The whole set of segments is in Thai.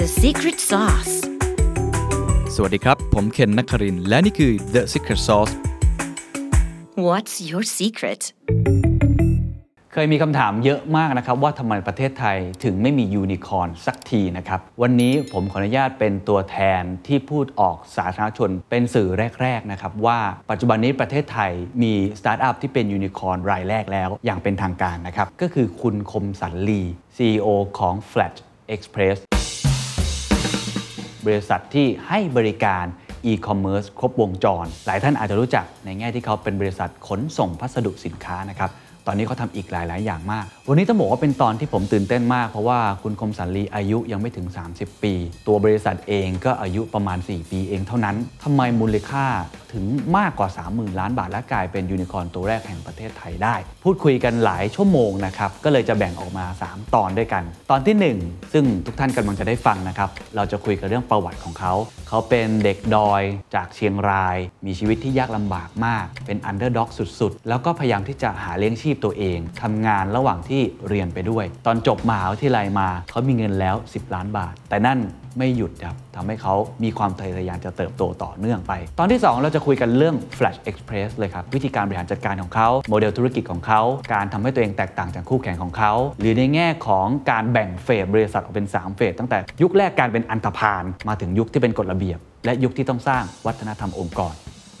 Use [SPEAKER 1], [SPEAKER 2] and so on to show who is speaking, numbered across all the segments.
[SPEAKER 1] The Secret Sauce
[SPEAKER 2] สวัสดีครับ ผมเคนนักครินทร์และนี่คือ The Secret Sauce
[SPEAKER 1] What's your secret
[SPEAKER 3] เคยมีคำถามเยอะมากนะครับ ว่าทำไมประเทศไทยถึงไม่มียูนิคอร์นสักทีนะครับ วันนี้ผมขออนุญาตเป็นตัวแทนที่พูดออกสาธารณชนเป็นสื่อแรก ๆ นะครับ ว่าปัจจุบันนี้ประเทศไทยมีสตาร์ทอัพที่เป็นยูนิคอร์นรายแรกแล้ว อย่างเป็นทางการนะครับ ก็คือคุณคมสันลี CEO ของ Flat Express บริษัทที่ให้บริการอีคอมเมิร์ซครบวงจร หลายท่านอาจจะรู้จักในแง่ที่เขาเป็นบริษัทขนส่งพัสดุสินค้านะครับ ตอนนี้เขาทำอีกหลาย ๆ อย่างมาก วันนี้ต้องบอกว่าเป็นตอนที่ผมตื่นเต้นมาก เพราะว่าคุณคมสันลีอายุยังไม่ถึง 30 ปี ตัวบริษัทเองก็อายุประมาณ 4 ปีเองเท่านั้นทำไมมูลค่าถึงมากกว่า 30,000 ล้านบาท และกลายเป็นยูนิคอร์นตัวแรกแห่งประเทศไทยได้ พูดคุยกันหลายชั่วโมงนะครับก็เลยจะแบ่งออกมา 3 ตอนด้วยกัน ตอนที่หนึ่งซึ่งทุกท่านกำลังจะได้ฟังนะครับ เราจะคุยกันเรื่องประวัติของเขา เขาเป็นเด็กดอยจากเชียงราย มีชีวิตที่ยากลำบากมาก เป็นอันเดอร์ด็อกสุดๆ แล้วก็พยายามที่จะหาเลี้ยงชีพตัวเองทำงานระหว่างที่เรียนไปด้วย ตอนจบมหาวิทยาลัยมา เขามีเงินแล้ว 10 ล้านบาท แต่นั่นไม่หยุดครับทำให้เขามีความทะเยอทะยานจะเติบโตต่อเนื่องไป ตอนที่ 2 เราจะคุยกันเรื่อง Flash Express เลยครับ วิธีการบริหารจัดการของเขา โมเดลธุรกิจของเขา การทำให้ตัวเองแตกต่างจากคู่แข่งของเขา หรือในแง่ของการแบ่งเฟสบริษัทออกเป็น 3 เฟสตั้งแต่ยุคแรกการเป็นอันธพาลมาถึงยุคที่เป็นกฎระเบียบ และยุคที่ต้องสร้างวัฒนธรรมองค์กร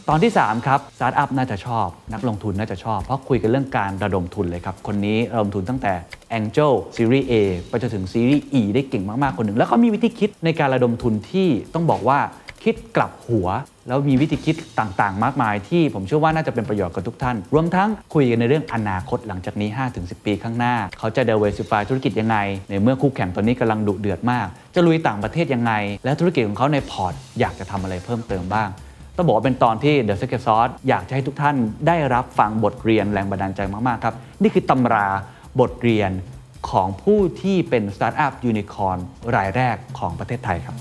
[SPEAKER 3] ตอนที่ 3 ครับสตาร์ทอัพน่าจะชอบ นักลงทุนน่าจะชอบ เพราะคุยกันเรื่องการระดมทุนเลยครับ คนนี้ระดมทุนตั้งแต่ Angel Series A ไปจนถึง Series E ได้เก่งมาก ๆ คนหนึ่ง แล้วเขามีวิธีคิดในการระดมทุนที่ต้องบอกว่าคิดกลับหัว แล้วมีวิธีคิดต่างๆ มากมายที่ผมเชื่อว่าน่าจะเป็นประโยชน์กับทุกท่าน รวมทั้งคุยกันในเรื่องอนาคตหลังจากนี้ 5-10 ปีข้างหน้า เขาจะ diversify ธุรกิจยังไง ในเมื่อคู่แข่งตอนนี้กำลังดุเดือดมาก จะลุยต่างประเทศยังไง และธุรกิจของเขาในพอร์ตอยากจะทำอะไรเพิ่มเติมบ้าง ต้องบอกว่าเป็นตอนที่ The Secret Sauce อยากจะให้ทุกท่านได้รับฟังบทเรียนแรงบันดาลใจมาก ๆ ครับ นี่คือตำราบทเรียนของผู้ที่เป็นสตาร์ทอัพยูนิคอร์นรายแรกของประเทศไทยครับ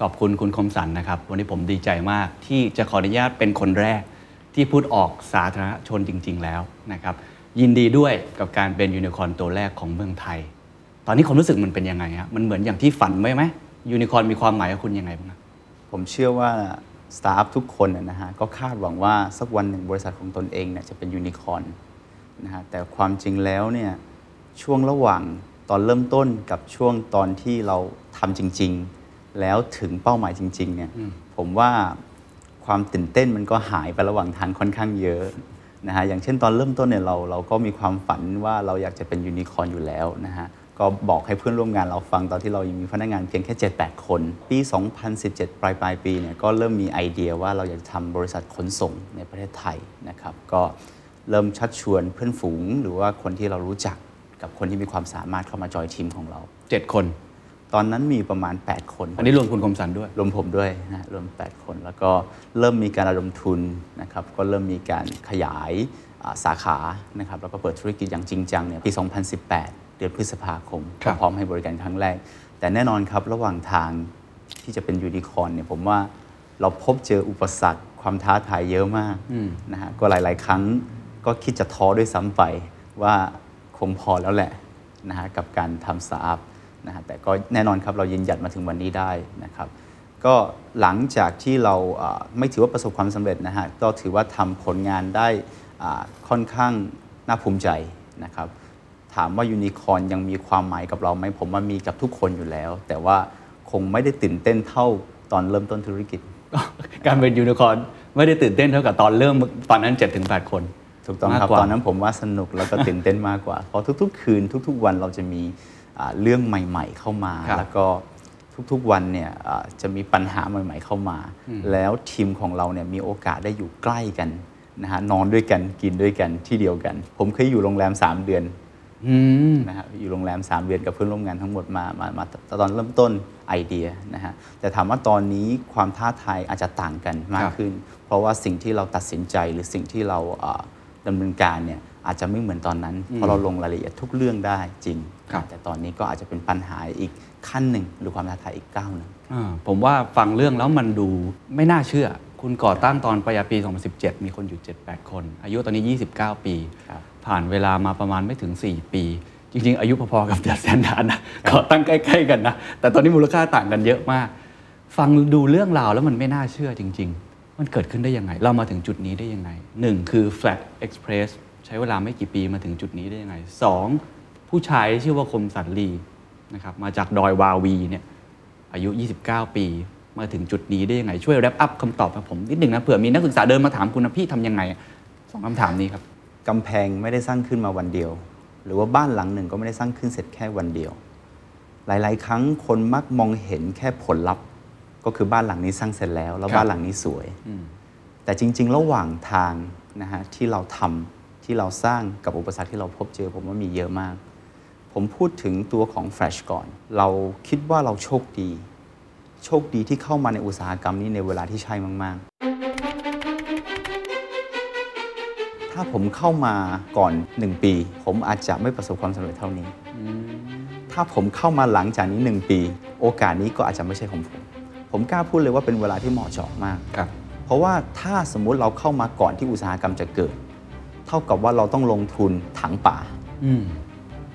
[SPEAKER 3] ขอบคุณคุณคมสันนะครับ วันนี้ผมดีใจมากที่จะขออนุญาตเป็นคนแรก ที่พูดออกสาธารณชนจริง ๆ แล้วนะครับ ยินดีด้วยกับการเป็นยูนิคอร์นตัวแรกของเมืองไทย ตอนนี้ความรู้สึกมันเป็นยังไงฮะมันเหมือนอย่างที่ฝันไว้ไหมยูนิคอร์นมีความหมายกับคุณยังไงบ้างนะ
[SPEAKER 4] ผมเชื่อว่าสตาฟทุกคนนะนะฮะก็คาดหวังว่าสักวันหนึ่งบริษัทของตนเองเนี่ยจะเป็นยูนิคอร์นนะฮะแต่ความจริงแล้วเนี่ยช่วงระหว่างตอนเริ่มต้นกับช่วงตอนที่เราทำจริง ๆ แล้วถึงเป้าหมายจริงๆเนี่ยผมว่าความตื่นเต้นมันก็หายไประหว่างทางค่อนข้างเยอะนะฮะอย่างเช่นตอนเริ่มต้นเนี่ยเราเราก็มีความฝันว่าเราอยากจะเป็นยูนิคอร์นอยู่แล้วนะฮะ ก็บอกให้เพื่อนร่วมงานเราฟังตอนที่เรายังมีพนักงานเพียงแค่ 7-8 คน ปี 2017 ปลายปลายปีเนี่ยก็เริ่มมีไอเดียว่าเราอยากจะทำบริษัทขนส่งในประเทศไทยนะครับ ก็เริ่มชัดชวนเพื่อนฝูง หรือว่าคนที่เรารู้จักกับคนที่มีความสามารถเข้ามาจอยทีมของเรา
[SPEAKER 3] เจ็ดคน
[SPEAKER 4] ตอนนั้นมีประมาณ 8 คน
[SPEAKER 3] อันนี้รวมคุณคมสันด้วย
[SPEAKER 4] รวมผมด้วยนะฮะรวม 8 คน แล้วก็เริ่มมีการระดมทุนนะครับ ก็เริ่มมีการขยายอ่าสาขานะครับ แล้วก็เปิดธุรกิจอย่างจริงจังเนี่ยปี 2018 เดือนพฤษภาคม
[SPEAKER 3] ครับ
[SPEAKER 4] ก็พร้อมให้บริการครั้งแรก แต่แน่นอนครับ ระหว่างทางที่จะเป็นยูนิคอร์นเนี่ยผมว่าเราพบเจออุปสรรคความท้าทายเยอะมากนะฮะก็หลาย ๆ ครั้งก็คิดจะท้อด้วยซ้ำไปว่าคงพอแล้วแหละ นะฮะกับการทำสตาร์ทอัพนะฮะแต่ก็แน่นอนครับเรายืนหยัดมาถึงวันนี้ได้นะครับ ก็หลังจากที่เราอ่าไม่ถือว่าประสบความสำเร็จนะฮะก็ถือว่าทำผลงานได้อ่าค่อนข้างน่าภูมิใจนะครับ ถามว่ายูนิคอร์นยังมีความหมายกับเราไหมผมว่ามีกับทุกคนอยู่แล้ว แต่ว่าคงไม่ได้ตื่นเต้นเท่าตอนเริ่มต้นธุรกิจ
[SPEAKER 3] การเป็นยูนิคอร์นไม่ได้ตื่นเต้นเท่ากับตอนเริ่มตอนนั้น7จ็ดถึงแปดคน
[SPEAKER 4] ถูกต้องครับ
[SPEAKER 3] มาว่า
[SPEAKER 4] ตอนนั้นผมว่าสนุกแล้ว ก็ตื่นเต้นมากกว่า เพราะทุกๆ คืนทุก ๆ วันเราจะมีอ่าเรื่องใหม่ ๆ เข้ามา
[SPEAKER 3] ครับ
[SPEAKER 4] แล้วก็ทุกๆวันเนี่ยอ่าจะมีปัญหาใหม่ ๆ เข้ามา แล้วทีมของเราเนี่ยมีโอกาสได้อยู่ใกล้กันนะฮะนอนด้วยกันกินด้วยกันที่เดียวกัน ผมเคยอยู่โรงแรม 3 เดือน นะฮะอยู่โรงแรม 3 เดือนกับเพื่อนร่วมงานทั้งหมดมามามาตตอนเริ่มต้นไอเดียนะฮะแต่ถามว่าตอนนี้ความท้าทายอาจจะต่างกันมา
[SPEAKER 3] ค
[SPEAKER 4] ก
[SPEAKER 3] รับ
[SPEAKER 4] ขึ้น เพราะว่าสิ่งที่เราตัดสินใจหรือสิ่งที่เราเอ่อดำเนินการเนี่ยอาจจะไม่เหมือนตอนนั้น เพราะเราลงรายละเอียดทุกเรื่องได้จริง
[SPEAKER 3] ครับ
[SPEAKER 4] แต่ตอนนี้ก็อาจจะเป็นปัญหาอีกขั้นหนึ่ง หรือความท้าทายอีกก้าวหนึ่ง
[SPEAKER 3] อ่าผมว่าฟังเรื่องแล้วมันดูไม่น่าเชื่อ คุณก่อตั้งตอนปลายปี 2017 มีคนอยู่ 7-8 คน อายุตอนนี้ 29 ปี
[SPEAKER 4] ครับ
[SPEAKER 3] ผ่านเวลามาประมาณไม่ถึง 4 ปี
[SPEAKER 5] จริง ๆ อายุพอๆกับ The Standard นะก็ตั้งใกล้ ๆ กันนะ แต่ตอนนี้มูลค่าต่างกันเยอะมาก ฟังดูเรื่องราวแล้วมันไม่น่าเชื่อจริง ๆ มันเกิดขึ้นได้ยังไง เรามาถึงจุดนี้ได้ยังไงหนึ่งคือ Flat Express ใช้เวลาไม่กี่ปีมาถึงจุดนี้ได้ยังไงสองผู้ชายที่ชื่อว่าคมสันลีนะครับมาจากดอยวาวีเนี่ย อายุ 29 ปี มาถึงจุดนี้ได้ยังไง ช่วยแรปอัพคำตอบให้ผมนิดหนึ่งนะเผื่อมีนักศึกษาเดินมาถามคุณนะพี่ทำยังไงอะสองคำถามนี้ครับ
[SPEAKER 4] กำแพงไม่ได้สร้างขึ้นมาวันเดียว หรือว่าบ้านหลังหนึ่งก็ไม่ได้สร้างขึ้นเสร็จแค่วันเดียว หลาย ๆ ครั้งคนมักมองเห็นแค่ผลลัพธ์ ก็คือบ้านหลังนี้สร้างเสร็จแล้ว แล้ว
[SPEAKER 5] ครับ
[SPEAKER 4] บ้านหลังนี้สวย
[SPEAKER 5] อืม
[SPEAKER 4] แต่จริง ๆ ระหว่างทางนะฮะที่เราทำที่เราสร้างกับอุปสรรคที่เราพบเจอ ผมว่ามีเยอะมาก ผมพูดถึงตัวของแฟลชก่อน เราคิดว่าเราโชคดี โชคดีที่เข้ามาในอุตสาหกรรมนี้ในเวลาที่ใช่มากๆ ถ้าผมเข้ามาก่อน 1 ปี ผมอาจจะไม่ประสบความสำเร็จเท่านี้ ถ้าผมเข้ามาหลังจากนี้ 1 ปี โอกาสนี้ก็อาจจะไม่ใช่ของผม ผมกล้าพูดเลยว่าเป็นเวลาที่เหมาะเจาะมาก
[SPEAKER 5] ครับ
[SPEAKER 4] เพราะว่าถ้าสมมุติเราเข้ามาก่อนที่อุตสาหกรรมจะเกิด เท่ากับว่าเราต้องลงทุนถังป่า
[SPEAKER 5] อืม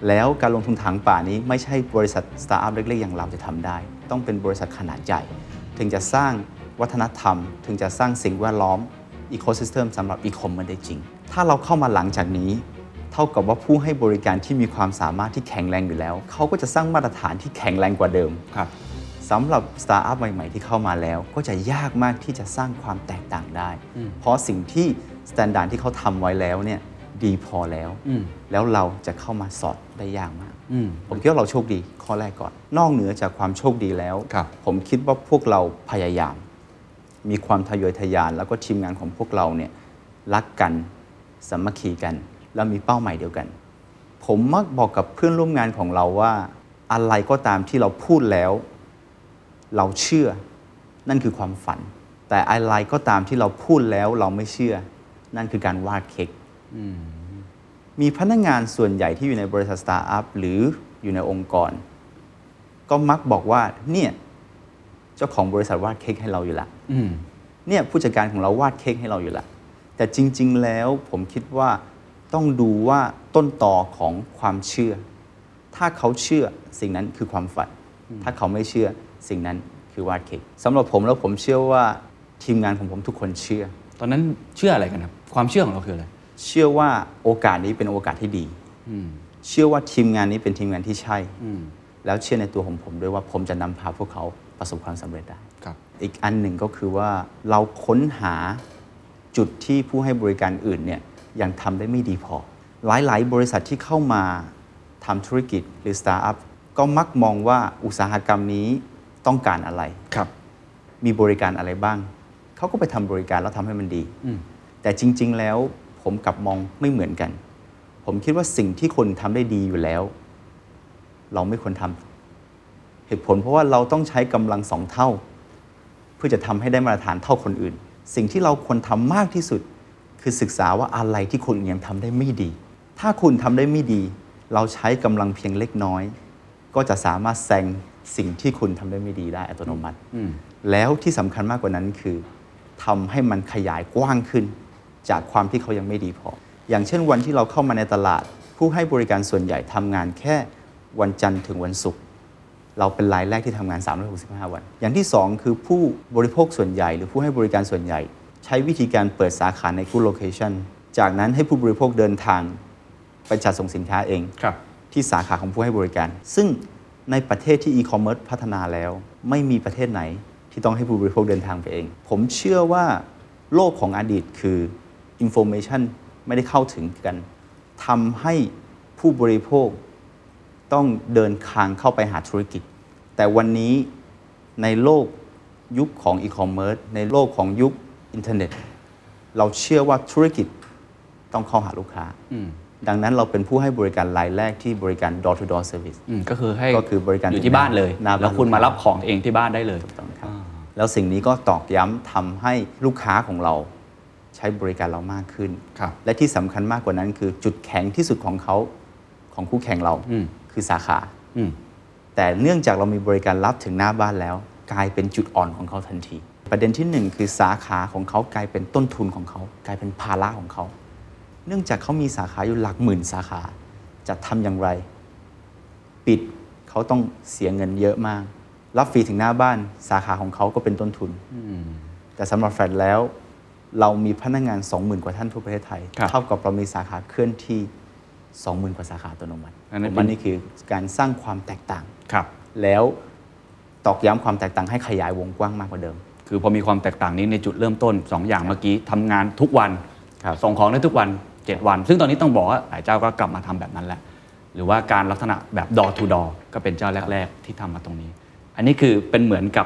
[SPEAKER 4] แล้วการลงทุนถังป่านี้ไม่ใช่บริษัทสตาร์ทอัพเล็กๆอย่างเราจะทำได้ ต้องเป็นบริษัทขนาดใหญ่ ถึงจะสร้างวัฒนธรรม ถึงจะสร้างสิ่งแวดล้อมอีโคซิสเต็มสำหรับอีคอมเมิร์ซได้จริง ถ้าเราเข้ามาหลังจากนี้ เท่ากับว่าผู้ให้บริการที่มีความสามารถที่แข็งแรงอยู่แล้ว เขาก็จะสร้างมาตรฐานที่แข็งแรงกว่าเดิม
[SPEAKER 5] ครับ
[SPEAKER 4] สำหรับสตาร์ทอัพใหม่ ๆ ที่เข้ามาแล้ว ก็จะยากมากที่จะสร้างความแตกต่างได้
[SPEAKER 5] อืม
[SPEAKER 4] เพราะสิ่งที่สแตนดาร์ดที่เขาทำไว้แล้วเนี่ยดีพอแล้ว
[SPEAKER 5] อืม
[SPEAKER 4] แล้วเราจะเข้ามาสอดได้ยากมาก
[SPEAKER 5] อืม
[SPEAKER 4] ผมคิดว่าเราโชคดีข้อแรกก่อน นอกเหนือจากความโชคดีแล้ว
[SPEAKER 5] ครับ
[SPEAKER 4] ผมคิดว่าพวกเราพยายาม มีความทะเยอทะยาน แล้วก็ทีมงานของพวกเราเนี่ยรักกันสามัคคีกัน แล้วมีเป้าหมายเดียวกัน ผมมักบอกกับเพื่อนร่วมงานของเราว่า อะไรก็ตามที่เราพูดแล้ว เราเชื่อ นั่นคือความฝัน แต่อะไรก็ตามที่เราพูดแล้วเราไม่เชื่อ นั่นคือการวาดเค้ก
[SPEAKER 5] อืม
[SPEAKER 4] มีพนักงานส่วนใหญ่ที่อยู่ในบริษัทสตาร์ทอัพหรืออยู่ในองค์กร ก็มักบอกว่าเนี่ยเจ้าของบริษัทวาดเค้กให้เราอยู่ละ
[SPEAKER 5] อืม
[SPEAKER 4] เนี่ยผู้จัดการของเราวาดเค้กให้เราอยู่ละแต่จริง ๆ แล้วผมคิดว่าต้องดูว่าต้นต่อของความเชื่อ ถ้าเขาเชื่อสิ่งนั้นคือความฝัน ถ้าเขาไม่เชื่อสิ่งนั้นคือวาดเค้กสำหรับผมแล้วผมเชื่อว่าทีมงานของผมทุกคนเชื่อ
[SPEAKER 5] ตอนนั้นเชื่ออะไรกันครับ ความเชื่อของเราคืออะไร
[SPEAKER 4] เชื่อว่าโอกาสนี้เป็นโอกาสที่ดี
[SPEAKER 5] อืม
[SPEAKER 4] เชื่อว่าทีมงานนี้เป็นทีมงานที่ใช่
[SPEAKER 5] อืม
[SPEAKER 4] แล้วเชื่อในตัวของผมด้วยว่าผมจะนำพาพวกเขาประสบความสำเร็จได้
[SPEAKER 5] ครับ
[SPEAKER 4] อีกอันหนึ่งก็คือว่าเราค้นหาจุดที่ผู้ให้บริการอื่นเนี่ยยังทำได้ไม่ดีพอ หลายๆ บริษัทที่เข้ามาทำธุรกิจหรือสตาร์ทอัพก็มักมองว่าอุตสาหกรรมนี้ต้องการอะไร
[SPEAKER 5] ครับ
[SPEAKER 4] มีบริการอะไรบ้าง เขาก็ไปทำบริการแล้วทำให้มันดี
[SPEAKER 5] อืม
[SPEAKER 4] แต่จริง ๆ แล้วผมกลับมองไม่เหมือนกัน ผมคิดว่าสิ่งที่คนทำได้ดีอยู่แล้ว เราไม่ควรทำเหตุผลเพราะว่าเราต้องใช้กำลังสองเท่า เพื่อจะทำให้ได้มาตรฐานเท่าคนอื่น สิ่งที่เราควรทำมากที่สุด คือศึกษาว่าอะไรที่คนอื่นยังทำได้ไม่ดี ถ้าคุณทำได้ไม่ดี เราใช้กำลังเพียงเล็กน้อย ก็จะสามารถแซงสิ่งที่คุณทำได้ไม่ดีได้อัตโนมัติ
[SPEAKER 5] อืม
[SPEAKER 4] แล้วที่สำคัญมากกว่านั้นคือทำให้มันขยายกว้างขึ้น จากความที่เขายังไม่ดีพอ อย่างเช่นวันที่เราเข้ามาในตลาด ผู้ให้บริการส่วนใหญ่ทำงานแค่วันจันทร์ถึงวันศุกร์เราเป็นรายแรกที่ทำงาน 365 วัน อย่างที่สองคือผู้บริโภคส่วนใหญ่ หรือผู้ให้บริการส่วนใหญ่ ใช้วิธีการเปิดสาขาในกู้โลเคชันจากนั้นให้ผู้บริโภคเดินทางไปจัดส่งสินค้าเอง
[SPEAKER 5] ครับ
[SPEAKER 4] ที่สาขาของผู้ให้บริการ ซึ่งในประเทศที่อีคอมเมิร์ซพัฒนาแล้ว ไม่มีประเทศไหนที่ต้องให้ผู้บริโภคเดินทางไปเอง ผมเชื่อว่าโลกของอดีตคือ Information ไม่ได้เข้าถึงกันทำให้ผู้บริโภคต้องเดินทางเข้าไปหาธุรกิจ แต่วันนี้ในโลกยุคของอีคอมเมิร์ซในโลกของยุคอินเทอร์เน็ต เราเชื่อว่าธุรกิจต้องเข้าหาลูกค้า
[SPEAKER 5] อืม
[SPEAKER 4] ดังนั้นเราเป็นผู้ให้บริการรายแรกที่บริการ door to door service
[SPEAKER 5] อืม ก็คือให้
[SPEAKER 4] ก็คือบริการ
[SPEAKER 5] อยู่ที่บ้านเลย
[SPEAKER 4] หน้าบ้าน
[SPEAKER 5] แล้วคุณมารับของเองที่บ้านได้เลย
[SPEAKER 4] ถูกต้องครับแล้วสิ่งนี้ก็ตอกย้ำทำให้ลูกค้าของเราใช้บริการเรามากขึ้น
[SPEAKER 5] ครับ
[SPEAKER 4] และที่สำคัญมากกว่านั้นคือจุดแข็งที่สุดของเขาของคู่แข่งเรา
[SPEAKER 5] อืม
[SPEAKER 4] คือสาขา
[SPEAKER 5] อืม
[SPEAKER 4] แต่เนื่องจากเรามีบริการรับถึงหน้าบ้านแล้ว กลายเป็นจุดอ่อนของเขาทันที ประเด็นที่หนึ่งคือสาขาของเขากลายเป็นต้นทุนของเขา กลายเป็นภาระของเขา เนื่องจากเขามีสาขาอยู่หลักหมื่นสาขา จะทำอย่างไร ปิดเขาต้องเสียเงินเยอะมาก รับฟรีถึงหน้าบ้านสาขาของเขาก็เป็นต้นทุน แต่สำหรับแฟลตแล้ว เรามีพนักงาน 20,000 กว่าท่านทั่วประเทศไทย
[SPEAKER 5] ครับ
[SPEAKER 4] เท่ากับเรามีสาขาเคลื่อนที่ 20,000 กว่าสาขาอัตโนมัติ
[SPEAKER 5] อันนั้น
[SPEAKER 4] ผม
[SPEAKER 5] เป็
[SPEAKER 4] ว่าน นี่คือการสร้างความแตกต่าง
[SPEAKER 5] ครับ
[SPEAKER 4] แล้วตอกย้ำความแตกต่างให้ขยายวงกว้างมากกว่าเดิม
[SPEAKER 5] คือพอมีความแตกต่างนี้ในจุดเริ่มต้น 2 อย่างเมื่อกี้ทำงานทุกวัน
[SPEAKER 4] ครับ
[SPEAKER 5] ส่งของได้ทุกวัน 7 วัน ซึ่งตอนนี้ต้องบอกว่าหลายเจ้าก็กลับมาทำแบบนั้นแล้ว หรือว่าการลักษณะแบบดอทูดอก็เป็นเจ้าแรก ๆ ที่ทำมาตรงนี้ อันนี้คือเป็นเหมือนกับ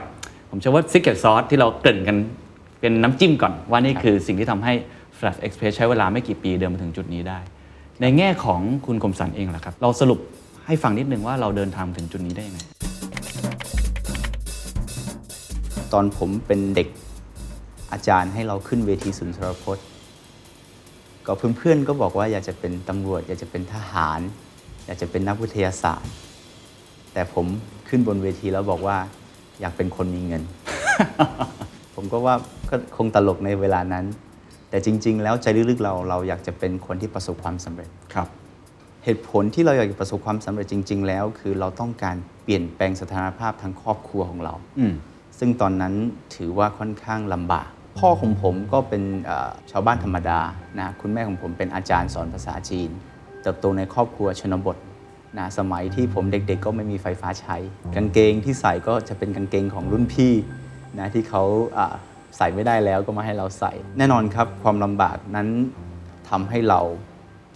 [SPEAKER 5] ผมเชื่อว่าซิกเก็ตซอสที่เราเกริ่นกันเป็นน้ำจิ้มก่อน ว่านี่คือสิ่งที่ทำให้ Flash Express ใช้เวลาไม่กี่ปีเดินมาถึงจุดนี้ได้ ในแง่ของคุณคมสันเองล่ะครับเราสรุปให้ฟังนิดนึงว่าเราเดินทางถึงจุดนี้ได้ยังไง
[SPEAKER 4] ตอนผมเป็นเด็กอาจารย์ให้เราขึ้นเวทีสุนทรพจน์ ก็เพื่อนๆก็บอกว่าอยากจะเป็นตำรวจ อยากจะเป็นทหาร อยากจะเป็นนักวิทยาศาสตร์ แต่ผมขึ้นบนเวทีแล้วบอกว่า อยากเป็นคนมีเงิน ผมก็ว่าก็คงตลกในเวลานั้น แต่จริง ๆ แล้วใจลึกๆเราเราอยากจะเป็นคนที่ประสบความสำเร็จ
[SPEAKER 5] ครับ
[SPEAKER 4] เหตุผลที่เราอยากจะประสบความสำเร็จจริง ๆ แล้ว คือเราต้องการเปลี่ยนแปลงสถานภาพทางครอบครัวของเรา
[SPEAKER 5] อืม
[SPEAKER 4] ซึ่งตอนนั้นถือว่าค่อนข้างลำบาก พ่อของผมก็เป็นเอ่อชาวบ้านธรรมดานะคุณแม่ของผมเป็นอาจารย์สอนภาษาจีน เติบโตในครอบครัวชนบทนะสมัยที่ผมเด็กๆ ก็ไม่มีไฟฟ้าใช้ กางเกงที่ใส่ก็จะเป็นกางเกงของรุ่นพี่นะที่เขาอ่าใส่ไม่ได้แล้วก็มาให้เราใส่ แน่นอนครับความลำบากนั้นทำให้เรา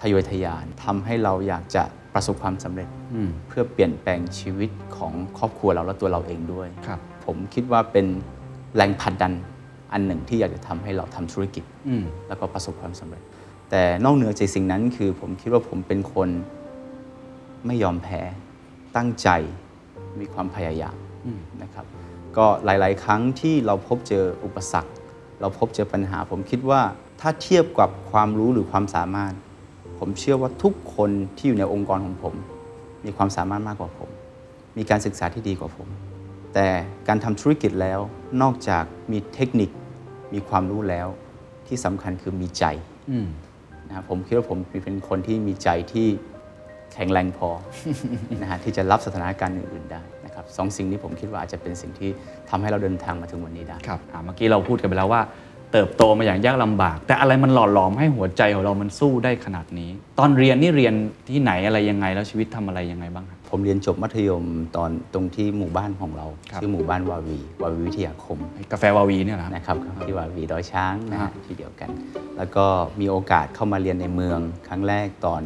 [SPEAKER 4] ทะเยอทะยานทำให้เราอยากจะประสบความสำเร็จ
[SPEAKER 5] อืม
[SPEAKER 4] เพื่อเปลี่ยนแปลงชีวิตของครอบครัวเราและตัวเราเองด้วย
[SPEAKER 5] ครับ
[SPEAKER 4] ผมคิดว่าเป็นแรงผลักดันอันหนึ่งที่อยากจะทำให้เราทำธุรกิจ
[SPEAKER 5] อืม
[SPEAKER 4] แล้วก็ประสบความสำเร็จ แต่นอกเหนือจากสิ่งนั้นคือผมคิดว่าผมเป็นคนไม่ยอมแพ้ ตั้งใจมีความพยายาม
[SPEAKER 5] อืม
[SPEAKER 4] นะครับ ก็หลาย ๆ ครั้งที่เราพบเจออุปสรรค เราพบเจอปัญหา ผมคิดว่าถ้าเทียบกับความรู้หรือความสามารถ ผมเชื่อว่าทุกคนที่อยู่ในองค์กรของผม มีความสามารถมากกว่าผม มีการศึกษาที่ดีกว่าผม แต่การทำธุรกิจแล้วนอกจากมีเทคนิคมีความรู้แล้ว ที่สำคัญคือมีใจ
[SPEAKER 5] อืม
[SPEAKER 4] นะครับผมคิดว่าผมเป็นคนที่มีใจที่แข็งแรงพอ นะฮะที่จะรับสถานการณ์อื่นๆได้นะครับสองสิ่งนี้ผมคิดว่าอาจจะเป็นสิ่งที่ทำให้เราเดินทางมาถึงวันนี้ได้
[SPEAKER 5] ครับอ่าเมื่อกี้เราพูดกันไปแล้วว่า เติบโตมาอย่างยากลำบาก แต่อะไรมันหล่อหลอมให้หัวใจของเรามันสู้ได้ขนาดนี้ ตอนเรียนนี่เรียนที่ไหนอะไรยังไงแล้วชีวิตทำอะไรยังไงบ้างครับ
[SPEAKER 4] ผมเรียนจบมัธยมตอนตรงที่หมู่บ้านของเรา
[SPEAKER 5] ครับ
[SPEAKER 4] ชื่อหมู่บ้านวาวีวาวีวิทยาคม
[SPEAKER 5] กาแฟวาวีเนี่ยเหรอครับ
[SPEAKER 4] นะครับที่ว่าวีดอยช้างนะ
[SPEAKER 5] ครั
[SPEAKER 4] ฮะ
[SPEAKER 5] บ
[SPEAKER 4] ที่เดียวกัน แล้วก็มีโอกาสเข้ามาเรียนในเมือง ครั้งแรกตอน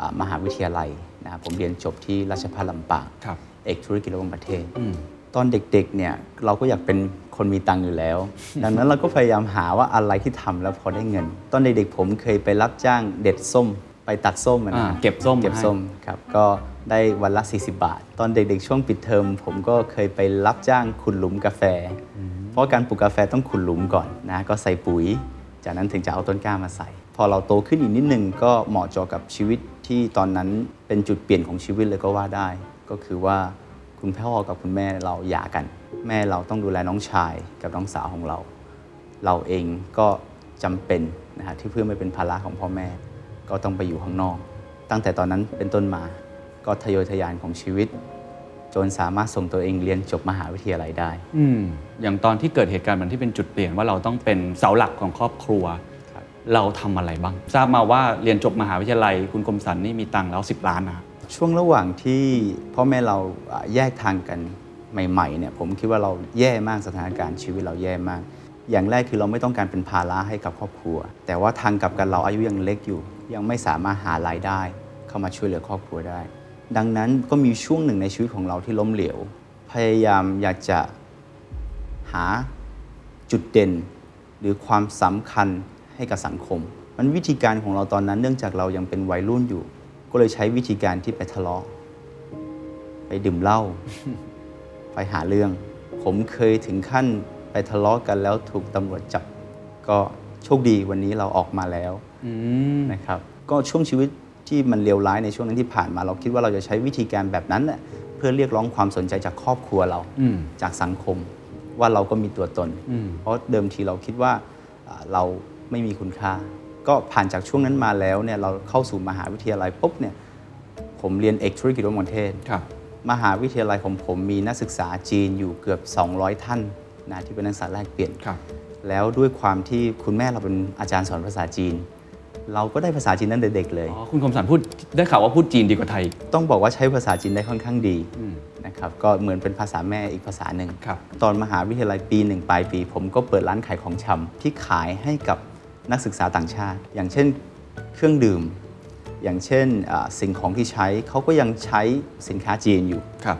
[SPEAKER 4] อามหาวิทยาลัยนะครับผมเรียนจบที่ราชภัฏลำปาง
[SPEAKER 5] ครับ
[SPEAKER 4] เอกธุรกิจระหว่างประเทศ
[SPEAKER 5] อืม
[SPEAKER 4] ตอนเด็กๆเนี่ยเราก็อยากเป็นคนมีตังค์อยู่ แล้ว ดังนั้นเราก็พยายามหาว่าอะไรที่ทำแล้วพอได้เงิน ตอนเด็กๆผมเคยไปรับจ้างเด็ดส้ม ไปตัดส้มอะนะ
[SPEAKER 5] อ่าเก็บส้ม
[SPEAKER 4] เก็บส้มครับก็ได้วันละ 40 บาท ตอนเด็กๆช่วงปิดเทอมผมก็เคยไปรับจ้างขุดหลุมกาแฟ เพราะการปลูกกาแฟต้องขุดหลุมก่อนนะก็ใส่ปุ๋ย จากนั้นถึงจะเอาต้นกล้ามาใส่ พอเราโตขึ้นอีกนิดนึงก็เหมาะเจอกับชีวิตที่ตอนนั้นเป็นจุดเปลี่ยนของชีวิตเลยก็ว่าได้ ก็คือว่า คุณพ่อกับคุณแม่เราหย่ากัน แม่เราต้องดูแลน้องชายกับน้องสาวของเรา เราเองก็จำเป็นนะฮะที่เพื่อไม่เป็นภาระของพ่อแม่ ก็ต้องไปอยู่ข้างนอก ตั้งแต่ตอนนั้นเป็นต้นมาก็ทะเยอทะยานของชีวิต จนสามารถส่งตัวเองเรียนจบมหาวิทยาลัยได้
[SPEAKER 5] อืม อย่างตอนที่เกิดเหตุการณ์เหมือนที่เป็นจุดเปลี่ยนว่าเราต้องเป็นเสาหลักของครอบครัว
[SPEAKER 4] ครับ
[SPEAKER 5] เราทำอะไรบ้าง ทราบมาว่าเรียนจบมหาวิทยาลัย คุณกรมสันนี่มีตังค์แล้ว 10 ล้านนะครับ
[SPEAKER 4] ช่วงระหว่างที่พ่อแม่เราอ่ะแยกทางกันใหม่ๆเนี่ยผมคิดว่าเราแย่มากสถานการณ์ชีวิตเราแย่มาก อย่างแรกคือเราไม่ต้องการเป็นภาระให้กับครอบครัว แต่ว่าทางกลับกันเราอายุยังเล็กอยู่ ยังไม่สามารถหารายได้ เข้ามาช่วยเหลือครอบครัวได้ ดังนั้นก็มีช่วงหนึ่งในชีวิตของเราที่ล้มเหลวพยายามอยากจะหา จุดเด่นหรือความสำคัญให้กับสังคม มันวิธีการของเราตอนนั้นเนื่องจากเรายังเป็นวัยรุ่นอยู่ ก็เลยใช้วิธีการที่ไปทะเลาะ ไปดื่มเหล้า ไปหาเรื่อง ผมเคยถึงขั้นไปทะเลาะกันแล้วถูกตำรวจจับ ก็โชคดีวันนี้เราออกมาแล้ว
[SPEAKER 5] อืม
[SPEAKER 4] นะครับก็ช่วงชีวิตที่มันเลวร้ายในช่วงนั้นที่ผ่านมา เราคิดว่าเราจะใช้วิธีการแบบนั้นน่ะเพื่อเรียกร้องความสนใจจากครอบครัวเรา
[SPEAKER 5] อืม
[SPEAKER 4] จากสังคม ว่าเราก็มีตัวตน
[SPEAKER 5] อืม
[SPEAKER 4] เพราะเดิมทีเราคิดว่าอ่าเราไม่มีคุณค่า ก็ผ่านจากช่วงนั้นมาแล้วเนี่ยเราเข้าสู่มหาวิทยาลัยปุ๊บเนี่ยผมเรียนเอกธุรกิจระหว่างประเทศ
[SPEAKER 5] ครับ
[SPEAKER 4] มหาวิทยาลัยของผมมีนักศึกษาจีนอยู่เกือบ 200 ท่านนะที่เป็นนักศึกษาแลกเปลี่ยน
[SPEAKER 5] ครับ
[SPEAKER 4] แล้วด้วยความที่คุณแม่เราเป็นอาจารย์สอนภาษาจีน เราก็ได้ภาษาจีนตั้งแต่เด็กเลย
[SPEAKER 5] อ๋อ คุณคมสันพูดได้ข่าวว่าพูดจีนดีกว่าไทยอีก
[SPEAKER 4] ต้องบอกว่าใช้ภาษาจีนได้ค่อนข้างดี
[SPEAKER 5] อืม
[SPEAKER 4] นะครับก็เหมือนเป็นภาษาแม่อีกภาษาหนึ่ง
[SPEAKER 5] ครับ
[SPEAKER 4] ตอนมหาวิทยาลัยปีหนึ่งปลายปี ผมก็เปิดร้านขายของชำที่ขายให้กับนักศึกษาต่างชาติ อย่างเช่นเครื่องดื่ม อย่างเช่นอ่าสิ่งของที่ใช้เขาก็ยังใช้สินค้าจีนอยู่
[SPEAKER 5] ครับ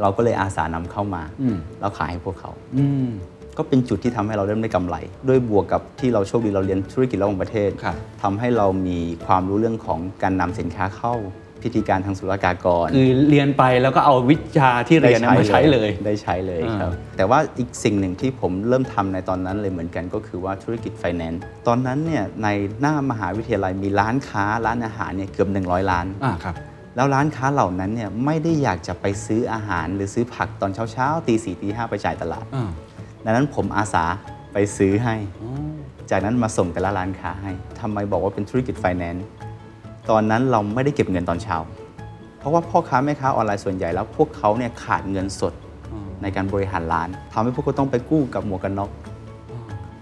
[SPEAKER 4] เราก็เลยอาสานำเข้ามา
[SPEAKER 5] อืม
[SPEAKER 4] แล้วขายให้พวกเขา
[SPEAKER 5] อืม
[SPEAKER 4] ก็เป็นจุดที่ทำให้เราเริ่มได้กำไร ด้วยบวกกับที่เราโชคดีเราเรียนธุรกิจระหว่างประเทศ
[SPEAKER 5] ครับ
[SPEAKER 4] ทำให้เรามีความรู้เรื่องของการนำสินค้าเข้าพิธีการทางศุลกากร
[SPEAKER 5] คือเรียนไปแล้วก็เอาวิชาที่เรียนนั้นมาใช้เลย
[SPEAKER 4] ได้ใช้เลย
[SPEAKER 5] อ่า
[SPEAKER 4] ครับ แต่ว่าอีกสิ่งหนึ่งที่ผมเริ่มทำในตอนนั้นเลยเหมือนกันก็คือว่าธุรกิจไฟแนนซ์ตอนนั้นเนี่ยในหน้ามหาวิทยาลัยมีร้านค้าร้านอาหารเนี่ยเกือบ 100 ร้าน
[SPEAKER 5] อ่าครับ
[SPEAKER 4] แล้วร้านค้าเหล่านั้นเนี่ยไม่ได้อยากจะไปซื้ออาหารหรือซื้อผักตอนเช้าๆตีสี่ตีห้าไปจ่ายตลาด
[SPEAKER 5] อ่า
[SPEAKER 4] ดังนั้นผมอาสาไปซื้อให้
[SPEAKER 5] อ๋อ
[SPEAKER 4] จากนั้นมาส่งแต่ละร้านค้าให้ทำไมบอกว่าเป็นธุรกิจไฟแนนซ์ตอนนั้นเราไม่ได้เก็บเงินตอนเช้า เพราะว่าพ่อค้าแม่ค้าออนไลน์ส่วนใหญ่แล้วพวกเขาเนี่ยขาดเงินสด
[SPEAKER 5] อ๋อ
[SPEAKER 4] ในการบริหารร้านทำให้พวกเขาต้องไปกู้กับหมวกกันน็อก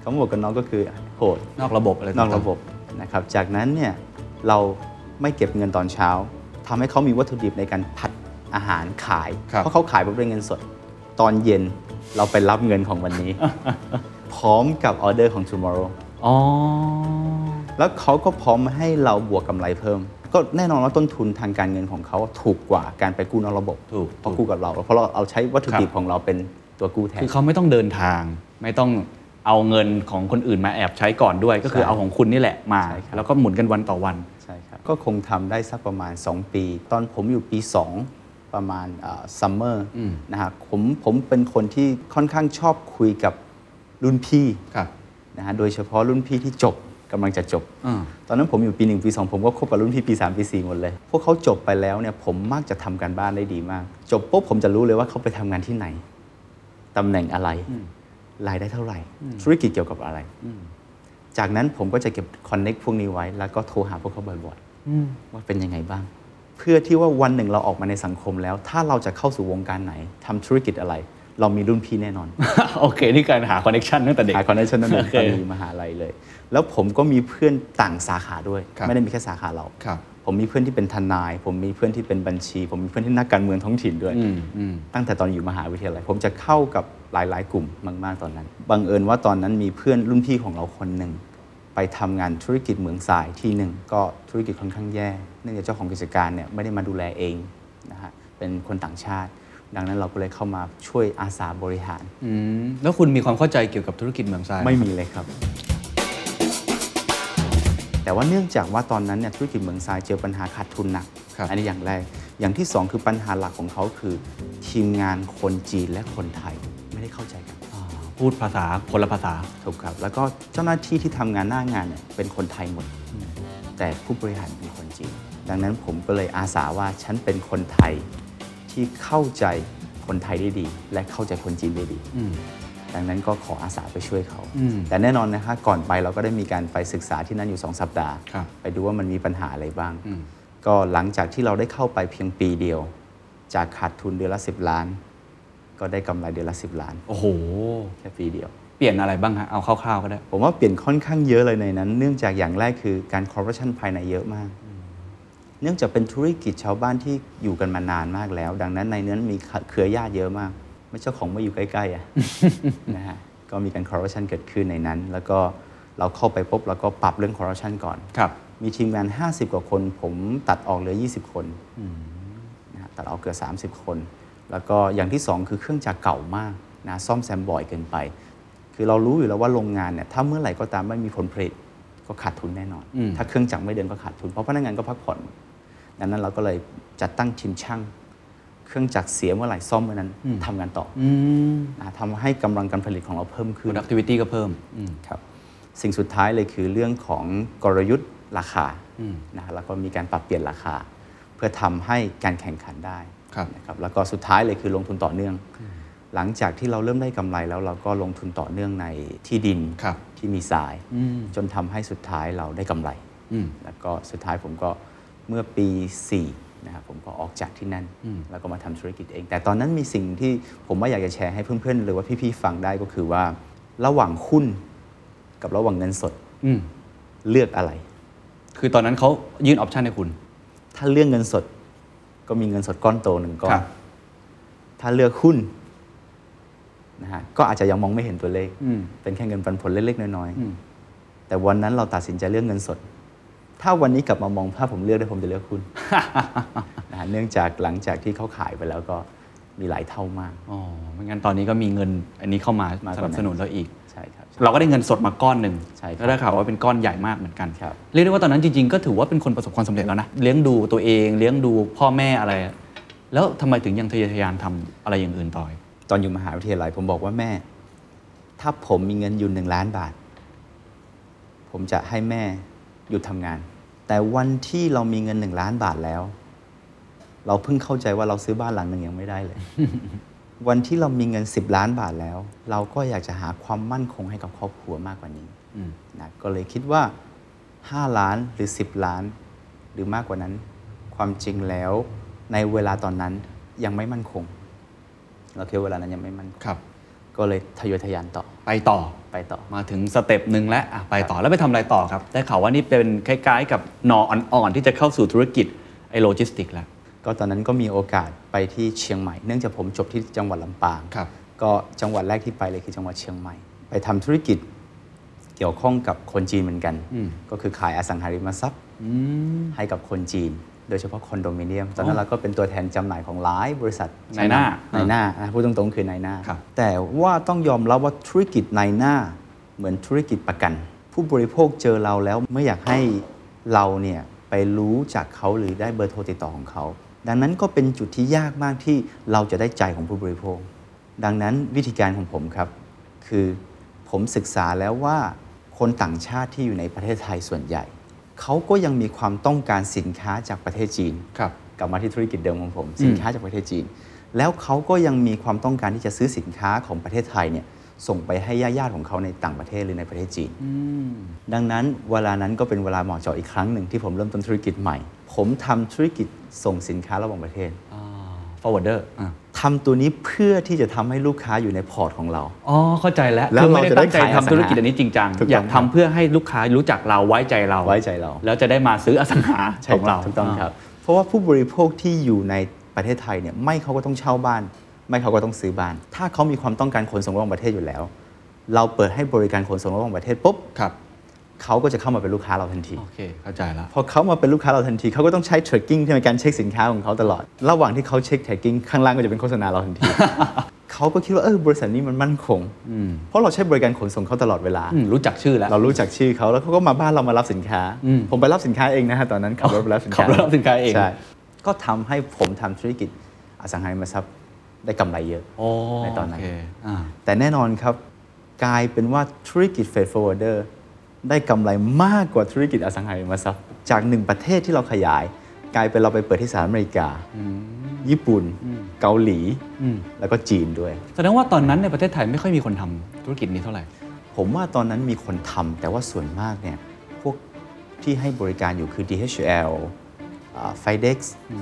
[SPEAKER 4] คำว่าหมวกกันน็อกก็คือโหด
[SPEAKER 5] นอกระบบอะไร
[SPEAKER 4] น
[SPEAKER 5] ต่างๆ
[SPEAKER 4] อกระบบนะครับ จากนั้นเนี่ยเราไม่เก็บเงินตอนเช้าทำให้เขามีวัตถุดิบในการผัดอาหารขาย
[SPEAKER 5] ครับ
[SPEAKER 4] เพราะเขาขายแบบด้วยเงินสด ตอนเย็นเราไปรับเงินของวัน นี้ พร้อมกับออเดอร์ของ tomorrow
[SPEAKER 5] อ๋อ
[SPEAKER 4] แล้วเขาก็พร้อมให้เราบวกกำไรเพิ่ม ก็แน่นอนว่าต้นทุนทางการเงินของเขาถูกกว่าการไปกู้นอกระบบ
[SPEAKER 5] ถูก
[SPEAKER 4] เพราะกู้กับเรา เพราะเราเอาใช้วัตถุดิบ
[SPEAKER 5] ครับ
[SPEAKER 4] ของเราเป็นตัวกู้แทน
[SPEAKER 5] คือเขาไม่ต้องเดินทาง ไม่ต้องเอาเงินของคนอื่นมาแอบใช้ก่อนด้วย ก็คือ
[SPEAKER 4] ใช่
[SPEAKER 5] เอาของคุณนี่แหละมา
[SPEAKER 4] ใช่ครับ
[SPEAKER 5] แล้วก็หมุนกันวันต่อวัน
[SPEAKER 4] ใช่ครับ ก็คงทำได้สักประมาณ 2 ปี ตอนผมอยู่ปี 2 ประมาณซัมเมอร์
[SPEAKER 5] อืม
[SPEAKER 4] นะฮะผมผมเป็นคนที่ค่อนข้างชอบคุยกับรุ่นพี่
[SPEAKER 5] ครับ
[SPEAKER 4] นะฮะโดยเฉพาะรุ่นพี่ที่จบกำลังจะจบ
[SPEAKER 5] อ่า
[SPEAKER 4] ตอนนั้นผมอยู่ปี 1 ปี 2 ผมก็คบกับรุ่นพี่ปี 3 ปี 4 หมดเลย พวกเขาจบไปแล้วเนี่ยผมมักจะทำการบ้านได้ดีมาก จบปุ๊บผมจะรู้เลยว่าเขาไปทำงานที่ไหนตำแหน่งอะไร
[SPEAKER 5] อืม
[SPEAKER 4] รายได้เท่าไหร่ ธุรกิจเกี่ยวกับอะไร
[SPEAKER 5] อืม
[SPEAKER 4] จากนั้นผมก็จะเก็บคอนเน็กพวกนี้ไว้ แล้วก็โทรหาพวกเขาบ่อยๆ
[SPEAKER 5] อืม
[SPEAKER 4] ว่าเป็นยังไงบ้าง เพื่อที่ว่าวันหนึ่งเราออกมาในสังคมแล้ว ถ้าเราจะเข้าสู่วงการไหนทำธุรกิจอะไร เรามีรุ่นพี่แน่นอน
[SPEAKER 5] โอเค นี่การหาคอนเน t ชันตั้งแต่เด็ก
[SPEAKER 4] หาคอนเนคชั่นนั่นเอง
[SPEAKER 5] โอเค
[SPEAKER 4] ตอนมีมหาลัยเลย แล้วผมก็มีเพื่อนต่างสาขาด้วย
[SPEAKER 5] ครับ
[SPEAKER 4] ไม่ได้มีแค่สาขาเรา
[SPEAKER 5] ครับ
[SPEAKER 4] ผมมีเพื่อนที่เป็นทนาย ผมมีเพื่อนที่เป็นบัญชี ผมมีเพื่อนที่นักการเมืองท้องถิ่นด้วย
[SPEAKER 5] อืมอืม
[SPEAKER 4] ตั้งแต่ตอนอยู่มหาวิทยาลัย ผมจะเข้ากับหลาย ๆ กลุ่มมาก ๆ ตอนนั้น บังเอิญว่าตอนนั้นมีเพื่อนรุ่นพี่ของเราคนหนึ่ง ไปทำงานธุรกิจเหมืองทรายที่หนึ่งก็ธุรกิจค่อนข้างแย่ เนื่องจากเจ้าของกิจการเนี่ยไม่ได้มาดูแลเองนะฮะเป็นคนต่างชาติ ดังนั้นเราก็เลยเข้ามาช่วยอาสาบริหาร
[SPEAKER 5] อืม แล้วคุณมีความเข้าใจเกี่ยวกับธุรกิจเมืองทรายห
[SPEAKER 4] ไม่มีเลยครับ แต่ว่าเนื่องจากว่าตอนนั้นเนี่ยธุรกิจเหมืองทรายเจอปัญหาขาดทุนหนัก
[SPEAKER 5] ครับ
[SPEAKER 4] อันนี้อย่างแรก อย่างที่สองคือปัญหาหลักของเขาคือ ทีมงานคนจีนและคนไทยไม่ได้เข้าใจกัน
[SPEAKER 5] อ่าพูดภาษาคนละภาษา
[SPEAKER 4] ถูกครับ แล้วก็เจ้าหน้าที่ที่ทำงานหน้างานเนี่ยเป็นคนไทยหมด แต่ผู้บริหารเป็นคนจีน ดังนั้นผมก็เลยอาสาว่าฉันเป็นคนไทยที่เข้าใจคนไทยได้ดี และเข้าใจคนจีนได้ดี
[SPEAKER 5] อืม
[SPEAKER 4] ดังนั้นก็ขออาสาไปช่วยเขา
[SPEAKER 5] อืม
[SPEAKER 4] แต่แน่นอนนะคะก่อนไปเราก็ได้มีการไปศึกษาที่นั่นอยู่ 2 สัปดาห์
[SPEAKER 5] ครับ
[SPEAKER 4] ไปดูว่ามันมีปัญหาอะไรบ้าง
[SPEAKER 5] อืม
[SPEAKER 4] ก็หลังจากที่เราได้เข้าไปเพียงปีเดียว จากขาดทุนเดือนละ 10 ล้าน ก็ได้กำไรเดือนละ 10 ล้าน
[SPEAKER 5] โอ้โห
[SPEAKER 4] แค่ปีเดียว
[SPEAKER 5] เปลี่ยนอะไรบ้างฮะ เอาคร่าวๆก็ได้
[SPEAKER 4] ผมว่าเปลี่ยนค่อนข้างเยอะเลยในนั้น เนื่องจากอย่างแรกคือการคอร์รัปชันภายในเยอะมาก เนื่องจากเป็นธุรกิจชาวบ้านที่อยู่กันมานานมากแล้ว ดังนั้นในนั้นมีเครือญาติเยอะมาก ไม่เจ้าของไม่อยู่ใกล้ๆอะ นะฮะก็มีการคอร์รัปชันเกิดขึ้นในนั้น แล้วก็เราเข้าไปปุ๊บเราก็ปรับเรื่องคอร์รัปชันก่อน
[SPEAKER 5] ครับ
[SPEAKER 4] มีทีมงาน 50 กว่าคน ผมตัดออกเหลือ 20 คนนะฮะตัดออกเกือบ30 คน แล้วก็อย่างที่ 2 คือเครื่องจักรเก่ามากนะซ่อมแซมบ่อยเกินไป คือเรารู้อยู่แล้วว่าโรงงานเนี่ยถ้าเมื่อไหร่ก็ตามไม่มีผลผลิตก็ขาดทุนแน่นอน
[SPEAKER 5] อืม
[SPEAKER 4] ถ้าเครื่องจักรไม่เดินก็ขาดทุน เพราะพนักงานก็พักผ่อน ดังนั้นเราก็เลยจัดตั้งทีมช่าง เครื่องจักรเสียเมื่อไหร่ซ่อมเมื่อนั้นทำงานต่ออ
[SPEAKER 5] อืม
[SPEAKER 4] นะทำให้กำลังการผลิตของเราเพิ่มขึ้น
[SPEAKER 5] productivity ก็เพิ่ม อืม
[SPEAKER 4] ครับสิ่งสุดท้ายเลยคือเรื่องของกลยุทธ์ราคา
[SPEAKER 5] อืม
[SPEAKER 4] นะฮะแล้วก็มีการปรับเปลี่ยนราคา เพื่อทำให้การแข่งขันได้
[SPEAKER 5] ครับ
[SPEAKER 4] นะครับแล้วก็สุดท้ายเลยคือลงทุนต่อเนื่อง หลังจากที่เราเริ่มได้กำไรแล้วเราก็ลงทุนต่อเนื่องในที่ดิน
[SPEAKER 5] ครับ
[SPEAKER 4] ที่มีทราย
[SPEAKER 5] อืม
[SPEAKER 4] จนทำให้สุดท้ายเราได้กำไร
[SPEAKER 5] อืม
[SPEAKER 4] แล้วก็สุดท้ายผมก็เมื่อปี 4 นะครับผมก็ออกจากที่นั่น
[SPEAKER 5] อืม
[SPEAKER 4] แล้วก็มาทำธุรกิจเอง แต่ตอนนั้นมีสิ่งที่ผมว่าอยากจะแชร์ให้เพื่อนๆ หรือว่าพี่ๆ ฟังได้ก็คือว่า ระหว่างหุ้นกับระหว่างเงินสด
[SPEAKER 5] อืม
[SPEAKER 4] เลือกอะไร
[SPEAKER 5] คือตอนนั้นเขายื่นออปชันให้คุณ
[SPEAKER 4] ถ้าเลือกเงินสดก็มีเงินสดก้อนโตหนึ่งก้อ
[SPEAKER 5] ครั
[SPEAKER 4] น
[SPEAKER 5] บ
[SPEAKER 4] ถ้าเลือกหุ้นนะฮะก็อาจจะยังมองไม่เห็นตัวเลข
[SPEAKER 5] อืม
[SPEAKER 4] เป็นแค่เงินปันผลเล็กๆน้อย
[SPEAKER 5] อืม
[SPEAKER 4] ๆ แต่วันนั้นเราตัดสินใจเลือกเงินสด ถ้าวันนี้กลับมามองถ้าผมเลือกได้ผมจะเลือก หุ้น นะฮะเนื่องจากหลังจากที่เขาขายไปแล้วก็มีหลายเท่ามาก
[SPEAKER 5] อ๋อไม่งั้นตอนนี้ก็มีเงินอันนี้เข้ามา
[SPEAKER 4] มา
[SPEAKER 5] ส
[SPEAKER 4] กกว่านั้น
[SPEAKER 5] นับสนุนเราอีก
[SPEAKER 4] ใช่ครับ
[SPEAKER 5] เราก็ได้เงินสดมาก้อนหนึ่ง
[SPEAKER 4] ใช่ครับ
[SPEAKER 5] ก็ได้ข่าวว่าเป็นก้อนใหญ่มากเหมือนกัน
[SPEAKER 4] ครับ
[SPEAKER 5] เรียกได้ว่าตอนนั้นจริงๆ ก็ถือว่าเป็นคนประสบความสำเร็จแล้วนะ เลี้ยงดูตัวเอง เลี้ยงดูพ่อแม่อะไร แล้วทำไมถึงยังทะเยอทะยานทำอะไรอย่างอื่นต่ออีก
[SPEAKER 4] ตอนอยู่มหาวิทยาลัยผมบอกว่าแม่ ถ้าผมมีเงินอยู่หนึ่งล้านบาท ผมจะให้แม่หยุดทำงาน แต่วันที่เรามีเงินหนึ่งล้านบาทแล้ว เราเพิ่งเข้าใจว่าเราซื้อบ้านหลังหนึ่งยังไม่ได้เลย วันที่เรามีเงิน 10 ล้านบาทแล้ว เราก็อยากจะหาความมั่นคงให้กับครอบครัวมากกว่านี้
[SPEAKER 5] อืม
[SPEAKER 4] นะก็เลยคิดว่า 5 ล้านหรือ 10 ล้าน หรือมากกว่านั้น ความจริงแล้วในเวลาตอนนั้นยังไม่มั่นคง เราคิดว่าเวลานั้นยังไม่มั่นคง
[SPEAKER 5] ครับ
[SPEAKER 4] ก็เลยทะเยอทะยานต่อ
[SPEAKER 5] ไปต่อ
[SPEAKER 4] ไปต่อ
[SPEAKER 5] มาถึงสเต็ปหนึ่งแล้วอ่ะไปต่อแล้วไปทำอะไรต่อครับ ได้ข่าวว่านี่เป็นคล้ายๆ กับหนออ่อนๆที่จะเข้าสู่ธุรกิจไอโลจิสติกแล้ว
[SPEAKER 4] ก็ตอนนั้นก็มีโอกาสไปที่เชียงใหม่ เนื่องจากผมจบที่จังหวัดลำปาง
[SPEAKER 5] ครับ
[SPEAKER 4] ก็จังหวัดแรกที่ไปเลยคือจังหวัดเชียงใหม่ ไปทำธุรกิจเกี่ยวข้องกับคนจีนเหมือนกัน
[SPEAKER 5] อืม
[SPEAKER 4] ก็คือขายอสังหาริมทรัพย์
[SPEAKER 5] อืม
[SPEAKER 4] ให้กับคนจีน โดยเฉพาะคอนโดมิเนียม ตอนนั้นเราก็เป็นตัวแทนจำหน่ายของหลายบริษัท
[SPEAKER 5] นายหน้า
[SPEAKER 4] ใช่ไหมนายหน้าอ่ะพูดตรงๆคือนายหน้า
[SPEAKER 5] ครับ
[SPEAKER 4] แต่ว่าต้องยอมรับว่าธุรกิจนายหน้าเหมือนธุรกิจประกัน ผู้บริโภคเจอเราแล้วไม่อยากให้เราเนี่ยไปรู้จากเขาหรือได้เบอร์โทรติดต่อของเขา ดังนั้นก็เป็นจุดที่ยากมากที่เราจะได้ใจของผู้บริโภค ดังนั้นวิธีการของผมครับ คือผมศึกษาแล้วว่าคนต่างชาติที่อยู่ในประเทศไทยส่วนใหญ่ เขาก็ยังมีความต้องการสินค้าจากประเทศจีน
[SPEAKER 5] ครับ
[SPEAKER 4] กลับมาที่ธุรกิจเดิมของผม สินค้าจากประเทศจีน แล้วเขาก็ยังมีความต้องการที่จะซื้อสินค้าของประเทศไทยเนี่ยส่งไปให้ญาติๆของเขาในต่างประเทศหรือในประเทศจีน
[SPEAKER 5] อืม
[SPEAKER 4] ดังนั้นเวลานั้นก็เป็นเวลาเหมาะเจาะอีกครั้งหนึ่งที่ผมเริ่มต้นธุรกิจใหม่ ผมทำธุรกิจส่งสินค้าระหว่างประเทศ
[SPEAKER 5] forwarder อ่ะ
[SPEAKER 4] ทำตัวนี้เพื่อที่จะทำให้ลูกค้าอยู่ในพอร์ตของเรา
[SPEAKER 5] อ๋อ เข้าใจแล้ว
[SPEAKER 4] แล้ว
[SPEAKER 5] คือ
[SPEAKER 4] เรา
[SPEAKER 5] ไม่ได้
[SPEAKER 4] จะได้
[SPEAKER 5] ตั้งใจ
[SPEAKER 4] ขายอสังหา
[SPEAKER 5] ทำธุรกิจอันนี้จริงจัง
[SPEAKER 4] ถูกต้อง
[SPEAKER 5] อยาก
[SPEAKER 4] ครั
[SPEAKER 5] ทำ
[SPEAKER 4] บ
[SPEAKER 5] เพื่อให้ลูกค้ารู้จักเราไว้ใจเรา
[SPEAKER 4] ไว้ใจเรา
[SPEAKER 5] แล้วจะได้มาซื้ออสังหาของเรา
[SPEAKER 4] ถูกต้องครับ เพราะว่าผู้บริโภคที่อยู่ในประเทศไทยเนี่ยไม่เขาก็ต้องเช่าบ้าน ไม่เขาก็ต้องซื้อบ้าน ถ้าเขามีความต้องการขนส่งระหว่างประเทศอยู่แล้ว เราเปิดให้บริการขนส่งระหว่างประเทศปุ๊บ
[SPEAKER 5] ครับ
[SPEAKER 4] เขาก็จะเข้ามาเป็นลูกค้าเราทันที
[SPEAKER 5] โอเคเข้าใจแล้ว
[SPEAKER 4] พอเขามาเป็นลูกค้าเราทันทีเขาก็ต้องใช้ tracking ที่เป็นการเช็คสินค้าของเขาตลอด ระหว่างที่เขาเช็ค tracking ข้างล่างก็จะเป็นโฆษณาเราทัน ที เขาก็คิดว่าเออบริษัทนี้มันมั่นคง
[SPEAKER 5] อืม
[SPEAKER 4] เพราะเราใช้บริการขนส่งเขาตลอดเวลา
[SPEAKER 5] อืมรู้จักชื่อแล้ว
[SPEAKER 4] เรารู้จักชื่อเขาแล้วเขาก็มาบ้านเรามารับสินค้า
[SPEAKER 5] อืม
[SPEAKER 4] ผมไปรับสินค้าเองนะฮะตอนนั้นขับรถไปรับสินค้า
[SPEAKER 5] ขับรถรับสินค้าเอง
[SPEAKER 4] ใช่ก็ทำให้ผมทำธุรกิจอสังหาริมทรัพย์ได้กำไรเยอะ
[SPEAKER 5] โอ้
[SPEAKER 4] ในตอนนั้น
[SPEAKER 5] โเคอ่า
[SPEAKER 4] แต่แน่นอนครับ กลายเป็นว่าธุรกิจ Freight Forwarder ได้กำไรมากกว่าธุรกิจอสังหาริมทรัพย์ จากหนึ่งประเทศที่เราขยาย กลายเป็นเราไปเปิดที่สหรัฐอเมริกา
[SPEAKER 5] อืม
[SPEAKER 4] ญี่ปุ่น เกาหลี
[SPEAKER 5] อืม
[SPEAKER 4] แล้วก็จีนด้วย
[SPEAKER 5] แสดงว่าตอนนั้นในประเทศไทยไม่ค่อยมีคนทำธุรกิจนี้เท่าไหร่
[SPEAKER 4] ผมว่าตอนนั้นมีคนทำแต่ว่าส่วนมากเนี่ย พวกที่ให้บริการอยู่คือ DHL อ่า FedEx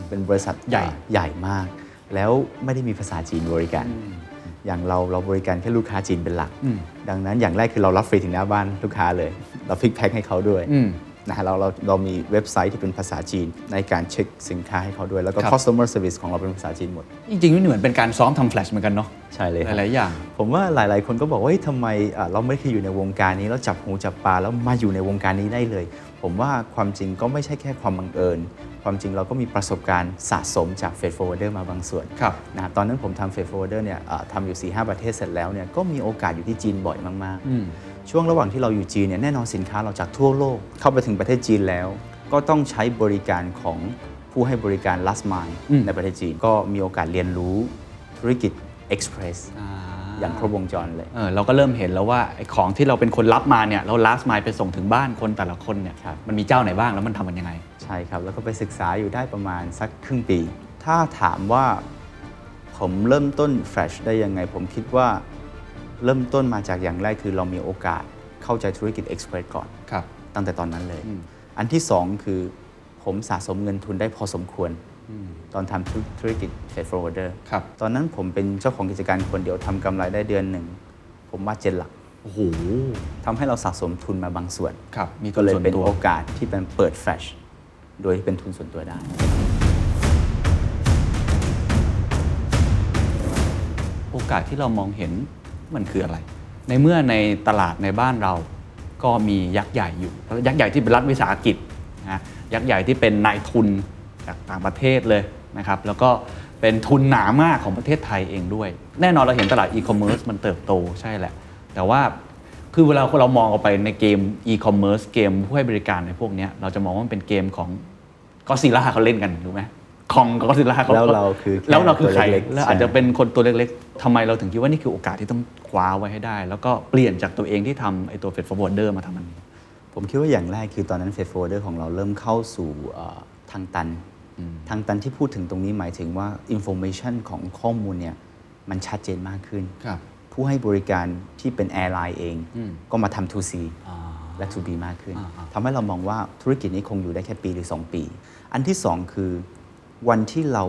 [SPEAKER 4] เป็นบริษัท
[SPEAKER 5] ใหญ่
[SPEAKER 4] อ่าใหญ่มาก แล้วไม่ได้มีภาษาจีนบริการ อย่างเราเราบริการแค่ลูกค้าจีนเป็นหลัก
[SPEAKER 5] อืม
[SPEAKER 4] ดังนั้นอย่างแรกคือเรารับฟรีถึงหน้าบ้านลูกค้าเลย เราพลิกแพ็คให้เขาด้วย
[SPEAKER 5] อืม
[SPEAKER 4] นะฮะเราเราเรามีเว็บไซต์ที่เป็นภาษาจีนในการเช็คสินค้าให้เขาด้วย แล้วก็
[SPEAKER 5] ครับ
[SPEAKER 4] customer service ของเราเป็นภาษาจีนหมด
[SPEAKER 5] จริงๆนี่เหมือนเป็นการซ้อมทำแฟลชเหมือนกันเนาะ
[SPEAKER 4] ใช่เลย
[SPEAKER 5] ห
[SPEAKER 4] ครับ
[SPEAKER 5] ลายๆอย่าง
[SPEAKER 4] ผมว่าหลาย ๆ คนก็บอกว่าเฮ้ยทำไมอ่ะเราไม่เคยอยู่ในวงการนี้แล้วจับหูจับปลาแล้วมาอยู่ในวงการนี้ได้เลย ผมว่าความจริงก็ไม่ใช่แค่ความบังเอิญ ความจริงเราก็มีประสบการณ์สะสมจากเฟดโฟเดอร์มาบางส่วน
[SPEAKER 5] ครับ
[SPEAKER 4] นะครับตอนนั้นผมทำเฟดโฟเดอร์เนี่ยอ่ะทำอยู่ 4-5 ประเทศเสร็จแล้วเนี่ยก็มีโอกาสอยู่ที่จีนบ่อยมาก ๆ
[SPEAKER 5] อืม
[SPEAKER 4] ช่วงระหว่างที่เราอยู่จีนเนี่ยแน่นอนสินค้าเราจากทั่วโลก เข้าไปถึงประเทศจีนแล้ว ก็ต้องใช้บริการของผู้ให้บริการ last mile
[SPEAKER 5] อืม
[SPEAKER 4] ในประเทศจีน ก็มีโอกาสเรียนรู้ธุรกิจ express อย่างครบวงจรเลย
[SPEAKER 5] เออเราก็เริ่มเห็นแล้วว่าไอ้ของที่เราเป็นคนรับมาเนี่ยเรา last mile ไปส่งถึงบ้านคนแต่ละคนเนี่ย
[SPEAKER 4] ครับ
[SPEAKER 5] มันมีเจ้าไหนบ้างแล้วมันทำกันยังไง
[SPEAKER 4] ใช่ครับ แล้วก็ไปศึกษาอยู่ได้ประมาณสักครึ่งปี ถ้าถามว่าผมเริ่มต้นแฟชได้ยังไง ผมคิดว่าเริ่มต้นมาจากอย่างแรกคือเรามีโอกาสเข้าใจธุรกิจ express ก่อน
[SPEAKER 5] ครับ
[SPEAKER 4] ตั้งแต่ตอนนั้นเลย
[SPEAKER 5] อืม
[SPEAKER 4] อันที่สองคือผมสะสมเงินทุนได้พอสมควร ตอนทำธุธุรกิจ Freight Forwarder
[SPEAKER 5] ครับ
[SPEAKER 4] ตอนนั้นผมเป็นเจ้าของกิจการคนเดียวทำกำไรได้เดือนหนึ่ง ผมว่าเจ็ดหลัก
[SPEAKER 5] โอ้โห
[SPEAKER 4] ทำให้เราสะสมทุนมาบางส่วน
[SPEAKER 5] ครับมี
[SPEAKER 4] ก็เลย
[SPEAKER 5] ส่วน
[SPEAKER 4] เป็น
[SPEAKER 5] ตัว
[SPEAKER 4] โอกาสที่เป็นเปิดแฟลชโดยที่เป็นทุนส่วนตัวได้
[SPEAKER 5] โอกาสที่เรามองเห็นมันคืออะไร ในเมื่อในตลาดในบ้านเราก็มียักษ์ใหญ่อยู่ ยักษ์ใหญ่ที่เป็นรัฐวิสาหกิจนะฮะยักษ์ใหญ่ที่เป็นนายทุนจากต่างประเทศเลยนะครับแล้วก็เป็นทุนหนามากของประเทศไทยเองด้วย แน่นอนเราเห็นตลาดอีคอมเมิร์ซมันเติบโตใช่แหละ แต่ว่า คือเวลาเรามองออกไปในเกมอีคอมเมิร์ซเกมผู้ให้บริการในพวกเนี้ยเราจะมองว่ามันเป็นเกมของก็ซีล่าเขาเล่นกันถูกไหมคองก็ซีล่า
[SPEAKER 4] แล้วเราคือแค่
[SPEAKER 5] แล้วเราคือใคร
[SPEAKER 4] ตัวเล็กๆ
[SPEAKER 5] แล้วอาจจะ
[SPEAKER 4] ใช่
[SPEAKER 5] เป็นคนตัวเล็กๆทำไมเราถึงคิดว่านี่คือโอกาสที่ต้องคว้าไว้ให้ได้ แล้วก็เปลี่ยนจากตัวเองที่ทำไอตัวเฟดฟอร์เวิร์ดเดอร์มาทำอันนี้
[SPEAKER 4] ผมคิดว่าอย่างแรกคือตอนนั้นเฟดโฟเดอร์ของเราเริ่มเข้าสู่เอ่อทางตัน ทางตันที่พูดถึงตรงนี้หมายถึงว่า Information ของข้อมูลเนี่ยมันชัดเจนมากขึ้น
[SPEAKER 5] ครับ
[SPEAKER 4] ผู้ให้บริการที่เป็นแอร์ไลน์เอง
[SPEAKER 5] อืม
[SPEAKER 4] ก็มาทำ 2C และ 2B มากขึ้น
[SPEAKER 5] อ่าๆ
[SPEAKER 4] ทำให้เรามองว่าธุรกิจนี้คงอยู่ได้แค่ปีหรือ 2 ปี อันที่ 2 คือวันที่เรา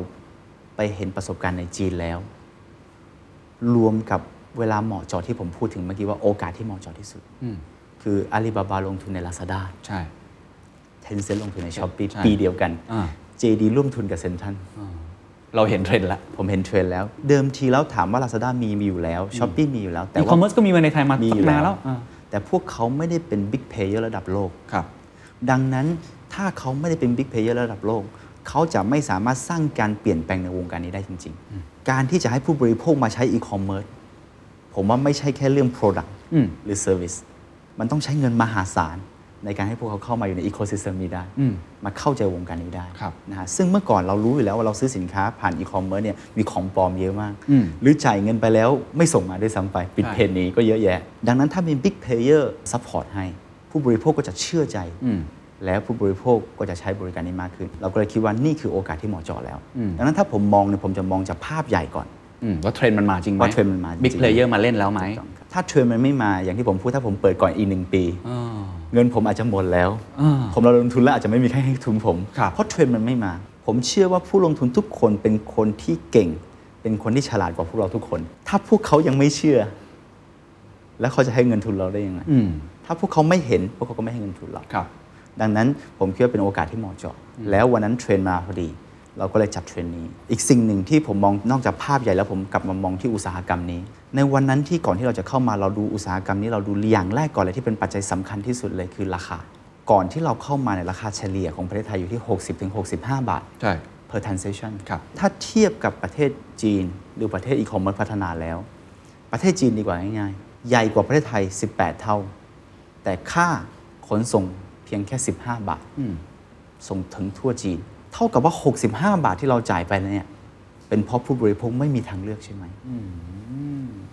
[SPEAKER 4] ไปเห็นประสบการณ์ในจีนแล้ว รวมกับเวลาเหมาะเจอที่ผมพูดถึงเมื่อกี้ว่าโอกาสที่เหมาะเจอที่สุด
[SPEAKER 5] อืม
[SPEAKER 4] คืออาลีบาบาลงทุนใน Lazada
[SPEAKER 5] ใช่
[SPEAKER 4] Tencent ลงทุนใน Shopee
[SPEAKER 5] ใช่
[SPEAKER 4] ปีเดียวกัน
[SPEAKER 5] อ่า
[SPEAKER 4] JD ร่วมทุนกับเซ็นทรัล
[SPEAKER 5] เราเห็นเทรนด์ละ
[SPEAKER 4] ผมเห็นเทรนด์แล้ว เดิมทีแล้วถามว่า Lazada มีมีอยู่แล้ว Shopee มีอยู่แล้ว แต่
[SPEAKER 5] อีคอมเมิร์ซก็มีมาในไทยมา
[SPEAKER 4] มี
[SPEAKER 5] ตั้
[SPEAKER 4] อยู่
[SPEAKER 5] งนาน
[SPEAKER 4] แล้
[SPEAKER 5] แล้ว วอ่า
[SPEAKER 4] แต่พวกเขาไม่ได้เป็นบิ๊กเพเยอร์ระดับโลก
[SPEAKER 5] ครับ
[SPEAKER 4] ดังนั้นถ้าเขาไม่ได้เป็นบิ๊กเพเยอร์ระดับโลก เขาจะไม่สามารถสร้างการเปลี่ยนแปลงในวงการนี้ได้จริง ๆ การที่จะให้ผู้บริโภคมาใช้อีคอมเมิร์ซผมว่าไม่ใช่แค่เรื่อง Product
[SPEAKER 5] อืม
[SPEAKER 4] หรือ Service มันต้องใช้เงินมหาศาล ในการให้พวกเขาเข้ามาอยู่ในอีโคซิสเต็มนี้ได้
[SPEAKER 5] อืม
[SPEAKER 4] มาเข้าใจวงการนี้ได้
[SPEAKER 5] ครับ
[SPEAKER 4] นะฮะซึ่งเมื่อก่อนเรารู้อยู่แล้วว่าเราซื้อสินค้าผ่านอีคอมเมิร์ซเนี่ยมีของปลอมเยอะมาก
[SPEAKER 5] อืม
[SPEAKER 4] หรือจ่ายเงินไปแล้วไม่ส่งมาด้วยซ้ำไป ปิด
[SPEAKER 5] ใช่
[SPEAKER 4] เพจนี้ก็เยอะแยะ ดังนั้นถ้ามีบิ๊กเพลเยอร์ซัพพอร์ตให้ ผู้บริโภคก็จะเชื่อใจ
[SPEAKER 5] อืม
[SPEAKER 4] แล้วผู้บริโภคก็จะใช้บริการนี้มากขึ้น เราก็เลยคิดว่านี่คือโอกาสที่เหมาะเจาะแล้ว
[SPEAKER 5] อืม
[SPEAKER 4] ดังนั้นถ้าผมมองเนี่ยผมจะมองจากภาพใหญ่ก่อน
[SPEAKER 5] อืมว่าเทรนด์มันมาจริงไหม
[SPEAKER 4] ว่าเทรนด์มันมาจริง
[SPEAKER 5] บิ๊กเลเยอร์มาเล่นแล้วไหม
[SPEAKER 4] ถ้าเทรนด์มันไม่มาอย่างที่ผมพูดถ้าผมเปิดก่อนอีกหนึ่งปี
[SPEAKER 5] อ่า
[SPEAKER 4] เงินผมอาจจะหมดแล้ว
[SPEAKER 5] อ่า
[SPEAKER 4] ผมระดมทุนแล้วอาจจะไม่มีใครให้ทุนผม
[SPEAKER 5] ครับ
[SPEAKER 4] เพราะเทรนด์มันไม่มา ผมเชื่อว่าผู้ลงทุนทุกคนเป็นคนที่เก่ง เป็นคนที่ฉลาดกว่าพวกเราทุกคน ถ้าพวกเขายังไม่เชื่อ แล้วเขาจะให้เงินทุนเราได้ยังไง
[SPEAKER 5] อืม
[SPEAKER 4] ถ้าพวกเขาไม่เห็น พวกเขาก็ไม่ให้เงินทุนเรา
[SPEAKER 5] ครับ
[SPEAKER 4] ดังนั้นผมคิดว่าเป็นโอกาสที่เหมาะเจาะ แล้ววันนั้นเทรนด์มาพอดี เราก็เลยจัดเทรนด์นี้ อีกสิ่งหนึ่งที่ผมมองนอกจากภาพใหญ่แล้วผมกลับมามองที่อุตสาหกรรมนี้ ในวันนั้นที่ก่อนที่เราจะเข้ามาเราดูอุตสาหกรรมนี้เราดูอย่างแรกก่อนเลยที่เป็นปัจจัยสำคัญที่สุดเลยคือราคา ก่อนที่เราเข้ามาในยราคาเฉลี่ยของประเทศไทยอยู่ที่ 60-65 บาท
[SPEAKER 5] ใช่
[SPEAKER 4] per transaction
[SPEAKER 5] ครับ
[SPEAKER 4] ถ้าเทียบกับประเทศจีน หรือประเทศอีคอมเมิร์ซพัฒนาแล้ว ประเทศจีนดีกว่าง่ายๆ ใหญ่กว่าประเทศไทย 18 เท่า แต่ค่าขนส่งเพียงแค่ 15 บาท
[SPEAKER 5] อืม
[SPEAKER 4] ส่งถึงทั่วจีน เท่ากับว่า 65 บาทที่เราจ่ายไปเนี่ย เป็นเพราะผู้บริโภคไม่มีทางเลือกใช่ไหม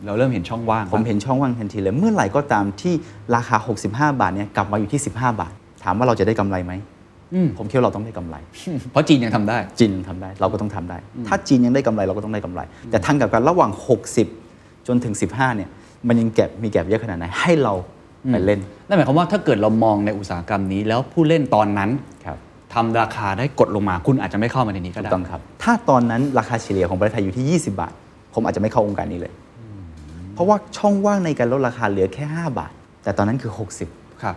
[SPEAKER 5] เราเริ่มเห็นช่องว่าง
[SPEAKER 4] ผม
[SPEAKER 5] ละ
[SPEAKER 4] เห็นช่องว่างทันทีเลย เมื่อไหร่ก็ตามที่ราคา 65 บาทเนี่ยกลับมาอยู่ที่ 15 บาท ถามว่าเราจะได้กำไรไหม
[SPEAKER 5] อืม
[SPEAKER 4] ผมคิดว่าเราต้องได้กำไร
[SPEAKER 5] เพราะจีนยังทำได้
[SPEAKER 4] จีนทำได้เราก็ต้องทำได้ ถ้าจีนยังได้กำไรเราก็ต้องได้กำไร แต่ทางกลับกันระหว่าง 60 จนถึง 15เนี่ยมันยังแก็บมีแก็บเยอะขนาดไหนให้เราไปเล่น
[SPEAKER 5] นั่นหมายความว่าถ้าเกิดเรามองในอุตสาหกรรมนี้ แล้วผู้เล่นตอนนั้น
[SPEAKER 4] ครับ
[SPEAKER 5] ทำราคาได้กดลงมาคุณอาจจะไม่เข้ามาในนี้ก็
[SPEAKER 4] ถูก
[SPEAKER 5] ได้
[SPEAKER 4] ต้องครับ ถ้าตอนนั้นราคาเฉลี่ยของประเทศไทยอยู่ที่ 20 บาท ผมอาจจะไม่เข้าวงการนี้เลย เพราะว่าช่องว่างในการลดราคาเหลือแค่ 5 บาท แต่ตอนนั้นคือ 60
[SPEAKER 5] ครับ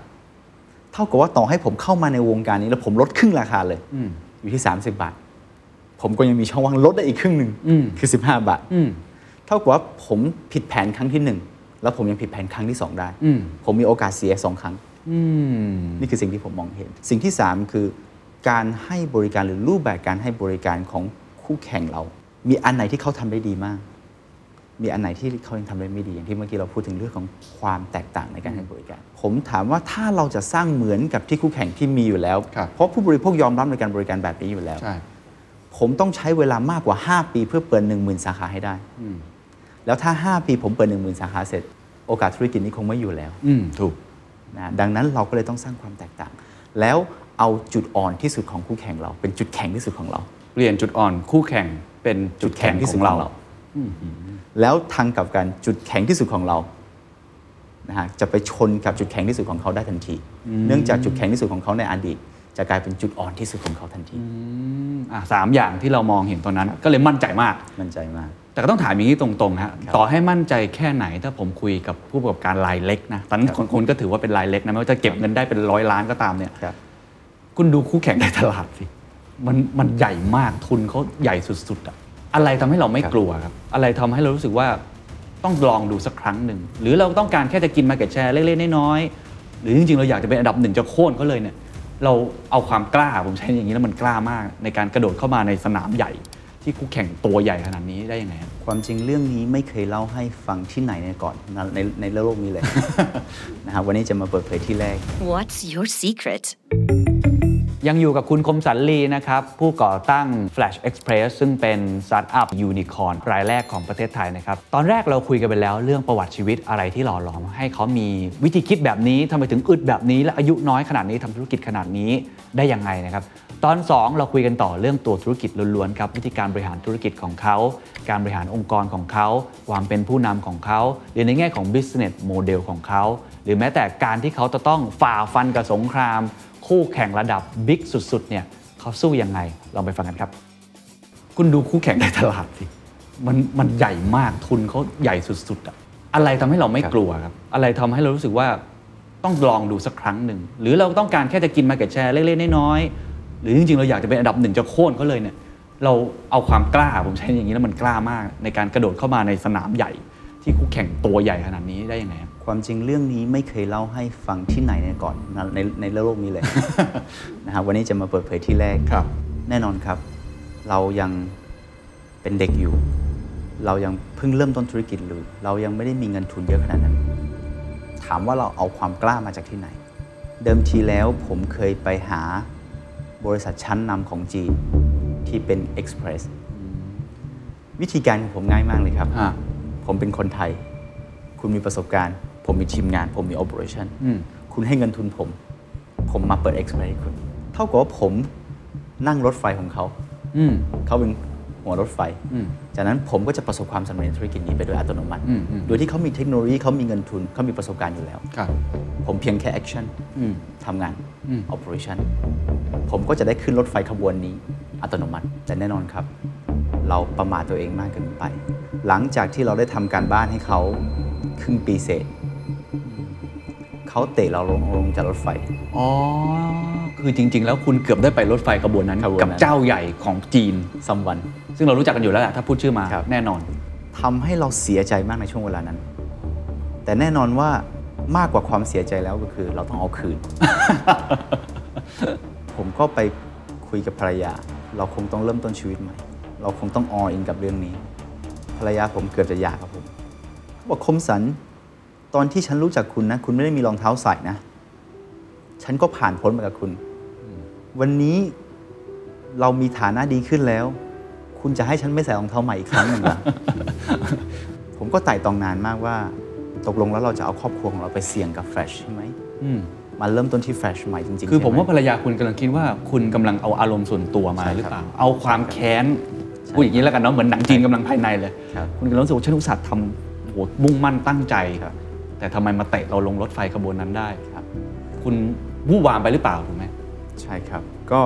[SPEAKER 4] เท่ากับว่าต่อให้ผมเข้ามาในวงการนี้แล้วผมลดครึ่งราคาเลย
[SPEAKER 5] อืม
[SPEAKER 4] อยู่ที่ 30 บาท ผมก็ยังมีช่องว่างลดได้อีกครึ่งหนึ่ง
[SPEAKER 5] อืม
[SPEAKER 4] คือ 15 บาท
[SPEAKER 5] อืม
[SPEAKER 4] เท่ากับว่าผมผิดแผนครั้งที่หนึ่งแล้วผมยังผิดแผนครั้งที่สองได้
[SPEAKER 5] อืม
[SPEAKER 4] ผมมีโอกาสเสียสองครั้ง
[SPEAKER 5] อืม
[SPEAKER 4] นี่คือสิ่งที่ผมมองเห็น สิ่งที่สามคือ การให้บริการหรือรูปแบบการให้บริการของคู่แข่งเรา มีอันไหนที่เขาทำได้ดีมาก มีอันไหนที่เขายังทำได้ไม่ดีอย่างที่เมื่อกี้เราพูดถึงเรื่องของความแตกต่างในการให้บริการ ผมถามว่าถ้าเราจะสร้างเหมือนกับที่คู่แข่งที่มีอยู่แล้ว
[SPEAKER 5] ครับ
[SPEAKER 4] เพราะผู้บริโภคยอมรับในการบริการแบบนี้อยู่แล้ว
[SPEAKER 5] ใช่
[SPEAKER 4] ผมต้องใช้เวลามากกว่า 5 ปีเพื่อเปิด1 0,000 สาขาให้ได้
[SPEAKER 5] อืม
[SPEAKER 4] แล้วถ้า 5 ปีผมเปิด 1 0,000 สาขาเสร็จ โอกาสธุรกิจนี้คงไม่อยู่แล้ว
[SPEAKER 5] อืม ถูก
[SPEAKER 4] นะดังนั้นเราก็เลยต้องสร้างความแตกต่าง แล้วเอาจุดอ่อนที่สุดของคู่แข่งเรา เป็นจุดแข็งที่สุดของเรา
[SPEAKER 5] เปลี่ยนจุดอ่อนคู่แข่งเป็นจุดแข็ง
[SPEAKER 4] จุดแข็งที่
[SPEAKER 5] ข
[SPEAKER 4] สุด
[SPEAKER 5] อ
[SPEAKER 4] ข
[SPEAKER 5] ง
[SPEAKER 4] อง
[SPEAKER 5] เรา
[SPEAKER 4] เรา แล้วทางกลับกันจุดแข็งที่สุดของเรานะฮะจะไปชนกับจุดแข็งที่สุดของเขาได้ทันที เนื่องจากจุดแข็งที่สุดของเขาในอดีตจะกลายเป็นจุดอ่อนที่สุดของเขาทันที
[SPEAKER 5] อืม อ่ะสามอย่างที่เรามองเห็นตอนนั้น ก็เลยมั่นใจมาก
[SPEAKER 4] มั่นใจมาก
[SPEAKER 5] แต่ก็ต้องถามอย่างนี้ตรงๆนะฮะ
[SPEAKER 4] ครับ
[SPEAKER 5] ต่อให้มั่นใจแค่ไหนถ้าผมคุยกับผู้ประกอบการรายเล็กนะตอนนั้น
[SPEAKER 4] ครับ
[SPEAKER 5] คนคนก็ถือว่าเป็นรายเล็กนะไม่ว่าจะเก็บเงินได้เป็นร้อยล้านก็ตามเนี่ย
[SPEAKER 4] ครับ
[SPEAKER 5] คุณดูคู่แข่งในตลาดสิ มันมันใหญ่มากทุนเขาใหญ่สุดๆอะอะไรทำให้เราไม่
[SPEAKER 4] ครับ
[SPEAKER 5] กลัวครับ อะไรทำให้เรารู้สึกว่าต้องลองดูสักครั้งหนึ่ง หรือเราต้องการแค่จะกินมาเก็ตแชร์เล็กๆน้อยๆหรือจริงๆ เราอยากจะเป็นอันดับหนึ่งจะโค่นเขาเลยเนี่ย เราเอาความกล้าผมใช้อย่างนี้แล้วมันกล้ามาก ในการกระโดดเข้ามาในสนามใหญ่ ที่คู่แข่งตัวใหญ่ขนาดนี้ได้ยังไงครับ
[SPEAKER 4] ความจริงเรื่องนี้ไม่เคยเล่าให้ฟังที่ไหนในก่อนในในในโลก นี้เลย นะครับวันนี้จะมาเปิดเผยที่แรก
[SPEAKER 1] What's your secret?
[SPEAKER 5] ยังอยู่กับคุณคมสันลีนะครับ ผู้ก่อตั้ง Flash Express ซึ่งเป็นสตาร์ทอัพยูนิคอร์นรายแรกของประเทศไทยนะครับ ตอนแรกเราคุยกันไปแล้วเรื่องประวัติชีวิตอะไรที่หล่อหลอม ให้เขามีวิธีคิดแบบนี้ทำไมถึงอึดแบบนี้ และอายุน้อยขนาดนี้ทำธุรกิจขนาดนี้ได้ยังไงนะครับ ตอน 2 เราคุยกันต่อเรื่องตัวธุรกิจล้วนๆครับวิธีการบริหารธุรกิจของเขา การบริหารองค์กรของเขา ความเป็นผู้นำของเขาหรือในแง่ของ business model ของเขา หรือแม้แต่การที่เขาจะต้องฝ่าฟันกับสงคราม คู่แข่งระดับบิ๊กสุดๆเนี่ยเขาสู้ยังไงลองไปฟังกันครับ คุณดูคู่แข่งในตลาดสิมันมันใหญ่มากทุนเขาใหญ่สุดๆอะอะไรทำให้เราไม่
[SPEAKER 4] ครับ
[SPEAKER 5] กลัวครับ อะไรทำให้เรารู้สึกว่าต้องลองดูสักครั้งหนึ่ง หรือเราต้องการแค่จะกินมาเก็ตแชร์เล็กๆน้อยๆหรือจริงๆ เราอยากจะเป็นอันดับหนึ่งจะโค่นเขาเลยเนี่ย เราเอาความกล้าผมใช้อย่างนี้แล้วมันกล้ามาก ในการกระโดดเข้ามาในสนามใหญ่ ที่คู่แข่งตัวใหญ่ขนาดนี้ได้ยังไงครับ
[SPEAKER 4] ความจริงเรื่องนี้ไม่เคยเล่าให้ฟังที่ไหนในก่อนในในในโลกนี้ เลย นะครับวันนี้จะมาเปิดเผยที่แรก
[SPEAKER 5] ครับ
[SPEAKER 4] แน่นอนครับ เรายังเป็นเด็กอยู่ เรายังเพิ่งเริ่มต้นธุรกิจหรือ เรายังไม่ได้มีเงินทุนเยอะขนาดนั้น ถามว่าเราเอาความกล้ามาจากที่ไหน เดิมทีแล้วผมเคยไปหาบริษัทชั้นนำของจีนที่เป็น Express วิธีการของผมง่ายมากเลยครับ
[SPEAKER 5] ฮะ
[SPEAKER 4] ผมเป็นคนไทย คุณมีประสบการณ์ ผมมีทีมงาน ผมมี operation
[SPEAKER 5] อืม
[SPEAKER 4] คุณให้เงินทุนผม ผมมาเปิด Express ให้คุณ เท่ากับว่าผมนั่งรถไฟของเขา
[SPEAKER 5] อืม
[SPEAKER 4] เขาเป็นหัวรถไฟ
[SPEAKER 5] อืม
[SPEAKER 4] จากนั้นผมก็จะประสบความสำเร็จในธุรกิจนี้ไปโดยอัตโนมัติ
[SPEAKER 5] อืมอืม
[SPEAKER 4] โดยที่เขามีเทคโนโลยีเขามีเงินทุนเขามีประสบการณ์อยู่แล้ว
[SPEAKER 5] ครับ
[SPEAKER 4] ผมเพียงแค่ action
[SPEAKER 5] อืม
[SPEAKER 4] ทำงาน
[SPEAKER 5] อืม
[SPEAKER 4] operation ผมก็จะได้ขึ้นรถไฟขบวนนี้อัตโนมัติ แต่แน่นอนครับ เราประมาทตัวเองมากเกินไป หลังจากที่เราได้ทำการบ้านให้เขาครึ่งปีเศษ เขาเตะเราลงลงจากรถไฟ
[SPEAKER 5] อ๋อ คือจริง ๆ แล้วคุณเกือบได้ไปรถไฟขบวนนั้น
[SPEAKER 4] ขบวนนั้น
[SPEAKER 5] กับเจ้าใหญ่ของจีน
[SPEAKER 4] สัมวัน
[SPEAKER 5] ซึ่งเรารู้จักกันอยู่แล้วแหละถ้าพูดชื่อมา
[SPEAKER 4] ครับ
[SPEAKER 5] แน่นอน
[SPEAKER 4] ทำให้เราเสียใจมากในช่วงเวลานั้น แต่แน่นอนว่ามากกว่าความเสียใจแล้วก็คือเราต้องเอาคืน ผมก็ไปคุยกับภรรยา เราคงต้องเริ่มต้นชีวิตใหม่ เราคงต้องออินกับเรื่องนี้ ภรรยาผมเกือบจะหย่ากับผมเขาบอกคมสัน ตอนที่ฉันรู้จักคุณนะ คุณไม่ได้มีรองเท้าใส่นะ ฉันก็ผ่านพ้นมากับคุณ วันนี้เรามีฐานะดีขึ้นแล้ว คุณจะให้ฉันไม่ใส่รองเท้าใหม่อีกครั้งหนึ่งเหรอ ผมก็ไต่ตองนานมากว่า ตกลงแล้วเราจะเอาครอบครัวของเราไปเสี่ยงกับแฟลชใช่ไหม
[SPEAKER 5] อืม
[SPEAKER 4] มันเริ่มต้นที่แฟลชใหม่จริงๆ
[SPEAKER 5] คือผมว่า
[SPEAKER 4] ใช่
[SPEAKER 5] ภ
[SPEAKER 4] ไห
[SPEAKER 5] รรยาคุณกำลังคิดว่าคุณกำลังเอาอารมณ์ส่วนตัวมา
[SPEAKER 4] ใช่ครับ
[SPEAKER 5] หรือเปล่า เอาความแค้นพูดอย่างนี้แล้วกันเนาะเหมือนหนังจีนกำลังภายในเลย
[SPEAKER 4] ครับ
[SPEAKER 5] คุณกำลังรู้สึกว่าฉันอุตส่าห์ทำโอ้โหมุ่งมั่นตั้งใจ
[SPEAKER 4] ครับ
[SPEAKER 5] แต่ทำไมมาเตะเราลงรถไฟขบวนนั้นได้
[SPEAKER 4] ครับ
[SPEAKER 5] คุณวู่วามไปหรือเปล่าถูกไหม
[SPEAKER 4] ใช่ครับ ก็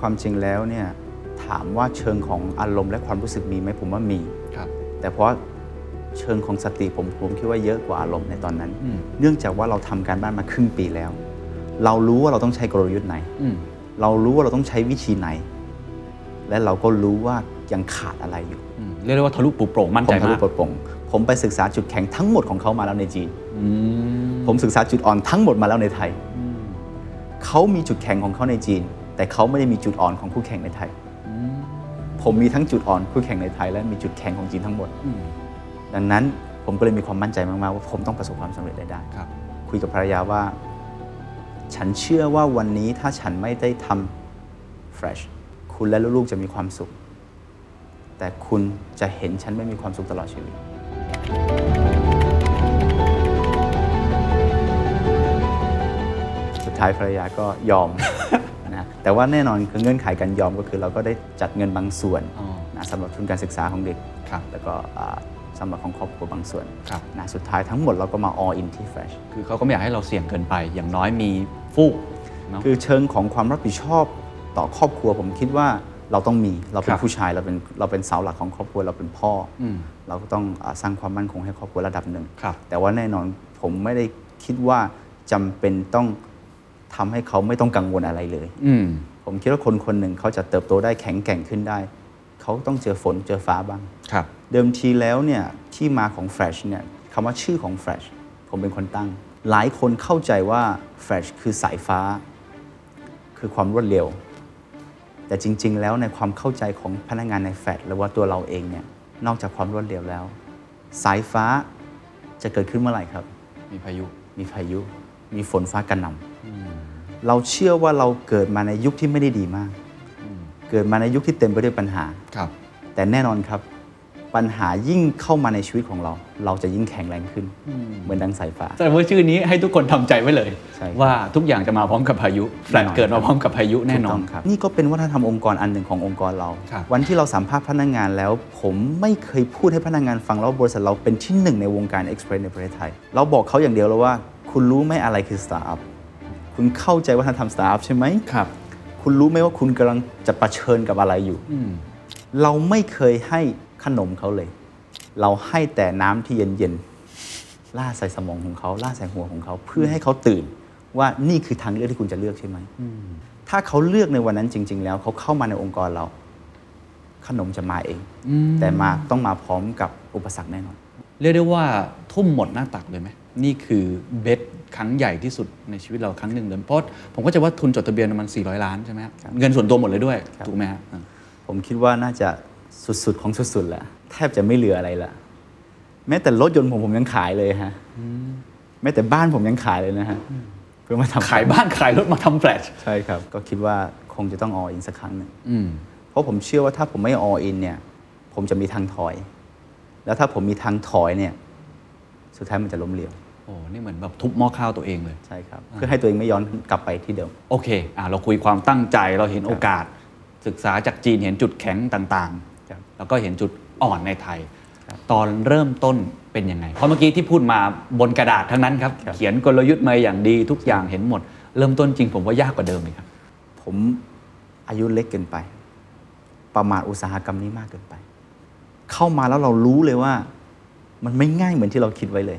[SPEAKER 4] ความจริงแล้วเนี่ยถามว่าเชิงของอารมณ์และความรู้สึกมีไหมผมว่ามี
[SPEAKER 5] ครับ
[SPEAKER 4] แต่เพราะเชิงของสติผมผมคิดว่าเยอะกว่าอารมณ์ในตอนนั้น
[SPEAKER 5] อืม
[SPEAKER 4] เนื่องจากว่าเราทำการบ้านมาครึ่งปีแล้ว เรารู้ว่าเราต้องใช้กลยุทธ์ไหน
[SPEAKER 5] อืม
[SPEAKER 4] เรารู้ว่าเราต้องใช้วิธีไหน และเราก็รู้ว่ายังขาดอะไรอยู่
[SPEAKER 5] อืมเรียกได้ว่าทะลุปลุกโปร่งมั่น
[SPEAKER 4] ผ
[SPEAKER 5] ใจ
[SPEAKER 4] มทะลุ
[SPEAKER 5] มาก
[SPEAKER 4] ปลดปลงผมไปศึกษาจุดแข็งทั้งหมดของเขามาแล้วในจีน
[SPEAKER 5] อืม
[SPEAKER 4] ผมศึกษาจุดอ่อนทั้งหมดมาแล้วในไทย เขามีจุดแข็งของเขาในจีน แต่เขาไม่ได้มีจุดอ่อนของคู่แข่งในไทย ผมมีทั้งจุดอ่อนคู่แข่งในไทย และมีจุดแข็งของจีนทั้งหมด
[SPEAKER 5] อืม
[SPEAKER 4] ดังนั้นผมก็เลยมีความมั่นใจมากๆว่าผมต้องประสบความสำเร็จได้ได้
[SPEAKER 5] ครับ
[SPEAKER 4] คุยกับภรรยาว่า ฉันเชื่อว่าวันนี้ถ้าฉันไม่ได้ทำ fresh คุณและลูกๆจะมีความสุข แต่คุณจะเห็นฉันไม่มีความสุขตลอดชีวิต สุดท้ายภรรยาก็ยอม นะแต่ว่าแน่นอนคือเงื่อนไขการยอมก็คือเราก็ได้จัดเงินบางส่วน
[SPEAKER 5] อ๋อ
[SPEAKER 4] นะสำหรับทุนการศึกษาของเด็ก
[SPEAKER 5] ครับ
[SPEAKER 4] แล้วก็อ่าสำหรับของครอบครัวบางส่วน
[SPEAKER 5] ครับ
[SPEAKER 4] นะสุดท้ายทั้งหมดเราก็มา all in ที่ fresh
[SPEAKER 5] คือเขาก็ไม่อยากให้เราเสี่ยงเกินไป อย่างน้อยมีฟูกเนาะ
[SPEAKER 4] คือเชิงของความรับผิดชอบต่อครอบครัวผมคิดว่า เราต้องมีเราเป็
[SPEAKER 5] ครั
[SPEAKER 4] น
[SPEAKER 5] บ
[SPEAKER 4] ผู้ชายเราเป็นเราเป็นเสาหลักของครอบครัวเราเป็นพ่ออ
[SPEAKER 5] ม
[SPEAKER 4] เราก็ต้องอาสร้างความมั่นคงให้ครอบครัวระดับหนึ่ง
[SPEAKER 5] ครับ
[SPEAKER 4] แต่ว่าแน่นอนผมไม่ได้คิดว่าจำเป็นต้องทำให้เขาไม่ต้องกังวลอะไรเลย
[SPEAKER 5] อืม
[SPEAKER 4] ผมคิดว่าคนคนหนึ่งเขาจะเติบโตได้แข็งแกร่งขึ้นได้ เขาต้องเจอฝนเจอฟ้าบ้าง
[SPEAKER 5] ครับ
[SPEAKER 4] เดิมทีแล้วเนี่ยที่มาของแฟลชเนี่ยคำว่าชื่อของแฟลชผมเป็นคนตั้ง หลายคนเข้าใจว่าแฟลชคือสายฟ้า คือความรวดเร็ว แต่จริง ๆ แล้วในความเข้าใจของพนักงานในแฟลชและว่าตัวเราเองเนี่ยนอกจากความรวดเร็วแล้ว สายฟ้าจะเกิดขึ้นเมื่อไหร่ครับ
[SPEAKER 5] มีพายุ
[SPEAKER 4] มีพายุ มีฝนฟ้ากระหน่ำเราเชื่อว่าเราเกิดมาในยุคที่ไม่ได้ดีมาก เกิดมาในยุคที่เต็มไปด้วยปัญหา
[SPEAKER 5] ครับ
[SPEAKER 4] แต่แน่นอนครับ ปัญหายิ่งเข้ามาในชีวิตของเรา เราจะยิ่งแข็งแรงขึ้น เหมือนดังสายฟ้า
[SPEAKER 5] แต่ว่าชื่อนี้ให้ทุกคนทำใจไว้เลย
[SPEAKER 4] ใช่ครับ
[SPEAKER 5] ว่าทุกอย่างจะมาพร้อมกับพายุแฟลต
[SPEAKER 4] แน่นอน
[SPEAKER 5] เกิดมาพร้อมกับพายุแน่
[SPEAKER 4] ถูก
[SPEAKER 5] นอ
[SPEAKER 4] ต้
[SPEAKER 5] น
[SPEAKER 4] งครับนี่ก็เป็นวัฒนธรรมองค์กรอันหนึ่งขององค์กรเรา
[SPEAKER 5] ครับ
[SPEAKER 4] วันที่เราสัมภาษณ์พนักงานแล้ว ผมไม่เคยพูดให้พนักงานฟังแล้ววาบริษัทเราเป็นที่หนึ่งในวงการ Express ในประเทศไทย เราบอกเขาอย่างเดียวแล้วว่า คุณรู้ไหมอะไรคือสตาร์ทอัพคุณเข้าใจวัฒนธรรมสตาร์ทอัพใช่ไหม
[SPEAKER 5] ครับ
[SPEAKER 4] คุณรู้ไหมว่าคุณกำลังจะประเชิญกับอะไรอยู่
[SPEAKER 5] อืม
[SPEAKER 4] เราไม่เคยให้ขนมเขาเลย เราให้แต่น้ำที่เย็นๆล่าดใส่สมองของเขาล่าดใส่หัวของเขา เพื่อให้เขาตื่น ว่านี่คือทางเลือกที่คุณจะเลือกใช่ไหม ถ้าเขาเลือกในวันนั้นจริง ๆ แล้วเขาเข้ามาในองค์กรเรา ขนมจะมาเอง แต่มาต้องมาพร้อมกับอุปสรรคแน่นอน
[SPEAKER 5] เรียกได้ว่าทุ่มหมดหน้าตักเลยไหมนี่คือเบ็ดครั้งใหญ่ที่สุดในชีวิตเราครั้งหนึ่งเลยเพราะผมก็จะว่าทุนจดทะเบียนมัน 400 ล้านใช่ไหมครับเงินส่วนตัวหมดเลยด้วย
[SPEAKER 4] ครับ
[SPEAKER 5] ถูกไหมฮะอ่า
[SPEAKER 4] ผมคิดว่าน่าจะสุดๆ ของสุดๆแหละแทบจะไม่เหลืออะไรละแม้แต่รถยนต์ผมผมยังขายเลยฮะแม้แต่บ้านผมยังขายเลยนะฮะเพื่อมาทำ
[SPEAKER 5] ขายบ้านขายรถมาทำแฟลช
[SPEAKER 4] ใช่ครับ ก็คิดว่าคงจะต้องออินสักครั้งหนึ่ง
[SPEAKER 5] อืม
[SPEAKER 4] เพราะผมเชื่อว่าถ้าผมไม่ออินเนี่ย ผมจะมีทางถอย แล้วถ้าผมมีทางถอยเนี่ย สุดท้ายมันจะล้มเหลว
[SPEAKER 5] โอ้นี่เหมือนแบบทุบหม้อข้าวตัวเองเลย
[SPEAKER 4] ใช่ครับ เพื่อให้ตัวเองไม่ย้อนกลับไปที่เดิม
[SPEAKER 5] โอเคอ่ะเราคุยความตั้งใจเราเห็นโอกาส ศึกษาจากจีนเห็นจุดแข็งต่าง
[SPEAKER 4] ครับ
[SPEAKER 5] ๆ แล้วก็เห็นจุดอ่อนในไทย
[SPEAKER 4] ครับ
[SPEAKER 5] ตอนเริ่มต้นเป็นยังไง เพราะเมื่อกี้ที่พูดมาบนกระดาษทั้งนั้นครับ
[SPEAKER 4] ครับ
[SPEAKER 5] เขียนกลยุทธ์มาอย่างดีทุกอย่างเห็นหมด เริ่มต้นจริงผมว่ายากกว่าเดิมอีกครับ
[SPEAKER 4] ผมอายุเล็กเกินไป ประมาทอุตสาหกรรมนี้มากเกินไป เข้ามาแล้วเรารู้เลยว่า มันไม่ง่ายเหมือนที่เราคิดไว้เลย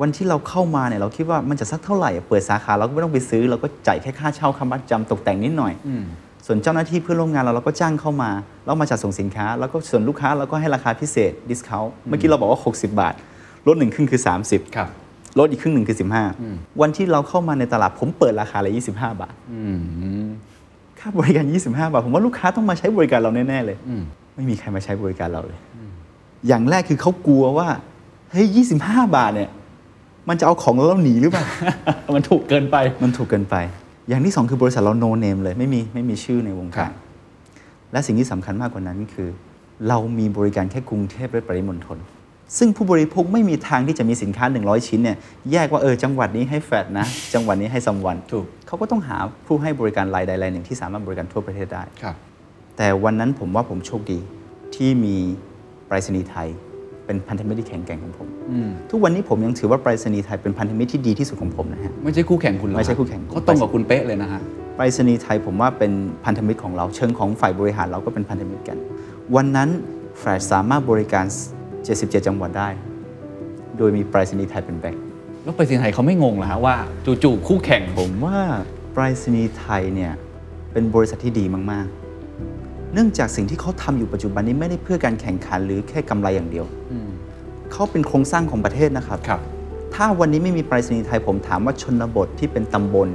[SPEAKER 4] วันที่เราเข้ามาเนี่ยเราคิดว่ามันจะสักเท่าไหร่อะเปิดสาขาเราก็ไม่ต้องไปซื้อ เราก็จ่ายแค่ค่าเช่าค่ามัดจำตกแต่งนิดหน่อย
[SPEAKER 5] อืม
[SPEAKER 4] ส่วนเจ้าหน้าที่เพื่อนร่วมงานเราเราก็จ้างเข้ามา แล้วมาจัดส่งสินค้า แล้วก็ส่วนลูกค้าเราก็ให้ราคาพิเศษดิสคาวเมื่อกี้เราบอกว่า 60 บาท ลดหนึ่งครึ่งคือ 30
[SPEAKER 5] ครับ
[SPEAKER 4] ลดอีกครึ่งหนึ่งคือ
[SPEAKER 5] อืม
[SPEAKER 4] 15 วันที่เราเข้ามาในตลาดผมเปิดราคาเลย25 บาท
[SPEAKER 5] อืม
[SPEAKER 4] ค่าบริการ 25 บาท ผมว่าลูกค้าต้องมาใช้บริการเราแน่ ๆ เลย
[SPEAKER 5] อืม
[SPEAKER 4] ไม่มีใครมาใช้บริการเราเลย อย่างแรกคือเขากลัวว่า เฮ้ย 25 บาทเนี่ย มันจะเอาของเราแล้วหนีหรือเปล่า
[SPEAKER 5] มันถูกเกินไป
[SPEAKER 4] มันถูกเกินไป อย่างที่สองคือบริษัทเรา no name เลย ไม่มีไม่มีชื่อในวง
[SPEAKER 5] ครั
[SPEAKER 4] การ
[SPEAKER 5] บ
[SPEAKER 4] และสิ่งที่สำคัญมากกว่านั้นคือ เรามีบริการแค่กรุงเทพและปริมณฑล ซึ่งผู้บริโภคไม่มีทางที่จะมีสินค้า 100 ชิ้นเนี่ยแยกว่าเออจังหวัดนี้ให้แฟด นะ จังหวัดนี้ให้ซัมวัน
[SPEAKER 5] ถูก
[SPEAKER 4] เขาก็ต้องหาผู้ให้บริการรายใดรายหนึ่งที่สามารถบริการทั่วประเทศได้
[SPEAKER 5] ครับ
[SPEAKER 4] แต่วันนั้นผมว่าผมโชคดีที่มีไปรษณีย์ไทย เป็นพันธมิตรที่แข็งแกร่งของผม
[SPEAKER 5] อืม
[SPEAKER 4] ทุกวันนี้ผมยังถือว่าไปรษณีย์ไทยเป็นพันธมิตรที่ดีที่สุดของผมนะฮะ
[SPEAKER 5] ไม่ใช่คู่แข่งคุณหรอ
[SPEAKER 4] ไม่ใช่คู่แข่ง
[SPEAKER 5] เขาตรงกับคุณเป๊ะเลยนะฮะ
[SPEAKER 4] ไปรษณีย์ไทยผมว่าเป็นพันธมิตรของเรา เชิงของฝ่ายบริหารเราก็เป็นพันธมิตรกัน วันนั้นแฟลชสามารถบริการ 77 จังหวัดได้ โดยมีไปรษณีย์ไทยเป็นแบ็ค
[SPEAKER 5] แล้วไปสินไทยเขาไม่งงเหรอฮะว่าจู่ๆคู่แข่ง
[SPEAKER 4] ผมว่าไปรษณีย์ไทยเนี่ยเป็นบริษัทที่ดีมาก ๆ เนื่องจากสิ่งที่เขาทำอยู่ปัจจุบันนี้ไม่ได้เพื่อการแข่งขันหรือแค่กำไรอย่างเดียว
[SPEAKER 5] อืม
[SPEAKER 4] เขาเป็นโครงสร้างของประเทศนะครับ
[SPEAKER 5] ครับ
[SPEAKER 4] ถ้าวันนี้ไม่มีไปรษณีย์ไทยผมถามว่าชนบทที่เป็นตำบล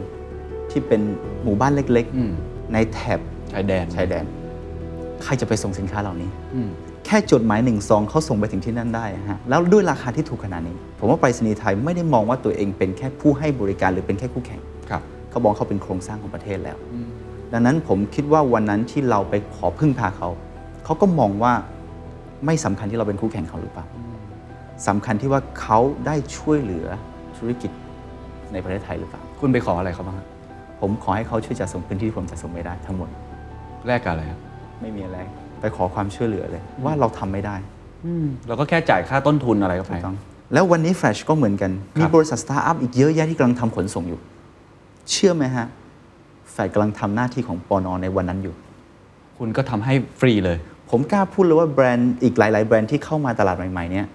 [SPEAKER 4] ที่เป็นหมู่บ้านเล็ก
[SPEAKER 5] อืม
[SPEAKER 4] ๆ ในแถบ
[SPEAKER 5] ชายแดน
[SPEAKER 4] ชายแดน ใครจะไปส่งสินค้าเหล่านี้
[SPEAKER 5] อืม
[SPEAKER 4] แค่จดหมายหนึ่งซองเขาส่งไปถึงที่นั่นได้ฮะแล้วด้วยราคาที่ถูกขนาดนี้ ผมว่าไปรษณีย์ไทยไม่ได้มองว่าตัวเองเป็นแค่ผู้ให้บริการหรือเป็นแค่คู่แข่ง
[SPEAKER 5] ครับ
[SPEAKER 4] เขาบอกเขาเป็นโครงสร้างของประเทศแล้ว
[SPEAKER 5] อืม
[SPEAKER 4] ดังนั้นผมคิดว่าวันนั้นที่เราไปขอพึ่งพาเขา เขาก็มองว่าไม่สำคัญที่เราเป็นคู่แข่งเขาหรือเปล่าสำคัญที่ว่าเขาได้ช่วยเหลือธุรกิจในประเทศไทยหรือเปล่า
[SPEAKER 5] คุณไปขออะไรเขาบ้างฮะ
[SPEAKER 4] ผมขอให้เขาช่วยจัดส่งพื้นที่ที่ผมจัดส่งไม่ได้ทั้งหมด
[SPEAKER 5] แลกกับอะไรครับ
[SPEAKER 4] ไม่มีอะไร ไปขอความช่วยเหลือเลย ว่าเราทำไม่ได้
[SPEAKER 5] เราก็แค่จ่ายค่าต้นทุนอะไรก็ไป
[SPEAKER 4] ถูกต้อง แล้ววันนี้แฟลชก็เหมือนกัน
[SPEAKER 5] ค
[SPEAKER 4] มี
[SPEAKER 5] รับ
[SPEAKER 4] บริษัทสตาร์ทอัพอีกเยอะแยะที่กำลังทำขนส่งอยู่ เชื่อไหมฮะ แฟลชกำลังทำหน้าที่ของปอนอในวันนั้นอยู่
[SPEAKER 5] คุณ คุณก็ทำให้ฟรีเลย
[SPEAKER 4] ผมกล้าพูดเลยว่าแบรนด์อีกหลาย ๆ แบรนด์ที่เข้ามาตลาดใหม่ ๆ เนี่ย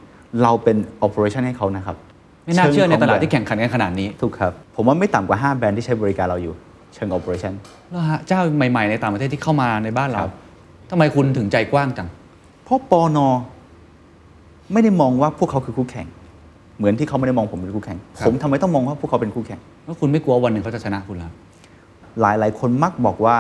[SPEAKER 4] เราเป็น operation ให้เขานะครับ
[SPEAKER 5] ไม่น่าเชื่อในตลาดที่
[SPEAKER 4] เชิงขอ
[SPEAKER 5] แข่งขันกันขนาดนี้
[SPEAKER 4] งแบรนด์ถูกครับ ผมว่าไม่ต่ำกว่า 5 แบรนด์ที่ใช้บริการเราอยู่ เชิง operation
[SPEAKER 5] แล้วฮะเจ้าใหม่ๆในต่างประเทศที่เข้ามาในบ้านเรา
[SPEAKER 4] ครับ
[SPEAKER 5] ทำไมคุณถึงใจกว้างจัง
[SPEAKER 4] เพราะปอนอไม่ได้มองว่าพวกเขาคือคู่แข่ง เหมือนที่เขาไม่ได้มองผมเป็นคู่แข่ง
[SPEAKER 5] ครับ
[SPEAKER 4] ผมทำไมต้องมองว่าพวกเขาเป็นคู่แข่ง
[SPEAKER 5] แล้วคุณไม่กลัววันหนึ่งเขาจะชนะคุณเหรอ
[SPEAKER 4] หลายหลายๆคนมักบอกว่า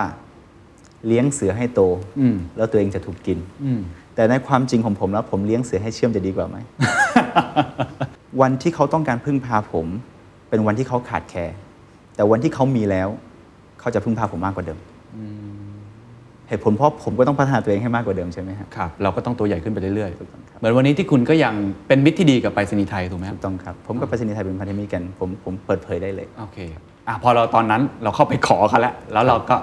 [SPEAKER 4] เลี้ยงเสือให้โต
[SPEAKER 5] อืม
[SPEAKER 4] แล้วตัวเองจะถูกกิน
[SPEAKER 5] อืม
[SPEAKER 4] แต่ในความจริงของผมแล้วผมเลี้ยงเสือให้เชื่อมจะดีกว่าไหม วันที่เขาต้องการพึ่งพาผม เป็นวันที่เขาขาดแคลนแต่วันที่เขามีแล้ว เขาจะพึ่งพาผมมากกว่าเดิมเหตุผลเพราะผมก็ต้องพัฒนาตัวเองให้มากกว่าเดิมใช่ไหมฮะ
[SPEAKER 5] ครับ เราก็ต้องตัวใหญ่ขึ้นไปเรื่อย
[SPEAKER 4] ถูกต้องครับ
[SPEAKER 5] ๆ เหมือนวันนี้ที่คุณก็ยังเป็นมิตรที่ดีกับไปรษณีย์ไทยถูกไหมครั
[SPEAKER 4] ถู
[SPEAKER 5] บ
[SPEAKER 4] กต้องครับ ผมกับไปรษณีย์ไทยเป็นพันธมิตรกัน ผมผมเปิดเผยได้เลย
[SPEAKER 5] โอเคอ่ะพอเราตอนนั้นเราเข้าไปขอเขาแล้ว แล้วเราก็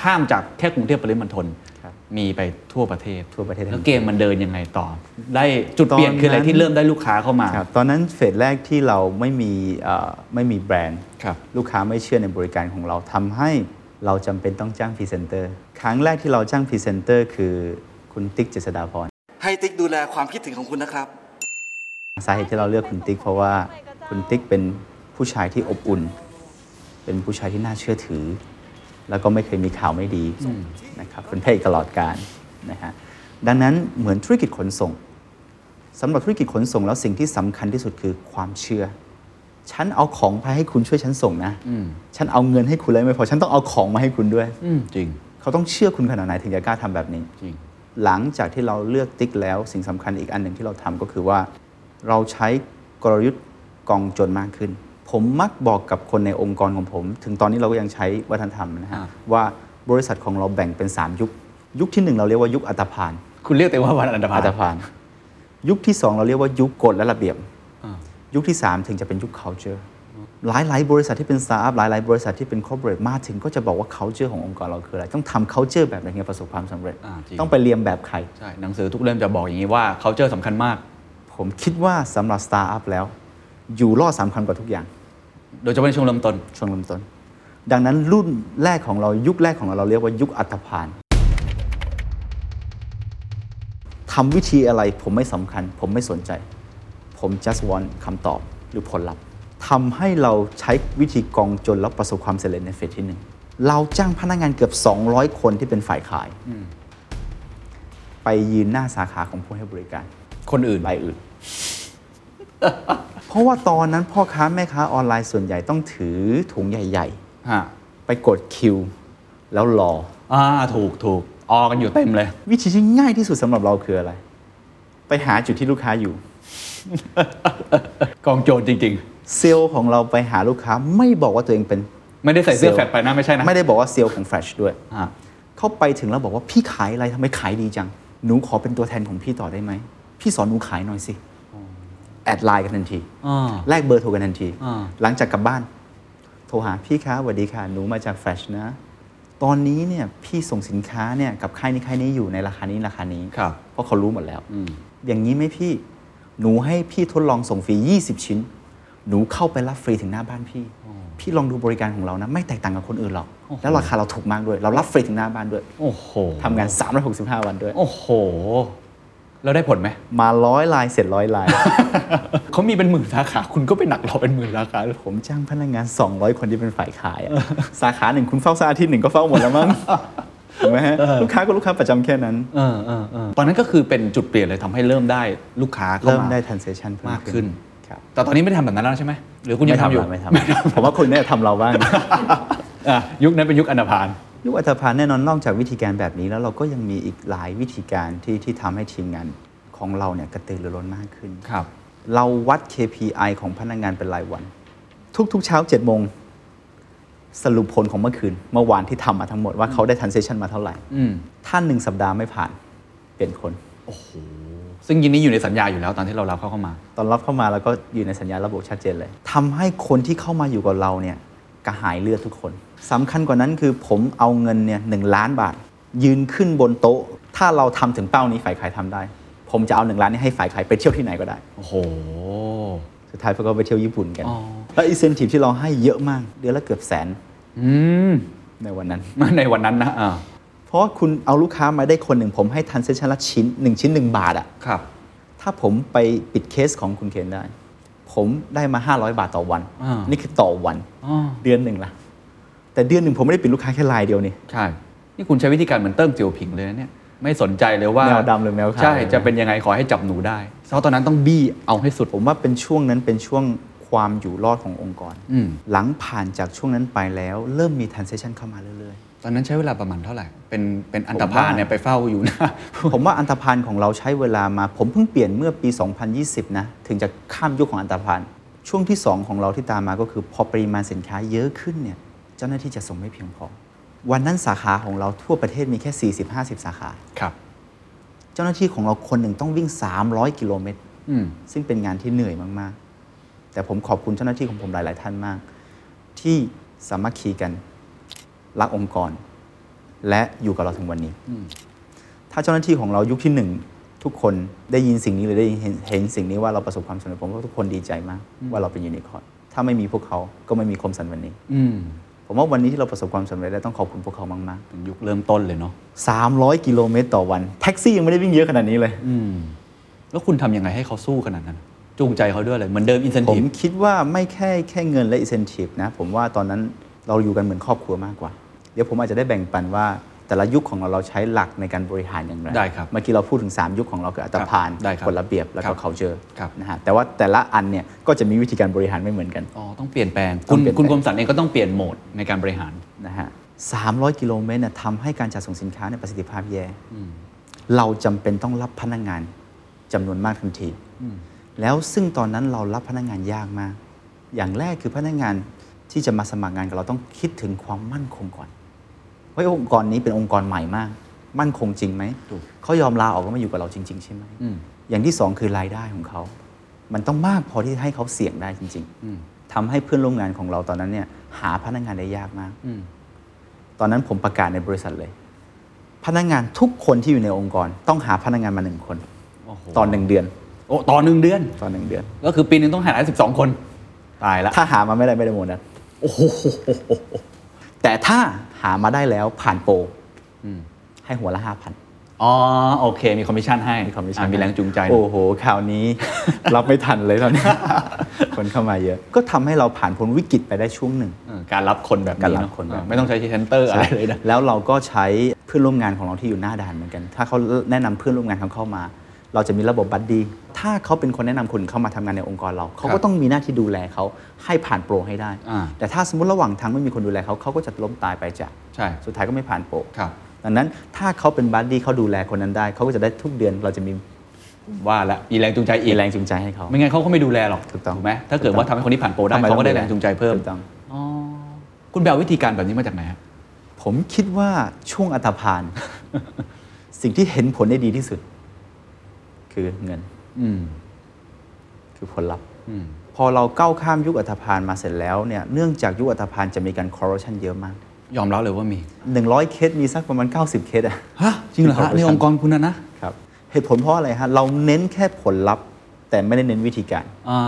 [SPEAKER 5] ข้ามจากแค่กรุงเทพปริมณฑล
[SPEAKER 4] ครับ
[SPEAKER 5] มีไปทั่วประเทศ
[SPEAKER 4] ทั่วประเทศ
[SPEAKER 5] แล้วเกมมันเดินยังไงต่อ ได้จุดเปลี่ยน
[SPEAKER 4] ตอนนั้น
[SPEAKER 5] คืออะไรที่เริ่มได้ลูกค้าเข้ามา
[SPEAKER 4] ครับตอนนั้นเฟสแรกที่เราไม่มีเอ่อไม่มีแบรนด์
[SPEAKER 5] ครับ
[SPEAKER 4] ลูกค้าไม่เชื่อในบริการของเราทำให้เราจำเป็นต้องจ้างพรีเซนเตอร์ครั้งแรกที่เราจ้างพรีเซนเตอร์คือคุณติ๊กเจษฎาพร
[SPEAKER 6] ให้ติ๊กดูแลความคิดถึงของคุณนะครับ
[SPEAKER 4] สาเหตุที่เราเลือกคุณติ๊กเพราะว่าคุณติ๊กเป็นผู้ชายที่อบอุ่น เป็นผู้ชายที่น่าเชื่อถือ แล้วก็ไม่เคยมีข่าวไม่ดีนะครับเป็นพระเอกตลอดการนะฮะดังนั้นเหมือนธุรกิจขนส่งสำหรับธุรกิจขนส่งแล้วสิ่งที่สำคัญที่สุดคือความเชื่อ ฉันเอาของไปให้คุณช่วยฉันส่งนะ
[SPEAKER 5] อืม
[SPEAKER 4] ฉันเอาเงินให้คุณแล้วไม่พอฉันต้องเอาของมาให้คุณด้วย
[SPEAKER 5] อืมจริง
[SPEAKER 4] เขาต้องเชื่อคุณขนาดไหนถึงจะกล้าทำแบบนี้
[SPEAKER 5] จริง
[SPEAKER 4] หลังจากที่เราเลือกติ๊กแล้วสิ่งสำคัญอีกอันหนึ่งที่เราทำก็คือว่า เราใช้กลยุทธ์กองโจนมากขึ้น ผมมักบอกกับคนในองค์กรของผม ถึงตอนนี้เราก็ยังใช้วัฒนธรรมนะฮะ
[SPEAKER 5] อ่า
[SPEAKER 4] ว่าบริษัทของเราแบ่งเป็น 3 ยุค ยุคที่หนึ่งเราเรียกว่ายุคอัตภาน
[SPEAKER 5] คุณเรียกตัวเองว่าวันอันดาภา
[SPEAKER 4] อั
[SPEAKER 5] น
[SPEAKER 4] ตภาน ยุคที่สองเราเรียกว่ายุคกฎและระเบียบ
[SPEAKER 5] อ่า
[SPEAKER 4] ยุคที่ 3 ถึงจะเป็นยุค culture หลาย ๆ บริษัทที่เป็นสตาร์ทอัพหลาย ๆ บริษัทที่เป็น corporate มาถึงก็จะบอกว่า culture ขององค์กรเราคืออะไร ต้องทำ culture แบบไหนถึงจะประสบความสำเร็จ
[SPEAKER 5] อ่าจริง
[SPEAKER 4] ต้องไปเรียนแบบใคร
[SPEAKER 5] ใช่หนังสือทุกเล่มจะบอกอย่างนี้ว่าเขาเจอสำคัญมาก
[SPEAKER 4] ผมคิดว่าสำหรับสตาร์ทอัพแล้ว อยู่รอดสำคัญกว่าทุกอย่าง
[SPEAKER 5] โดยเฉพาะในช่วงเริ่มต้น
[SPEAKER 4] ช่วงเริ่มต้น ดังนั้นรุ่นแรกของเรายุคแรกของเราเราเรียกว่ายุคอัตภานทำวิธีอะไรผมไม่สำคัญ ผมไม่สนใจ ผม just want คำตอบหรือผลลัพธ์ทำให้เราใช้วิธีกองจนแล้วประสบความสำเร็จในเฟสที่หนึ่งเราจ้างพนักงานเกือบ 200 คนที่เป็นฝ่ายขาย ไปยืนหน้าสาขาของผู้ให้บริการ
[SPEAKER 5] คนอื่น
[SPEAKER 4] รายอื่น เพราะว่าตอนนั้นพ่อค้าแม่ค้าออนไลน์ส่วนใหญ่ต้องถือถุงใหญ่
[SPEAKER 5] ฮะ
[SPEAKER 4] ๆ ไปกดคิว แล้วรอ
[SPEAKER 5] อ่า ถูกถูกออกันอยู่เต็มเลย
[SPEAKER 4] วิธีที่ง่ายที่สุดสำหรับเราคืออะไร ไปหาจุดที่ลูกค้าอยู่
[SPEAKER 5] กองโจรจริง
[SPEAKER 4] เซลล์ของเราไปหาลูกค้าไม่บอกว่าตัวเองเป็น
[SPEAKER 5] ๆ ไม่ได้ใส่เสื้อแฟลตไปนะไม่ใช่นะ
[SPEAKER 4] ไม่ได้บอกว่าเซลล์ของแฟลชด้วย
[SPEAKER 5] ฮะ
[SPEAKER 4] เข้าไปถึงแล้วบอกว่าพี่ขายอะไรทำไมขายดีจัง หนูขอเป็นตัวแทนของพี่ต่อได้ไหม พี่สอนหนูขายหน่อยสิ แอดไลน์กันทันที
[SPEAKER 5] อ่า
[SPEAKER 4] แลกเบอร์โทรกันทันที
[SPEAKER 5] อ่า
[SPEAKER 4] หลังจากกลับบ้าน โทรหาพี่คะสวัสดีค่ะ หนูมาจากแฟลชนะ ตอนนี้เนี่ยพี่ส่งสินค้าเนี่ยกับค่ายนี้ค่ายนี้อยู่ในราคานี้ราคานี้
[SPEAKER 5] ครับ
[SPEAKER 4] เพราะเขารู้หมดแล้ว
[SPEAKER 5] อืม
[SPEAKER 4] อย่างนี้ไหมพี่ หนูให้พี่ทดลองส่งฟรี 20 ชิ้น หนูเข้าไปรับฟรีถึงหน้าบ้านพี่ พี่ลองดูบริการของเรานะ ไม่แตกต่างกับคนอื่นหรอก
[SPEAKER 5] โอ้โห
[SPEAKER 4] แล้วราคาเราถูกมากด้วย เรารับฟรีถึงหน้าบ้านด้วย
[SPEAKER 5] โอ้โห
[SPEAKER 4] ทำงาน 365 วันด้วย
[SPEAKER 5] โอ้โห แล้วได้ผลไหม
[SPEAKER 4] มาร้อยลายเสร็จร้อยลาย
[SPEAKER 5] เขามีเป็นหมื่นสาขา คุณก็ไปหนักเราเป็นหมื่นสาขาเลย
[SPEAKER 4] ผมจ้างพนักงาน 200 คนที่เป็นฝ่ายขายอะสาขาหนึ่งคุณเฝ้าสาอาทิตย์หนึ่งก็เฝ้าหมด แล้วมั้ง ถูกไหมฮะ ลูกค้าก็ลูกค้าประจำแค่นั้น
[SPEAKER 5] เออเออเออตอนนั้นก็คือเป็นจุดเปลี่ยนเลยทำให้เริ่มได้ลูกค้าเข้ามา
[SPEAKER 4] เริ่มได้ transaction เพิ่
[SPEAKER 5] มากขึ้น
[SPEAKER 4] ครับ
[SPEAKER 5] แต่ตอนนี้ไม่ได้ทำแบบนั้นแล้วใช่ไหมหรือคุณยังทำอยู่
[SPEAKER 4] ละไม่ทำ ผมว่าคุณน่าจะทำเราบ้าง
[SPEAKER 5] อ่ะยุคนั้นเป็นยุคอันดาพาน
[SPEAKER 4] ยุคอัตภานแน่นอนนอกจากวิธีการแบบนี้แล้วเราก็ยังมีอีกหลายวิธีการที่ที่ทำให้ทีมงานของเราเนี่ยกระตือรือร้นมากขึ้น
[SPEAKER 5] ครับ
[SPEAKER 4] เราวัด KPI ของพนักงานเป็นรายวัน ทุกๆเช้า7จ็ดโมงสรุปผลของเมื่อคืน เมื่อวานที่ทำมาทั้งหมดว่าเขาได้ทันเซชันมาเท่าไหร่
[SPEAKER 5] อืม
[SPEAKER 4] ถ้าหนึ่งสัปดาห์ไม่ผ่าน เปลี่ยนคน
[SPEAKER 5] ซึ่งยินนี้อยู่ในสัญญาอยู่แล้วตอนที่เรารับเขาเข้ามา
[SPEAKER 4] ตอนรับเข้ามาแล้วก็อยู่ในสัญญาระบบชัดเจนเลยทำให้คนที่เข้ามาอยู่กับเราเนี่ยกระหายเลือดทุกคนสำคัญกว่านั้นคือผมเอาเงินเนี่ยหนึ่งล้านบาท ยืนขึ้นบนโต๊ะ ถ้าเราทำถึงเป้านี้ฝ่ายขายทำได้ ผมจะเอาหนึ่งล้านนี้ให้ฝ่ายขายไปเที่ยวที่ไหนก็ได้
[SPEAKER 5] โอ้โห
[SPEAKER 4] สุดท้ายเขาก็ไปเที่ยวญี่ปุ่นกัน
[SPEAKER 5] อ๋อ
[SPEAKER 4] แล้วอินเซนティブที่เราให้เยอะมาก เดือนละเกือบแสน
[SPEAKER 5] อืม
[SPEAKER 4] ในวันนั้น
[SPEAKER 5] ในวันนั้นนะอ่า
[SPEAKER 4] ผ ราะว่าคุณเอาลูกค้ามาได้คนหนึ่งผมให้ทันเซชันละชิ้นหนึ่งชิ้นหนึ่งบาทอะ
[SPEAKER 5] ครับ
[SPEAKER 4] ถ้าผมไปปิดเคสของคุณเคนได้ ผมได้มา 500 บาทต่อวัน
[SPEAKER 5] อ่านี่
[SPEAKER 4] นี่คือต่อวัน
[SPEAKER 5] อ๋อ
[SPEAKER 4] เดือนหนึ่งละแต่เดือนหนึ่งผมไม่ได้ปิดลูกค้าแค่รายเดียวนี่
[SPEAKER 5] ใช่ นี่คุณใช้วิธีการเหมือนเติ้งเจียวผิงเลยนะเนี่ย ไม่สนใจเลยว่า
[SPEAKER 4] แมวดำหรือแมวขาว
[SPEAKER 5] ใช่ จะเป็นยังไงขอให้จับหนูได้เพราะตอนนั้นต้องบี้เอาให้สุด
[SPEAKER 4] ผมว่าเป็นช่วงนั้นเป็นช่วงความอยู่รอดขององค์กร
[SPEAKER 5] อืม
[SPEAKER 4] หลังผ่านจากช่วงนั้นไปแล้ว เริ่มมีทันเซชันเข้ามาเรื่อย
[SPEAKER 5] ตอนนั้นใช้เวลาประมาณเท่าไหร่ เป็นเป็นอัน
[SPEAKER 4] ผ
[SPEAKER 5] ตร
[SPEAKER 4] ม
[SPEAKER 5] พาล
[SPEAKER 4] ว่า
[SPEAKER 5] เนี่ยไปเฝ้าอยู่นะ
[SPEAKER 4] ๆ ผมว่าอันตพันของเราใช้เวลามา ผมเพิ่งเปลี่ยนเมื่อปี 2020 นะ ถึงจะข้ามยุคของอันตพันช่วงที่ 2 ของเราที่ตามมาก็คือพอปริมาณสินค้าเยอะขึ้นเนี่ยเจ้าหน้าที่จะส่งไม่เพียงพอ วันนั้นสาขาของเราทั่วประเทศมีแค่ 40-50 สาขา
[SPEAKER 5] ครับ
[SPEAKER 4] เจ้าหน้าที่ของเราคนหนึ่งต้องวิ่ง 300 กิโลเมตร
[SPEAKER 5] อืม
[SPEAKER 4] ซึ่งเป็นงานที่เหนื่อยมาก ๆ แต่ผมขอบคุณเจ้าหน้าที่ของผมหลาย ๆ ท่านมาก ที่สามัคคีกันรักองค์กร และอยู่กับเราถึงวันนี้ ถ้าเจ้าหน้าที่ของเรายุคที่หนึ่งทุกคนได้ยินสิ่งนี้หรือได้เห็นเห็นสิ่งนี้ว่าเราประสบความสำเร็จผมว่าทุกคนดีใจมาก ว่าเราเป็นยูนิคอร์นถ้าไม่มีพวกเขาก็ไม่มีคมสันวันนี้
[SPEAKER 5] อืม
[SPEAKER 4] ผมว่าวันนี้ที่เราประสบความสำเร็จได้ต้องขอบคุณพวกเขามาก
[SPEAKER 5] เป็นยุคเริ่มต้นเลยเนาะ
[SPEAKER 4] ๆ 300 กิโลเมตรต่อวันแท็กซี่ยังไม่ได้วิ่งเยอะขนาดนี้เลย
[SPEAKER 5] อืม แล้วคุณทำยังไงให้เขาสู้ขนาดนั้น จูงใจเขาด้วยเลย เหมือนเดิมอินเซน
[SPEAKER 4] ผ
[SPEAKER 5] ティ
[SPEAKER 4] ม
[SPEAKER 5] ブ
[SPEAKER 4] คิดว่าไม่แค่แค่เงินและ incentive นะ ผมว่าตอนนั้นเราอยู่กันเหมือนครอบครัวมากกว่า เดี๋ยวผมอาจจะได้แบ่งปันว่า แต่ละยุคของเราเราใช้หลักในการบริหารอย่างไร
[SPEAKER 5] ได้ครับ
[SPEAKER 4] เมื่อกี้เราพูดถึง 3 ยุคของเราคืออัตภาน
[SPEAKER 5] ครับได้ครับ
[SPEAKER 4] กฎระเบียบแล้ว
[SPEAKER 5] ครั
[SPEAKER 4] ก็
[SPEAKER 5] บ
[SPEAKER 4] culture
[SPEAKER 5] ครับ
[SPEAKER 4] นะฮะแต่ว่าแต่ละอันเนี่ยก็จะมีวิธีการบริหารไม่เหมือนกัน
[SPEAKER 5] อ๋อ ต้องเปลี่ยนแปลง
[SPEAKER 4] ต้
[SPEAKER 5] คุ
[SPEAKER 4] อง
[SPEAKER 5] ณ
[SPEAKER 4] เปลี่ยน
[SPEAKER 5] คุณ
[SPEAKER 4] แปลง
[SPEAKER 5] กรมสรรเองก็ต้องเปลี่ยนโหมดในการบริหาร
[SPEAKER 4] นะฮะสามกิโลเมตรเนี่ยทำให้การจัดส่งสินค้าในยประสิทธิภาพแย่
[SPEAKER 5] อืม
[SPEAKER 4] เราจำเป็นต้องรับพนักงานจำนวนมากทันที
[SPEAKER 5] อืม
[SPEAKER 4] แล้วซึ่งตอนนั้นเรารับพนักงานยากมาก อย่างแรกคือพนักงานที่จะมาสมัครงานกับเราต้องคิดถึงความมั่นคงก่อนว่าองค์กรนี้เป็นองค์กรใหม่มาก มั่นคงจริงไหม
[SPEAKER 5] ถูก
[SPEAKER 4] เขายอมลาออกแล้วมาอยู่กับเราจริง ๆ ใช่ไหม
[SPEAKER 5] อืม
[SPEAKER 4] อย่างที่สองคือรายได้ของเขา มันต้องมากพอที่ให้เขาเสี่ยงได้จริง
[SPEAKER 5] อืม
[SPEAKER 4] ๆทำให้เพื่อนร่วมงานของเราตอนนั้นเนี่ยหาพนักงานได้ยากมาก
[SPEAKER 5] อืม
[SPEAKER 4] ตอนนั้นผมประกาศในบริษัทเลย พนักงานทุกคนที่อยู่ในองค์กร ต้องหาพนักงานมาหนึ่งคน
[SPEAKER 5] โอ้โห
[SPEAKER 4] ตอนหนึ่งเดือน
[SPEAKER 5] โอ้ต่อหนึ่งเดือน
[SPEAKER 4] ตอนหนึ่งเดือน
[SPEAKER 5] ก็คือปีหนึงต้องหาได้สิบสองคน ตายละ
[SPEAKER 4] ถ้าหามาไม่ได้ไม่ได้โมนัส
[SPEAKER 5] โอ้โห
[SPEAKER 4] แต่ถ้าหามาได้แล้วผ่านโปร
[SPEAKER 5] อืม
[SPEAKER 4] ให้หัวละห้าพัน
[SPEAKER 5] อ๋อ โอเค มีคอมมิชชั่นให้
[SPEAKER 4] มีคอมมิช
[SPEAKER 5] อ่ะ
[SPEAKER 4] ชั่น
[SPEAKER 5] มีแรงจูงใจ
[SPEAKER 4] โอ้โหคราวนี้ รับไม่ทันเลยตอนนี้ คนเข้ามาเยอะ ก็ทำให้เราผ่านพ้นวิกฤตไปได้ช่วงหนึ่ง
[SPEAKER 5] เออการรับคนแบบนี้
[SPEAKER 4] การรับ
[SPEAKER 5] เอะ
[SPEAKER 4] คนแบบนี้
[SPEAKER 5] อ่าไม่ต้องใช้เซนเตอร์อะไรเลยนะ
[SPEAKER 4] แล้วเราก็ใช้เพื่อนร่วมงานของเราที่อยู่หน้าด่านเหมือนกัน ถ้าเขาแนะนำเพื่อนร่วมงานเขาเข้ามา เราจะมีระบบบัดดี้ถ้าเขาเป็นคนแนะนำคนอื่นเข้ามาทำงานในองค์กรเรา เขา
[SPEAKER 5] ครั
[SPEAKER 4] ก็
[SPEAKER 5] บ
[SPEAKER 4] ต้องมีหน้าที่ดูแลเขาให้ผ่านโปรให้ได้
[SPEAKER 5] อ่า
[SPEAKER 4] แต่ถ้าสมมติระหว่างทางไม่มีคนดูแลเขาเขาก็จะล้มตายไปจาก
[SPEAKER 5] ใช่
[SPEAKER 4] สุดท้ายก็ไม่ผ่านโปร
[SPEAKER 5] ครับ
[SPEAKER 4] ดังนั้นถ้าเขาเป็นบัดดี้เขาดูแลคนนั้นได้ เขาก็จะได้ทุกเดือนเราจะมี
[SPEAKER 5] ว่าละมีแรงจูงใจอี
[SPEAKER 4] มี
[SPEAKER 5] ก
[SPEAKER 4] แรงจูงใจให้เขา
[SPEAKER 5] ไม่งั้นเขาก็ไม่ดูแลหรอก
[SPEAKER 4] ถูกต้อง
[SPEAKER 5] ไหมถ้าเกิด
[SPEAKER 4] ถูกต้อง
[SPEAKER 5] ว่าทำให้คนนี้ผ่านโปรได้
[SPEAKER 4] ทำม
[SPEAKER 5] เขาก็ได้
[SPEAKER 4] อ
[SPEAKER 5] แรงจูงใจเพิ่ม
[SPEAKER 4] ถูกต้อง
[SPEAKER 5] อ๋อคุณแบลวิธีการแบบนี้มาจากไหนฮะ
[SPEAKER 4] ผมคิดว่าช่วงอัตภาน สิ่งที่เห็นผลได้ดีที่สุด คือเงิน
[SPEAKER 5] อืม
[SPEAKER 4] คือผลลัพธ์
[SPEAKER 5] อืม
[SPEAKER 4] พอเราก้าวข้ามยุคอัตภานมาเสร็จแล้วเนี่ยเนื่องจากยุคอัตภานจะมีการคอร์รัปชันเยอะมาก
[SPEAKER 5] ยอมรับเลยว่ามี
[SPEAKER 4] 100 เคสมีสักประมาณ 90 เคสอะ
[SPEAKER 5] ฮะ จริงเหรอฮะ ในองค์กรคุณนะนะครับ
[SPEAKER 4] เหตุผลเพราะอะไรฮะเราเน้นแค่ผลลัพธ์ แต่ไม่ได้เน้นวิธีการ
[SPEAKER 5] อ่า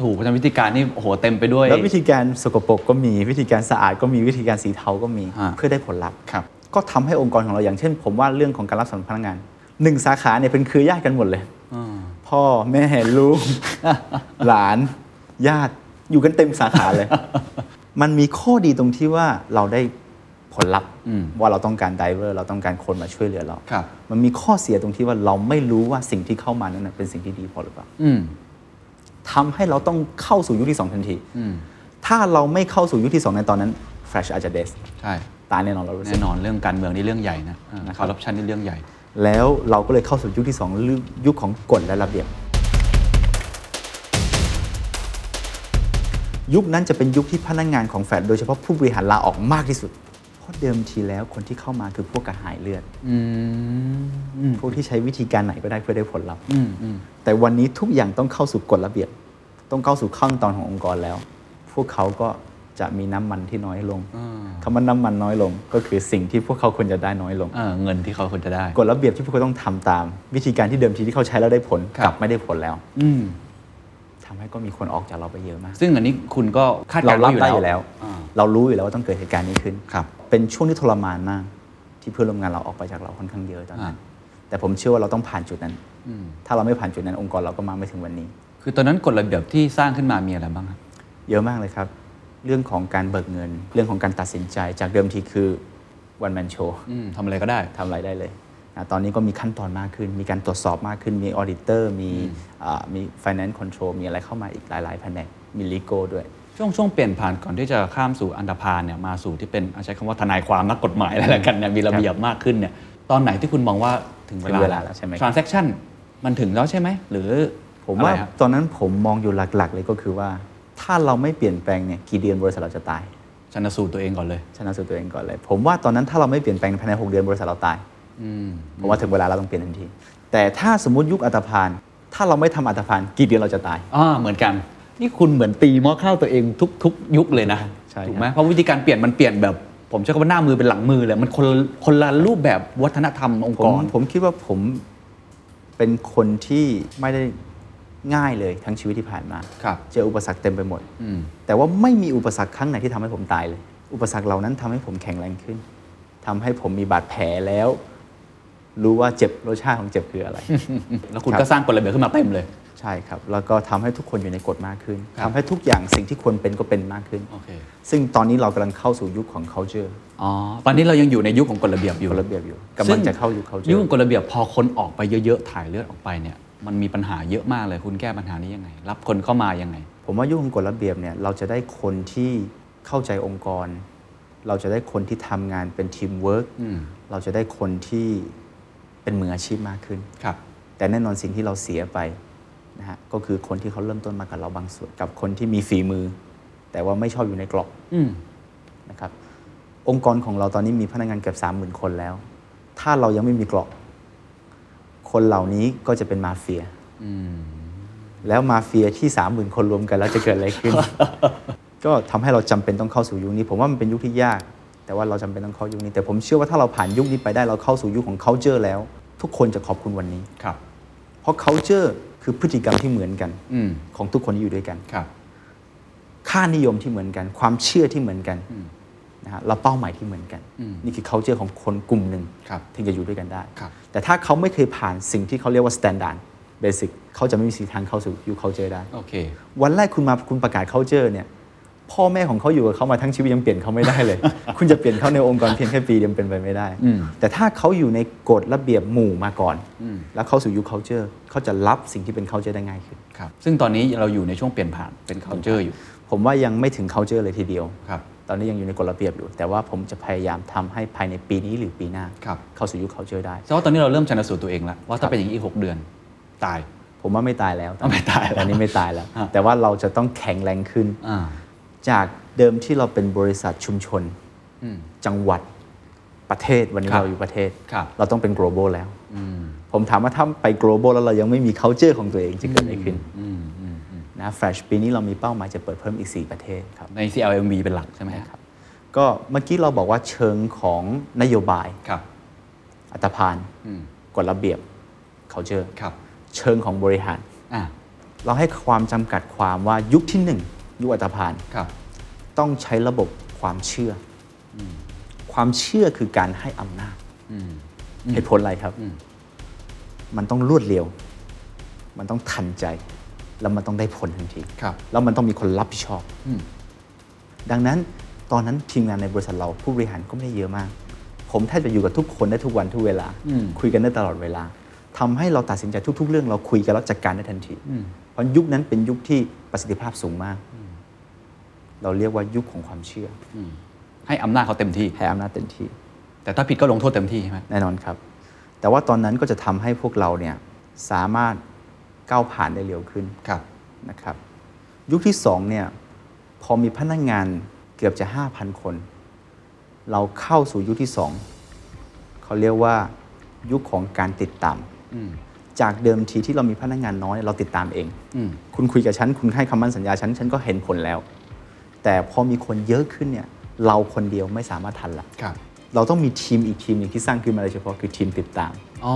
[SPEAKER 5] ถูกเพราะฉะนั้นวิธีการนี่โอ้โหเต็มไปด้วย
[SPEAKER 4] แล้ววิธีการสกปรกก็มีวิธีการสะอาดก็มีวิธีการสีเทาก็มี
[SPEAKER 5] อ่า
[SPEAKER 4] เพื่อได้ผลลัพธ์
[SPEAKER 5] ครับ
[SPEAKER 4] ก็ทำให้องค์กรของเราอย่างเช่น ผมว่าเรื่องของการรับสมัครพนักงานหนึ่งสาขาเนี่ยเป็นเครือญาติกันหมดเลย
[SPEAKER 5] อ่า
[SPEAKER 4] พ่อแม่ลูก หลาน ญาติอยู่กันเต็มสาขาเลย มันมีข้อดีตรงที่ว่าเราได้ผลลัพธ์
[SPEAKER 5] อืม
[SPEAKER 4] ว่าเราต้องการไดเวอร์เราต้องการคนมาช่วยเหลือเรา
[SPEAKER 5] ครับ
[SPEAKER 4] มันมีข้อเสียตรงที่ว่าเราไม่รู้ว่าสิ่งที่เข้ามานั้นนะเป็นสิ่งที่ดีพอหรือเปล่า
[SPEAKER 5] อืม
[SPEAKER 4] ทำให้เราต้องเข้าสู่ยุคที่สองทันที
[SPEAKER 5] อืม
[SPEAKER 4] ถ้าเราไม่เข้าสู่ยุคที่ 2 ในตอนนั้น Fresh อาจจะเดส
[SPEAKER 5] ใช่
[SPEAKER 4] ตายแน่นอนเรารู้สึ
[SPEAKER 5] แน่
[SPEAKER 4] ก
[SPEAKER 5] นอนเรื่องการเมืองนี่เรื่องใหญ่นะคอร์รัปชันนี่เรื่องใหญ่
[SPEAKER 4] แล้วเราก็เลยเข้าสู่ยุคที่ 2 ยุคของกฎและระเบียบ ยุคนั้นจะเป็นยุคที่พนักงานของแฟดโดยเฉพาะผู้บริหารลาออกมากที่สุด เพราะเดิมทีแล้วคนที่เข้ามาคือพวกกระหายเลือด
[SPEAKER 5] อืม อืม
[SPEAKER 4] พวกที่ใช้วิธีการไหนก็ได้เพื่อได้ผลลัพธ์
[SPEAKER 5] อืมอืม
[SPEAKER 4] แต่วันนี้ทุกอย่างต้องเข้าสู่กฎระเบียบ ต้องเข้าสู่ขั้นตอนขององค์กรแล้ว พวกเขาก็จะมีน้ำมันที่น้อยลง
[SPEAKER 5] อ่า
[SPEAKER 4] คำว่าน้ำมันน้อยลงก็คือสิ่งที่พวกเขาควรจะได้น้อยลง
[SPEAKER 5] เออเงินที่เขาควรจะได้
[SPEAKER 4] กฎระเบียบที่พวกเขาต้องทำตาม วิธีการที่เดิมทีที่เขาใช้แล้วได้ผล
[SPEAKER 5] ครับ
[SPEAKER 4] กลัไม่ได้ผลแล้ว
[SPEAKER 5] อืม
[SPEAKER 4] ทำให้ก็มีคนออกจากเราไปเยอะมาก
[SPEAKER 5] ซึ่งอันนี้คุณก็คาด
[SPEAKER 4] เรา
[SPEAKER 5] การณ์
[SPEAKER 4] รับ
[SPEAKER 5] ว้
[SPEAKER 4] ได้อยู่แล้ว
[SPEAKER 5] อ่า
[SPEAKER 4] เรารู้อยู่แล้วว่าต้องเกิดเหตุการณ์นี้ขึ้น
[SPEAKER 5] ครับ
[SPEAKER 4] เป็นช่วงที่ทรมานมาก ที่เพื่อนร่วมงานเราออกไปจากเราค่อนข้างเยอะตอนนั้น
[SPEAKER 5] อ่
[SPEAKER 4] แต่ผมเชื่อว่าเราต้องผ่านจุดนั้น
[SPEAKER 5] อืม
[SPEAKER 4] ถ้าเราไม่ผ่านจุดนั้นองค์กรเราก็มาไม่ถึงวันนี้
[SPEAKER 5] คือตอนนั้นกฎระเบียบที่สร้างขึ้นมามีอะไรบ้างครับ
[SPEAKER 4] เยอะมากเลยครับ เรื่องของการเบิกเงิน เรื่องของการตัดสินใจจากเดิมทีคือ one man show
[SPEAKER 5] อืมทำอะไรก็ได้
[SPEAKER 4] ทำอะไรได้เลยนะตอนนี้ก็มีขั้นตอนมากขึ้น มีการตรวจสอบมากขึ้น มีออ d i เตอร์ มีอ่ามี finance control มีอะไรเข้ามาอีกหลายๆแผนก มี legal ด้วย
[SPEAKER 5] ช่วงช่วงเปลี่ยนผ่านก่อนที่จะข้ามสู่อันดาพานเนี่ยมาสู่ที่เป็นเอาใช้คำว่าทนายความนักกฎหมายอะไรแล้วกันเนี่ยมีระเบียบมากขึ้นเนี่ยตอนไหนที่คุณมองว่าถึงเวลา
[SPEAKER 4] ถึงเวลาแล้วใช่ไหมครับ
[SPEAKER 5] transaction มันถึงแล้วใช่ไหมหรือ
[SPEAKER 4] ผมว่า
[SPEAKER 5] อะไรครับ
[SPEAKER 4] ตอนนั้นผมมองอยู่หลักๆ เลยก็คือว่า ถ้าเราไม่เปลี่ยนแปลงเนี่ยกี่เดือนบริษัทเราจะตาย
[SPEAKER 5] ชันสูตรตัวเองก่อนเลย
[SPEAKER 4] ชนะสูตรตัวเองก่อนเลย ผมว่าตอนนั้นถ้าเราไม่เปลี่ยนแปลงภายใน 6 เดือนบริษัทเราตาย
[SPEAKER 5] อืม
[SPEAKER 4] ผมว่าถึงเวลาเราต้องเปลี่ยนทันที แต่ถ้าสมมติยุคอัตภาน ถ้าเราไม่ทำอัตภานกี่เดือนเราจะตาย
[SPEAKER 5] อ่าเหมือนกัน นี่คุณเหมือนตีหม้อข้าวตัวเองทุกทุกยุคเลยนะ
[SPEAKER 4] ใช่ครับ
[SPEAKER 5] ถูกไหมเพราะวิธีการเปลี่ยนมันเปลี่ยนแบบ ผมใช้คำว่าหน้ามือเป็นหลังมือเลยมันคนละคนละรูปแบบวัฒนธรรมองค์
[SPEAKER 4] ผ
[SPEAKER 5] ก
[SPEAKER 4] ม
[SPEAKER 5] ร
[SPEAKER 4] ผมคิดว่าผมเป็นคนที่ไม่ได้ง่ายเลยทั้งชีวิตที่ผ่านมา
[SPEAKER 5] ครับ
[SPEAKER 4] เจออุปสรรคเต็มไปหมด
[SPEAKER 5] อืม
[SPEAKER 4] แต่ว่าไม่มีอุปสรรคครั้งไหนที่ทำให้ผมตายเลย อุปสรรคเหล่านั้นทำให้ผมแข็งแรงขึ้นทำให้ผมมีบาดแผลแล้ว รู้ว่าเจ็บรสชาติของเจ็บคือ อะไร
[SPEAKER 5] แล้วคุณ
[SPEAKER 4] ครับ
[SPEAKER 5] ก็สร้างกฎระเบียบขึ้นมาเต็มเลย
[SPEAKER 4] ใช่ครับ แล้วก็ทำให้ทุกคนอยู่ในกฎมากขึ้น
[SPEAKER 5] ครั
[SPEAKER 4] ทำ
[SPEAKER 5] บ
[SPEAKER 4] ให้ทุกอย่างสิ่งที่ควรเป็นก็เป็นมากขึ้น
[SPEAKER 5] โอเค
[SPEAKER 4] ซึ่งตอนนี้เรากำลังเข้าสู่ยุคของ culture
[SPEAKER 5] อ๋อตอนนี้เรายังอยู่ในยุคของกฎระเบียบอยู่
[SPEAKER 4] กฎระเบียบอยู่กำลังจะเข้ายุค culture
[SPEAKER 5] ยุ่งกฎระเบียบพอคนออกไปเยอะ ๆ ถ่ายเลือดออกไปเนี่ยมันมีปัญหาเยอะมากเลยคุณแก้ปัญหานี้ยังไง รับคนเข้ามายังไง
[SPEAKER 4] ผมว่ายุคของกฎระเบียบเนี่ยเราจะได้คนที่เข้าใจองค์กร เราจะได้คนที่ทำงานเป็นทีมเวิร์ก
[SPEAKER 5] อืม
[SPEAKER 4] เราจะได้คนที่เป็นมืออาชีพมากขึ้น
[SPEAKER 5] ครับ
[SPEAKER 4] แต่แน่นอนสิ่งที่เราเสียไปนะฮะก็คือคนที่เขาเริ่มต้นมากับเราบางส่วนกับคนที่มีฝีมือ แต่ว่าไม่ชอบอยู่ในกรอบ
[SPEAKER 5] อืม
[SPEAKER 4] นะครับองค์กรของเราตอนนี้มีพนักงานเกือบ30,000 คนแล้ว ถ้าเรายังไม่มีกรอบ คนเหล่านี้ก็จะเป็นมาเฟีย
[SPEAKER 5] อืม
[SPEAKER 4] แล้วมาเฟียที่ 30,000 คนรวมกันแล้วจะเกิดอะไร ขึ้น ก็ทำให้เราจำเป็นต้องเข้าสู่ยุคนี้ ผมว่ามันเป็นยุคที่ยาก แต่ว่าเราจำเป็นต้องเข้ายุคนี้ แต่ผมเชื่อว่าถ้าเราผ่านยุคนี้ไปได้เราเข้าสู่ยุคของ culture แล้ว ทุกคนจะขอบคุณวันนี้
[SPEAKER 5] ครับ
[SPEAKER 4] เพราะ culture คือพฤติกรรมที่เหมือนกัน
[SPEAKER 5] อืม
[SPEAKER 4] ของทุกคนที่อยู่ด้วยกัน
[SPEAKER 5] ครับ
[SPEAKER 4] ค่านิยมที่เหมือนกัน ความเชื่อที่เหมือนกันนะฮะเราเป้าหมายที่เหมือนกัน นี่คือ culture ของคนกลุ่มหนึ่ง
[SPEAKER 5] ครับ
[SPEAKER 4] ถึงจะอยู่ด้วยกันได้
[SPEAKER 5] ครับ
[SPEAKER 4] แต่ถ้าเขาไม่เคยผ่านสิ่งที่เขาเรียกว่า standard basic เขาจะไม่มีสิทธิ์ทางเข้าสู่ยุค culture ได้
[SPEAKER 5] โอเค
[SPEAKER 4] วันแรกคุณมาคุณประกาศ culture เนี่ยพ่อแม่ของเขาอยู่กับเขามาทั้งชีวิตยังเปลี่ยนเขาไม่ได้ เลย คุณจะเปลี่ยนเขาในองค์กรเพียงแค่ปีเดียวเป็นไปไม่ได้
[SPEAKER 5] อืม
[SPEAKER 4] แต่ถ้าเขาอยู่ในกฎระเบียบหมู่มาก่อน แล้วเข้าสู่ยุค culture เขาจะรับสิ่งที่เป็น culture ได้ง่ายขึ้น
[SPEAKER 5] ครับ ซึ่งตอนนี้เราอยู่ในช่วงเปลี่ยนผ่านเป็น culture อยู่
[SPEAKER 4] ผมว่ายังไม่ถึง culture เลยทีเดียว
[SPEAKER 5] ครับ
[SPEAKER 4] ตอนนี้ยังอยู่ในกฎระเบียบอยู่ แต่ว่าผมจะพยายามทำให้ภายในปีนี้หรือปีหน้า
[SPEAKER 5] ครับ
[SPEAKER 4] เข้าสู่ยุค culture ได้
[SPEAKER 5] แสดงว่าตอนนี้เราเริ่มชันสูตรตัวเองแล้วว่าถ้าเป็นอย่างนี้อีกหกเดือน ตาย
[SPEAKER 4] ผมว่าไม่ตายแล้ว
[SPEAKER 5] อ๋อไม่ตายแล้ว
[SPEAKER 4] ตอนนี้ไม่ตายแล้ว
[SPEAKER 5] ฮะ
[SPEAKER 4] แต่ว่าเราจะต้องแข็งแรงขึ้น
[SPEAKER 5] อ่า
[SPEAKER 4] จากเดิมที่เราเป็นบริษัทชุมชน
[SPEAKER 5] อืม
[SPEAKER 4] จังหวัดประเทศวันนี้
[SPEAKER 5] ครับ
[SPEAKER 4] เราอยู่ประเทศ
[SPEAKER 5] ครับ
[SPEAKER 4] เราต้องเป็น global แล้ว
[SPEAKER 5] อืม
[SPEAKER 4] ผมถามว่าถ้าไป global แล้วเรายังไม่มี culture ของตัวเองจะเกิดอะไรขึ้น
[SPEAKER 5] อืมอืมอืม
[SPEAKER 4] นะ Flash ปีนี้เรามีเป้าหมายจะเปิดเพิ่มอีก 4 ประเทศครับ
[SPEAKER 5] ใน CLMV เป็นหลักใช่ไหมฮะ
[SPEAKER 4] นะครับ ก็เมื่อกี้เราบอกว่าเชิงของนโยบาย
[SPEAKER 5] ครับ
[SPEAKER 4] อัตภาล
[SPEAKER 5] อืม
[SPEAKER 4] กฎระเบียบ culture
[SPEAKER 5] ครับ
[SPEAKER 4] เชิงของบริหาร
[SPEAKER 5] อ่า
[SPEAKER 4] เราให้ความจำกัดความว่ายุคที่ 1 ยุคอัตภาล
[SPEAKER 5] ครับ
[SPEAKER 4] ต้องใช้ระบบความเชื่ออความเชื่อคือการให้อำนาจ
[SPEAKER 5] อืม
[SPEAKER 4] เหตุผลอะไรครับ
[SPEAKER 5] อืม
[SPEAKER 4] มันต้องรวดเร็ว มันต้องทันใจ แล้วมันต้องได้ผลทันที
[SPEAKER 5] ครับ
[SPEAKER 4] แล้วมันต้องมีคนรับผิดชอบ
[SPEAKER 5] อืม
[SPEAKER 4] ดังนั้นตอนนั้นทีมงานในบริษัทเราผู้บริหารก็ไม่ได้เยอะมาก ผมแทบจะอยู่กับทุกคนได้ทุกวันทุกเวลา
[SPEAKER 5] อืม
[SPEAKER 4] คุยกันได้ตลอดเวลาทำให้เราตัดสินใจทุก ๆ เรื่องเราคุยกันแล้วจัดการได้ทันที เพราะยุคนั้นเป็นยุคที่ประสิทธิภาพสูงมาก เราเรียกว่ายุคของความเชื่อ
[SPEAKER 5] ให้อำนาจเขาเต็มที่
[SPEAKER 4] ให้อำนาจเต็มที่
[SPEAKER 5] แต่ถ้าผิดก็ลงโทษเต็มที่ใช่ไหม
[SPEAKER 4] แน่นอนครับ แต่ว่าตอนนั้นก็จะทำให้พวกเราเนี่ยสามารถก้าวผ่านได้เร็วขึ้น
[SPEAKER 5] ครับ
[SPEAKER 4] นะครับ ยุคที่2เนี่ยพอมีพนักงานเกือบจะ 5,000 คน เราเข้าสู่ยุคที่ 2เขาเรียกว่ายุคของการติดตาม
[SPEAKER 5] อืม
[SPEAKER 4] จากเดิมทีที่เรามีพนักงานน้อยเราติดตามเอง
[SPEAKER 5] อืม
[SPEAKER 4] คุณคุยกับฉัน คุณให้คำมั่นสัญญาฉัน ฉันก็เห็นผลแล้ว แต่พอมีคนเยอะขึ้นเนี่ยเราคนเดียวไม่สามารถทันละ
[SPEAKER 5] ครับ
[SPEAKER 4] เราต้องมีทีมอีกทีมหนึ่งที่สร้างขึ้นมาโดยเฉพาะคือทีมติดตาม
[SPEAKER 5] อ๋อ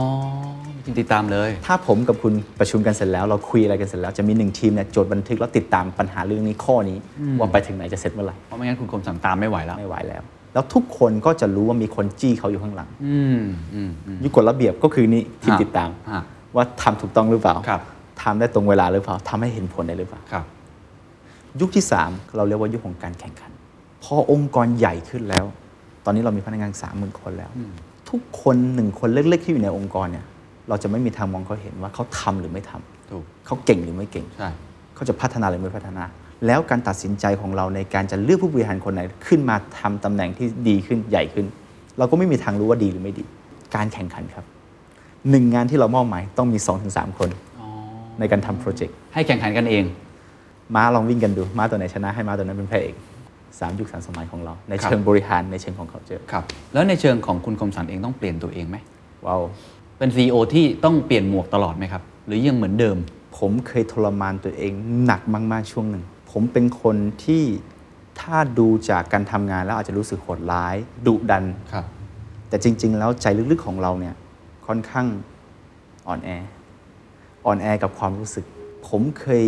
[SPEAKER 5] จริงติดตามเลย
[SPEAKER 4] ถ้าผมกับคุณประชุมกันเสร็จแล้ว เราคุยอะไรกันเสร็จแล้วจะมีหนึ่งทีมเนี่ยจดบันทึกแล้วติดตามปัญหาเรื่องนี้ข้อนี้ ว่าไปถึงไหนจะเสร็จเมื่อไหร่
[SPEAKER 5] เพราะไม่งั้นคุณคมสั่งตามไม่ไหวแล้ว
[SPEAKER 4] ไม่ไหวแล้ว แล้วทุกคนก็จะรู้ว่ามีคนจี้เขาอยู่ข้างหลัง
[SPEAKER 5] อืมอืมอืม
[SPEAKER 4] ยุคกฎระเบียบก็คือนี่ทีม
[SPEAKER 5] ฮะ
[SPEAKER 4] ติดตาม
[SPEAKER 5] ฮะ
[SPEAKER 4] ว่าทำถูกต้องหรือเปล่า
[SPEAKER 5] ครับ
[SPEAKER 4] ทำได้ตรงเวลาหรือเปล่าทำให้เห็นผลได้หรือเปล่า
[SPEAKER 5] ครับ
[SPEAKER 4] ยุคที่ 3 เราเรียกว่ายุคของการแข่งขัน พอองค์กรใหญ่ขึ้นแล้ว ตอนนี้เรามีพนักงาน 3 0,000 คนแล้ว ทุกคนหนึ่งคนเล็กๆ ที่อยู่ในองค์กรเนี่ยเราจะไม่มีทางมองเขาเห็นว่าเขาทำหรือไม่ทำ
[SPEAKER 5] ถูก
[SPEAKER 4] เขาเก่งหรือไม่เก่ง
[SPEAKER 5] ใช่
[SPEAKER 4] เขาจะพัฒนาหรือไม่พัฒนา แล้วการตัดสินใจของเราในการจะเลือกผู้บริหารคนไหนขึ้นมาทำตำแหน่งที่ดีขึ้นใหญ่ขึ้น เราก็ไม่มีทางรู้ว่าดีหรือไม่ดี การแข่งขันครับหนึ่งงานที่เรามอบหมายต้องมี 2-3 คนในการทำโปรเจกต์
[SPEAKER 5] ให้แข่งขันกันเอง
[SPEAKER 4] ม้าลองวิ่งกันดู ม้าตัวไหนชนะให้ม้าตัวนั้นเป็นพระเอกสามยุคสามสมัยของเรา ใน
[SPEAKER 5] ครับ
[SPEAKER 4] เชิงบริหารในเชิงของ culture
[SPEAKER 5] ครับ แล้วในเชิงของคุณคมสันเองต้องเปลี่ยนตัวเองไหม
[SPEAKER 4] ว้าว
[SPEAKER 5] เป็น CEO ที่ต้องเปลี่ยนหมวกตลอดไหมครับ หรือยังเหมือนเดิม
[SPEAKER 4] ผมเคยทรมานตัวเองหนักมากๆช่วงหนึ่ง ผมเป็นคนที่ถ้าดูจากการทำงานแล้วอาจจะรู้สึกโหดร้ายดุดัน
[SPEAKER 5] ครับ
[SPEAKER 4] แต่จริง ๆ แล้วใจลึก ๆ ของเราเนี่ยค่อนข้างอ่อนแอ อ่อนแอกับความรู้สึก ผมเคย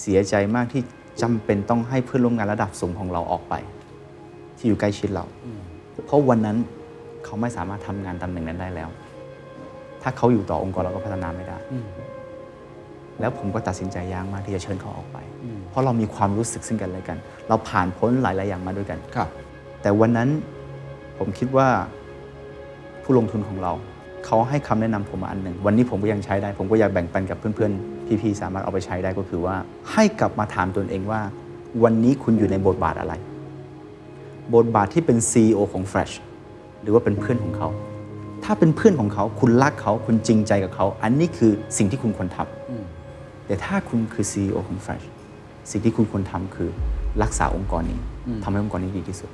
[SPEAKER 4] เสียใจมากที่จำเป็นต้องให้เพื่อนร่วมงานระดับสูงของเราออกไป ที่อยู่ใกล้ชิดเรา เพราะวันนั้นเขาไม่สามารถทำงานตำแหน่งนั้นได้แล้ว ถ้าเขาอยู่ต่อองค์กรเราก็พัฒนาไม่ได้ แล้วผมก็ตัดสินใจยากมากที่จะเชิญเขาออกไป เพราะเรามีความรู้สึกซึ่งกันและกัน เราผ่านพ้นหลาย ๆ อย่างมาด้วยกัน
[SPEAKER 5] ครับ
[SPEAKER 4] แต่วันนั้นผมคิดว่าผู้ลงทุนของเรา เขาให้คำแนะนำผมมาอันหนึ่ง วันนี้ผมก็ยังใช้ได้ ผมก็อยากแบ่งปันกับเพื่อนๆ พี่ๆ สามารถเอาไปใช้ได้ก็คือว่า ให้กลับมาถามตนเองว่า วันนี้คุณอยู่ในบทบาทอะไร บทบาทที่เป็น CEO ของ Fresh หรือว่าเป็นเพื่อนของเขา ถ้าเป็นเพื่อนของเขา คุณรักเขาคุณจริงใจกับเขา อันนี้คือสิ่งที่คุณควรทำแต่ถ้าคุณคือ CEO ของ Fresh สิ่งที่คุณควรทำคือรักษาองค์กรนี้ทำให้องค์กรนี้ดีที่สุด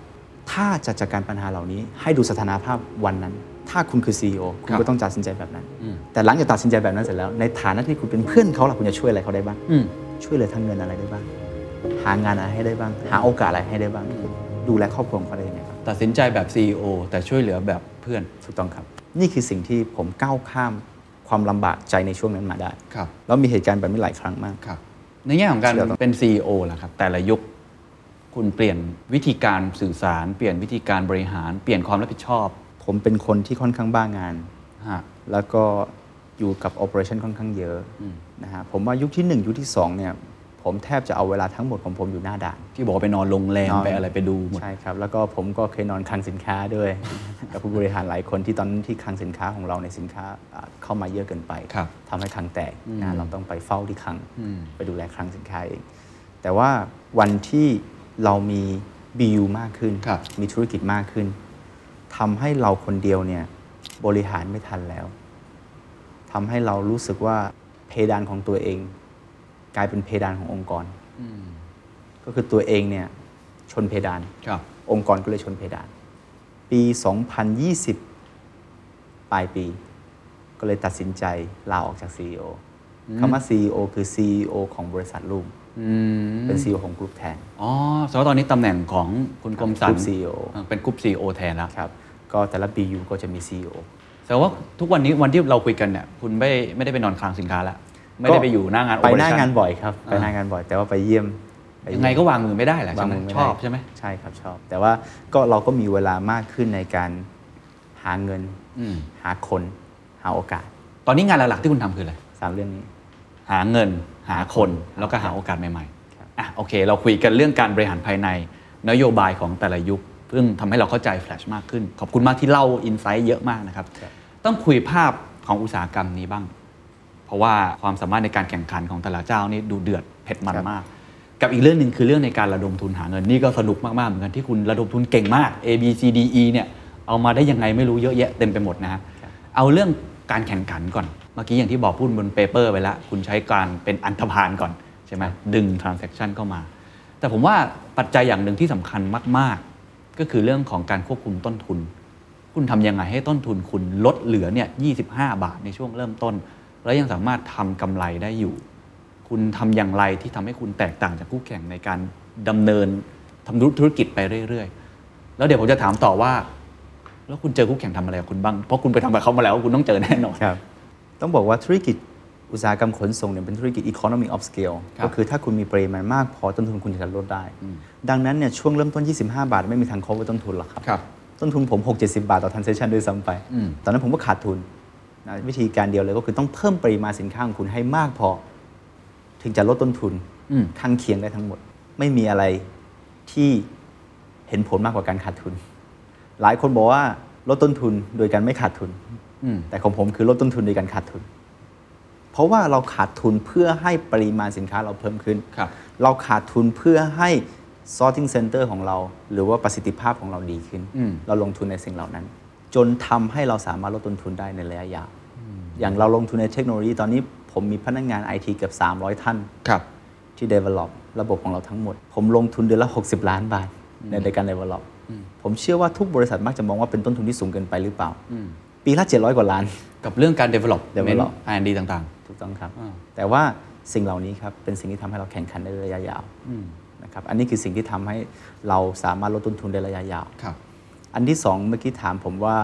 [SPEAKER 4] ถ้าจะจัดการปัญหาเหล่านี้ให้ดูสถานภาพวันนั้น ถ้าคุณคือ CEO คุ
[SPEAKER 5] ค
[SPEAKER 4] ณ
[SPEAKER 5] รับ
[SPEAKER 4] ก็ต้องตัดสินใจแบบนั้น แต่หลังจากตัดสินใจแบบนั้นเสร็จแล้ว ในฐานะที่คุณเป็นเพื่อนเขาล่ะคุณจะช่วยอะไรเขาได้บ้าง
[SPEAKER 5] อืม
[SPEAKER 4] ช่วยเหลือทางเงินอะไรได้บ้าง หางานอะไรให้ได้บ้าง หาโอกาสอะไรให้ได้บ้าง ดูแลครอบครัวของเขาได้ยังไงครับ
[SPEAKER 5] ตัดสินใจแบบ CEO แต่ช่วยเหลือแบบเพื่อน
[SPEAKER 4] ถูกต้องครับ นี่คือสิ่งที่ผมก้าวข้ามความลำบากใจในช่วงนั้นมาได้
[SPEAKER 5] ครับ
[SPEAKER 4] แล้วมีเหตุการณ์แบบนี้หลายครั้งมาก
[SPEAKER 5] ครับ ในแง่ของการเป็น CEO ล่ะครับ แต่ละยุค คุณเปลี่ยนวิธีการสื่อสาร เปลี่ยนวิธีการบริหาร เปลี่ยนความรับผิดชอบ
[SPEAKER 4] ผมเป็นคนที่ค่อนข้างบ้างาน
[SPEAKER 5] ฮะ
[SPEAKER 4] แล้วก็อยู่กับโอ e r a t i o n ค่อนข้างเยอะ
[SPEAKER 5] อืม
[SPEAKER 4] นะฮะผมว่ายุคที่ 1 ยุคที่ 2 เนี่ย ผมแทบจะเอาเวลาทั้งหมดของผมอยู่หน้าด่าน
[SPEAKER 5] ที่บอกว่าไปนอนโรงแรม
[SPEAKER 4] นอน
[SPEAKER 5] ไปอะไรไปดูหมด
[SPEAKER 4] ใช่ครับ แล้วก็ผมก็เคยนอนคลังสินค้าด้วย กับผู้บริหารหลายคนที่ตอนนั้นที่คลังสินค้าของเราในยสินค้าอ่าเข้ามาเยอะเกินไป
[SPEAKER 5] ครับ
[SPEAKER 4] ทำให้คลังแตกนะเราต้องไปเฝ้าที่คลัง
[SPEAKER 5] อืม
[SPEAKER 4] ไปดูแลคลังสินค้าเอง แต่ว่าวันที่เรามี BU มากขึ้น
[SPEAKER 5] ครับ
[SPEAKER 4] มีธุรกิจมากขึ้นทำให้เราคนเดียวเนี่ยบริหารไม่ทันแล้วทำให้เรารู้สึกว่าเพดานของตัวเอง กลายเป็นเพดานขององค์กร ก็คือตัวเองเนี่ยชนเพดาน
[SPEAKER 5] ครับ
[SPEAKER 4] องค์กรก็เลยชนเพดาน ปี 2020 ปลายปี ก็เลยตัดสินใจลาออกจาก CEO คำว่า CEO คือ CEO ของบริษัทลูก
[SPEAKER 5] อืม
[SPEAKER 4] เป็น CEO ของกลุ่มแทน
[SPEAKER 5] อ๋อแสดงว่าตอนนี้ตำแหน่งของคุณกรมสร
[SPEAKER 4] ก
[SPEAKER 5] ร
[SPEAKER 4] รุ๊ป CEO
[SPEAKER 5] เออเป็นกรุ๊ปซีโอแทนแล้ว
[SPEAKER 4] ครับ ก็แต่ละ BU ก็จะมี CEO
[SPEAKER 5] แสดงว่าทุกวันนี้วันที่เราคุยกันเนี่ยคุณไม่ไม่ได้ไปนอนคลังสินค้าแล้ว ไม่ได้ไปอยู่หน้างาน
[SPEAKER 4] ไปห
[SPEAKER 5] operation
[SPEAKER 4] น้างานบ่อยครับ ไป
[SPEAKER 5] อ่า
[SPEAKER 4] หน้างานบ่อย แต่ว่าไปเยี่ยมป
[SPEAKER 5] ยั
[SPEAKER 4] เม
[SPEAKER 5] งไงก็วางมือไม่ได้แหละใช่ไหม
[SPEAKER 4] วางมืด้
[SPEAKER 5] ชอบใช่ไหม
[SPEAKER 4] ใช่ครับชอบ แต่ว่าก็เราก็มีเวลามากขึ้นในการหาเงิน
[SPEAKER 5] อืม
[SPEAKER 4] หาคนหาโอกาส
[SPEAKER 5] ตอนนี้งานหลักๆที่คุณทำคืออะไร
[SPEAKER 4] สามเรื่องนี้
[SPEAKER 5] หาเงินหาคนแล้วก็หาโอกาสใหม่ๆอ่ะโอเค เราคุยกันเรื่องการบริหารภายใน นโยบายของแต่ละยุคเพิ่งทำให้เราเข้าใจแฟลชมากขึ้น ขอบคุณมากที่เล่าอินไซต์เยอะมากนะครับ
[SPEAKER 4] ครับ
[SPEAKER 5] ต้องคุยภาพของอุตสาหกรรมนี้บ้าง เพราะว่าความสามารถในการแข่งขันของแต่ละเจ้านี่ดูเดือดเผ็ดมันมาก กับอีกเรื่องหนึ่งคือเรื่องในการระดมทุนหาเงินนี่ก็สนุกมากๆเหมือนกันที่คุณระดมทุนเก่งมาก A B C D E เนี่ยเอามาได้ยังไงไม่รู้เยอะแยะเต็มไปหมดนะฮะเอาเรื่องการแข่งขันก่อน เมื่อกี้อย่างที่บอกพูดบนเปเปอร์ไปแล้ว คุณใช้การเป็นอันธพาลก่อนใช่ไหมดึง transaction เข้ามา แต่ผมว่าปัจจัยอย่างหนึ่งที่สำคัญมาก ๆ ก็คือเรื่องของการควบคุมต้นทุน คุณทำยังไงให้ต้นทุนคุณลดเหลือเนี่ย25 บาทในช่วงเริ่มต้น แล้วยังสามารถทำกำไรได้อยู่ คุณทำอย่างไรที่ทำให้คุณแตกต่างจากคู่แข่งในการดำเนินทำธุรกิจไปเรื่อยๆ แล้วเดี๋ยวผมจะถามต่อว่า แล้วคุณเจอคู่แข่งทำอะไรกับคุณบ้าง เพราะคุณไปทำกับเขามาแล้วคุณต้องเจอแน่นอน
[SPEAKER 4] ครับ ต้องบอกว่าธุรกิจ อุตสาหกรรมขนส่งเนี่ยเป็นธุรกิจ economy of scale
[SPEAKER 5] ครับ
[SPEAKER 4] ก็คือถ้าคุณมีปริมาณมากพอต้นทุนคุณจะลดได้ ดังนั้นเนี่ยช่วงเริ่มต้น 25 บาท ไม่มีทาง cover ต้นทุนหรอกครับ
[SPEAKER 5] ครับ
[SPEAKER 4] ต้นทุนผม 6 70 บาทต่อ transaction ด้วยซ้ำไป
[SPEAKER 5] อืม
[SPEAKER 4] ตอนนั้นผมก็ขาดทุนนะวิธีการเดียวเลยก็คือต้องเพิ่มปริมาณสินค้าของคุณให้มากพอ ถึงจะลดต้นทุน
[SPEAKER 5] อืม
[SPEAKER 4] ข้างเคียงได้ทั้งหมด ไม่มีอะไรที่เห็นผลมากกว่าการขาดทุน หลายคนบอกว่าลดต้นทุนโดยการไม่ขาดทุน
[SPEAKER 5] อืม
[SPEAKER 4] แต่ของผมคือลดต้นทุนในการขาดทุน เพราะว่าเราขาดทุนเพื่อให้ปริมาณสินค้าเราเพิ่มขึ้น
[SPEAKER 5] ครับ
[SPEAKER 4] เราขาดทุนเพื่อให้ sorting center ของเรา หรือว่าประสิทธิภาพของเราดีขึ้น
[SPEAKER 5] อืม
[SPEAKER 4] เราลงทุนในสิ่งเหล่านั้น จนทำให้เราสามารถลดต้นทุนได้ในระยะยาว อย่างเราลงทุนในเทคโนโลยีตอนนี้ผมมีพนักงงาน IT เกือบ300 ท่าน
[SPEAKER 5] ครับ
[SPEAKER 4] ที่ develop ระบบของเราทั้งหมด ผมลงทุนเดือนละ 60 ล้านบาท ในในการ develop ผมเชื่อว่าทุกบริษัทมักจะมองว่าเป็นต้นทุนที่สูงเกินไปหรือเปล่า ปีละ 700 กว่าล้าน
[SPEAKER 5] กับเรื่องการ develop
[SPEAKER 4] develop
[SPEAKER 5] R&D ต่าง
[SPEAKER 4] ถูกต้องครับ
[SPEAKER 5] อ่า
[SPEAKER 4] แต่ว่าสิ่งเหล่านี้ครับ เป็นสิ่งที่ทำให้เราแข่งขันในระยะยาวนะครับอันนี้คือสิ่งที่ทำให้เราสามารถลดต้นทุนในระยะยาว
[SPEAKER 5] ๆ ครับ
[SPEAKER 4] อันที่สองเมื่อกี้ถามผมว่า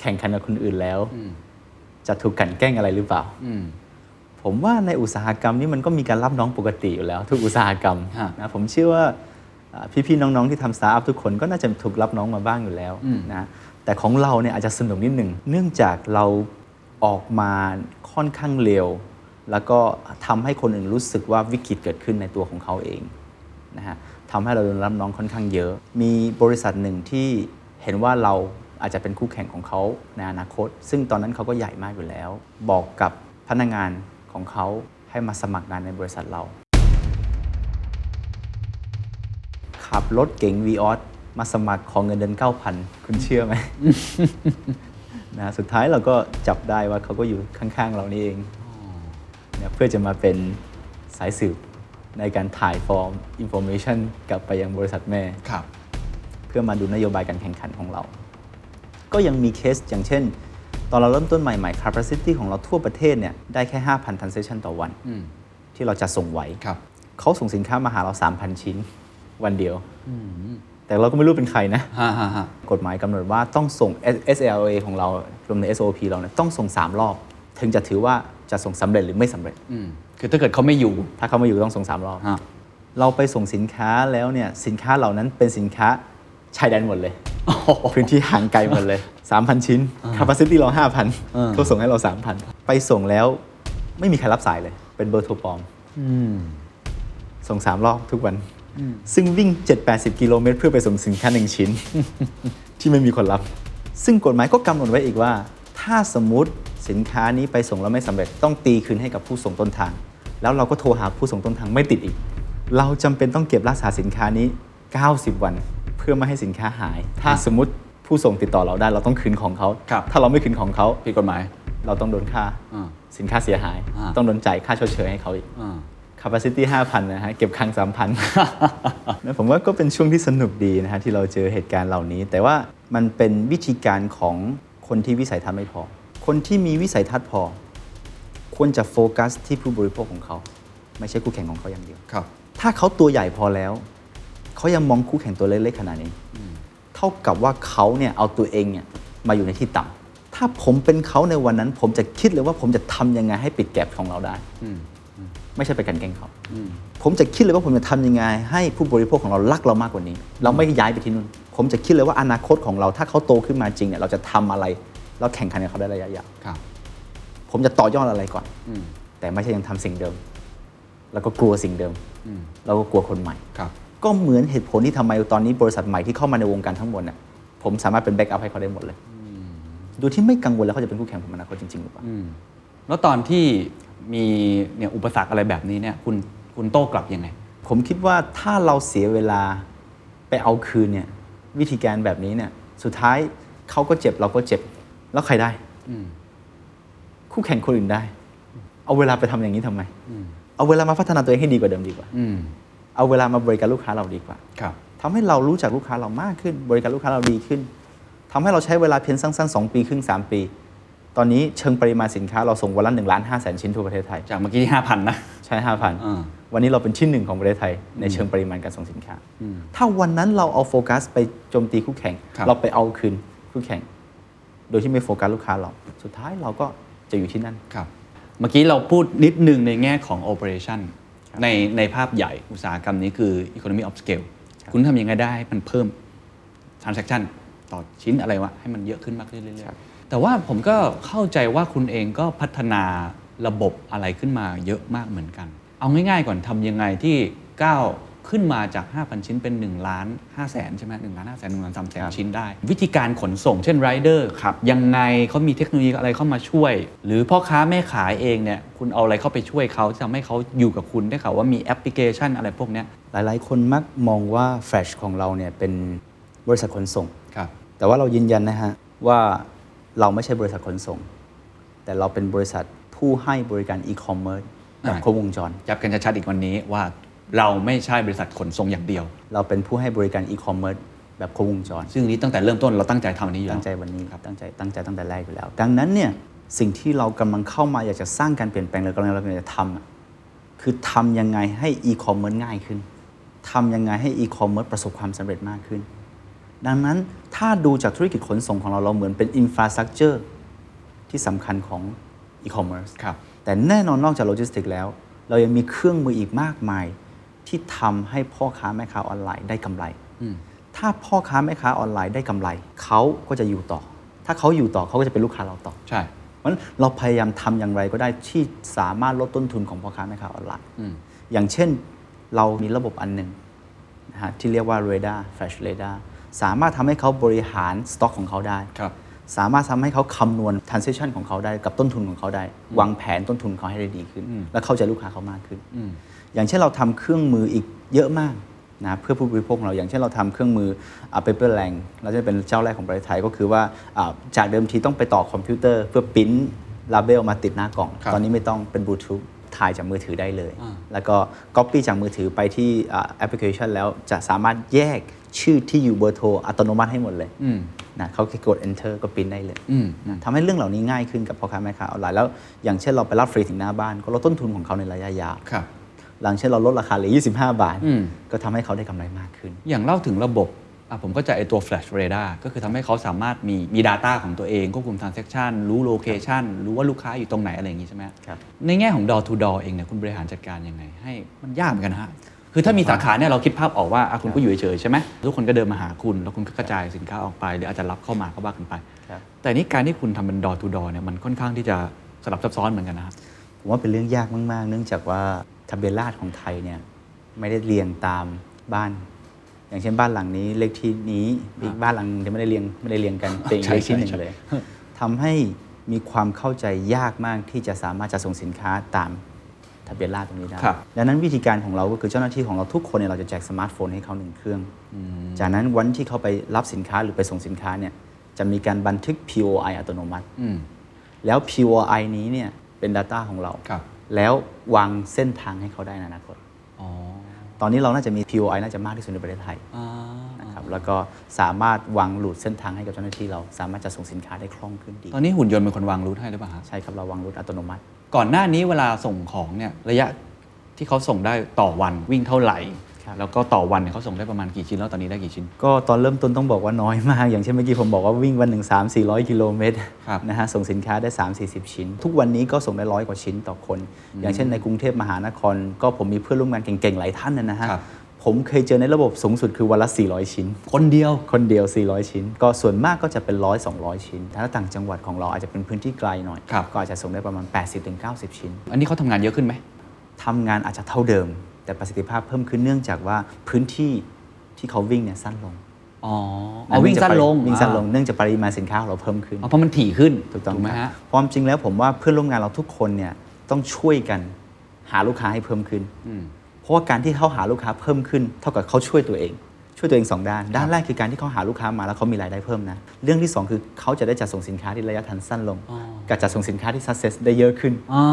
[SPEAKER 4] แข่งขันกับคนอื่นแล้ว จะถูกกลันแกล้งอะไรหรือเปล่า
[SPEAKER 5] อืม
[SPEAKER 4] ผมว่าในอุตสาหกรรมนี้มันก็มีการรับน้องปกติอยู่แล้ว ทุกอุตสาหกรรม
[SPEAKER 5] ฮะ
[SPEAKER 4] นะผมเชื่อว่าอ่าพี่ๆน้องๆที่ทำสตาร์ทอัพทุกคนก็น่าจะถูกรับน้องมาบ้างอยู่แล้ว
[SPEAKER 5] อืม
[SPEAKER 4] นะแต่ของเราเนี่ยอาจจะสนุกนิดหนึ่งเนื่องจากเราออกมาค่อนข้างเร็ว แล้วก็ทำให้คนอื่นรู้สึกว่าวิกฤตเกิดขึ้นในตัวของเขาเองนะฮะทำให้เราโดนรับน้องค่อนข้างเยอะ มีบริษัทหนึ่งที่เห็นว่าเราอาจจะเป็นคู่แข่งของเขาในอนาคต ซึ่งตอนนั้นเขาก็ใหญ่มากอยู่แล้ว บอกกับพนักงานของเขาให้มาสมัครงานในบริษัทเรา ขับรถเก๋ง v ีออสมาสมัครของเงินเดือน9,000 คุณเชื่อไหม นะสุดท้ายเราก็จับได้ว่าเขาก็อยู่ข้างๆเรานี่เองนะเพื่อจะมาเป็นสายสืบในการถ่ายฟอร์มอินโฟ a t i o n กลับไปยังบริษัทแม่
[SPEAKER 5] ครับ
[SPEAKER 4] เพื่อมาดูนโยบายการแข่งขันของเรา ก็ยังมีเคสอย่างเช่น ตอนเราเริ่มต้นใหม่ๆ capacity ของเราทั่วประเทศเนี่ยได้แค่ 5,000 transaction ต่อวัน
[SPEAKER 5] อืม
[SPEAKER 4] ที่เราจะส่งไหว
[SPEAKER 5] ครับ
[SPEAKER 4] เขาส่งสินค้ามาหาเรา 3,000 ชิ้นวันเดียว แต่เราก็ไม่รู้เป็นใครนะ
[SPEAKER 5] ฮ่าฮ่าฮ่าก
[SPEAKER 4] ฎหมายกำหนดว่าต้องส่ง SLA ของเรารวมใน SOP เราเนี่ยต้องส่ง 3 รอบ ถึงจะถือว่าจะส่งสำเร็จหรือไม่สำเร็จ
[SPEAKER 5] อืม คือถ้าเกิดเขาไม่อยู่
[SPEAKER 4] ถ้าเขามาอยู่ต้องส่ง 3 รอบ
[SPEAKER 5] ฮะ
[SPEAKER 4] เราไปส่งสินค้าแล้วเนี่ยสินค้าเหล่านั้นเป็นสินค้าชายแดนหมดเลย พื้นที่ห่างไกลหมดเลย 3,000 ชิ้น capacity เรา
[SPEAKER 5] อ่า
[SPEAKER 4] 5,000เขาส่งให้เรา 3,000 ไปส่งแล้วไม่มีใครรับสายเลย เป็นเบอร์โทรปลอม
[SPEAKER 5] อืม
[SPEAKER 4] ส่งสามรอบทุกวัน ซึ่งวิ่ง 7-80 กิโลเมตรเพื่อไปส่งสินค้าหนึ่งชิ้น ที่ไม่มีคนรับ ซึ่งกฎหมายก็กำหนดไว้อีกว่า ถ้าสมมติสินค้านี้ไปส่งแล้วไม่สำเร็จต้องตีคืนให้กับผู้ส่งต้นทาง แล้วเราก็โทรหาผู้ส่งต้นทางไม่ติดอีก เราจำเป็นต้องเก็บรักษาสินค้านี้ 90 วัน เพื่อไม่ให้สินค้าหาย ถ้าสมมติผู้ส่งติดต่อเราได้เราต้องคืนของเขา
[SPEAKER 5] ครับ
[SPEAKER 4] ถ้าเราไม่คืนของเขา
[SPEAKER 5] ผิดกฎหมาย
[SPEAKER 4] เราต้องโดนค่า
[SPEAKER 5] อ่า
[SPEAKER 4] สินค้าเสียหาย
[SPEAKER 5] อ่า
[SPEAKER 4] ต้องโดนจ่ายค่าชดเชยให้เขาอีก
[SPEAKER 5] อ่า
[SPEAKER 4] capacity 5,000 นะฮ ะ เก็บคลัง 3,000 นะผมว่าก็เป็นช่วงที่สนุกดีนะฮะ ที่เราเจอเหตุการณ์เหล่านี้ แต่ว่ามันเป็นวิธีการของคนที่วิสัยทัศน์ไม่พอ คนที่มีวิสัยทัศน์พอ ควรจะโฟกัสที่ผู้บริโภคของเขา ไม่ใช่คู่แข่งของเขาอย่างเดียว
[SPEAKER 5] ครับ
[SPEAKER 4] ถ้าเขาตัวใหญ่พอแล้ว เขายังมองคู่แข่งตัวเล็กๆขนาดนี้ เท่ากับว่าเขาเนี่ยเอาตัวเองเนี่ยมาอยู่ในที่ต่ำถ้าผมเป็นเขาในวันนั้น ผมจะคิดเลยว่าผมจะทำยังไงให้ปิดแกลบของเราได้
[SPEAKER 5] อืม
[SPEAKER 4] ไม่ใช่ไปกลันแกล้งเขา ผมจะคิดเลยว่าผมจะทำยังไง ให้ผู้บริโภคของเรารักเรามากกว่านี้ เราไม่ย้ายไปที่นู่น ผมจะคิดเลยว่าอนาคตของเราถ้าเขาโตขึ้นมาจริงเนี่ยเราจะทำอะไร เราแข่งขันกับเขาได้ระยะยาว
[SPEAKER 5] ครับ
[SPEAKER 4] ผมจะต่อยอดอะไรก่อน
[SPEAKER 5] อืม
[SPEAKER 4] แต่ไม่ใช่ยังทำสิ่งเดิม แล้วก็กลัวสิ่งเดิม
[SPEAKER 5] อืม
[SPEAKER 4] แล้วก็กลัวคนใหม่
[SPEAKER 5] ครับ
[SPEAKER 4] ก็เหมือนเหตุผลที่ทำไมตอนนี้บริษัทใหม่ที่เข้ามาในวงการทั้งหมดเนี่ยผมสามารถเป็นแบ็กอัพให้เขาได้หมดเลย โดยที่ไม่กังวลแล้วเขาจะเป็นคู่แข่งผมในอนาคตจริงๆหรือเปล่า
[SPEAKER 5] อืม แล้วตอนที่มีเนี่ยอุปสรรคอะไรแบบนี้เนี่ย คุณคุณโต้กลับยังไง
[SPEAKER 4] ผมคิดว่าถ้าเราเสียเวลาไปเอาคืนเนี่ยวิธีการแบบนี้เนี่ยสุดท้ายเขาก็เจ็บเราก็เจ็บ แล้วใครได้
[SPEAKER 5] อืม
[SPEAKER 4] คู่แข่งคนอื่นได้ เอาเวลาไปทำอย่างนี้ทำไม
[SPEAKER 5] อืม
[SPEAKER 4] เอาเวลามาพัฒนาตัวเองให้ดีกว่าเดิมดีกว่า
[SPEAKER 5] อืม
[SPEAKER 4] เอาเวลามาบริการลูกค้าเราดีกว่า
[SPEAKER 5] ครับ
[SPEAKER 4] ทำให้เรารู้จักลูกค้าเรามากขึ้น บริการลูกค้าเราดีขึ้นทำให้เราใช้เวลาเพียงสั้นๆสองปีครึ่งสามปี ตอนนี้เชิงปริมาณสินค้าเราส่งวันละหนึ่งล้านห้าแสนชิ้นทั่วประเทศไทย
[SPEAKER 5] จากเมื่อกี้ที่ห้าพันนะ
[SPEAKER 4] ใช้ห้าพัน
[SPEAKER 5] อ่า
[SPEAKER 4] วันนี้เราเป็นที่หนึ่งของประเทศไทยในเชิงปริมาณการส่งสินค้า ถ้าวันนั้นเราเอาโฟกัสไปโจมตีคู่แข่ง
[SPEAKER 5] ครับ
[SPEAKER 4] เราไปเอาคืนคู่แข่ง โดยที่ไม่โฟกัสลูกค้าเรา สุดท้ายเราก็จะอยู่ที่นั่น
[SPEAKER 5] ครับ เมื่อกี้เราพูดนิดนึงในแง่ของ operation ในในภาพใหญ่อุตสาหกรรมนี้คือ economy of scale คุณทำยังไงได้ให้มันเพิ่ม transaction ต่อชิ้นอะไรวะ ให้มันเยอะขึ้นมากเรื่อย
[SPEAKER 4] ครับ
[SPEAKER 5] ๆแต่ว่าผมก็เข้าใจว่าคุณเองก็พัฒนาระบบอะไรขึ้นมาเยอะมากเหมือนกัน เอาง่ายๆก่อนทำยังไงที่ก้าวขึ้นมาจาก 5,000 ชิ้นเป็น 1 ล้าน5แสนใช่ไหม1ล้าน5แสน1ล้าน3แสนชิ้นได้ วิธีการขนส่งเช่นไรเดอร์ครับยังไงเขามีเทคโนโลยีอะไรเข้ามาช่วย หรือพ่อค้าแม่ขายเองเนี่ยคุณเอาอะไรเข้าไปช่วยเขาทำให้เขาอยู่กับคุณได้ข่าวว่ามีแอปพลิเคชันอะไรพวกเนี้ย
[SPEAKER 4] หลายๆ คนมักมองว่าแฟลชของเราเนี่ยเป็นบริษัทขนส่ง
[SPEAKER 5] ครับ
[SPEAKER 4] แต่ว่าเรายืนยันนะฮะ ว่าเราไม่ใช่บริษัทขนส่ง แต่เราเป็นบริษัทผู้ให้บริการอีคอมเมิร์ซแบบครบวงจร
[SPEAKER 5] จับกันชัดๆอีกวันนี้ว่าเราไม่ใช่บริษัทขนส่งอย่างเดียว
[SPEAKER 4] เราเป็นผู้ให้บริการอีคอมเมิร์ซแบบครบวงจร
[SPEAKER 5] ซึ่งนี้ตั้งแต่เริ่มต้นเราตั้งใจทำอันนี้อยู่แล้ว
[SPEAKER 4] ตั้งใจวันนี้
[SPEAKER 5] ครับ
[SPEAKER 4] ตั้งใจตั้งใจตั้งแต่แรกอยู่แล้ว ดังนั้นเนี่ยสิ่งที่เรากำลังเข้ามาอยากจะสร้างการเปลี่ยนแปลงหรือกำลังเรากำลังจะทำอะคือทำยังไงให้อีคอมเมิร์ซง่ายขึ้นทำยังไงให้อีคอมเมิร์ซประสบความสำเร็จมากขึ้น ดังนั้นถ้าดูจากธุรกิจขนส่งของเราเราเหมือนเป็นอินฟราสตรักเจอร์ที่สำคัญของอีคอมเมิร์ซ
[SPEAKER 5] ครับ
[SPEAKER 4] แต่แน่นอนนอกจากโลจิสติกส์แล้ว เรายังมีเครื่องมืออีกมากมาย ที่ทำให้พ่อค้าแม่ค้าออนไลน์ได้กำไร
[SPEAKER 5] อืม
[SPEAKER 4] ถ้าพ่อค้าแม่ค้าออนไลน์ได้กำไร เขาก็จะอยู่ต่อ ถ้าเขาอยู่ต่อเขาก็จะเป็นลูกค้าเราต่อ
[SPEAKER 5] ใช่
[SPEAKER 4] เพราะฉะนั้นเราพยายามทำอย่างไรก็ได้ที่สามารถลดต้นทุนของพ่อค้าแม่ค้าออนไลน์
[SPEAKER 5] อืม
[SPEAKER 4] อย่างเช่นเรามีระบบอันหนึ่งนะฮะที่เรียกว่า r a d a r Flash r a d a r สามารถทำให้เขาบริหารสต็อกของเขาได้
[SPEAKER 5] ครับ
[SPEAKER 4] สามารถทำให้เขาคำนวณ transition ของเขาได้กับต้นทุนของเขาได้ วางแผนต้นทุนเขาให้ได้ดีขึ้น
[SPEAKER 5] อืม
[SPEAKER 4] และเข้าใจลูกค้าเขามากขึ้น
[SPEAKER 5] อืม
[SPEAKER 4] อย่างเช่นเราทำเครื่องมืออีกเยอะมากนะเพื่อผู้บริโภคของเราอย่างเช่นเราทำเครื่องมืออ่า paper lang เราจะเป็นเจ้าแรกของประเทศไทยก็คือว่าอ่าจากเดิมทีต้องไปต่อคอมพิวเตอร์ เพื่อปริ้นลาเบลมาติดหน้ากล่อง
[SPEAKER 5] ครับ
[SPEAKER 4] ตอนนี้ไม่ต้องเป็นบลูทูธถ่ายจากมือถือได้เลย
[SPEAKER 5] อ่า
[SPEAKER 4] แล้วก็ Copy จากมือถือไปที่แอปพลิเคชันแล้วจะสามารถแยกชื่อที่อยู่เบอร์โทรอัตโนมัติให้หมดเลย
[SPEAKER 5] อืม
[SPEAKER 4] นะเขาแค่กด enter ก็ปริ้นได้เลย
[SPEAKER 5] อืม
[SPEAKER 4] นะทำให้เรื่องเหล่านี้ง่ายขึ้นกับพ่อค้าแม่ค้าออนไลน์แล้ว อย่างเช่นเราไปรับฟรีถึงหน้าบ้าน ก็ลดต้นทุนของเขาในระยะยาว
[SPEAKER 5] ครับ
[SPEAKER 4] หลังเช่นเราลดราคาเหลือ 25 บาท
[SPEAKER 5] อืม
[SPEAKER 4] ก็ทำให้เขาได้กำไรมากขึ้น
[SPEAKER 5] อย่างเล่าถึงระบบอ่ะผมก็จะไอตัว Flash Radar ก็คือทำให้เขาสามารถมีมี Data ของตัวเองควบคุม Transaction รู้ Location รู้ว่าลูกค้าอยู่ตรงไหนอะไรอย่างนี้ใช่ไหม
[SPEAKER 4] ครับ
[SPEAKER 5] ในแง่ของ Door to Door เองเนี่ยคุณบริหารจัดการยังไง ให้มันยากเหมือนกันนะฮะ คือถ้ามีสาขาเนี่ยเราคิดภาพออกว่าอ่ะคุณก็อยู่เฉยๆใช่ไหมทุกคนก็เดินมาหาคุณแล้วคุณก็กระจายสินค้าออกไป หรืออาจจะรับเข้ามาก็ว่ากันไป
[SPEAKER 4] ครับ
[SPEAKER 5] แต่นี่การที่คุณทำเป็น Door to Door เนี่ยมันค่อนข้างที่จะสลับซับซ้อนเหมือนกันนะฮะ
[SPEAKER 4] ผมว่าเป็นเรื่องยากมาก ๆ เนื่องจากว่าทะเบียนราษฎรของไทยเนี่ยไม่ได้เรียงตามบ้าน อย่างเช่นบ้านหลังนี้เลขที่นี้อีกบ้านหลังจะไม่ได้เรียงไม่ได้เรียงกันเป็นอีก
[SPEAKER 5] ใช่
[SPEAKER 4] เลขที่หนึ่ง
[SPEAKER 5] ใช่
[SPEAKER 4] เลยทำให้มีความเข้าใจยากมากที่จะสามารถจะส่งสินค้าตามทะเบียนราษฎรตรงนี้ได้
[SPEAKER 5] ครับ
[SPEAKER 4] ดังนั้นวิธีการของเราก็คือเจ้าหน้าที่ของเราทุกคนเนี่ยเราจะแจกสมาร์ทโฟนให้เขาหนึ่งเครื่อง จากนั้นวันที่เขาไปรับสินค้าหรือไปส่งสินค้าเนี่ยจะมีการบันทึก POI อัตโนมัติ
[SPEAKER 5] อืม
[SPEAKER 4] แล้ว POI นี้เนี่ยเป็น Data ของเรา
[SPEAKER 5] ครับ
[SPEAKER 4] แล้ววางเส้นทางให้เขาได้ในอนาคต
[SPEAKER 5] อ๋อ
[SPEAKER 4] ตอนนี้เราน่าจะมี POI น่าจะมากที่สุดในประเทศไทย
[SPEAKER 5] อ่า
[SPEAKER 4] นะครับ แล้วก็สามารถวางหลุดเส้นทางให้กับเจ้าหน้าที่เรา สามารถจะส่งสินค้าได้คล่องขึ้นดี
[SPEAKER 5] ตอนนี้หุ่นยนต์เป็นคนวางรูทให้หรือเปล่าฮะ
[SPEAKER 4] ใช่ครับเราวางหลุดอัตโนมัติ
[SPEAKER 5] ก่อนหน้านี้เวลาส่งของเนี่ยระยะที่เขาส่งได้ต่อวันวิ่งเท่าไหร่
[SPEAKER 4] ครับ
[SPEAKER 5] แล้วก็ต่อวันเนี่ยเขาส่งได้ประมาณกี่ชิ้นแล้วตอนนี้ได้กี่ชิ้น
[SPEAKER 4] ก็ตอนเริ่มต้นต้องบอกว่าน้อยมาก อย่างเช่นเมื่อกี้ผมบอกว่าวิ่งวันหนึ่งสามสี่ร้อยกิโลเมตร
[SPEAKER 5] ครับ
[SPEAKER 4] นะฮะส่งสินค้าได้ 3 4 0 ชิ้น ทุกวันนี้ก็ส่งได้ร้อยกว่าชิ้นต่อคน อย่างเช่นในกรุงเทพมหานคร ก็ผมมีเพื่อนร่วมงานเก่งๆหลายท่านนะนะฮะ
[SPEAKER 5] ครับ
[SPEAKER 4] ผมเคยเจอในระบบสูงสุดคือวันละ400 ชิ้น
[SPEAKER 5] คนเดียว
[SPEAKER 4] คนเดียว 400 ชิ้น ก็ส่วนมากก็จะเป็น 100 200 ชิ้น ถ้าต่างจังหวัดของเราอาจจะเป็นพื้นที่ไกลหน่อย
[SPEAKER 5] ครับ
[SPEAKER 4] ก็อาจจะส่งได้ประมาณ 80-90 ชิ้น
[SPEAKER 5] อันนี้เขาทำงานเยอะขึ้นไหม
[SPEAKER 4] ทำงานอาจจะเท่าเดิม แต่ประสิทธิภาพเพิ่มขึ้นเนื่องจากว่าพื้นที่ที่เขาวิ่งเนี่ยสั้นลง
[SPEAKER 5] อ๋อเอาวิ่งสั้นลง
[SPEAKER 4] วิ่งสั้นลง
[SPEAKER 5] อ่า
[SPEAKER 4] เนื่องจากปริมาณสินค้าของเราเพิ่มขึ้น
[SPEAKER 5] อ๋อเพราะมันถี่ขึ้น
[SPEAKER 4] ถูกต้อง
[SPEAKER 5] ไหม
[SPEAKER 4] ครั
[SPEAKER 5] ฮะ
[SPEAKER 4] บความจริงแล้วผมว่าเพื่อนร่วมงานเราทุกคนเนี่ยต้องช่วยกันหาลูกค้าให้เพิ่มขึ้น
[SPEAKER 5] อืม
[SPEAKER 4] เพราะว่าการที่เขาหาลูกค้าเพิ่มขึ้น เท่ากับเขาช่วยตัวเอง ช่วยตัวเองสองด้าน ด้านแรกคือการที่เขาหาลูกค้ามาแล้วเขามีรายได้เพิ่มนะ เรื่องที่สองคือเขาจะได้จัดส่งสินค้าที่ระยะทันสั้นลง
[SPEAKER 5] อ๋อ
[SPEAKER 4] กับจัดส่งสินค้าที่ success ได้เยอะขึ้น
[SPEAKER 5] อ่า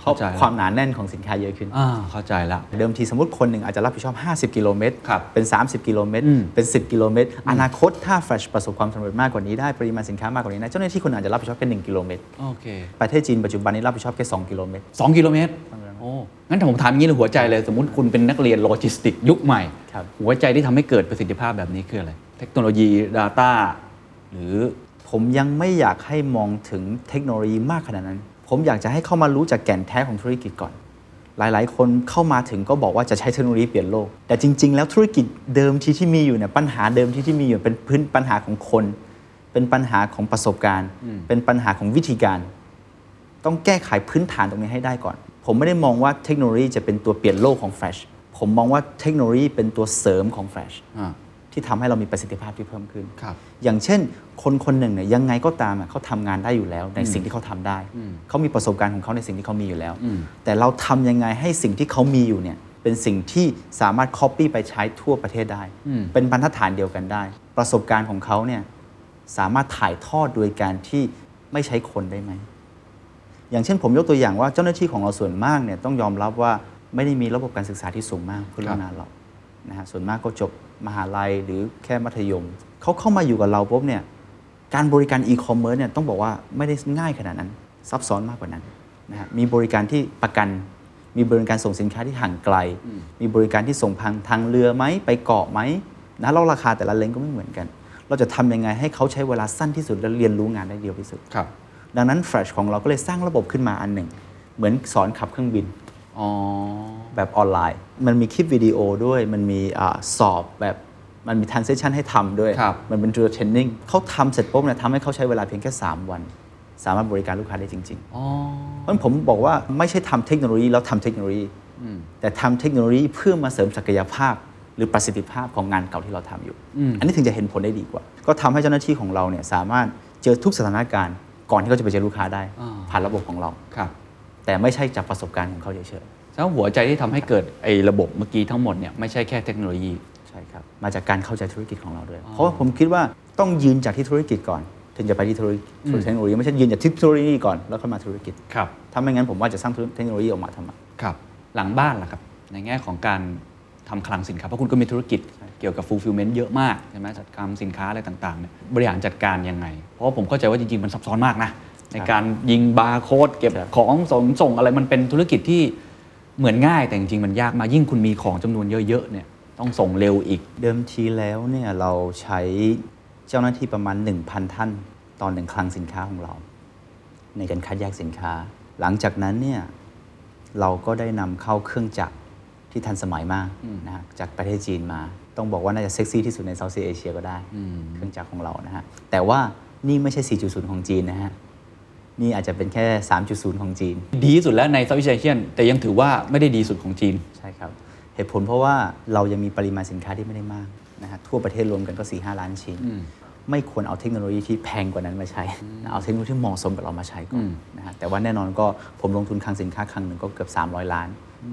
[SPEAKER 4] เพราะ
[SPEAKER 5] เข้าใจละ
[SPEAKER 4] ความหนาแน่นของสินค้าเยอะขึ้น
[SPEAKER 5] อ่าเข้าใจละ
[SPEAKER 4] เดิมทีสมมติคนหนึ่งอาจจะรับผิดชอบ 50 กิโลเมตร
[SPEAKER 5] ครับ
[SPEAKER 4] เป็น 30 กิโลเมตร
[SPEAKER 5] อืม
[SPEAKER 4] เป็น 10 กิโลเมตร อนาคตถ้าแฟลชประสบความสำเร็จมากกว่านี้ได้ ปริมาณสินค้ามากกว่านี้นะ เจ้าหน้าที่คนหนึ่งอาจจะรับผิดชอบแค่1กิโลเมตร
[SPEAKER 5] โอเค
[SPEAKER 4] ประเทศจีนปัจจุบันนี้รับผิดชอบแค่2กิโลเมตร
[SPEAKER 5] สองกิโลเมตร
[SPEAKER 4] สองกิโลเมตร
[SPEAKER 5] โอ้งั้นถ้าผมถามอย่างนี้เลยหัวใจเลย สมมติคุณเป็นนักเรียนโลจิสติกยุคใหม่
[SPEAKER 4] ครับ
[SPEAKER 5] หัวใจที่ทำให้เกิดประสิทธิภาพแบบนี้คืออะไรเทคโนโลยี Data หรือ
[SPEAKER 4] ผมยังไม่อยากให้มองถึงเทคโนโลยีมากขนาดนั้น ผมอยากจะให้เข้ามารู้จากแก่นแท้ของธุรกิจก่อน หลายๆ คนเข้ามาถึงก็บอกว่าจะใช้เทคโนโลยีเปลี่ยนโลก แต่จริง ๆ แล้วธุรกิจเดิมที่ที่มีอยู่เนี่ยปัญหาเดิมที่ที่มีอยู่เป็นพื้นปัญหาของคน เป็นปัญหาของประสบการณ์ เป็นปัญหาของวิธีการ ต้องแก้ไขพื้นฐานตรงนี้ให้ได้ก่อน ผมไม่ได้มองว่าเทคโนโลยีจะเป็นตัวเปลี่ยนโลกของแฟลชผมมองว่าเทคโนโลยีเป็นตัวเสริมของแฟลช
[SPEAKER 5] อ่า
[SPEAKER 4] ที่ทำให้เรามีประสิทธิภาพที่เพิ่มขึ้น
[SPEAKER 5] ครับ
[SPEAKER 4] อย่างเช่น คนคนหนึ่งเนี่ยยังไงก็ตามอะเขาทำงานได้อยู่แล้ว ในสิ่งที่เขาทำได้ เขามีประสบการณ์ของเขาในสิ่งที่เขามีอยู่แล้ว แต่เราทำยังไงให้สิ่งที่เขามีอยู่เนี่ยเป็นสิ่งที่สามารถ Copy ไปใช้ทั่วประเทศได้
[SPEAKER 5] อืม
[SPEAKER 4] เป็นบรรทัดฐานเดียวกันได้ ประสบการณ์ของเขาเนี่ยสามารถถ่ายทอดโดยการที่ไม่ใช้คนได้ไหม อย่างเช่นผมยกตัวอย่างว่าเจ้าหน้าที่ของเราส่วนมากเนี่ยต้องยอมรับว่าไม่ได้มีระบบการศึกษาที่สูงมากเพื่อเรื่องงานหรอกนะฮะส่วนมากก็จบมหาลัยหรือแค่มัธยม เขาเข้ามาอยู่กับเราปุ๊บเนี่ยการบริการอีคอมเมิร์ซเนี่ยต้องบอกว่าไม่ได้ง่ายขนาดนั้น ซับซ้อนมากกว่านั้นนะฮะมีบริการที่ประกัน มีบริการส่งสินค้าที่ห่างไกล มีบริการที่ส่งทางทางเรือไหมไปเกาะไหมนะแล้วราคาแต่ละเลนก็ไม่เหมือนกัน เราจะทำยังไงให้เขาใช้เวลาสั้นที่สุดและเรียนรู้งานได้เดียวที่สุด
[SPEAKER 5] ครับ
[SPEAKER 4] ดังนั้น Flash ของเราก็เลยสร้างระบบขึ้นมาอันหนึ่ง เหมือนสอนขับเครื่องบิน
[SPEAKER 5] อ๋อ
[SPEAKER 4] แบบออนไลน์ มันมีคลิปวิดีโอด้วย มันมีอาสอบแบบ มันมีทันเซชันให้ทำด้วย
[SPEAKER 5] ครับ
[SPEAKER 4] มันเป็น dual training เขาทำเสร็จปุ๊บเนี่ยทำให้เขาใช้เวลาเพียงแค่ 3 วัน สามารถบริการลูกค้าได้จริง ๆ
[SPEAKER 5] อ๋อ
[SPEAKER 4] เพราะฉะนั้นผมบอกว่าไม่ใช่ทำเทคโนโลยีแล้วทำเทคโนโลยี แต่ทำเทคโนโลยีเพื่อมาเสริมศักยภาพ หรือประสิทธิภาพของงานเก่าที่เราทำอยู่ อันนี้ถึงจะเห็นผลได้ดีกว่า ก็ทำให้เจ้าหน้าที่ของเราเนี่ยสามารถเจอทุกสถานการณ์ ก่อนที่เขาจะไปเจอลูกค้าได้
[SPEAKER 5] อ่า
[SPEAKER 4] ผ่านระบบของเรา
[SPEAKER 5] ครับ
[SPEAKER 4] แต่ไม่ใช่จากประสบการณ์ของเขาเฉย
[SPEAKER 5] แล้วาหัวใจที่ทำให้เกิดไอ้ระบบเมื่อกี้ทั้งหมดเนี่ยไม่ใช่แค่เทคโนโลยี
[SPEAKER 4] ๆใช่ครับมาจากการเข้าใจธุรกิจของเราด้วย เพราะว่าผมคิดว่าต้องยืนจากที่ธุรกิจก่อน ถึงจะไปที่ธุรกิจเทคโนโลยีไม่ใช่ยืนจากที่ธุรกิจก่อนแล้วค่อยมาธุรกิจ
[SPEAKER 5] ครับ
[SPEAKER 4] ถ้าไม่งั้นผมว่าจะสร้างเทคโนโลยีออกมาทำไม
[SPEAKER 5] ครับหลังบ้านล่ะครับ ในแง่ของการทำคลังสินค้า เพราะคุณก็มีธุรกิจเกี่ยวกับ fulfillment เยอะมากใช่ไหมจัดการสินค้าอะไรต่างๆเนี่ยบริหารจัดการยังไง เพราะผมเข้าใจว่าจริง ๆ มันซับซ้อนมากนะ ในการยิงบาร์โค้ดเก็บ
[SPEAKER 4] ครับ
[SPEAKER 5] ของส่งส่งอะไรมันเป็นธุรกิจที่เหมือนง่าย แต่จริง ๆ มันยากมากยิ่งคุณมีของจำนวนเยอะๆเนี่ยต้องส่งเร็วอีก
[SPEAKER 4] เดิมทีแล้วเนี่ยเราใช้เจ้าหน้าที่ประมาณ 1,000 ท่านตอนหนึ่งคลังสินค้าของเรา ในการคัดแยกสินค้า หลังจากนั้นเนี่ยเราก็ได้นำเข้าเครื่องจักรที่ทันสมัยมากนะฮะจากประเทศจีนมา ต้องบอกว่าน่าจะเซ็กซี่ที่สุดในเซาท์ซีเอเชียก็ได้ เครื่องจักรของเรานะฮะแต่ว่านี่ไม่ใช่ 4.0 ของจีนนะฮะนี่อาจจะเป็นแค่ 3.0 ของจีน
[SPEAKER 5] ดีที่สุดแล้วใน Southeast Asian แต่ยังถือว่าไม่ได้ดีสุดของจีน
[SPEAKER 4] ใช่ครับ เหตุผลเพราะว่าเรายังมีปริมาณสินค้าที่ไม่ได้มากนะฮะทั่วประเทศรวมกันก็ 4 5 ล้านชิ้น ไม่ควรเอาเทคโนโลยีที่แพงกว่านั้นมาใช้นะเอาเทคโนโลยีที่เหมาะสมกับเรามาใช้ก่อนนะฮะแต่ว่าแน่นอนก็ผมลงทุนคลังสินค้าครั้งหนึ่งก็เกือบ 300 ล้าน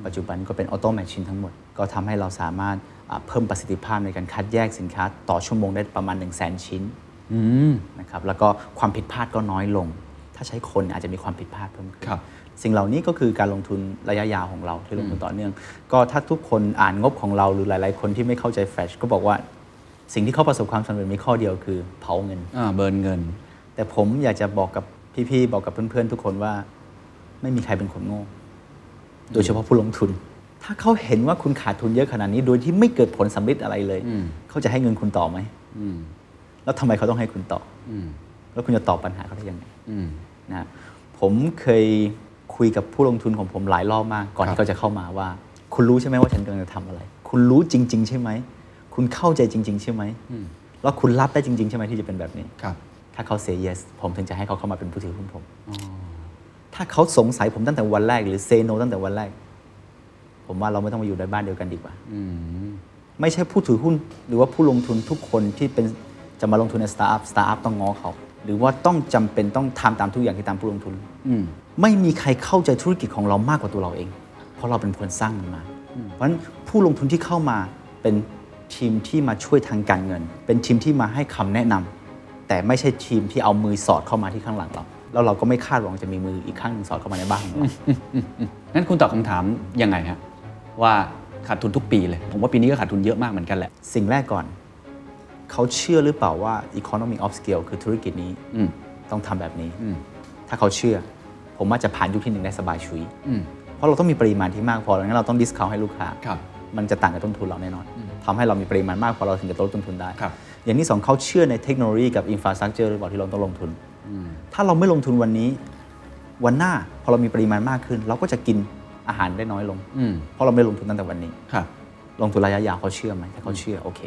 [SPEAKER 4] ปัจจุบันก็เป็นออโต้แมชชีนทั้งหมด ก็ทำให้เราสามารถอ่าเพิ่มประสิทธิภาพในการคัดแยกสินค้า ต่อชั่วโมงได้ประมาณ 1 0 0 0 0 0 ชิ้น
[SPEAKER 5] อืม
[SPEAKER 4] นะครับแล้วก็ความผิดพลาดก็น้อยลง ถ้าใช้คนอาจจะมีความผิดพลาดเพิ่มขึ้น
[SPEAKER 5] ครับ
[SPEAKER 4] สิ่งเหล่านี้ก็คือการลงทุนระยะยาวของเราที่ลงทุนต่อเนื่อง ก็ถ้าทุกคนอ่านงบของเราหรือหลาย ๆ คนที่ไม่เข้าใจแฟลชก็บอกว่าสิ่งที่เขาประสบความสำเร็จมีข้อเดียวคือเผาเงิน
[SPEAKER 5] อ่าเบิร์นเงิน
[SPEAKER 4] แต่ผมอยากจะบอกกับพี่ ๆ บอกกับเพื่อน ๆ ทุกคนว่าไม่มีใครเป็นคนโง่ โดยเฉพาะผู้ลงทุน ถ้าเขาเห็นว่าคุณขาดทุนเยอะขนาดนี้ โดยที่ไม่เกิดผลสำเร็จอะไรเลย
[SPEAKER 5] อืม
[SPEAKER 4] เขาจะให้เงินคุณต่อไหม
[SPEAKER 5] อืม
[SPEAKER 4] แล้วทำไมเขาต้องให้คุณต่อ
[SPEAKER 5] อืม
[SPEAKER 4] แล้วคุณจะตอบปัญหาเขาได้ยังไง
[SPEAKER 5] อืม
[SPEAKER 4] นะฮะผมเคยคุยกับผู้ลงทุนของผมหลายรอบมาก ก่อน
[SPEAKER 5] ครับ
[SPEAKER 4] ที่เขาจะเข้ามาว่า คุณรู้ใช่ไหมว่าฉันกำลังจะทำอะไร คุณรู้จริง ๆ ใช่ไหม คุณเข้าใจจริง ๆ ใช่ไหมแล้วคุณรับได้จริง ๆ ใช่ไหมที่จะเป็นแบบนี้
[SPEAKER 5] ครับ
[SPEAKER 4] ถ้าเขา say yes ผมถึงจะให้เขาเข้ามาเป็นผู้ถือหุ้นผม ถ้าเขาสงสัยผมตั้งแต่วันแรก หรือ say no ตั้งแต่วันแรก ผมว่าเราไม่ต้องมาอยู่ในบ้านเดียวกันดีกว่า
[SPEAKER 5] อืม
[SPEAKER 4] ไม่ใช่ผู้ถือหุ้น หรือว่าผู้ลงทุนทุกคนที่เป็นจะมาลงทุนในสตาร์ทอัพสตาร์ทอัพต้องง้อเขา หรือว่าต้องจำเป็นต้องทำตามทุกอย่างที่ตามผู้ลงทุน
[SPEAKER 5] อืม
[SPEAKER 4] ไม่มีใครเข้าใจธุรกิจของเรามากกว่าตัวเราเอง เพราะเราเป็นคนสร้างมันมา เพราะฉะนั้นผู้ลงทุนที่เข้ามาเป็นทีมที่มาช่วยทางการเงิน เป็นทีมที่มาให้คำแนะนำแต่ไม่ใช่ทีมที่เอามือสอดเข้ามาที่ข้างหลังเรา แล้วเราก็ไม่คาดหวังจะมีมืออีกข้างหนึ่งสอดเข้ามาในบ้านของเรา
[SPEAKER 5] งั้นคุณตอบคำถามยังไงฮะว่าขาดทุนทุกปีเลย ผมว่าปีนี้ก็ขาดทุนเยอะมากเหมือนกันแหละ
[SPEAKER 4] สิ่งแรกก่อน เขาเชื่อหรือเปล่าว่า economic of scale คือธุรกิจนี้
[SPEAKER 5] อืม
[SPEAKER 4] ต้องทำแบบนี้
[SPEAKER 5] อืม
[SPEAKER 4] ถ้าเขาเชื่อ ผมว่าจะผ่านยุคที่หนึ่งได้สบายชุย
[SPEAKER 5] อืม
[SPEAKER 4] เพราะเราต้องมีปริมาณที่มากพอแล้วงั้นเราต้องดิสคาวให้ลูกค้า
[SPEAKER 5] ครับ
[SPEAKER 4] มันจะต่างกับต้นทุนเราแน่นอนทำให้เรามีปริมาณมากพอเราถึงจะลดต้นทุนได้
[SPEAKER 5] ครับ
[SPEAKER 4] อย่างที่สองเขาเชื่อในเทคโนโลยีกับอินฟราสตรักเจอร์หรือเปล่าที่เราต้องลงทุน ถ้าเราไม่ลงทุนวันนี้ วันหน้าพอเรามีปริมาณมากขึ้น เราก็จะกินอาหารได้น้อยลง
[SPEAKER 5] อืม
[SPEAKER 4] เพราะเราไม่ได้ลงทุนตั้งแต่วันนี้
[SPEAKER 5] ครับ
[SPEAKER 4] ลงทุนระยะยาวเขาเชื่อไหมถ้าเขาเชื่อโอเค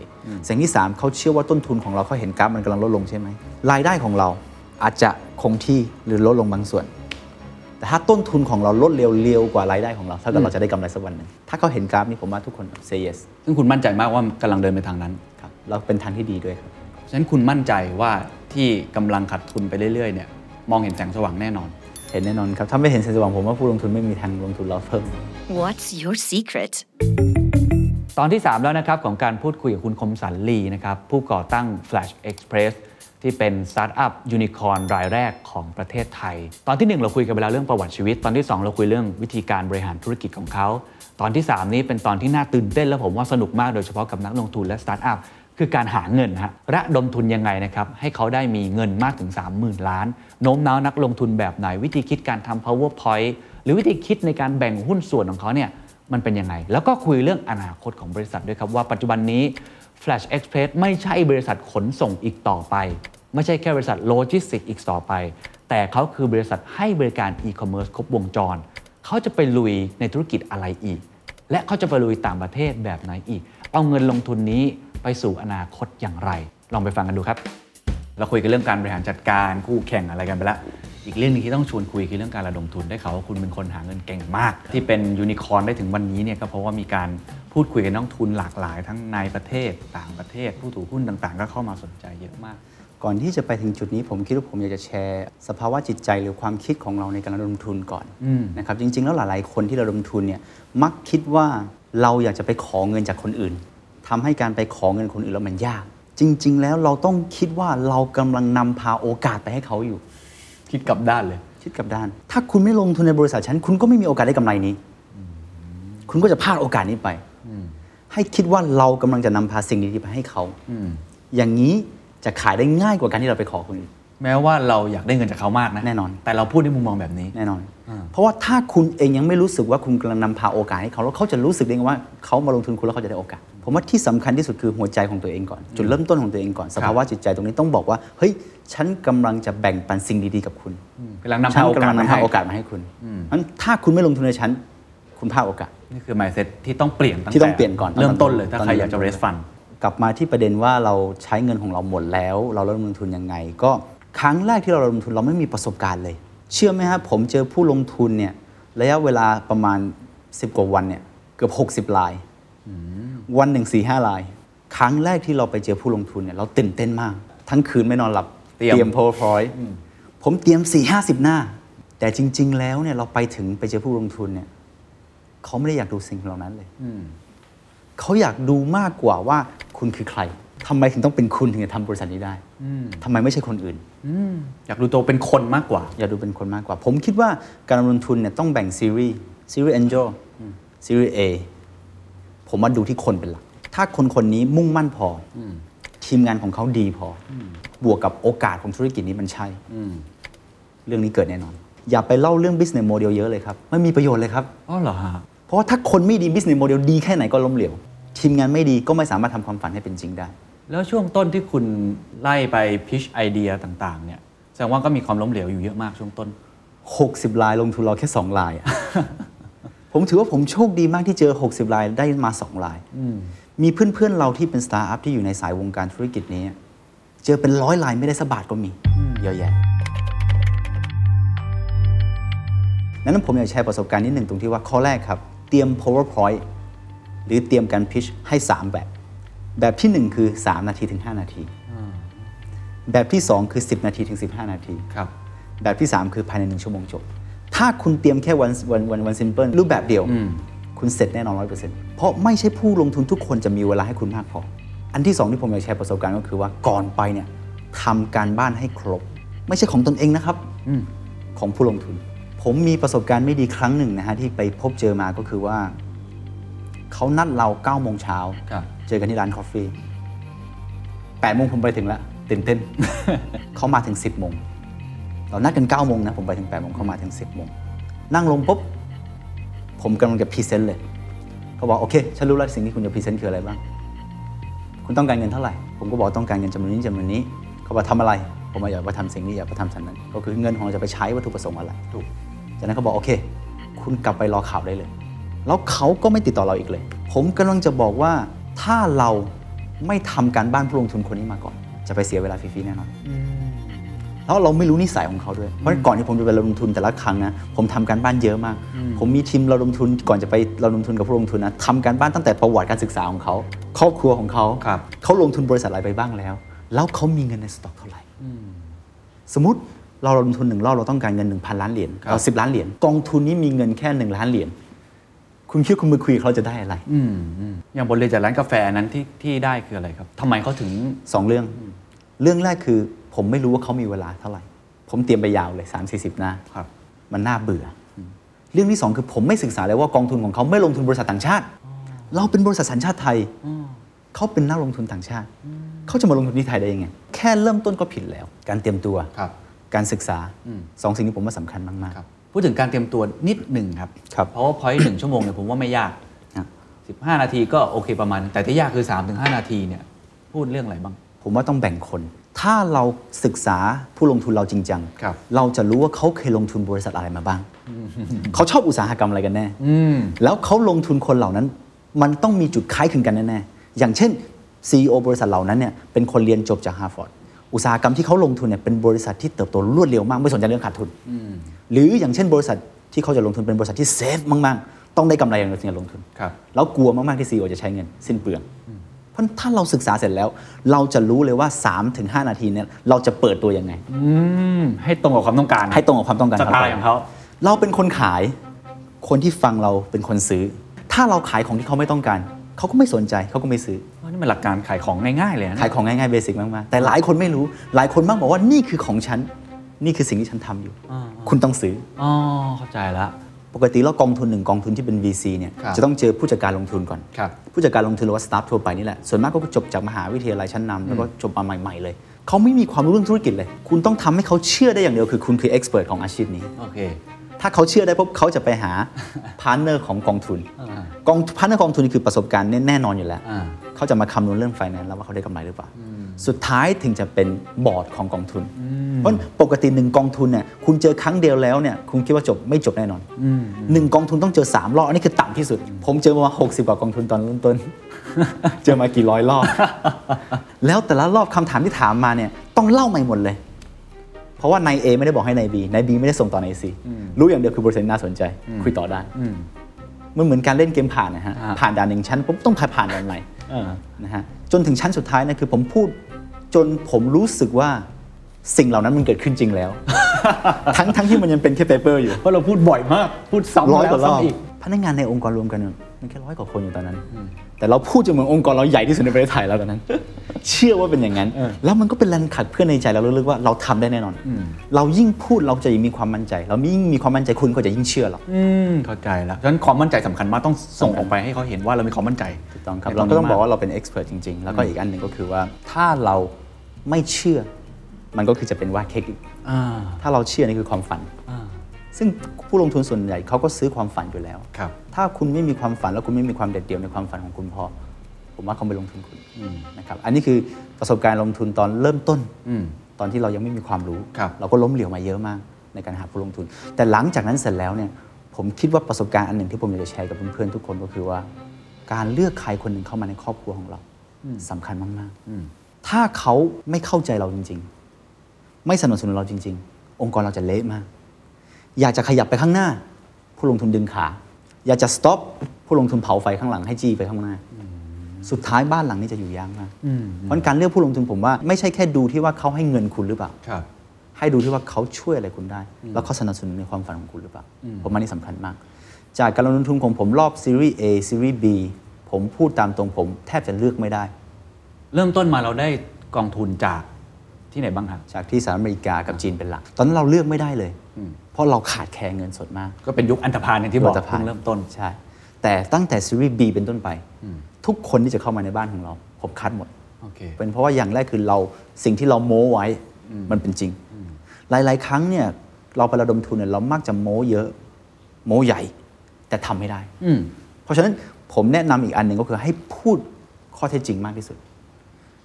[SPEAKER 4] สิ่งที่ 3เขาเชื่อว่าต้นทุนของเราเขาเห็นกราฟมันกำลังลดลงใช่ไหมรายได้ของเราอาจจะคงที่หรือลดลงบางส่วน แต่ถ้าต้นทุนของเราลดเร็วๆกว่ารายได้ของเราถ้าเกิดเราจะได้กำไรสักวันหนึ่งถ้าเขาเห็นกราฟนี้ผมว่าทุกคน say yes
[SPEAKER 5] ซึ่งคุณมั่นใจมากว่ากำลังเดินไปทางนั้น
[SPEAKER 4] ครับแล้วเป็นทางที่ดีด้วยครับ
[SPEAKER 5] ฉะนั้นคุณมั่นใจว่าที่กำลังขาดทุนไปเรื่อยๆเนี่ยมองเห็นแสงสว่างแน่นอน
[SPEAKER 4] เห็นแน่นอนครับ ถ้าไม่เห็นเส้นสว่างผมว่าผู้ลงทุนไม่มีทางลงทุนเราเพิ่ม
[SPEAKER 1] What's your secret?
[SPEAKER 5] ตอนที่ 3 แล้วนะครับ ของการพูดคุยกับคุณคมสันลีนะครับ ผู้ก่อตั้ง Flash Express ที่เป็นสตาร์ทอัพยูนิคอร์นรายแรกของประเทศไทย ตอนทีหนึ่งเราคุยกันไปแล้วเรื่องประวัติชีวิต ตอนที่ 2 เราคุยเรื่องวิธีการบริหารธุรกิจของเขา ตอนที่ 3 นี้เป็นตอนที่น่าตื่นเต้นและผมว่าสนุกมากโดยเฉพาะกับนักลงทุนและสตาร์ทอัพ คือการหาเงินฮะระดมทุนยังไงนะครับให้เขาได้มีเงินมากถึง 30,000 ล้านโน้มน้าวนักลงทุนแบบไหน วิธีคิดการทำ powerpoint หรือวิธีคิดในการแบ่งหุ้นส่วนของเขาเนี่ยมันเป็นยังไง แล้วก็คุยเรื่องอนาคตของบริษัทด้วยครับ ว่าปัจจุบันนี้ Flash Express ไม่ใช่บริษัทขนส่งอีกต่อไป ไม่ใช่แค่บริษัทโลจิสติกส์อีกต่อไป แต่เขาคือบริษัทให้บริการอีคอมเมิร์ซครบวงจร เขาจะไปลุยในธุรกิจอะไรอีก และเขาจะไปลุยต่างประเทศแบบไหนอีก เอาเงินลงทุนนี้ไปสู่อนาคตอย่างไร ลองไปฟังกันดูครับ เราคุยกันเรื่องการบริหารจัดการคู่แข่งอะไรกันไปละ อีกเรื่องหนึงที่ต้องชวนคุยคือเรื่องการระดมทุนได้ข่าวว่าคุณเป็นคนหาเงินเก่งมาก ที่เป็นยูนิคอร์นได้ถึงวันนี้เนี่ยก็เพราะว่ามีการพูดคุยกับนักทุนหลากหลาย ทั้งในประเทศต่างประเทศ ผู้ถือหุ้นต่างๆ ก็เข้ามาสนใจเยอะมาก
[SPEAKER 4] ก่อนที่จะไปถึงจุดนี้ผมคิดว่าผมอยากจะแชร์สภาวะจิตใจหรือความคิดของเราในการระดมทุนก่อน
[SPEAKER 5] อืม
[SPEAKER 4] นะครับจริง ๆ แล้วหลายๆคนที่ระดมทุนเนี่ยมักคิดว่าเราอยากจะไปขอเงินจากคนอื่นทำให้การไปขอเงินคนอื่นแล้วมันยาก จริง ๆ แล้วเราต้องคิดว่าเรากำลังนำพาโอกาสไปให้เขาอยู่
[SPEAKER 5] คิดกลับด้านเลย
[SPEAKER 4] คิดกลับด้าน ถ้าคุณไม่ลงทุนในบริษัทฉัน คุณก็ไม่มีโอกาสได้กำไรนี้ คุณก็จะพลาดโอกาสนี้ไป ให้คิดว่าเรากำลังจะนำพาสิ่งดีๆไปให้เขา
[SPEAKER 5] อืม
[SPEAKER 4] อย่างนี้จะขายได้ง่ายกว่าการที่เราไปขอคนอื่น
[SPEAKER 5] แม้ว่าเราอยากได้เงินจากเขามากนะ
[SPEAKER 4] แน่นอน
[SPEAKER 5] แต่เราพูดในมุมมองแบบนี้
[SPEAKER 4] แน่นอน
[SPEAKER 5] อ่า
[SPEAKER 4] เพราะว่าถ้าคุณเองยังไม่รู้สึกว่าคุณกำลังนำพาโอกาสให้เขา แล้วเขาจะรู้สึกได้ไงว่าเขามาลงทุนคุณแล้วเขาจะได้โอกาส ผมว่าที่สำคัญที่สุดคือหัวใจของตัวเองก่อน จุดเริ่มต้นของตัวเองก่อน สภาวะจิตใจตรงนี้ต้องบอกว่า เฮ้ย ฉันกำลังจะแบ่งปันสิ่งดีๆกับคุณ
[SPEAKER 5] กำลังนำ
[SPEAKER 4] ฉั
[SPEAKER 5] พาน โอก
[SPEAKER 4] ำ
[SPEAKER 5] กา
[SPEAKER 4] ลั
[SPEAKER 5] ส
[SPEAKER 4] งนำพาโอกาสมาให้คุณงั้นถ้าคุณไม่ลงทุนในฉัน คุณพลาดโอกาส
[SPEAKER 5] นี่คือ mindset ที่ต้องเปลี่ยนตั้ง
[SPEAKER 4] ที่ต้องเปลี่ยนก่อน
[SPEAKER 5] เริ่มต้นเลยถ้าใครอยากจะ
[SPEAKER 4] เริ่ม
[SPEAKER 5] raise fund
[SPEAKER 4] กลับมาที่ประเด็นว่าเราใช้เงินของเราหมดแล้ว เราเริ่มลงทุนยังไง ก็ครั้งแรกที่เราลงทุนเราไม่มีประสบการณ์เลย เชื่อไหมฮะผมเจอผู้ลงทุนเนี่ยระยะเวลาประมาณ 10 กว่าวันเนี่ยเกือบ60ลายวันหนึ่งสี่ห้าลาย ครั้งแรกที่เราไปเจอผู้ลงทุนเนี่ยเราตื่นเต้นมาก ทั้งคืนไม่นอนหลับ
[SPEAKER 5] เตรียม
[SPEAKER 4] ม PowerPoint ผมเตรียม 4 50 หน้า แต่จริง ๆ แล้วเนี่ยเราไปถึงไปเจอผู้ลงทุนเนี่ยเขาไม่ได้อยากดูสิ่งเหล่านั้นเลย
[SPEAKER 5] อืม
[SPEAKER 4] เขาอยากดูมากกว่าว่าคุณคือใคร ทำไมถึงต้องเป็นคุณถึงจะทำบริษัทนี้ได้
[SPEAKER 5] อืม
[SPEAKER 4] ทำไมไม่ใช่คนอื่น
[SPEAKER 5] อืมอยากดูตัวเป็นคนมากกว่า
[SPEAKER 4] อย่าดูเป็นคนมากกว่า ผมคิดว่าการลงทุนเนี่ยต้องแบ่งซีรีส์ ซีรีส์ Angel ซีรีส์ A ผมว่าดูที่คนเป็นหลัก ถ้าคนคนนี้มุ่งมั่นพออทีมงานของเขาดีพออบวกกับโอกาสของธุรกิจนี้มันใช่
[SPEAKER 5] อืม
[SPEAKER 4] เรื่องนี้เกิดแน่นอน อย่าไปเล่าเรื่อง business model เยอะเลยครับ ไม่มีประโยชน์เลยครับ
[SPEAKER 5] อ๋อเหรอฮะ
[SPEAKER 4] เพราะว่าถ้าคนไม่ดี business model ดีแค่ไหนก็ล้มเหลว ทีมงานไม่ดีก็ไม่สามารถทำความฝันให้เป็นจริงได้
[SPEAKER 5] แล้วช่วงต้นที่คุณไล่ไปพิชไอเดียต่างๆ เนี่ย แสดงว่าก็มีความล้มเหลวอยู่เยอะมากช่วงต้น
[SPEAKER 4] 60ลายลงทุนเราแค่ 2 ลายอะ ผมถือว่าผมโชคดีมากที่เจอ 60 ลายได้มา 2 ลาย มีเพื่อนๆเราที่เป็นสตาร์ทอัพที่อยู่ในสายวงการธุรกิจนี้ เจอเป็นร้อยลายไม่ได้สกบาทก็มี เยอะแยะนั้นผมอยากแชร์ประสบการณ์นิดหนึ่งตรงที่ว่าข้อแรกครับ เตรียม powerpoint หรือเตรียมการ pitch ให้ 3 แบบ แบบที่ 1 คือ 3 นาทีถึง 5 นาที แบบที่ 2 คือ 10 นาทีถึง 15 นาที
[SPEAKER 5] ครับ
[SPEAKER 4] แบบที่ 3 คือภายใน 1 ชั่วโมงจบ ถ้าคุณเตรียมแค่วันวันวันวันซิมเพิลรูปแบบเดียว คุณเสร็จแน่นอนร้อยเปอร์เซ็นต์เพราะไม่ใช่ผู้ลงทุนทุกคนจะมีเวลาให้คุณมากพอ อันที่ 2 ที่ผมอยากแชร์ประสบการณ์ก็คือว่าก่อนไปเนี่ยทำการบ้านให้ครบ ไม่ใช่ของตนเองนะครับ ของผู้ลงทุน ผมมีประสบการณ์ไม่ดีครั้งหนึ่งนะฮะที่ไปพบเจอมาก็คือว่า เขานัดเรา9ก้าโมงเช้า
[SPEAKER 5] ครับ
[SPEAKER 4] เจอกันที่ร้านกาแฟแปดโมงผมไปถึงแล้วตื่นเต้น เขามาถึง 10บโมง เรานัดกัน9ก้าโมงนะ ผมไปถึง8ปดโมงเขามาถึง 10บโมง นั่งลงปุ๊บ ผมกำลังจะพรีเซนต์เลยเขาบอกโอเค ฉันรู้แล้วสิ่งที่คุณจะพรีเซนต์คืออะไรบ้าง คุณต้องการเงินเท่าไหร่ ผมก็บอกต้องการเงินจำนวนนี้จำนวนนี้ เขาบอกทำอะไร ผมบอกอยากไปทำสิ่งนี้อยากไปทำสิ่งนั้น ก็คือเงินของเราจะไปใช้วัตถุประสงค์อะไร
[SPEAKER 5] ถูก
[SPEAKER 4] จากนั้นเขาบอกโอเค คุณกลับไปรอข่าวได้เลย แล้วเขาก็ไม่ติดต่อเราอีกเลย ผมกำลังจะบอกว่าถ้าเราไม่ทำการบ้านผู้ลงทุนคนนี้มาก่อน จะไปเสียเวลาฟรีๆแน่นอน แล้วเราไม่รู้นิสัยของเขาด้วย เพราะก่อนที่ผมจะไประดมทุนแต่ละครั้งนะ ผมทำการบ้านเยอะมาก ผมมีทีมระดมทุนก่อนจะไประดมทุนกับผู้ลงทุนนะทำการบ้านตั้งแต่ประวัติการศึกษาของเขา ครอบครัวของเขา
[SPEAKER 5] ครับ
[SPEAKER 4] เขาลงทุนบริษัทอะไรไปบ้างแล้ว แล้วเขามีเงินในสต็อกเท่าไหร่ สมมติเราลงทุนหนึ่งรอบเราต้องการเงิน 1,000 ล้านเหรียญ
[SPEAKER 5] ครับ
[SPEAKER 4] เอาสิล้านเหรียญกองทุนนี้มีเงินแค่ 1 ล้านเหรียญคุณคิดว่าคุณไปคุยกับเขาจะได้อะไร
[SPEAKER 5] อืมอืมอย่างบทเรียนจากร้านกาแฟอันนั้นที่ที่ได้คืออะไรครับทำไมเขาถึง
[SPEAKER 4] สองเรื่อง เรื่องแรกคือ ผมไม่รู้ว่าเขามีเวลาเท่าไหร่ ผมเตรียมไปยาวเลย 3 4 0 หน้า
[SPEAKER 5] ครับ
[SPEAKER 4] มันน่าเบื่ออเรื่องที่ 2 คือผมไม่ศึกษาเลยว่ากองทุนของเขาไม่ลงทุนบริษัทต่างชาติ เราเป็นบริษัทสัญชาติไทย เขาเป็นนักลงทุนต่างชาติ เขาจะมาลงทุนที่ไทยได้ยังไง แค่เริ่มต้นก็ผิดแล้ว การเตรียมตัว
[SPEAKER 5] ครับ
[SPEAKER 4] การศึกษา
[SPEAKER 5] อืม
[SPEAKER 4] สองสิ่งนี้ผมว่าสำคัญมาก
[SPEAKER 5] ครับพูดถึงการเตรียมตัวนิดหนึ่งครับ
[SPEAKER 4] ครับ
[SPEAKER 5] เพราะว่าพอยต์หนึ่งชั่วโมงเนี่ยผมว่าไม่ยาก
[SPEAKER 4] ครับ
[SPEAKER 5] 15 นาทีก็โอเคประมาณนึงแต่ที่ยากคือ 3-5 นาทีเนี่ยพูดเรื่องอะไรบ้าง
[SPEAKER 4] ๆ ผมว่าต้องแบ่งคน ถ้าเราศึกษาผู้ลงทุนเราจริงจัง
[SPEAKER 5] ครับ
[SPEAKER 4] เราจะรู้ว่าเขาเคยลงทุนบริษัทอะไรมาบ้าง เขาชอบอุตสาหกรรมอะไรกันแน่
[SPEAKER 5] อืม
[SPEAKER 4] แล้วเขาลงทุนคนเหล่านั้น มันต้องมีจุดคล้ายคลึงกันแน่ๆ อย่างเช่น CEO บริษัทเหล่านั้นเนี่ยเป็นคนเรียนจบจากฮาร์วาร์ดอุตสาหกรรมที่เขาลงทุนเนี่ยเป็นบริษัทที่เติบโตรวดเร็วมาก ไม่สนใจเรื่องขาดทุน หรืออย่างเช่น บริษัทที่เขาจะลงทุนเป็นบริษัทที่เซฟมากๆ ต้องได้กำไรอย่างเดียวถึงจะลงทุน
[SPEAKER 5] ครับ
[SPEAKER 4] แล้วกลัวมาก ๆ ที่ CEO จะใช้เงิน สิ้นเปลือง เพราะถ้าเราศึกษาเสร็จแล้ว เราจะรู้เลยว่า3-5ถึงนาทีเนี่ยเราจะเปิดตัวยังไง
[SPEAKER 5] อืม ให้ตรงกับความต้องการ
[SPEAKER 4] ให้ตรงกับความต้องการ
[SPEAKER 5] สไตล์ของเขา
[SPEAKER 4] เราเป็นคนขาย คนที่ฟังเราเป็นคนซื้อ ถ้าเราขายของที่เขาไม่ต้องการ เขาก็ไม่สนใจเขาก็ไม่ซื้อ
[SPEAKER 5] โอ้นี่มันหลักการขายของง่ายๆเลยนะ
[SPEAKER 4] ขายของง่ายๆเบสิกมากๆ แต่หลายคนไม่รู้ หลายคนมักบอกว่านี่คือของฉัน นี่คือสิ่งที่ฉันทำอยู่
[SPEAKER 5] อ่า
[SPEAKER 4] คุณต้องซื้อ
[SPEAKER 5] ๆอ๋อ เข้าใจละ
[SPEAKER 4] ปกติแล้วกองทุนหนึ่งกองทุนที่เป็น VC เนี่ย
[SPEAKER 5] ครับ
[SPEAKER 4] จะต้องเจอผู้จัดการลงทุนก่อน
[SPEAKER 5] ครับ
[SPEAKER 4] ผู้จัดการลงทุนหรือว่าสตาฟทั่วไปนี่แหละ ส่วนมากก็จบจากมหาวิทยาลัยชั้นนำแล้วก็จบมาใหม่ ๆ เลย เขาไม่มีความรู้เรื่องธุรกิจเลย คุณต้องทำให้เขาเชื่อได้อย่างเดียวคือคุณคือ expert ของอาชีพนี้
[SPEAKER 5] โอเค
[SPEAKER 4] ถ้าเขาเชื่อได้ปุ๊บเขาจะไปหา พาร์ทเนอร์ของกองทุน
[SPEAKER 5] อ่าก
[SPEAKER 4] องพาร์ทเนอร์กองทุนนี่คือประสบการณ์แน่นอนอยู่แล้ว
[SPEAKER 5] อ่า
[SPEAKER 4] เขาจะมาคำนวณเรื่องไฟแนนซ์แล้วว่าเขาได้กำไรหรือเปล่า สุดท้ายถึงจะเป็นบอร์ดของกองทุน เพราะปกติหนึ่งกองทุนเนี่ยคุณเจอครั้งเดียวแล้วเนี่ยคุณคิดว่าจบไม่จบแน่นอนหนึ่งกองทุนต้องเจอ 3 รอบ อันนี้คือต่ำที่สุด ผมเจอมา60กว่ากองทุนตอนเริ่ม ต้น เจอมากี่ร้อยรอบ แล้วแต่ละรอบคำถามที่ถามมาเนี่ยต้องเล่าใหม่หมดเลย เพราะว่านาย A ไม่ได้บอกให้นาย B นาย B ไม่ได้ส่งต่อนาย C รู้อย่างเดียวคือบริษัทน่าสนใจ คุยต่อได้
[SPEAKER 5] อืม
[SPEAKER 4] มันเหมือนการเล่นเกมผ่านนะฮะ
[SPEAKER 5] อ่า
[SPEAKER 4] ผ่านด่านหนึ่งชั้นปุ๊บต้องผ่านด่านใหม่
[SPEAKER 5] อ่า
[SPEAKER 4] นะฮะ จนถึงชั้นสุดท้ายนะคือผมพูด จนผมรู้สึกว่าสิ่งเหล่านั้นมันเกิดขึ้นจริงแล้ว ทั้งทั้งที่มันยังเป็นแค่เปเปอร์อยู่
[SPEAKER 5] เพราะเราพูดบ่อยมาก พูดซ้ำ
[SPEAKER 4] ร้อย
[SPEAKER 5] แล้ว
[SPEAKER 4] กว่ารอบ
[SPEAKER 5] ซ้ำอีก
[SPEAKER 4] พนักงานในองค์กรรวมกันมันแค่ร้อยกว่าคนอยู่ตอนนั้น แต่เราพูดจนเหมือนองค์กรเราใหญ่ที่สุดในประเทศไทยแล้วตอนนั้น เชื่อว่าเป็นอย่างนั้น
[SPEAKER 5] เออ
[SPEAKER 4] แล้วมันก็เป็นแรงขัดเพื่อนในใจเราลึกๆว่าเราทำได้แน่นอน เรายิ่งพูดเราจะยิ่งมีความมั่นใจ เรายิ่งมีความมั่นใจคุณก็จะยิ่งเชื่อเรา
[SPEAKER 5] อืม เข้าใจแล้วฉะนั้นความมั่นใจสำคัญมากต้องส่งออกไปให้เขาเห็นว่าเรามีความมั่นใจ
[SPEAKER 4] ถูกต้องครับ
[SPEAKER 5] ใน
[SPEAKER 4] เราก็ต้อง
[SPEAKER 5] นี้
[SPEAKER 4] บอกว่าเราเป็นเอ็กซ์เพรสจริง ๆ แล้วก็อีกอันหนึ่งก็คือว่าถ้าเราไม่เชื่อ มันก็คือจะเป็นว่าเค้กอีก
[SPEAKER 5] อ่า
[SPEAKER 4] ถ้าเราเชื่อนี่คือความฝัน
[SPEAKER 5] อ่า
[SPEAKER 4] ซึ่งผู้ลงทุนส่วนใหญ่เขาก็ซื้อความฝันอยู่แล้ว
[SPEAKER 5] ครับ
[SPEAKER 4] ถ้าคุณไม่มีความฝันแล้วคุณไม่มีความเด็ดเดี่ยวในความฝันของคุณพอ ผมว่าเขาไม่ลงทุนคุณนะครับอันนี้คือประสบการณ์ลงทุนตอนเริ่มต้น
[SPEAKER 5] อืม
[SPEAKER 4] ตอนที่เรายังไม่มีความรู้
[SPEAKER 5] ครับ
[SPEAKER 4] เราก็ล้มเหลวมาเยอะมากในการหาผู้ลงทุน แต่หลังจากนั้นเสร็จแล้วเนี่ยผมคิดว่าประสบการณ์อันหนึ่งที่ผมอยากจะแชร์กับเพื่อนๆทุกคนก็คือว่า การเลือกใครคนหนึ่งเข้ามาในครอบครัวของเราสำคัญมาก
[SPEAKER 5] อืม
[SPEAKER 4] ๆถ้าเขาไม่เข้าใจเราจริง ๆ ไม่สนับสนุนเราจริง ๆ องค์กรเราจะเละมาก อยากจะขยับไปข้างหน้า ผู้ลงทุนดึงขา อยากจะ stop ผู้ลงทุนเผาไฟข้างหลังให้จี้ไปข้างหน้า สุดท้ายบ้านหลังนี้จะอยู่ยากมาก
[SPEAKER 5] อืม
[SPEAKER 4] เพราะฉะนั้นการเลือกผู้ลงทุนผมว่าไม่ใช่แค่ดูที่ว่าเขาให้เงินคุณหรือเปล่า
[SPEAKER 5] ครับ
[SPEAKER 4] ให้ดูที่ว่าเขาช่วยอะไรคุณได้ แล้วเขาสนับสนุนในความฝันของคุณหรือเปล่า ผมว่านี่สำคัญมาก จากการลงทุนของผมรอบซีรีส์ A ซีรีส์ B ผมพูดตามตรงผมแทบจะเลือกไม่ได้
[SPEAKER 5] เริ่มต้นมาเราได้กองทุนจากที่ไหนบ้างครับ
[SPEAKER 4] จากที่สหรัฐอเมริกากับจีนเป็นหลัก ตอนนั้นเราเลือกไม่ได้เลย
[SPEAKER 5] อืม
[SPEAKER 4] เพราะเราขาดแคลนเงินสดมาก
[SPEAKER 5] ก็เป็นยุคอันธพาลอย่างที่บอก
[SPEAKER 4] อันธพาล
[SPEAKER 5] เพิ่งเริ่มต้น
[SPEAKER 4] ใช่ แต่ตั้งแต่ซีรีส์ B เป็นต้นไป ทุกคนที่จะเข้ามาในบ้านของเราผมคัดหมด
[SPEAKER 5] โอเค
[SPEAKER 4] เป็นเพราะว่าอย่างแรกคือเราสิ่งที่เราโม้ไว้มันเป็นจริง หลาย ๆ ครั้งเนี่ยเราไประดมทุนเนี่ยเรามักจะโม้เยอะ โม้ใหญ่ แต่ทำไม่ได้
[SPEAKER 5] อืม
[SPEAKER 4] เพราะฉะนั้นผมแนะนำอีกอันหนึ่งก็คือให้พูดข้อเท็จจริงมากที่สุด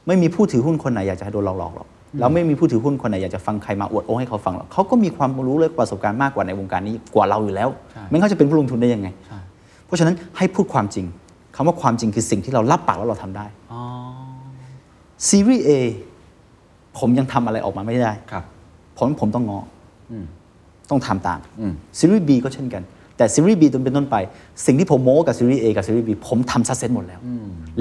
[SPEAKER 4] ไม่มีผู้ถือหุ้นคนไหนอยากจะให้โดนหลอกๆหรอก แล้วไม่มีผู้ถือหุ้นคนไหนอยากจะฟังใครมาอวดโอ้ให้เขาฟังหรอกเขาก็มีความรู้และประสบการณ์มากกว่าในวงการนี้กว่าเราอยู่แล้ว ไม่งั้นเขาจะเป็นผู้ลงทุนได้ยังไง เพราะฉะนั้นให้พูดความจริงคำว่าความจริงคือสิ่งที่เรารับปากว่าเราทำได้
[SPEAKER 5] อ๋อ
[SPEAKER 4] ซีรีส์ A ผมยังทำอะไรออกมาไม่ได้
[SPEAKER 5] ครับ
[SPEAKER 4] ผมผมต้องงออ
[SPEAKER 5] ม
[SPEAKER 4] ต้องทำตาม
[SPEAKER 5] อืม
[SPEAKER 4] ซีรีส์ B ก็เช่นกัน แต่ซีรีส์ B จนเป็นต้นไป สิ่งที่ผมโม้กับซีรีส์ A กับซีรีส์ B ผมทำซัสเซนหมดแล้ว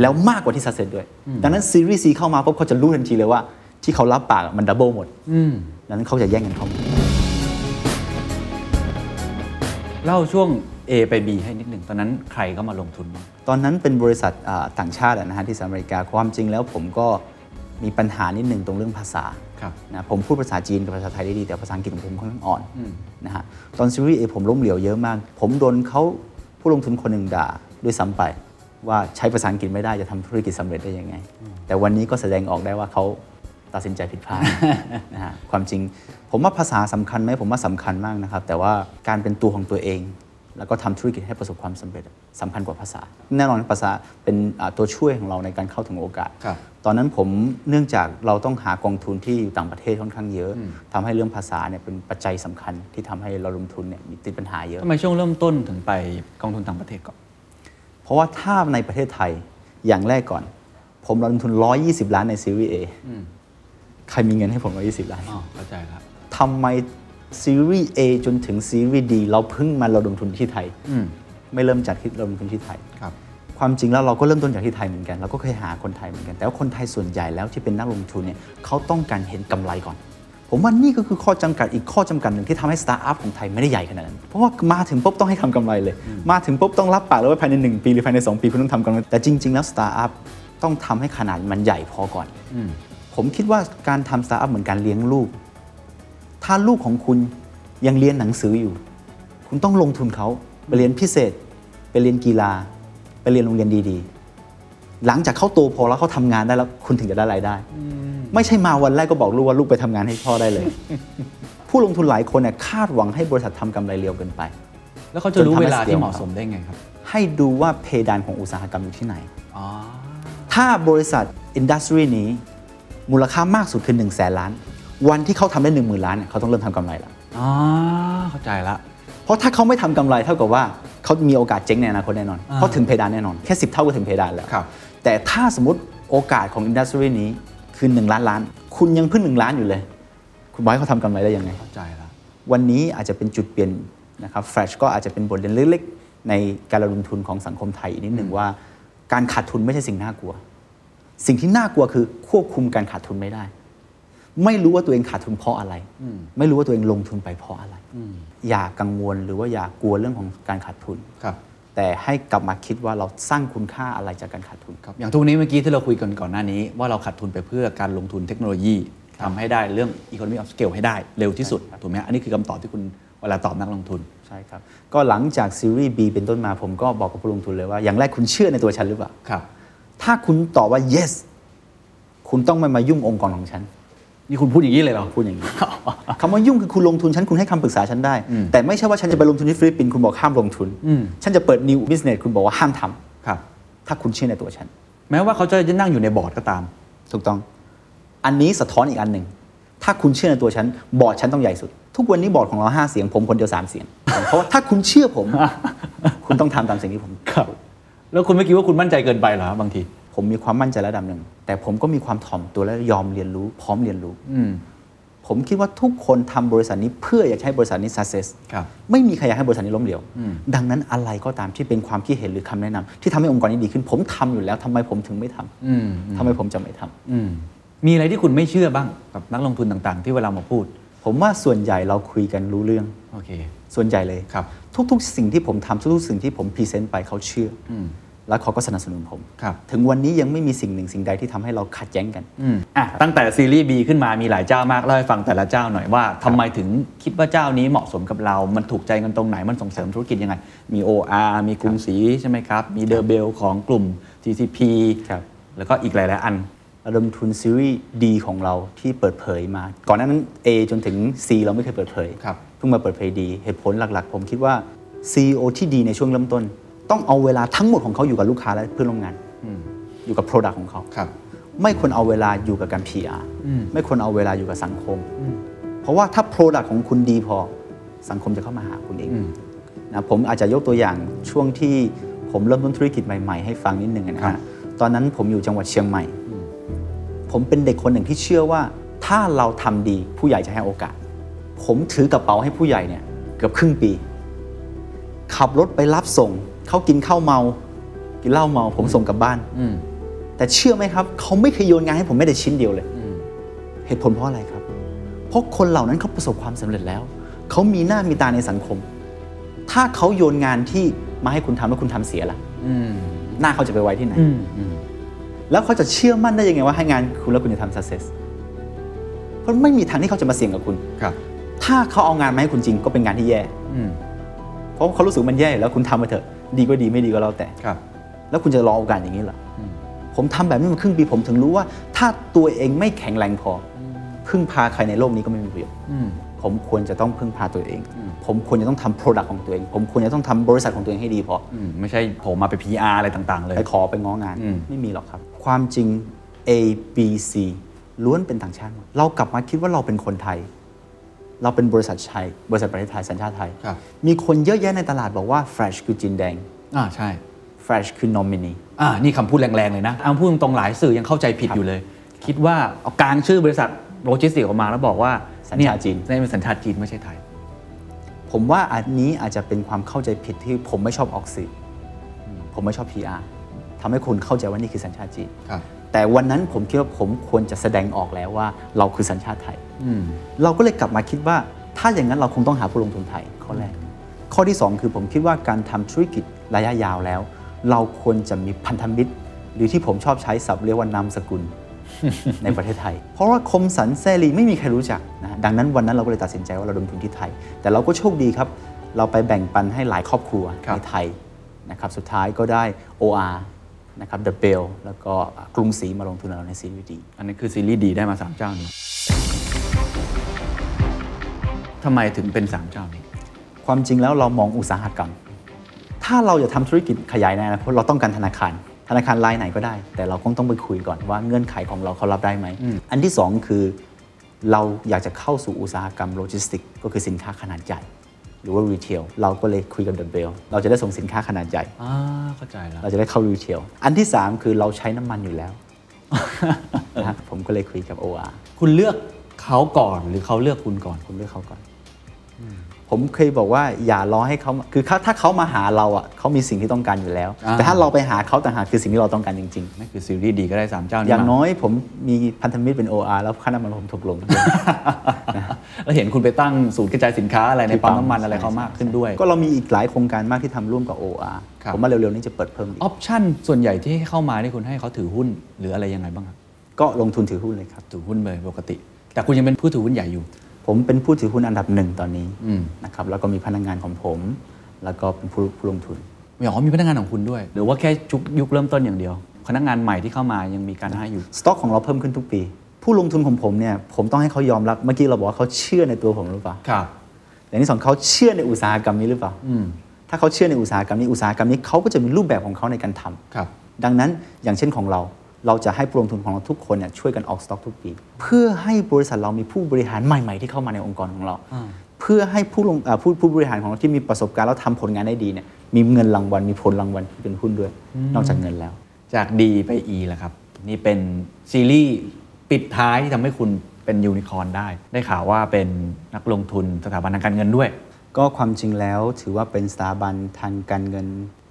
[SPEAKER 4] แล้วมากกว่าที่ซัสเซนด้วย ดังนั้นซีรีส์ C เข้ามาปุ๊บเขาจะรู้ทันทีเลยว่า ที่เขารับปากอะมันดับเบิลหมด
[SPEAKER 5] อืม
[SPEAKER 4] ดังนั้นเขาจะแย่งกันเข้ามา
[SPEAKER 5] เล่าช่วง A ไป B ให้นิดหนึ่ง ตอนนั้นใครก็มาลงทุนบ้าง
[SPEAKER 4] ตอนนั้นเป็นบริษัทอ่าต่างชาติอะนะฮะที่สหรัฐอเมริกาความจริงแล้วผมก็มีปัญหานิดหนึ่งตรงเรื่องภาษา
[SPEAKER 5] ครับ
[SPEAKER 4] นะผมพูดภาษาจีนกับภาษาไทยได้ดี แต่ภาษาอังกฤษของผมค่อนข้างอ่อน
[SPEAKER 5] อืม
[SPEAKER 4] นะฮะตอนซีรีส์เอผมล้มเหลวเยอะมาก ผมโดนเขาผู้ลงทุนคนหนึ่งด่าด้วยซ้ำไป ว่าใช้ภาษาอังกฤษไม่ได้จะทำธุรกิจสำเร็จได้ยังไง แต่วันนี้ก็แสดงออกได้ว่าเขาตัดสินใจผิดพลาด นะฮะความจริง ผมว่าภาษาสำคัญไหมผมว่าสำคัญมากนะครับแต่ว่าการเป็นตัวของตัวเอง แล้วก็ทำธุรกิจให้ประสบความสำเร็จสำคัญกว่าภาษา แน่นอนภาษาเป็นอ่าตัวช่วยของเราในการเข้าถึงโอกาส
[SPEAKER 5] ครับ
[SPEAKER 4] ตอนนั้นผมเนื่องจากเราต้องหากองทุนที่อยู่ต่างประเทศค่อนข้างเยอะทำให้เรื่องภาษาเนี่ยเป็นปัจจัยสำคัญที่ทำให้เราลงทุนเนี่ยมีติดปัญหาเยอะ
[SPEAKER 5] ทำไมช่วงเริ่มต้นถึงไปกองทุนต่างประเทศก่อน
[SPEAKER 4] เพราะว่าถ้าในประเทศไทยอย่างแรกก่อน ผมลงทุน 120 ล้านในซีรีส์ A
[SPEAKER 5] อืม
[SPEAKER 4] ใครมีเงินให้ผม 120 ล้าน
[SPEAKER 5] อ๋อ เข้าใจครับ
[SPEAKER 4] ทำไมซีรีส์ A จนถึงซีรีส์ D เราเพิ่งมาเราลงทุนที่ไทย
[SPEAKER 5] อืม
[SPEAKER 4] ไม่เริ่มจากที่เราลงทุนที่ไทย
[SPEAKER 5] ครับ
[SPEAKER 4] ความจริงแล้วเราก็เริ่มต้นจากที่ไทยเหมือนกันเราก็เคยหาคนไทยเหมือนกัน แต่ว่าคนไทยส่วนใหญ่แล้วที่เป็นนักลงทุนเนี่ยเขาต้องการเห็นกำไรก่อน ผมว่านี่ก็คือข้อจำกัดอีกข้อจำกัดหนึ่งที่ทำให้สตาร์ทอัพของไทยไม่ได้ใหญ่ขนาดนั้น เพราะว่ามาถึงปุ๊บต้องให้ทำกำไรเลย มาถึงปุ๊บต้องรับปากเลยว่าภายใน 1 ปีหรือภายใน 2 ปีคุณต้องทำกำไรแต่จริง ๆ แล้วสตาร์ทอัพต้องทำให้ขนาดมันใหญ่พอก่อน
[SPEAKER 5] อืม
[SPEAKER 4] ผมคิดว่าการทำสตาร์ทอัพเหมือนการเลี้ยงลูก ถ้าลูกของคุณยังเรียนหนังสืออยู่ คุณต้องลงทุนเขาไปเรียนพิเศษ ไปเรียนกีฬา ไปเรียนโรงเรียนดีๆ หลังจากเขาโตพอแล้วเขาทำงานได้แล้วคุณถึงจะได้รายได้ ไม่ใช่มาวันแรกก็บอกลูกว่าลูกไปทำงานให้พ่อได้เลย ผู้ลงทุนหลายคนเนี่ยคาดหวังให้บริษัททำกำไรเร็วเกินไป
[SPEAKER 5] แล้วเขาจะรู้เวลาที่เหมาะสมได้ไงครับ
[SPEAKER 4] ให้ดูว่าเพดานของอุตสาหกรรมอยู่ที่ไหน
[SPEAKER 5] อ๋อ
[SPEAKER 4] ถ้าบริษัทอินดัสทรีนี้ มูลค่ามากสุดคือ1นึ่งแสนล้าน วันที่เขาทำได้1นึ่งหมื่นล้านเนี่ยเขาต้องเริ่มทำกำไรละ
[SPEAKER 5] อ๋อ เข้าใจละ
[SPEAKER 4] เพราะถ้าเขาไม่ทำกำไรเท่ากับว่าเขามีโอกาสเจ๊งในอนาคตแน่นอน
[SPEAKER 5] อ่า
[SPEAKER 4] เพราะถึงเพดานแน่นอน แค่ 10 เท่าก็ถึงเพดานแล้ว
[SPEAKER 5] ครับ
[SPEAKER 4] แต่ถ้าสมมติโอกาสของอินดัสทรีนี้คือ 1 ล้านล้าน คุณยังเพิ่งหนึ่งล้านอยู่เลย คุณบอยเขาทำกำไรได้ยังไง
[SPEAKER 5] เข้าใจละ
[SPEAKER 4] วันนี้อาจจะเป็นจุดเปลี่ยนนะครับแฟลชก็อาจจะเป็นบทเรียนเล็กๆ ในการลงทุนของสังคมไทยอีกนิดหนึ่งว่า การขาดทุนไม่ใช่สิ่งน่ากลัว สิ่งที่น่ากลัวคือควบคุมการขาดทุนไม่ได้ ไม่รู้ว่าตัวเองขาดทุนเพราะอะไร
[SPEAKER 5] อืม
[SPEAKER 4] ไม่รู้ว่าตัวเองลงทุนไปเพราะอะไร
[SPEAKER 5] อืม
[SPEAKER 4] อย่ากังวลหรือว่าอย่ากลัวเรื่องของการขาดทุน
[SPEAKER 5] ครับ
[SPEAKER 4] แต่ให้กลับมาคิดว่าเราสร้างคุณค่าอะไรจากการขาดทุน
[SPEAKER 5] ครับ อย่างทุกวันนี้เมื่อกี้ที่เราคุยกันก่อนหน้านี้ ว่าเราขาดทุนไปเพื่อการลงทุนเทคโนโลยีทำให้ได้เรื่อง economy of scale ให้ได้เร็วที่สุด ถูกไหมฮะอันนี้คือคำตอบที่คุณเวลาตอบนักลงทุน
[SPEAKER 4] ใช่ครับ ก็หลังจากซีรีส์ B เป็นต้นมาผมก็บอกกับผู้ลงทุนเลยว่าอย่างแรกคุณเชื่อในตัวฉันหรือเปล่า
[SPEAKER 5] ครับ
[SPEAKER 4] ถ้าคุณตอบว่า yes คุณต้องไม่มายุ่งองค์กรของฉัน
[SPEAKER 5] นี่คุณพูดอย่างนี้เลยเหรอ
[SPEAKER 4] พูดอย่างนี้ คำว่ายุ่งคือคุณลงทุนฉันคุณให้คำปรึกษาฉันได้
[SPEAKER 5] อืม
[SPEAKER 4] แต่ไม่ใช่ว่าฉันจะไปลงทุนที่ฟิลิปปินส์คุณบอกห้ามลงทุน
[SPEAKER 5] อืม
[SPEAKER 4] ฉันจะเปิด new business คุณบอกว่าห้ามทำ
[SPEAKER 5] ครับ
[SPEAKER 4] ถ้าคุณเชื่อในตัวฉัน
[SPEAKER 5] แม้ว่าเขาจะนั่งอยู่ในบอร์ดก็ตาม
[SPEAKER 4] ถูกต้อง อันนี้สะท้อนอีกอันหนึ่ง ถ้าคุณเชื่อในตัวฉัน บอร์ดฉันต้องใหญ่สุด ทุกวันนี้บอร์ดของเราห้าเสียง ผมคนเดียวสามเสียง เพราะว่าถ้าคุณเชื่อผม คุณต้องทำตามสิ่งที่ผม
[SPEAKER 5] ครับ แล้วคุณไม่คิดว่าคุณมั่นใจเกินไปเหรอฮะบางที
[SPEAKER 4] ผมมีความมั่นใจระดับหนึ่ง แต่ผมก็มีความถ่อมตัวและยอมเรียนรู้ พร้อมเรียนรู้
[SPEAKER 5] อืม
[SPEAKER 4] ผมคิดว่าทุกคนทำบริษัทนี้เพื่ออยากจะให้บริษัทนี้ success
[SPEAKER 5] ครับ
[SPEAKER 4] ไม่มีใครอยากให้บริษัทนี้ล้มเหลว
[SPEAKER 5] อืม
[SPEAKER 4] ดังนั้นอะไรก็ตามที่เป็นความคิดเห็นหรือคำแนะนำที่ทำให้องค์กรนี้ดีขึ้น ผมทำอยู่แล้วทำไมผมถึงไม่ทำ
[SPEAKER 5] อืม
[SPEAKER 4] ทำไมผมจะไม่ทำ
[SPEAKER 5] อืม มีอะไรที่คุณไม่เชื่อบ้างกับนักลงทุนต่างๆ ที่เวลามาพูด
[SPEAKER 4] ผมว่าส่วนใหญ่เราคุยกันรู้เรื่อง
[SPEAKER 5] โอเค
[SPEAKER 4] ส่วนใหญ่เลย
[SPEAKER 5] ครับ
[SPEAKER 4] ทุกๆ สิ่งที่ผมทำทุกๆ สิ่งที่ผมพรีเซนต์ไปเขาเชื่ออ
[SPEAKER 5] อืม
[SPEAKER 4] แล้วเขาก็สนับสนุนผม
[SPEAKER 5] ครับ
[SPEAKER 4] ถึงวันนี้ยังไม่มีสิ่งหนึ่งสิ่งใดที่ทำให้เราขัดแย้งกัน
[SPEAKER 5] อืมอ่ะตั้งแต่ซีรีส์ B ขึ้นมามีหลายเจ้ามากเล่าให้ฟังแต่ละเจ้าหน่อยว่าทำไมถึงคิดว่าเจ้านี้เหมาะสมกับเรา มันถูกใจกันตรงไหน มันส่งเสริมธุรกิจยังไง มี OR มีกรุงศรีใช่ไหมครับ มีเดอร์เบลของกลุ่ม TCP
[SPEAKER 4] ครับ
[SPEAKER 5] แล้วก็อีกหลายๆอัน
[SPEAKER 4] ระดมทุนซีรีส์ดีของเราที่เปิดเผยมา ก่อนหน้านั้น A จนถึง C เราไม่เคยเปิดเผย
[SPEAKER 5] ครับ
[SPEAKER 4] เพิ่งมาเปิดเผยดี เหตุผลหลักๆ ผมคิดว่า CEO ที่ดีในช่วงเริ่มต้น ต้องเอาเวลาทั้งหมดของเขาอยู่กับลูกค้าและเพื่อนร่วมงาน
[SPEAKER 5] อืม
[SPEAKER 4] อยู่กับ Product ของเขา
[SPEAKER 5] ครับ
[SPEAKER 4] ไม่ควรเอาเวลาอยู่กับการ PR
[SPEAKER 5] อืม
[SPEAKER 4] ไม่ควรเอาเวลาอยู่กับสังคม เพราะว่าถ้า Product ของคุณดีพอสังคมจะเข้ามาหาคุณเอง
[SPEAKER 5] อืม
[SPEAKER 4] นะผมอาจจะยกตัวอย่างช่วงที่ผมเริ่มต้นธุรกิจใหม่ ๆ ให้ฟังนิดนึงนะ
[SPEAKER 5] ครั
[SPEAKER 4] ฮะ
[SPEAKER 5] บ
[SPEAKER 4] ตอนนั้นผมอยู่จังหวัดเชียงใหม่ ผมเป็นเด็กคนหนึ่งที่เชื่อว่า ถ้าเราทำดีผู้ใหญ่จะให้โอกาส ผมถือกระเป๋าให้ผู้ใหญ่เนี่ยเกือบครึ่งปี ขับรถไปรับส่งเขากินข้าวเมา กินเหล้าเมา ผมส่งกลับบ้าน
[SPEAKER 5] อืม
[SPEAKER 4] แต่เชื่อไหมครับ เขาไม่เคยโยนงานให้ผมไม่แต่ชิ้นเดียวเลย
[SPEAKER 5] อืม
[SPEAKER 4] เหตุผลเพราะอะไรครับ เพราะคนเหล่านั้นเขาประสบความสำเร็จแล้ว เขามีหน้ามีตาในสังคม ถ้าเขาโยนงานที่มาให้คุณทำแล้วคุณทำเสียละ
[SPEAKER 5] อืม
[SPEAKER 4] หน้าเขาจะไปไว้ที่ไหน
[SPEAKER 5] อืมอืม
[SPEAKER 4] แล้วเขาจะเชื่อมั่นได้ยังไงว่าให้งานคุณแล้วคุณจะทำ success เพราะไม่มีทางที่เขาจะมาเสี่ยงกับคุณ
[SPEAKER 5] ครับ
[SPEAKER 4] ถ้าเขาเอางานมาให้คุณจริงก็เป็นงานที่แย่
[SPEAKER 5] อืม
[SPEAKER 4] เพราะเขารู้สึกมันแย่อยู่แล้วคุณทำมาเถอะ ดีก็ดีไม่ดีก็แล้วแต่
[SPEAKER 5] ครับ
[SPEAKER 4] แล้วคุณจะรอโอกาสอย่างนี้เหรออ
[SPEAKER 5] ม
[SPEAKER 4] ผมทำแบบนี้มาครึ่งปีผมถึงรู้ว่า ถ้าตัวเองไม่แข็งแรงพออพึ่งพาใครในโลกนี้ก็ไม่มีประโยชน์
[SPEAKER 5] อืม
[SPEAKER 4] ผมควรจะต้องพึ่งพาตัวเอง
[SPEAKER 5] อืม
[SPEAKER 4] ผมควรจะต้องทำโปรดักต์ของตัวเอง ผมควรจะต้องทำบริษัทของตัวเองให้ดีพอ
[SPEAKER 5] อืม ไม่ใช่ผมมาไป PR อะไรต่างๆ เลย
[SPEAKER 4] ไปขอไปง้องาน
[SPEAKER 5] อืม
[SPEAKER 4] ไม่มีหรอกครับ ความจริง A B C ล้วนเป็นต่างชาติหมดเรากลับมาคิดว่าเราเป็นคนไทย เราเป็นบริษัทไทยบริษัทประเทศไทยสัญชาติไทย
[SPEAKER 5] ครับ
[SPEAKER 4] มีคนเยอะแยะในตลาดบอกว่า Fresh คือจีนแดง
[SPEAKER 5] อ่า ใช่
[SPEAKER 4] Fresh คือ nominee
[SPEAKER 5] อ่า นี่คำพูดแรง ๆ เลยนะเอาพูดตรงๆ หลายสื่อยังเข้าใจผิดอยู่เลย คิดว่า เอากลางชื่อบริษัทโลจิสติกส์ออกมาแล้วบอกว่า
[SPEAKER 4] สัญชาติ
[SPEAKER 5] เย
[SPEAKER 4] จีน
[SPEAKER 5] นี่เป็นสัญชาติจีนไม่ใช่ไทย
[SPEAKER 4] ผมว่าอันนี้อาจจะเป็นความเข้าใจผิดที่ผมไม่ชอบออกสื่ออผมไม่ชอบ PR ทำให้คนเข้าใจว่านี่คือสัญชาติจีน
[SPEAKER 5] ครับ
[SPEAKER 4] แต่วันนั้นผมคิดว่าผมควรจะแสดงออกแล้วว่าเราคือสัญชาติไทย
[SPEAKER 5] อืม
[SPEAKER 4] เราก็เลยกลับมาคิดว่า ถ้าอย่างนั้นเราคงต้องหาผู้ลงทุนไทยข้อแรก ข้อที่ 2 คือผมคิดว่าการทำธุรกิจระยะยาวแล้ว เราควรจะมีพันธมิตร หรือที่ผมชอบใช้ศัพท์เรียกว่านามสกุล ในประเทศไทย เพราะว่าคมสันแซลีไม่มีใครรู้จักนะดังนั้นวันนั้นเราก็เลยตัดสินใจว่าเราลงทุนที่ไทย แต่เราก็โชคดีครับ เราไปแบ่งปันให้หลายครอบครัว
[SPEAKER 5] ครับ
[SPEAKER 4] ในไทยนะครับสุดท้ายก็ได้ OR นะครับ The Bell แล้วก็กรุงศรีมาลงทุนกับเราใน Series D
[SPEAKER 5] อันนี้คือซีรีส์ดีได้มา 3 เจ้านี้ทำไมถึงเป็น 3 เจ้านี้
[SPEAKER 4] ความจริงแล้วเรามองอุตสาหกรรม ถ้าเราอยากทำธุรกิจขยายในอนาคตเราต้องการธนาคาร ธนาคารรายไหนก็ได้ แต่เราคงต้องไปคุยก่อนว่าเงื่อนไขของเราเขารับได้ไหม
[SPEAKER 5] อืม
[SPEAKER 4] อันที่สองคือเราอยากจะเข้าสู่อุตสาหกรรมโลจิสติก ก็คือสินค้าขนาดใหญ่ หรือว่ารีเทลเราก็เลยคุยกับเดอะเบลเราจะได้ส่งสินค้าขนาดใหญ่
[SPEAKER 5] อ่า เข้าใจแล้ว
[SPEAKER 4] เราจะได้เข้ารีเทลอันที่สามคือเราใช้น้ำมันอยู่แล้ว นะฮะผมก็เลยคุยกับ OR
[SPEAKER 5] คุณเลือกเขาก่อนหรือเขาเลือกคุณก่อน
[SPEAKER 4] ผมเลือกเขาก่อน ผมเคยบอกว่าอย่ารอให้เขามาคือเขาถ้าเขามาหาเราอ่ะเขามีสิ่งที่ต้องการอยู่แล้ว
[SPEAKER 5] อ่า
[SPEAKER 4] แต่ถ้าเราไปหาเขาต่างหากคือสิ่งที่เราต้องการจริง
[SPEAKER 5] นั่นคือซีรีส์ดีก็ได้ 3 เจ้า
[SPEAKER 4] ๆ
[SPEAKER 5] นี้
[SPEAKER 4] อย่าง
[SPEAKER 5] ม
[SPEAKER 4] น้อยผมมีพันธมิตรเป็น OR แล้วค่าน้ำมันผมถูกลง
[SPEAKER 5] แล้วเห็นคุณไปตั้งศูนย์กระจายสินค้าอะไรในปั๊มน้ำมัน
[SPEAKER 4] ใช่
[SPEAKER 5] อะไรเขามากขึ้นด้วย
[SPEAKER 4] ก็เรามีอีกหลายโครงการมากที่ทำร่วมกับ OR
[SPEAKER 5] ครับ
[SPEAKER 4] ผมว่าเร็วๆนี้จะเปิดเพิ่มอีก
[SPEAKER 5] ออปชั่นส่วนใหญ่ที่ให้เข้ามาที่คุณให้เขาถือหุ้น หรืออะไรยังไงบ้างครับ
[SPEAKER 4] ก็ลงทุนถือหุ้นเลยครับ
[SPEAKER 5] ถือหุ้นเลยปกติ แต่คุณยังเป็นผู้ถือหุ้นใหญ่อยู่
[SPEAKER 4] ผมเป็นผู้ถือหุ้นอันดับหนึ่งตอนนี้
[SPEAKER 5] อืม
[SPEAKER 4] นะครับแล้วก็มีพนักงานของผม แล้วก็เป็นผู้ผู้ลงทุน
[SPEAKER 5] ไม่อ๋อมีพนักงานของคุณด้วย หรือว่าแค่ชุกยุคเริ่มต้นอย่างเดียว พนักงานใหม่ที่เข้ามายังมีการให้อยู่
[SPEAKER 4] สต็อกของเราเพิ่มขึ้นทุกปี ผู้ลงทุนของผมเนี่ยผมต้องให้เขายอมรับเมื่อกี้เราบอกว่าเขาเชื่อในตัวผมหรือเปล่า
[SPEAKER 5] ครับ
[SPEAKER 4] อย่างที่สองเขาเชื่อในอุตสาหกรรมนี้หรือเปล่า
[SPEAKER 5] อืม
[SPEAKER 4] ถ้าเขาเชื่อในอุตสาหกรรมนี้อุตสาหกรรมนี้เขาก็จะมีรูปแบบของเขาในการทำ
[SPEAKER 5] ครับ
[SPEAKER 4] ดังนั้นอย่างเช่นของเรา เราจะให้ผู้ลงทุนของเราทุกคนเนี่ยช่วยกันออกสต็อกทุกปี เพื่อให้บริษัทเรามีผู้บริหารใหม่ ๆ ที่เข้ามาในองค์กรของเรา
[SPEAKER 5] อ่า
[SPEAKER 4] เพื่อให้ผู้ลงเอ่อผู้ผู้บริหารของเราที่มีประสบการณ์แล้วทำผลงานได้ดีเนี่ยมีเงินรางวัลมีผลรางวัลเป็นหุ้นด้วย นอกจากเงินแล้ว
[SPEAKER 5] จากดีไป E แล้วครับ นี่เป็นซีรีส์ปิดท้ายที่ทำให้คุณเป็นยูนิคอร์นได้ ได้ข่าวว่าเป็นนักลงทุนสถาบันทางการเงินด้วย
[SPEAKER 4] ก็ความจริงแล้วถือว่าเป็นสถาบันทางการเงิน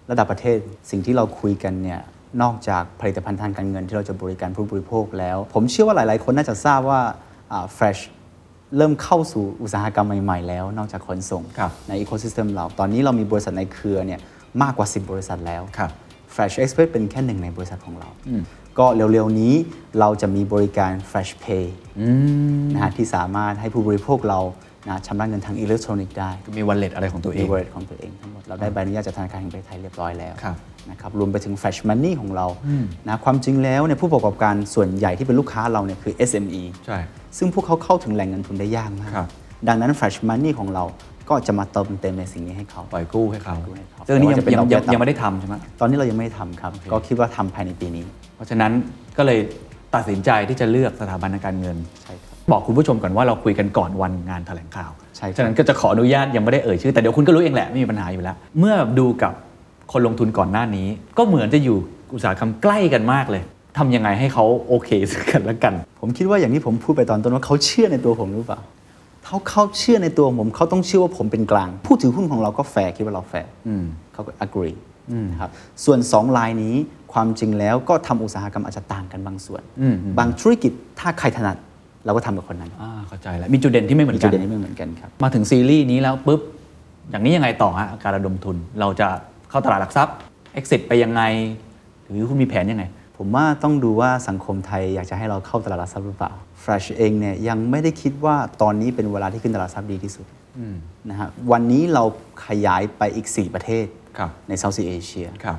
[SPEAKER 4] ระดับประเทศ สิ่งที่เราคุยกันเนี่ยนอกจากผลิตภัณฑ์ทางการเงินที่เราจะบริการผู้บริโภคแล้ว ผมเชื่อว่าหลาย ๆ คนน่าจะทราบว่าอ่า fresh เริ่มเข้าสู่อุตสาหกรรมใหม่ ๆ แล้ว นอกจากขนส่ง
[SPEAKER 5] ครับ
[SPEAKER 4] ในอีโคซิสเต็มเรา ตอนนี้เรามีบริษัทในเครือเนี่ยมากกว่า 10 บริษัทแล้ว
[SPEAKER 5] ครับ
[SPEAKER 4] Fresh Express เป็นแค่หนึ่งในบริษัทของเรา
[SPEAKER 5] อืม
[SPEAKER 4] ก็เร็ว ๆ นี้เราจะมีบริการ Fresh Pay
[SPEAKER 5] อืม
[SPEAKER 4] นะฮะที่สามารถให้ผู้บริโภคเรานะชำระเงินทางอิเล็กทรอนิกส์ได้
[SPEAKER 5] มีวันเลทอะไรของตัวเอ
[SPEAKER 4] มี
[SPEAKER 5] ง
[SPEAKER 4] วอลเล็ตของตัวเองทั้งหมด เราได้ใบอนุญาตจากธนาคารแห่งประเทศไทยเรียบร้อยแล้ว
[SPEAKER 5] ครับ
[SPEAKER 4] นะครับรวมไปถึงแฟชมันนี่ของเรา
[SPEAKER 5] อืม
[SPEAKER 4] นะความจริงแล้วเนี่ยผู้ประกอบการส่วนใหญ่ที่เป็นลูกค้าเราเนี่ยคือ SME
[SPEAKER 5] ใช่
[SPEAKER 4] ซึ่งพวกเขาเข้าถึงแหล่งเงินทุนได้ยากมาก
[SPEAKER 5] ครับ
[SPEAKER 4] ดังนั้น Fresh Money ของเราก็จะมาเติมเต็มในสิ่งนี้ให้เขา
[SPEAKER 5] ปล่อยกู้ให้เขา
[SPEAKER 4] ปล่อยกู้ให้เขา
[SPEAKER 5] ซึ่งอันนี้ยัง
[SPEAKER 4] แต่ว่าจะเป็น
[SPEAKER 5] ยัง
[SPEAKER 4] ดอกเบี้
[SPEAKER 5] ยั
[SPEAKER 4] ย
[SPEAKER 5] ง
[SPEAKER 4] ต่ำ
[SPEAKER 5] ยังไม่ได้ทำใช่ไหม
[SPEAKER 4] ตอนนี้เรายังไม่ได้ทำครับ ก็คิดว่าทำภายในปีนี้
[SPEAKER 5] เพราะฉะนั้นก็เลย ตัดสินใจที่จะเลือกสถาบันทางการเงิน
[SPEAKER 4] ใช่ครับ
[SPEAKER 5] บอกคุณผู้ชมก่อนว่าเราคุยกันก่อนวันงานแถลงข่าว
[SPEAKER 4] ใช่ครับ
[SPEAKER 5] ฉะนั้นก็จะขออนุญาตยังไม่ได้เอ่ยชื่อ แต่เดี๋ยวคุณก็รู้เองแหละไม่มีปัญหาอยู่แล้ว เมื่อดูกับคนลงทุนก่อนหน้านี้ ก็เหมือนจะอยู่อุตสาหกรรมใกล้กันมากเลยทำยังไงให้เขาโอเคซึ่งกันและกัน
[SPEAKER 4] ผมคิดว่าอย่างที่ผมพูดไปตอนต้นว่าเขาเชื่อในตัวผมหรือเปล่าเขาเขาเชื่อในตัวผมเขาต้องเชื่อว่าผมเป็นกลาง ผู้ถือหุ้นของเราก็แฟร์คิดว่าเราแฟร์
[SPEAKER 5] อืม
[SPEAKER 4] เขาก็ agree นะครับส่วนสองลายนี้ความจริงแล้วก็ทำอุตสาหกรรมอาจจะต่างกันบางส่วน
[SPEAKER 5] อืมอืม
[SPEAKER 4] บางธุรกิจถ้าใครถนัดเราก็ทำกับคนนั้น
[SPEAKER 5] อ่าเข้าใจแล้วมีจุดเด่นที่ไม่เหมือน
[SPEAKER 4] จุด
[SPEAKER 5] กัน
[SPEAKER 4] เด่นที่ไม่เหมือนกันครับ
[SPEAKER 5] มาถึงซีรีส์นี้แล้วปุ๊บ อย่างนี้ยังไงต่อฮะการระดมทุน เราจะเข้าตลาดหลักทรัพย์ exit ไปยังไง หรือคุณมีแผนยังไง
[SPEAKER 4] ผมว่าต้องดูว่าสังคมไทยอยากจะให้เราเข้าตลาดหลักทรัพย์หรือเปล่า Fresh เองเนี่ยยังไม่ได้คิดว่าตอนนี้เป็นเวลาที่ขึ้นตลาดหลักทรัพย์ดีที่สุดนะฮะวันนี้เราขยายไปอีก 4 ประเทศ
[SPEAKER 5] ครับ
[SPEAKER 4] ในเซาท์ t ีเอเชีย
[SPEAKER 5] ครับ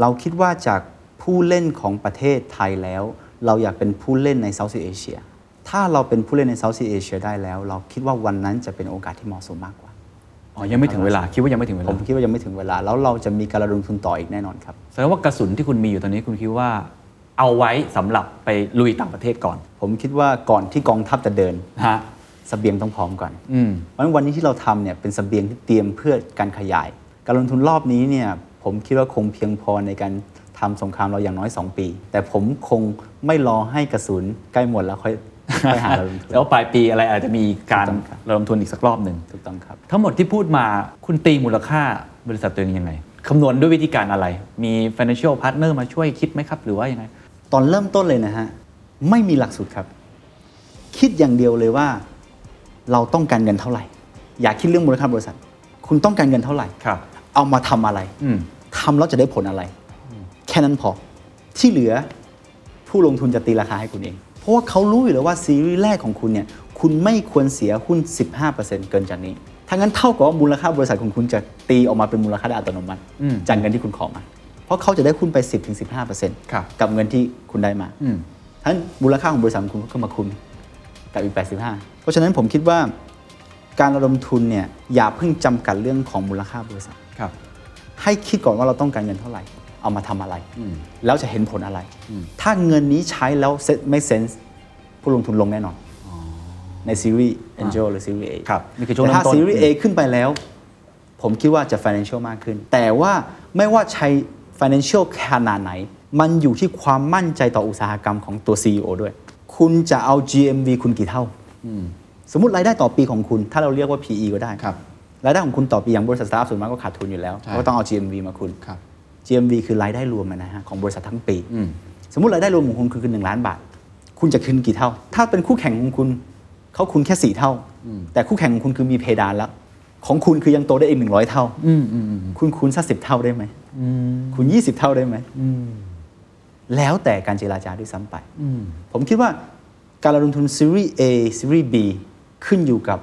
[SPEAKER 4] เราคิดว่าจากผู้เล่นของประเทศไทยแล้ว เราอยากเป็นผู้เล่นในเซาท์ t ีเอเชียถ้าเราเป็นผู้เล่นในเซาท์ t ีเอเชียได้แล้ว เราคิดว่าวันนั้นจะเป็นโอกาสที่เหมาะสมมากกว่า
[SPEAKER 5] อ๋อ ยังไม่ถึงเวลา คิดว่ายังไม่ถึงเว
[SPEAKER 4] ผ
[SPEAKER 5] ลาม
[SPEAKER 4] คิดว่ายังไม่ถึงเวลาแล้วเราจะมีการระดมทุนต่ออีกแน่นอนครับ
[SPEAKER 5] แสดงว่ากระสุนที่คุณมีอยู่ตอนนี้คุณคิดว่า เอาไว้สำหรับไปลุยต่างประเทศก่อน
[SPEAKER 4] ผมคิดว่าก่อนที่กองทัพจะเดิน
[SPEAKER 5] ฮะ
[SPEAKER 4] เสบียงต้องพร้อมก่อน
[SPEAKER 5] อืม
[SPEAKER 4] เพราะฉะนั้นวันนี้ที่เราทำเนี่ยเป็นเสบียงที่เตรียมเพื่อการขยาย การลงทุนรอบนี้เนี่ยผมคิดว่าคงเพียงพอในการทำสงครามเราอย่างน้อย 2 ปี แต่ผมคงไม่รอให้กระสุนใกล้หมดแล้วค่อย ค่อยหาเราลงทุน
[SPEAKER 5] แล้วปลายปีอะไรอาจจะมีการ
[SPEAKER 4] ถูกต้องครับ
[SPEAKER 5] ระดมทุนอีกสักรอบหนึ่ง
[SPEAKER 4] ถูกต้องครับ
[SPEAKER 5] ทั้งหมดที่พูดมาคุณตีมูลค่าบริษัทตัวเองยังไงคำนวณด้วยวิธีการอะไร มี financial partner มาช่วยคิดไหมครับ หรือว่ายังไง
[SPEAKER 4] ตอนเริ่มต้นเลยนะฮะ ไม่มีหลักสูตรครับ คิดอย่างเดียวเลยว่าเราต้องการเงินเท่าไหร่ อย่าคิดเรื่องมูลค่าบริษัท คุณต้องการเงินเท่าไหร่
[SPEAKER 5] ครับ
[SPEAKER 4] เอามาทำอะไร
[SPEAKER 5] อืม
[SPEAKER 4] ทำแล้วจะได้ผลอะไร แค่นั้นพอ ที่เหลือผู้ลงทุนจะตีราคาให้คุณเอง เพราะว่าเขารู้อยู่แล้วว่าซีรีส์แรกของคุณเนี่ย คุณไม่ควรเสียหุ้น 15%เกินจากนี้ถ้างั้นเท่ากับว่ามูลค่าบริษัทของคุณจะตีออกมาเป็นมูลค่าได้อัตโนมัติ
[SPEAKER 5] อืม
[SPEAKER 4] จากเงินที่คุณขอมา เพราะเขาจะได้หุ้นไป 10-15%
[SPEAKER 5] ครับ
[SPEAKER 4] กับเงินที่คุณได้มา
[SPEAKER 5] อืม
[SPEAKER 4] ทั้นมูลค่าของบริษัทของคุณก็ขึ้นมาคุณกับอีก 85 เพราะฉะนั้นผมคิดว่าการระดมทุนเนี่ยอย่าเพิ่งจำกัดเรื่องของมูลค่าบริษัท
[SPEAKER 5] ครับ
[SPEAKER 4] ให้คิดก่อนว่าเราต้องการเงินเท่าไหร่ เอามาทำอะไร
[SPEAKER 5] อืม
[SPEAKER 4] แล้วจะเห็นผลอะไร ถ้าเงินนี้ใช้แล้ว set- ไม่เซนส์ผู้ลงทุนลงแน่นอนในซีรีส์ Angel หรือซีรีส์ A
[SPEAKER 5] ครับนี่คือช่วงเริ่ม
[SPEAKER 4] แต่ถ้า
[SPEAKER 5] ต้น
[SPEAKER 4] ซีรีส์ A ขึ้นไปแล้ว ผมคิดว่าจะ financial มากขึ้น แต่ว่าไม่ว่าใช้ financial ขนาดไหน มันอยู่ที่ความมั่นใจต่ออุตสาหกรรมของตัว CEO ด้วย คุณจะเอา GMV คุณกี่เท่า สมมติรายได้ต่อปีของคุณ ถ้าเราเรียกว่า PE ก็ได้
[SPEAKER 5] ครับ
[SPEAKER 4] รายได้ของคุณต่อปีอย่างบริษัทสตาร์ทส่วนมากก็ขาดทุนอยู่แล้ว
[SPEAKER 5] ใช่
[SPEAKER 4] ก็ต้องเอา GMV มาคุณ
[SPEAKER 5] ครับ
[SPEAKER 4] GMV คือรายได้รวมอะนะฮะของบริษัททั้งปี
[SPEAKER 5] อืม
[SPEAKER 4] สมมติรายได้รวมของคุณคือคือหนึ่งล้านบาท คุณจะคืนกี่เท่า ถ้าเป็นคู่แข่งของคุณเขาคุณแค่สี่เท่า แต่คู่แข่งของคุณคือมีเพดานแล้ว ของคุณคือยังโตได้อีกหนึ่งร้อยเท่า
[SPEAKER 5] อืมอืมอืม
[SPEAKER 4] คุณคูณสักสิบเท่าได้ไหม
[SPEAKER 5] อืม
[SPEAKER 4] คูณ20 เท่าได้ไหม แล้วแต่การเจราจาด้วยซ้ำไป ผมคิดว่าการลงทุนซีรีส์ A ซีรีส์ B ขึ้นอยู่กับ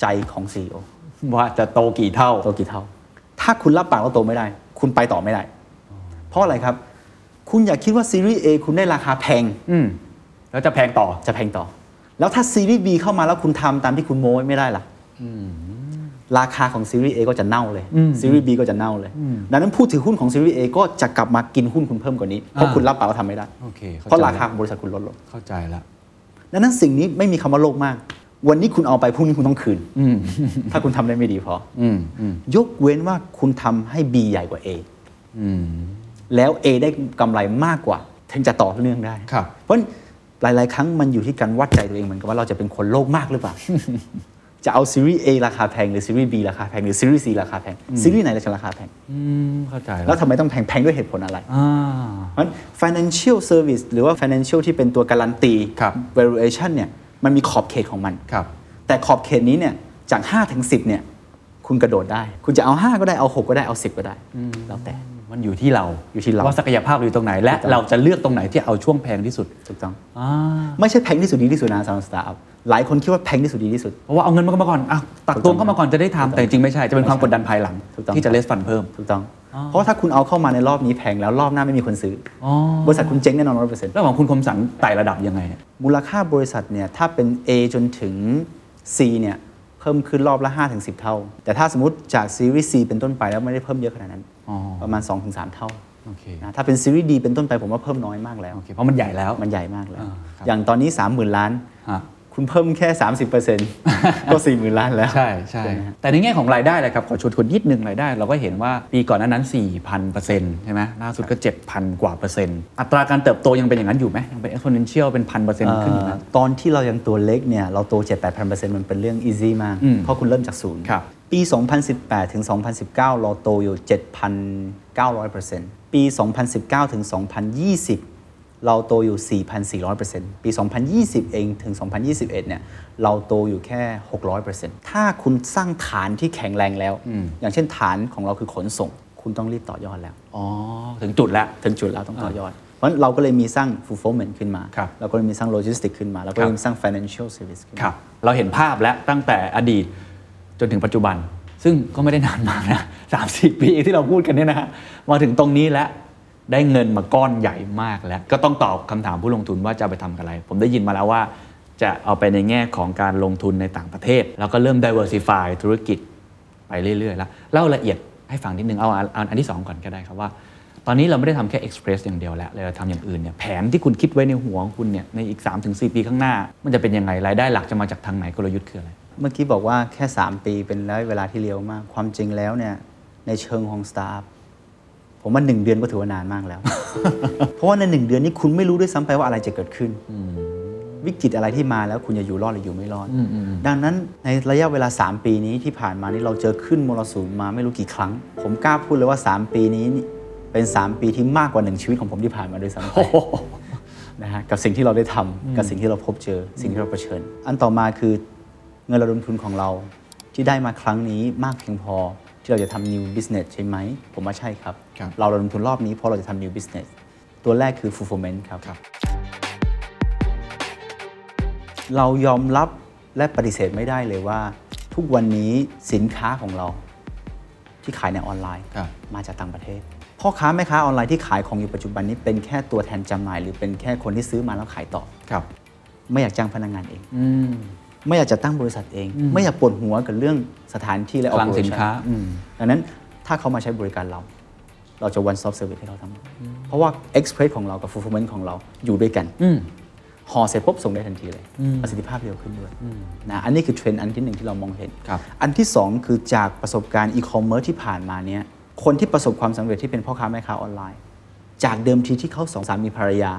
[SPEAKER 4] ใจของ CEO
[SPEAKER 5] ว่าจะโตกี่เท่า
[SPEAKER 4] โตกี่เท่า ถ้าคุณรับปากแล้วโตไม่ได้ คุณไปต่อไม่ได้ เพราะอะไรครับ คุณอย่าคิดว่าซีรีส์ A คุณได้ราคาแพง
[SPEAKER 5] อืม แล้วจะแพงต่อ
[SPEAKER 4] จะแพงต่อ แล้วถ้าซีรีส์ B เข้ามาแล้วคุณทำตามที่คุณโม้ไว้ไม่ได้ล่ะราคาของซีรีส์ A ก็จะเน่าเลย ซีรีส์ B ก็จะเน่าเลย ดังนั้นผู้ถือหุ้นของซีรีส์ A ก็จะกลับมากินหุ้นคุณเพิ่มกว่านี้ เพราะ
[SPEAKER 5] อ่า
[SPEAKER 4] คุณรับปากว่าทำไม่ได้
[SPEAKER 5] โอเคเข้าใจ
[SPEAKER 4] เพราะราคาของบริษัทคุณลดลง
[SPEAKER 5] เข้าใจละ
[SPEAKER 4] ดังนั้นสิ่งนี้ไม่มีคำว่าโลภมาก วันนี้คุณเอาไปพรุ่งนี้คุณต้องคืน
[SPEAKER 5] อืม
[SPEAKER 4] ถ้าคุณทำได้ไม่ดีพอ
[SPEAKER 5] อืมอืม
[SPEAKER 4] ยกเว้นว่าคุณทำให้ B ใหญ่กว่า A
[SPEAKER 5] อืม
[SPEAKER 4] แล้ว A ได้กำไรมากกว่า ถึงจะต่อเนื่องได้
[SPEAKER 5] ครับ
[SPEAKER 4] เพราะหลาย ๆ ครั้งมันอยู่ที่การวัดใจตัวเองเหมือนกับว่าเราจะเป็นคนโลภมากหรือเปล่า จะเอาซีรีส์ A ราคาแพงหรือซีรีส์ B ราคาแพงหรือซีรีส์ C ราคาแพงซีรีส์ไหนจะราคาแพง
[SPEAKER 5] อืม เข้าใจ
[SPEAKER 4] แล้
[SPEAKER 5] แล้ว ว
[SPEAKER 4] ทำไมต้องแพงแพงด้วยเหตุผลอะไร
[SPEAKER 5] อ่า
[SPEAKER 4] เพราะฉะนั้น financial service หรือว่า financial ที่เป็นตัวการันตี
[SPEAKER 5] ครับ
[SPEAKER 4] valuation เนี่ยมันมีขอบเขตของมัน
[SPEAKER 5] ครับ
[SPEAKER 4] แต่ขอบเขตนี้เนี่ยจาก5ถึง10เนี่ยคุณกระโดดได้ คุณจะเอา 5 ก็ได้เอา 6 ก็ได้เอา 10 ก็ได้แล้วแต่
[SPEAKER 5] มันอยู่ที่เรา
[SPEAKER 4] อยู่ที่เรา
[SPEAKER 5] ว่าศักยภาพเราอยู่ตรงไหน และ
[SPEAKER 4] ถูกต้อง
[SPEAKER 5] เราจะเลือกตรงไหนที่เอาช่วงแพงที่สุด
[SPEAKER 4] ถูกต้อง
[SPEAKER 5] อ่า
[SPEAKER 4] ไม่ใช่แพงที่สุดดีที่สุดนะสำหรับสตาร์ทอัพหลายคนคิดว่าแพงที่สุดดีที่สุด
[SPEAKER 5] เพราะว่าเอาเงินมาก่อนอ่ะตักตวงเข้ามาก่อนจะได้ทำแต่จริงๆไม่ใช่จะเป็นความกดดันภายหลัง
[SPEAKER 4] ถูกต้อง
[SPEAKER 5] ที่จะเลสฟันเพิ่ม
[SPEAKER 4] ถูกต้อง เพราะว่าถ้าคุณเอาเข้ามาในรอบนี้แพงแล้วรอบหน้าไม่มีคนซื้ออ
[SPEAKER 5] อ
[SPEAKER 4] บริษัทคุณเจ๊งแน่นอนร้อยเปอร์เซ็นต์
[SPEAKER 5] แล้วของคุณคมสันไต่ระดับยังไงเนี่ย
[SPEAKER 4] มูลค่าบริษัทเนี่ยถ้าเป็น A จนถึง C เนี่ยเพิ่มขึ้นรอบละ5ถึง10 เท่า แต่ถ้าสมมติจากซีรีส์ C เป็นต้นไปแล้วไม่ได้เพิ่มเยอะขนาดนั้น
[SPEAKER 5] อ๋อ
[SPEAKER 4] ประมาณ 2-3 เท่า
[SPEAKER 5] อ โอเค
[SPEAKER 4] นะถ้าเป็นซีรีส์ดีเป็นต้นไปผมว่าเพิ่มน้อยมากแล้ว
[SPEAKER 5] โอเคเพราะมันใหญ่แล้ว
[SPEAKER 4] มันใหญ่มากแล้ว
[SPEAKER 5] อ่าครับ
[SPEAKER 4] อย่างตอนนี้ 30,000 ล้าน
[SPEAKER 5] ฮะ
[SPEAKER 4] คุณเพิ่มแค่ 30%ก็ 40,000 ล้านแล้ว
[SPEAKER 5] ใช่ใช่
[SPEAKER 4] ใช่ไหมฮะ
[SPEAKER 5] แต่ในแง่ของรายได้เลยครับ ขอชวนคนนิดนึงรายได้ เราก็เห็นว่าปีก่อนหนานั้น 4,000เปอร์เซ็นต์ใช่ไหมล่าสุดก็ 7,000 กว่าเปอร์เซ็นต์ อัตราการเติบโตยังเป็นอย่างนั้นอยู่ไหมยังเป็น exponential เป็นพันเปอร์เซ็นต์ขึ้นอยู่นะ
[SPEAKER 4] เอ่อตอนที่เรายังตัวเล็กเนี่ยเราโต 7 8 0 0 มันเป็นเรื่อง easy มาก
[SPEAKER 5] อืม
[SPEAKER 4] เพราะคุณเริ่มจากศูนย์
[SPEAKER 5] ครับ
[SPEAKER 4] ปี 2018 ถึง 2019 เราโตอยู่ 7,900%ปี 2019 ถึง 2020 เราโตอยู่ 4,400%ปี 2020 เองถึง 2021 เนี่ยเราโตอยู่แค่ 600%ถ้าคุณสร้างฐานที่แข็งแรงแล้ว
[SPEAKER 5] อืม
[SPEAKER 4] อย่างเช่นฐานของเราคือขนส่ง คุณต้องรีบต่อยอดแล้ว
[SPEAKER 5] อ๋อ ถึงจุดแล้ว
[SPEAKER 4] ถึงจุดแล้วต้องต่อยอด เพราะฉะนั้นเราก็เลยมีสร้าง fulfillment ขึ้นมา
[SPEAKER 5] ครับ
[SPEAKER 4] เราก็เลยมีสร้าง logistics ขึ้นมา เราก็เล
[SPEAKER 5] ครั
[SPEAKER 4] ย
[SPEAKER 5] บ
[SPEAKER 4] มีสร้าง financial service ขึ้นมา
[SPEAKER 5] ครับ เราเห็นภาพแล้วตั้งแต่อดีตจนถึงปัจจุบัน ซึ่งก็ไม่ได้นานมากนะ สามสี่ปีที่เราพูดกันเนี่ยนะฮะมาถึงตรงนี้แล้ว ได้เงินมาก้อนใหญ่มากแล้ว ก็ต้องตอบคำถามผู้ลงทุนว่าจะเอาไปทำอะไร ผมได้ยินมาแล้วว่า จะเอาไปในแง่ของการลงทุนในต่างประเทศ แล้วก็เริ่ม diversify ธุรกิจไปเรื่อยๆแล้วเล่าละเอียดให้ฟังนิดนึงเอาอันเอาอันที่สองก่อนก็ได้ครับว่า ตอนนี้เราไม่ได้ทำแค่ Express อย่างเดียวแล้วเราจะทำอย่างอื่นเนี่ยแผนที่คุณคิดไว้ในหัวของคุณเนี่ยในอีก 3-4 ปีข้างหน้า มันจะเป็นยังไงรายได้หลักจะมาจากทางไหนกลยุทธ์คืออะไร
[SPEAKER 4] เมื่อกี้บอกว่าแค่ 3 ปีเป็นระยะเวลาที่เร็วมาก ความจริงแล้วเนี่ยในเชิงของสตาร์ผมว่าหนึ่งเดือนก็ถือว่านานมากแล้ว เพราะว่าในหนึ่งเดือนนี้คุณไม่รู้ด้วยซ้ำไปว่าอะไรจะเกิดขึ้น วิกฤตอะไรที่มาแล้วคุณจะอยู่รอดหรืออยู่ไม่รอด
[SPEAKER 5] อืมอืมอืม
[SPEAKER 4] ดังนั้นในระยะเวลา 3 ปีนี้ที่ผ่านมานี่เราเจอขึ้นมรสุมมาไม่รู้กี่ครั้ง ผมกล้าพูดเลยว่า 3 ปีนี้นี่เป็น 3 ปีที่มากกว่าหนึ่งชีวิตของผมที่ผ่านมาด้วยซ้ำไป นะฮะกับสิ่งที่เราได้ทำกับสิ่งที่เราพบเจอสิ่งที่เราเผชิญ อันต่อมาคือเงินระดมทุนของเราที่ได้มาครั้งนี้มากเพียงพอที่เราจะทำ new business ใช่ไหม ผมว่าใช่ครับ
[SPEAKER 5] ครับ
[SPEAKER 4] เราระดมทุนรอบนี้เพราะเราจะทำ new business ตัวแรกคือ fulfillment ครับ เรายอมรับและปฏิเสธไม่ได้เลยว่า ทุกวันนี้สินค้าของเรา ที่ขายในออนไลน์
[SPEAKER 5] ครับ
[SPEAKER 4] มาจากต่างประเทศ พ่อค้าแม่ค้าออนไลน์ที่ขายของอยู่ปัจจุบันนี้เป็นแค่ตัวแทนจำหน่าย หรือเป็นแค่คนที่ซื้อมาแล้วขายต่อ
[SPEAKER 5] ครับ
[SPEAKER 4] ไม่อยากจ้างพนักงานเอง
[SPEAKER 5] อืม
[SPEAKER 4] ไม่อยากจะตั้งบริษัทเอง
[SPEAKER 5] อืม
[SPEAKER 4] ไม่อยากปวดหัวกับเรื่องสถานที่และ
[SPEAKER 5] คลัง
[SPEAKER 4] operation
[SPEAKER 5] สินค้าอืม
[SPEAKER 4] ดังนั้นถ้าเขามาใช้บริการเรา เราจะ one stop service ให้เขาทำเพราะว่า express ของเรากับ fulfillment ของเราอยู่ด้วยกัน
[SPEAKER 5] อืม
[SPEAKER 4] ห่อเสร็จปุ๊บส่งได้ทันทีเลย
[SPEAKER 5] อืม
[SPEAKER 4] ประสิทธิภาพเร็วขึ้นด้วยนะอันนี้คือเทรนด์อันที่หนึ่งที่เรามองเห็น
[SPEAKER 5] ครับ
[SPEAKER 4] อันที่สองคือจากประสบการณ์อีคอมเมิร์ซที่ผ่านมาเนี่ยคนที่ประสบความสำเร็จที่เป็นพ่อค้าแม่ค้าออนไลน์ จากเดิมทีที่เขาสองสามีภรรยา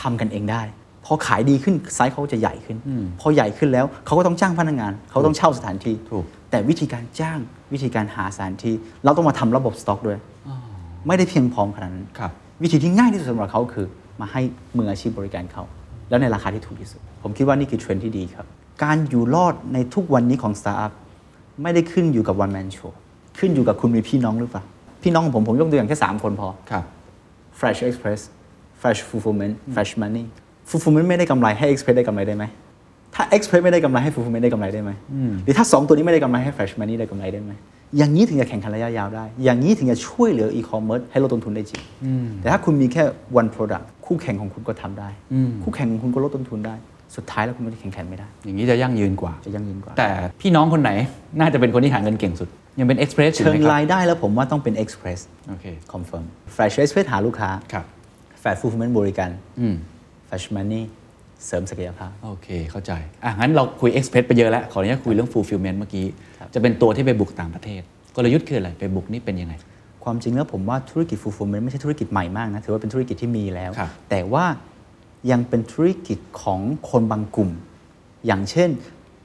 [SPEAKER 4] ทำกันเองได้ พอขายดีขึ้นไซส์เขาจะใหญ่ขึ้น
[SPEAKER 5] อืม
[SPEAKER 4] พอใหญ่ขึ้นแล้วเขาก็ต้องจ้างพนักงาน เขาต้องเช่าสถานที่
[SPEAKER 5] ถูก
[SPEAKER 4] แต่วิธีการจ้างวิธีการหาสถานที่ เราต้องมาทำระบบสต็อกด้วย ไม่ได้เพียงพร้อมขนาดนั้น
[SPEAKER 5] ครับ
[SPEAKER 4] วิธีที่ง่ายที่สุดสำหรับเขาคือ มาให้มืออาชีพบริการเขา แล้วในราคาที่ถูกที่สุด ผมคิดว่านี่คือเทรนด์ที่ดีครับ การอยู่รอดในทุกวันนี้ของสตาร์ทอัพไม่ได้ขึ้นอยู่กับวันแมนโชว์ขึ้นอยู่กับคุณมีพี่น้องหรือเปล่า พี่น้องของผม ผมยกตัวอย่างแค่ 3 คนพอ
[SPEAKER 5] ครับ
[SPEAKER 4] Fresh Express Fresh Fulfillment Fresh Money Fulfillment ไม่ได้กำไรให้ Express ได้กำไรได้ไหมถ้า Express ไม่ได้กำไรให้ Fulfillment ได้กำไรได้ไหมหรือถ้า 2 ตัวนี้ไม่ได้กำไรให้ Fresh Money ได้กำไรได้ไหมอย่างนี้ถึงจะแข่งขันระยะยาวได้ อย่างนี้ถึงจะช่วยเหลือ e-commerce ให้ลดต้นทุนได้จริง แต่ถ้าคุณมีแค่ one product คู่แข่งของคุณก็ทำได้
[SPEAKER 5] อืม
[SPEAKER 4] คู่แข่งของคุณก็ลดต้นทุนได้ สุดท้ายแล้วคุณไม่ได้แข่งขันไม่ได้
[SPEAKER 5] อย่างนี้จะยั่งยืนกว่า
[SPEAKER 4] จะยั่งยืนกว่า
[SPEAKER 5] แต่พี่น้องคนไหนน่าจะเป็นคนที่หาเงินเก่งสุด ยังเป็น Express อยู่
[SPEAKER 4] เชิ
[SPEAKER 5] ไหม
[SPEAKER 4] ง
[SPEAKER 5] ครั
[SPEAKER 4] รา
[SPEAKER 5] บ
[SPEAKER 4] ยได้แล้วผมว่าต้องเป็น express
[SPEAKER 5] โอเค
[SPEAKER 4] confirm fresh express หาลูกค้า
[SPEAKER 5] ครับ
[SPEAKER 4] fast fulfillment บริการ
[SPEAKER 5] อืม
[SPEAKER 4] fresh money เสริมศักยภาพ
[SPEAKER 5] โอเค เข้าใจ อ่ะ งั้นเราคุย Express ไปเยอะแล้ว ขออนุญาตคุยเรื่อง Fulfillment เมื่อกี้ จะเป็นตัวที่ไปบุกต่างประเทศ กลยุทธ์คืออะไร ไปบุกนี่เป็นยังไง
[SPEAKER 4] ความจริงแล้วผมว่าธุรกิจ fulfillment ไม่ใช่ธุรกิจใหม่มากนะ ถือว่าเป็นธุรกิจที่มีแล้ว
[SPEAKER 5] ครับ
[SPEAKER 4] แต่ว่ายังเป็นธุรกิจของคนบางกลุ่ม อย่างเช่น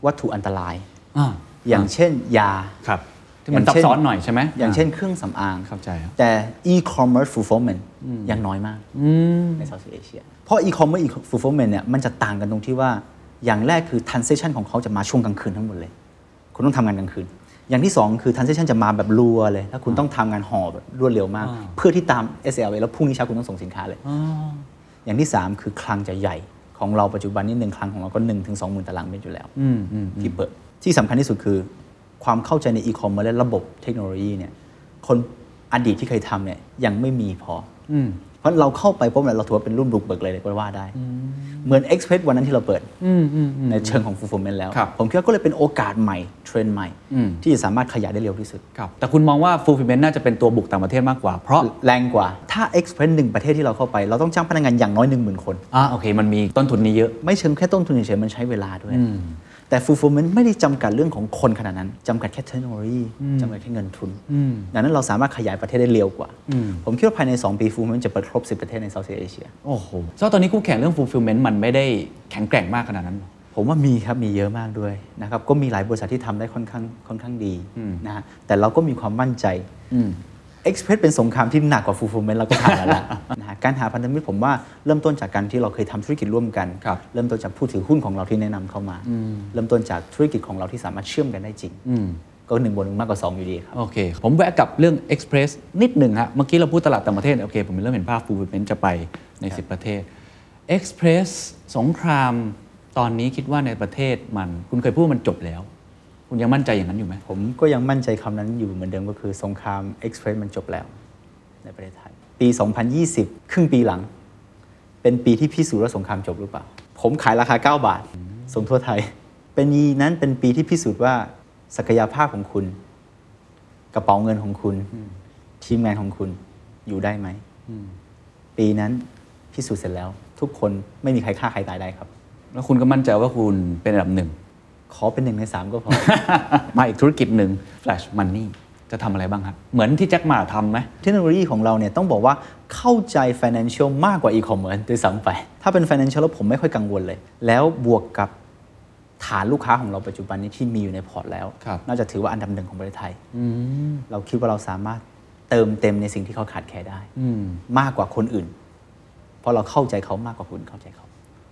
[SPEAKER 4] วัตถุอันตราย
[SPEAKER 5] อ่า
[SPEAKER 4] อย่างเช่น ยา
[SPEAKER 5] ครับ ที่มันซับซ้อนหน่อยใช่ไหม
[SPEAKER 4] อย่างเช่นเครื่องสำอาง
[SPEAKER 5] เข้าใจครับ
[SPEAKER 4] แต่ e-commerce fulfillment ยังน้อยมาก
[SPEAKER 5] อืม
[SPEAKER 4] ใน Southeast Asia เพราะ e-commerce e- fulfillment เนี่ยมันจะต่างกันตรงที่ว่าอย่างแรกคือ transaction ของเขาจะมาช่วงกลางคืนทั้งหมดเลย คุณต้องทำงานกลางคืน อย่างที่ 2 คือ transaction จะมาแบบรัวเลย แล้วคุณต้องทำงานห่อแบบรวดเร็วมาก
[SPEAKER 5] อ่า
[SPEAKER 4] เพื่อที่ตาม SLA แล้วพรุ่งนี้เช้าคุณต้องส่งสินค้าเลย
[SPEAKER 5] อ๋อ
[SPEAKER 4] อย่างที่ 3 คือคลังจะใหญ่ของเราปัจจุบันนี่หนึ่งคลังของเราก็1นึ่งถึงสองหมื่นตารางเมตรอยู่แล้ว
[SPEAKER 5] อืมอืม
[SPEAKER 4] ที่เปิดที่สำคัญที่สุดคือความเข้าใจในอีคอมเมิร์ซและระบบเทคโนโลยีเนี่ยคนอดีตที่เคยทำเนี่ยยังไม่มีพออ
[SPEAKER 5] ม
[SPEAKER 4] เพราะเราเข้าไปปุ๊บเนี่ยเราถือว่าเป็นรุ่นบุกเบิกเลยก็ว่าได้ เหมือน Express วันนั้นที่เราเปิด
[SPEAKER 5] อืมอืมอืม
[SPEAKER 4] ในเชิงของ fulfillment แล้ว
[SPEAKER 5] ครับ
[SPEAKER 4] ผมคิดว่าก็เลยเป็นโอกาสใหม่ เทรนด์ใหม่
[SPEAKER 5] อืม
[SPEAKER 4] ที่สามารถขยายได้เร็วที่สุด
[SPEAKER 5] ครับแต่คุณมองว่า fulfillment น่าจะเป็นตัวบุกต่างประเทศมากกว่า เพราะ
[SPEAKER 4] แรงกว่า ถ้า Express หนึ่งประเทศที่เราเข้าไป เราต้องจ้างพนักงานอย่างน้อย 1 0,000 คน
[SPEAKER 5] อ่าโอเค มันมีต้นทุนนี้เยอะ
[SPEAKER 4] ไม่เชิงแค่ต้นทุนเฉยๆมันใช้เวลาด้วย
[SPEAKER 5] อืม
[SPEAKER 4] แต่ fulfillment ไม่ได้จำกัดเรื่องของคนขนาดนั้นจำกัดแค่เทคโนโลยี
[SPEAKER 5] อืม
[SPEAKER 4] จำกัดแค่เงินทุน
[SPEAKER 5] อืม
[SPEAKER 4] ดังนั้นเราสามารถขยายประเทศได้เร็วกว่า
[SPEAKER 5] อืม
[SPEAKER 4] ผมคิดว่าภายใน 2 ปี fulfillment จะเปิดครบ 10 ประเทศใน Southeast Asia
[SPEAKER 5] โอ้โหซึ่งตอนนี้คู่แข่งเรื่อง fulfillment มันไม่ได้แข็งแกร่งมากขนาดนั้นหรอ
[SPEAKER 4] ผมว่ามีครับ มีเยอะมากด้วยนะครับก็มีหลายบริษัทที่ทำได้ค่อนข้างค่อนข้างดี
[SPEAKER 5] อืม
[SPEAKER 4] นะฮะแต่เราก็มีความมั่นใจ
[SPEAKER 5] อืม
[SPEAKER 4] เอ็กซ์เพรสเป็นสงครามที่หนักกว่าฟูฟูเมนต์เราก็ผ่านมาแล้ว นะฮะการหาพันธมิตรผมว่าเริ่มต้นจากการที่เราเคยทำธุรกิจร่วมกัน
[SPEAKER 5] ครับ
[SPEAKER 4] เริ่มต้นจากผู้ถือหุ้นของเราที่แนะนำเข้ามา
[SPEAKER 5] อืม
[SPEAKER 4] เริ่มต้นจากธุรกิจของเราที่สามารถเชื่อมกันได้จริง
[SPEAKER 5] อืม
[SPEAKER 4] ก็หนึ่งบนหนึ่งมากกว่าสองอยู่ดีครับ
[SPEAKER 5] โอเค ผมแวะกลับเรื่อง Express นิดหนึ่งฮะ เมื่อกี้เราพูดตลาดต่างประเทศ โอเค ผมเริ่มเห็นภาพ fulfillment จะไปใน 10 ประเทศ Express สงครามตอนนี้คิดว่าในประเทศมัน คุณเคยพูดว่ามันจบแล้ว คุณยังมั่นใจอย่างนั้นอยู่ไหม
[SPEAKER 4] ผมก็ยังมั่นใจคำนั้นอยู่เหมือนเดิมก็คือสงครามเอ็กซ์เพรสมันจบแล้ว ในประเทศไทย ปี 2020 ครึ่งปีหลัง เป็นปีที่พิสูจน์ว่าสงครามจบหรือเปล่า ผมขายราคา 9 บาท ส่งทั่วไทย เป็นยีนั้นเป็นปีที่พิสูจน์ว่าศักยภาพของคุณ กระเป๋าเงินของคุณ ทีมงานของคุณอยู่ได้ไหม ปีนั้นพิสูจน์เสร็จแล้ว ทุกคนไม่มีใครฆ่าใครตายได้ครับ
[SPEAKER 5] แล้วคุณก็มั่นใจว่าคุณเป็นอันดับหนึ่ง
[SPEAKER 4] ขอเป็นหนึ่งในสามก็พอ
[SPEAKER 5] มาอีกธุรกิจหนึ่ง Flash Money จะทำอะไรบ้างครับ เหมือนที่แจ็คหมาทำไหม
[SPEAKER 4] เทคโนโลยีของเราเนี่ยต้องบอกว่าเข้าใจ financial มากกว่า e-commerce ด้วยซ้ำไป ถ้าเป็น financial แล้วผมไม่ค่อยกังวลเลย แล้วบวกกับฐานลูกค้าของเราปัจจุบันนี้ที่มีอยู่ในพอร์ตแล้ว
[SPEAKER 5] ครับ
[SPEAKER 4] น่าจะถือว่าอันดับหนึ่งของประเทศไทย เราคิดว่าเราสามารถเติมเต็มในสิ่งที่เขาขาดแคลนได้
[SPEAKER 5] อืม
[SPEAKER 4] มากกว่าคนอื่น เพราะเราเข้าใจเขามากกว่าคุณเข้าใจเขา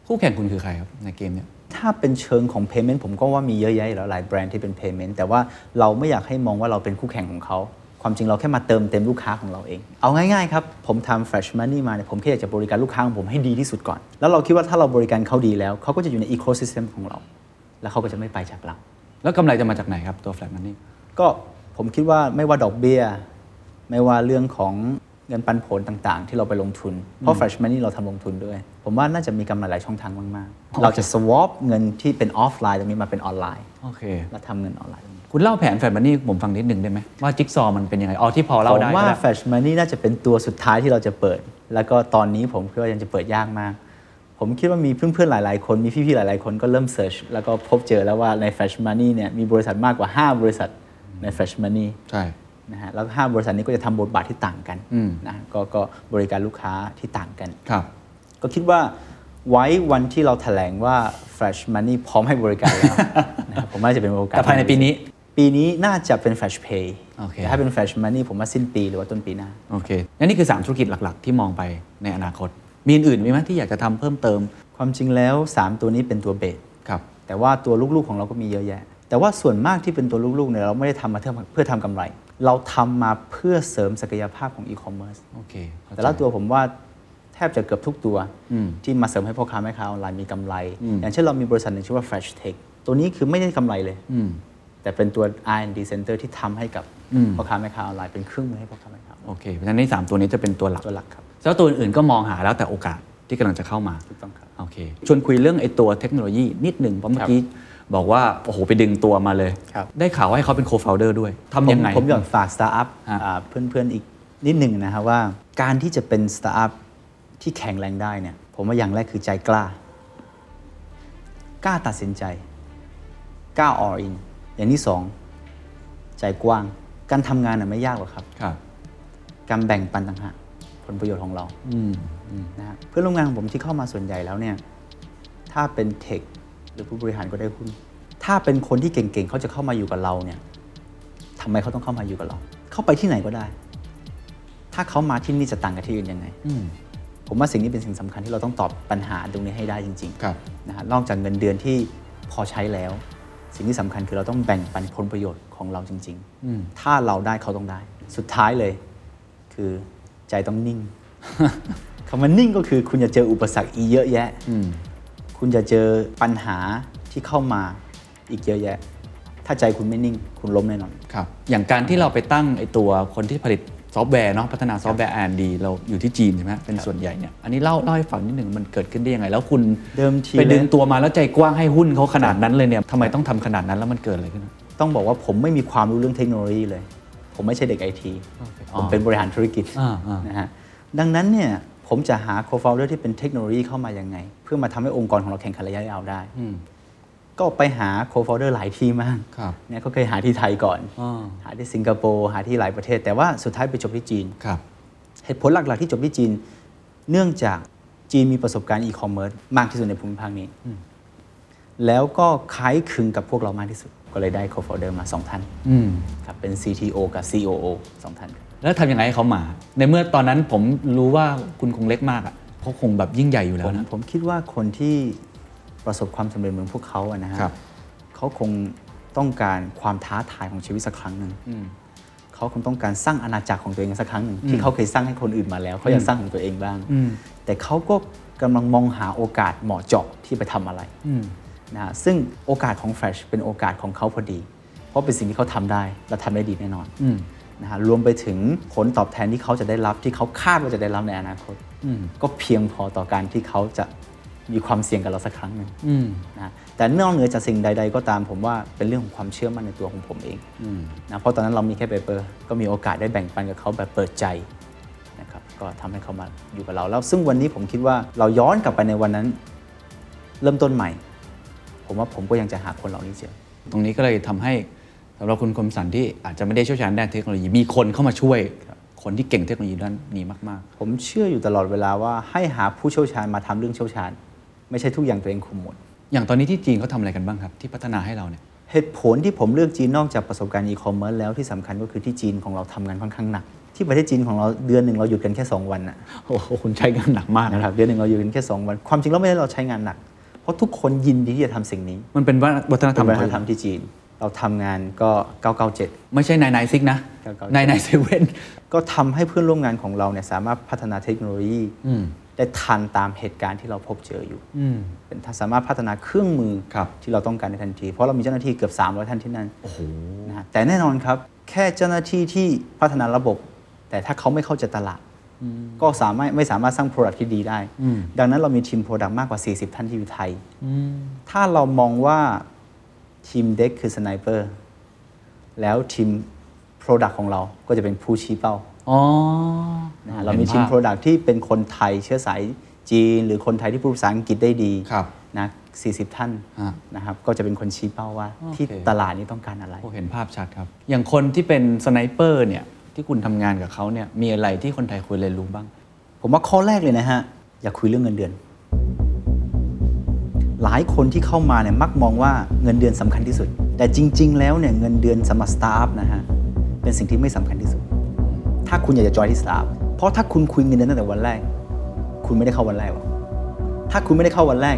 [SPEAKER 5] คู่แข่งคุณคือใครครับ ในเกมเนี้ย
[SPEAKER 4] ถ้าเป็นเชิงของ payment ผมก็ว่ามีเยอะแยะอยู่แล้วหลายแบรนด์ที่เป็น payment แต่ว่าเราไม่อยากให้มองว่าเราเป็นคู่แข่งของเขา ความจริงเราแค่มาเติมเต็มลูกค้าของเราเอง เอาง่ายๆครับ ผมทำ fresh money มาเนี่ยผมแค่อยากจะบริการลูกค้าของผมให้ดีที่สุดก่อน แล้วเราคิดว่าถ้าเราบริการเขาดีแล้ว เขาก็จะอยู่ใน ecosystem ของเรา แล้วเขาก็จะไม่ไปจากเรา
[SPEAKER 5] แล้วกำไรจะมาจากไหนครับตัว Flash Money
[SPEAKER 4] ก็ผมคิดว่าไม่ว่าดอกเบี้ย ไม่ว่าเรื่องของเงินปันผลต่างๆ ที่เราไปลงทุน เพราะ fresh money เราทำลงทุนด้วย ผมว่าน่าจะมีกำไรหลายช่องทางมากๆเราจะ swap เงินที่เป็น offline ตรงนี้มาเป็นออนไลน์
[SPEAKER 5] โอเค
[SPEAKER 4] แล้วทำเงินออนไลน์ตรงนี้
[SPEAKER 5] คุณเล่าแผนแฟนมันนี่ผมฟังนิดหนึ่งได้ไหมว่าจิ๊กซอว์มันเป็นยังไงอ๋อที่พอเล่า
[SPEAKER 4] ผม
[SPEAKER 5] ได้
[SPEAKER 4] ว่า
[SPEAKER 5] ก็ได้
[SPEAKER 4] Flash Money น่าจะเป็นตัวสุดท้ายที่เราจะเปิด แล้วก็ตอนนี้ผมคิดว่ายังจะเปิดยากมาก ผมคิดว่ามีเพื่อนๆ หลายๆ คนมีพี่ๆ หลายๆ คนก็เริ่มเสิร์ชแล้วก็พบเจอแล้วว่าใน Flash Money เนี่ยมีบริษัทมากกว่า 5 บริษัทใน Flash Money
[SPEAKER 5] ใช่
[SPEAKER 4] นะฮะแล้ว5บริษัทนี้ก็จะทำบทบาทที่ต่างกัน
[SPEAKER 5] อืม
[SPEAKER 4] นะก็ก็บริการลูกค้าที่ต่างกัน
[SPEAKER 5] ครับ
[SPEAKER 4] ก็คิดว่าไว้วันที่เราแถลงว่า Flash Money พร้อมให้บริการ แล้ว นะครับผมว่าจะเป็นโอกาส
[SPEAKER 5] แต่ภายในปีนี้
[SPEAKER 4] ปีนี้น่าจะเป็น Flash Pay
[SPEAKER 5] โอเค
[SPEAKER 4] แต่ถ้าเป็น Flash Money ผมว่าสิ้นปีหรือว่าต้นปีหน้า
[SPEAKER 5] โอเคงั้นนี่คือ 3 ธุรกิจหลักๆ ที่มองไปในอนาคต มีอื่นๆไหมที่อยากจะทำเพิ่มเติม
[SPEAKER 4] ความจริงแล้ว 3 ตัวนี้เป็นตัวเบส
[SPEAKER 5] ครับ
[SPEAKER 4] แต่ว่าตัวลูกๆของเราก็มีเยอะแยะ แต่ว่าส่วนมากที่เป็นตัวลูกๆเนี่ยเราไม่ได้ทำมาเพื่อเพื่อทำกำไร เราทำมาเพื่อเสริมศักยภาพของอีคอมเมิร์ซ
[SPEAKER 5] โอเคเข้าใจ
[SPEAKER 4] แต่ละตัวผมว่าแทบจะเกือบทุกตัว
[SPEAKER 5] อืม
[SPEAKER 4] ที่มาเสริมให้พ่อค้าแม่ค้าออนไลน์มีกำไร
[SPEAKER 5] อืม
[SPEAKER 4] อย่างเช่นเรามีบริษัทหนึ่งชื่อว่า Fresh Tech ตัวนี้คือไม่ได้กำไรเลย
[SPEAKER 5] อืม
[SPEAKER 4] แต่เป็นตัว R&D Center ที่ทำให้กับ
[SPEAKER 5] อืม
[SPEAKER 4] พ่อค้าแม่ค้าออนไลน์เป็นเครื่องมือให้พ่อค้าแม่ค้าออนไล
[SPEAKER 5] โอเคเพราะฉะนั้นนี่สามตัวนี้จะเป็นตัวหลัก
[SPEAKER 4] น์ตัวหลักครับ
[SPEAKER 5] แล้วตัวอื่นๆก็มองหาแล้วแต่โอกาสที่กำลังจะเข้ามา
[SPEAKER 4] ถูกต้องครับ
[SPEAKER 5] โอเคชวนคุยเรื่องไอ้ตัวเทคโนโลยีนิดหนึ่งเพราะเมื่อกี้บอกว่า โอ้โห ไปดึงตัวมาเลย
[SPEAKER 4] ครับ
[SPEAKER 5] ได้ข่าวว่าให้เขาเป็นโคฟ o u เดอร์ด้วยทำยังไง
[SPEAKER 4] ผมผมอยากฝากสตาร์ทอัพ
[SPEAKER 5] ฮะ
[SPEAKER 4] เพื่อนๆอีกนิดหนึ่งนะครับว่า การที่จะเป็นสตาร์ทอัพที่แข็งแรงได้เนี่ยผมว่าอย่างแรกคือใจกล้า กล้าตัดสินใจกล้า all in อย่างที่สองใจกว้าง การทำงานน่ะไม่ยากหรอกครับ
[SPEAKER 5] ครับ
[SPEAKER 4] การแบ่งปันต่างหากผลประโยชน์ของเรา
[SPEAKER 5] อืม
[SPEAKER 4] นะฮะเพื่อนร่วมงานของผมที่เข้ามาส่วนใหญ่แล้วเนี่ย ถ้าเป็นเทคหรือผู้บริหารก็ได้หุ้นถ้าเป็นคนที่เก่งๆ เขาจะเข้ามาอยู่กับเราเนี่ยทำไมเขาต้องเข้ามาอยู่กับเรา เข้าไปที่ไหนก็ได้ ถ้าเขามาที่นี่จะต่างกับที่อื่นยังไง
[SPEAKER 5] อืม
[SPEAKER 4] ผมว่าสิ่งนี้เป็นสิ่งสำคัญที่เราต้องตอบปัญหาตรงนี้ให้ได้จริงๆ
[SPEAKER 5] ครับ
[SPEAKER 4] นะฮะนอกจากเงินเดือนที่พอใช้แล้ว สิ่งที่สำคัญคือเราต้องแบ่งปันผลประโยชน์ของเราจริง
[SPEAKER 5] อืม
[SPEAKER 4] ๆ ถ้าเราได้เขาต้องได้ สุดท้ายเลยคือใจต้อง นิ่ง คำว่านิ่งก็คือคุณจะเจออุปสรรคอีกเยอะแยะ
[SPEAKER 5] อืม
[SPEAKER 4] คุณจะเจอปัญหาที่เข้ามาอีกเยอะแยะ ถ้าใจคุณไม่นิ่ง คุณล้มแน่นอน
[SPEAKER 5] ครับ อย่างการที่เราไปตั้งไอ้ตัวคนที่ผลิต ซอฟต์แวร์เนาะพัฒนาซอฟต์แวร์ R&D เราอยู่ที่จีนใช่ไหมเป็นส่วนใหญ่เนี่ยอันนี้เล่าเล่าให้ฟังนิดหนึ่งมันเกิดขึ้นได้ยังไง แล้วคุณ
[SPEAKER 4] เดิมที
[SPEAKER 5] ไปดึง
[SPEAKER 4] แล้ว
[SPEAKER 5] ตัวมาแล้วใจกว้างให้หุ้นเขาขนาดนั้นเลยเนี่ยทำไมต้องทำขนาดนั้นแล้วมันเกิดอะไรขึ้น
[SPEAKER 4] ต้องบอกว่าผมไม่มีความรู้เรื่องเทคโนโลยีเลย ผมไม่ใช่เด็กไอทีผมเป็นบริหารธุรกิจ
[SPEAKER 5] อ่าอ่าน
[SPEAKER 4] นะฮะดังนั้นเนี่ยผมจะหา co-founder ที่เป็นเทคโนโลยีเข้ามายังไง เพื่อมาทำให้องค์กรของเราแข่งขันระยะยาวได้ ก็ไปหา co-founder หลายที่มาก
[SPEAKER 5] ครับ
[SPEAKER 4] เนี่ยก็เคยหาที่ไทยก่อน
[SPEAKER 5] อ่า
[SPEAKER 4] หาที่สิงคโปร์หาที่หลายประเทศ แต่ว่าสุดท้ายไปจบที่จีน
[SPEAKER 5] ครับ
[SPEAKER 4] เหตุผลหลัก ๆ ที่จบที่จีน เนื่องจากจีนมีประสบการณ์อีคอมเมิร์ซมากที่สุดในภูมิภาคนี้ แล้วก็คล้ายคลึงกับพวกเรามากที่สุด ก็เลยได้ co-founder มา 2 ท่าน
[SPEAKER 5] อืม
[SPEAKER 4] ครับเป็น CTO กับ COO 2 ท่านครับ
[SPEAKER 5] แล้วทำยังไงให้เขามา ในเมื่อตอนนั้นผมรู้ว่าคุณคงเล็กมากอ่ะเขาคงแบบยิ่งใหญ่อยู่แล้
[SPEAKER 4] ผ
[SPEAKER 5] ว
[SPEAKER 4] ม
[SPEAKER 5] นะ
[SPEAKER 4] ผมคิดว่าคนที่ประสบความสำเร็จเหมือนพวกเขาอะนะฮะ
[SPEAKER 5] ครับ
[SPEAKER 4] เขาคงต้องการความท้าทายของชีวิตสักครั้งหนึ่ง
[SPEAKER 5] อืม
[SPEAKER 4] เขาคงต้องการสร้างอาณาจักรของตัวเองสักครั้งหนึ่งที่เขาเคยสร้างให้คนอื่นมาแล้วเขาอยากสร้างของตัวเองบ้าง
[SPEAKER 5] อืม
[SPEAKER 4] แต่เขาก็กำลังมองหาโอกาสเหมาะเจาะที่ไปทำอะไร
[SPEAKER 5] อืม
[SPEAKER 4] นะฮะซึ่งโอกาสของแฟลชเป็นโอกาสของเขาพอดี เพราะเป็นสิ่งที่เขาทำได้ และทำได้ดีแน่นอน
[SPEAKER 5] อืม
[SPEAKER 4] นะฮะรวมไปถึงผลตอบแทนที่เขาจะได้รับที่เขาคาดว่าจะได้รับในอนาคต
[SPEAKER 5] อืม
[SPEAKER 4] ก็เพียงพอต่อการที่เขาจะมีความเสี่ยงกับเราสักครั้งหนึ่ง
[SPEAKER 5] อืม
[SPEAKER 4] นะฮะแต่นอกเหนือจากสิ่งใด ๆ ก็ตามผมว่าเป็นเรื่องของความเชื่อมั่นในตัวของผมเอง
[SPEAKER 5] อืม
[SPEAKER 4] นะเพราะตอนนั้นเรามีแค่เปเปอร์ก็มีโอกาสได้แบ่งปันกับเขาแบบเปิดใจนะครับก็ทำให้เขามาอยู่กับเราแล้ว ซึ่งวันนี้ผมคิดว่าเราย้อนกลับไปในวันนั้น เริ่มต้นใหม่ ผมว่าผมก็ยังจะหาคนเหล่านี้เจอ
[SPEAKER 5] ตรงนี้ก็เลยทำให้สำหรับคุณคมสันที่อาจจะไม่ได้เชี่ยวชาญด้านเทคโนโลยี มีคนเข้ามาช่วย คนที่เก่งเทคโนโลยีด้านนี้มาก
[SPEAKER 4] ผมเชื่ออยู่ตลอดเวลาว่าให้หาผู้เชี่ยวชาญมาทำเรื่องเชี่ยวชาญ ไม่ใช่ทุกอย่างตัวเองคุมหมด
[SPEAKER 5] ๆ อย่างตอนนี้ที่จีนเขาทำอะไรกันบ้างครับ ที่พัฒนาให้เราเนี่ย
[SPEAKER 4] เหตุผลที่ผมเลือกจีนนอกจากประสบการณ์อีคอมเมิร์ซแล้วที่สำคัญก็คือที่จีนของเราทำงานค่อนข้างหนัก ที่ประเทศจีนของเราเดือนหนึ่งเราหยุดกันแค่ 2 วันนะ
[SPEAKER 5] โอ้โหคุณใช้งานหนักมาก
[SPEAKER 4] นะ
[SPEAKER 5] นะ
[SPEAKER 4] ค
[SPEAKER 5] ครับ
[SPEAKER 4] รับเดือนหนึ่งเราหยุดกันแค่ 2 วัน ความจริงแล้วไม่ได้เราใช้งานหนัก เพราะทุกคนยินดีที่จะทำสิ่งนี้
[SPEAKER 5] มันเป็นวัฒนธร
[SPEAKER 4] ทำ
[SPEAKER 5] รม
[SPEAKER 4] วัฒนธรรมที่จีน เราทำงานก็ 997
[SPEAKER 5] ไม่ใช่นายนายซิกนะ
[SPEAKER 4] ครับ
[SPEAKER 5] นายนายเซเว่น
[SPEAKER 4] ก็ทำให้เพื่อนร่วมงานของเราเนี่ยสามารถพัฒนาเทคโนโลยี
[SPEAKER 5] อืม
[SPEAKER 4] ได้ทันตามเหตุการณ์ที่เราพบเจออยู่
[SPEAKER 5] อืม
[SPEAKER 4] เป็นสามารถพัฒนาเครื่องมือ
[SPEAKER 5] ครับ
[SPEAKER 4] ที่เราต้องการในทันที เพราะเรามีเจ้าหน้าที่เกือบ 300 ท่านที่นั่นนะฮะแต่แน่นอนครับ แค่เจ้าหน้าที่ที่พัฒนาระบบ แต่ถ้าเขาไม่เข้าใจตลาด ก็สามารถไม่สามารถสร้าง Product ที่ดีได้
[SPEAKER 5] อืม
[SPEAKER 4] ดังนั้นเรามีทีม Product มากกว่า 40 ท่านที่อยู่ไทย ถ้าเรามองว่าทีมเด็กคือสไนเปอร์แล้วทีม Product ของเราก็จะเป็นผู้ชี้เป้า
[SPEAKER 5] อ๋อ
[SPEAKER 4] นะฮะเรามีทีม
[SPEAKER 5] ห็นภพ
[SPEAKER 4] Product ที่เป็นคนไทยเชื้อสายจีน หรือคนไทยที่พูดภาษาอังกฤษได้ดี
[SPEAKER 5] ครับ
[SPEAKER 4] นะ40 ท่าน
[SPEAKER 5] ฮะ
[SPEAKER 4] นะครับก็จะเป็นคนชี้เป้าว่า
[SPEAKER 5] โอเค
[SPEAKER 4] ที่ตลาดนี้ต้องการอะไร
[SPEAKER 5] โอ้เห็นภาพชัดครับ อย่างคนที่เป็นสไนเปอร์เนี่ย ที่คุณทำงานกับเขาเนี่ย มีอะไรที่คนไทยควรเรียนรู้บ้าง
[SPEAKER 4] ผมว่าข้อแรกเลยนะฮะ อย่าคุยเรื่องเงินเดือน หลายคนที่เข้ามาเนี่ยมักมองว่าเงินเดือนสำคัญที่สุด แต่จริง ๆ แล้วเนี่ยเงินเดือนสำหรับสตาฟนะฮะเป็นสิ่งที่ไม่สำคัญที่สุด ถ้าคุณอยากจะจอยที่สตาฟเพราะถ้าคุณคุยเงินเดือนตั้งแต่วันแรก คุณไม่ได้เข้าวันแรกหรอกถ้าคุณไม่ได้เข้าวันแรก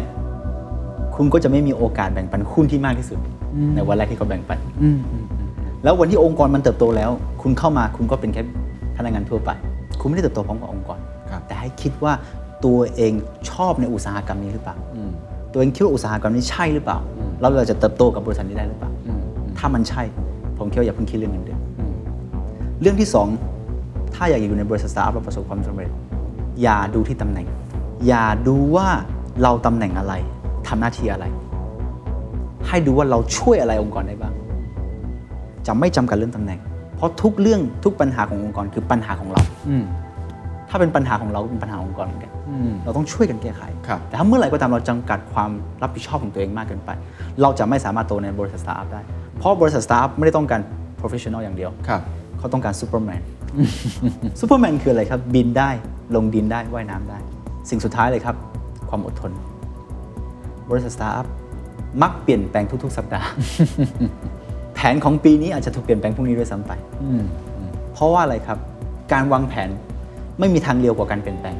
[SPEAKER 4] คุณก็จะไม่มีโอกาสแบ่งปันหุ้นที่มากที่สุด ในวันแรกที่เขาแบ่งปัน
[SPEAKER 5] อืมอืม
[SPEAKER 4] แล้ววันที่องค์กรมันเติบโตแล้ว คุณเข้ามาคุณก็เป็นแค่พนักงานทั่วไป คุณไม่ได้เติบโตพร้อมกับองค์กร แต่ให้คิดว่าตัวเองชอบในอุตสาหกรรมนี้หรือเปล่า
[SPEAKER 5] อืม
[SPEAKER 4] ตัวเองคิดว่าอุตสาหกรรมนี้ใช่หรือเปล่า
[SPEAKER 5] อืม
[SPEAKER 4] แล้วเราจะเติบโตกับบริษัทนี้ได้หรือเปล่า
[SPEAKER 5] อืม
[SPEAKER 4] ถ้ามันใช่ ผมคิดว่าอย่าเพิ่งคิดเรื่องเงินเดือน
[SPEAKER 5] อืม
[SPEAKER 4] เรื่องที่สองถ้าอยากอยู่ในบริษัทสตาร์ทอัพเราประสบความสำเร็จ อย่าดูที่ตำแหน่ง อย่าดูว่าเราตำแหน่งอะไรทำหน้าที่อะไร ให้ดูว่าเราช่วยอะไรองค์กรได้บ้างจะไม่จำกัดเรื่องตำแหน่ง เพราะทุกเรื่องทุกปัญหาขององค์กรคือปัญหาของเรา
[SPEAKER 5] อืม
[SPEAKER 4] ถ้าเป็นปัญหาของเราก็เป็นปัญหาขององค์กรเหมือนกัน
[SPEAKER 5] อืม
[SPEAKER 4] เราต้องช่วยกันแก้ไข
[SPEAKER 5] ครับ
[SPEAKER 4] แต่ถ้าเมื่อไหร่ก็ตามเราจำกัดความรับผิดชอบของตัวเองมากเกินไป เราจะไม่สามารถโตในบริษัทสตาร์ทอัพได้ เพราะบริษัทสตาร์ทอัพไม่ได้ต้องการ professional อย่างเดียว
[SPEAKER 5] ครับ
[SPEAKER 4] เขาต้องการซูเปอร์แมน ซูเปอร์แมนคืออะไรครับ บินได้ ลงดินได้ ว่ายน้ำได้ สิ่งสุดท้ายเลยครับ ความอดทน บริษัทสตาร์ทอัพมักเปลี่ยนแปลงทุก ๆ สัป ดาห์ แผนของปีนี้อาจจะถูกเปลี่ยนแปลงพรุ่งนี้ด้วยซ้ำไป
[SPEAKER 5] อืม
[SPEAKER 4] เพราะว่าอะไรครับ การวางแผนไม่มีทางเรียวกว่าการเปลี่ยนแปลง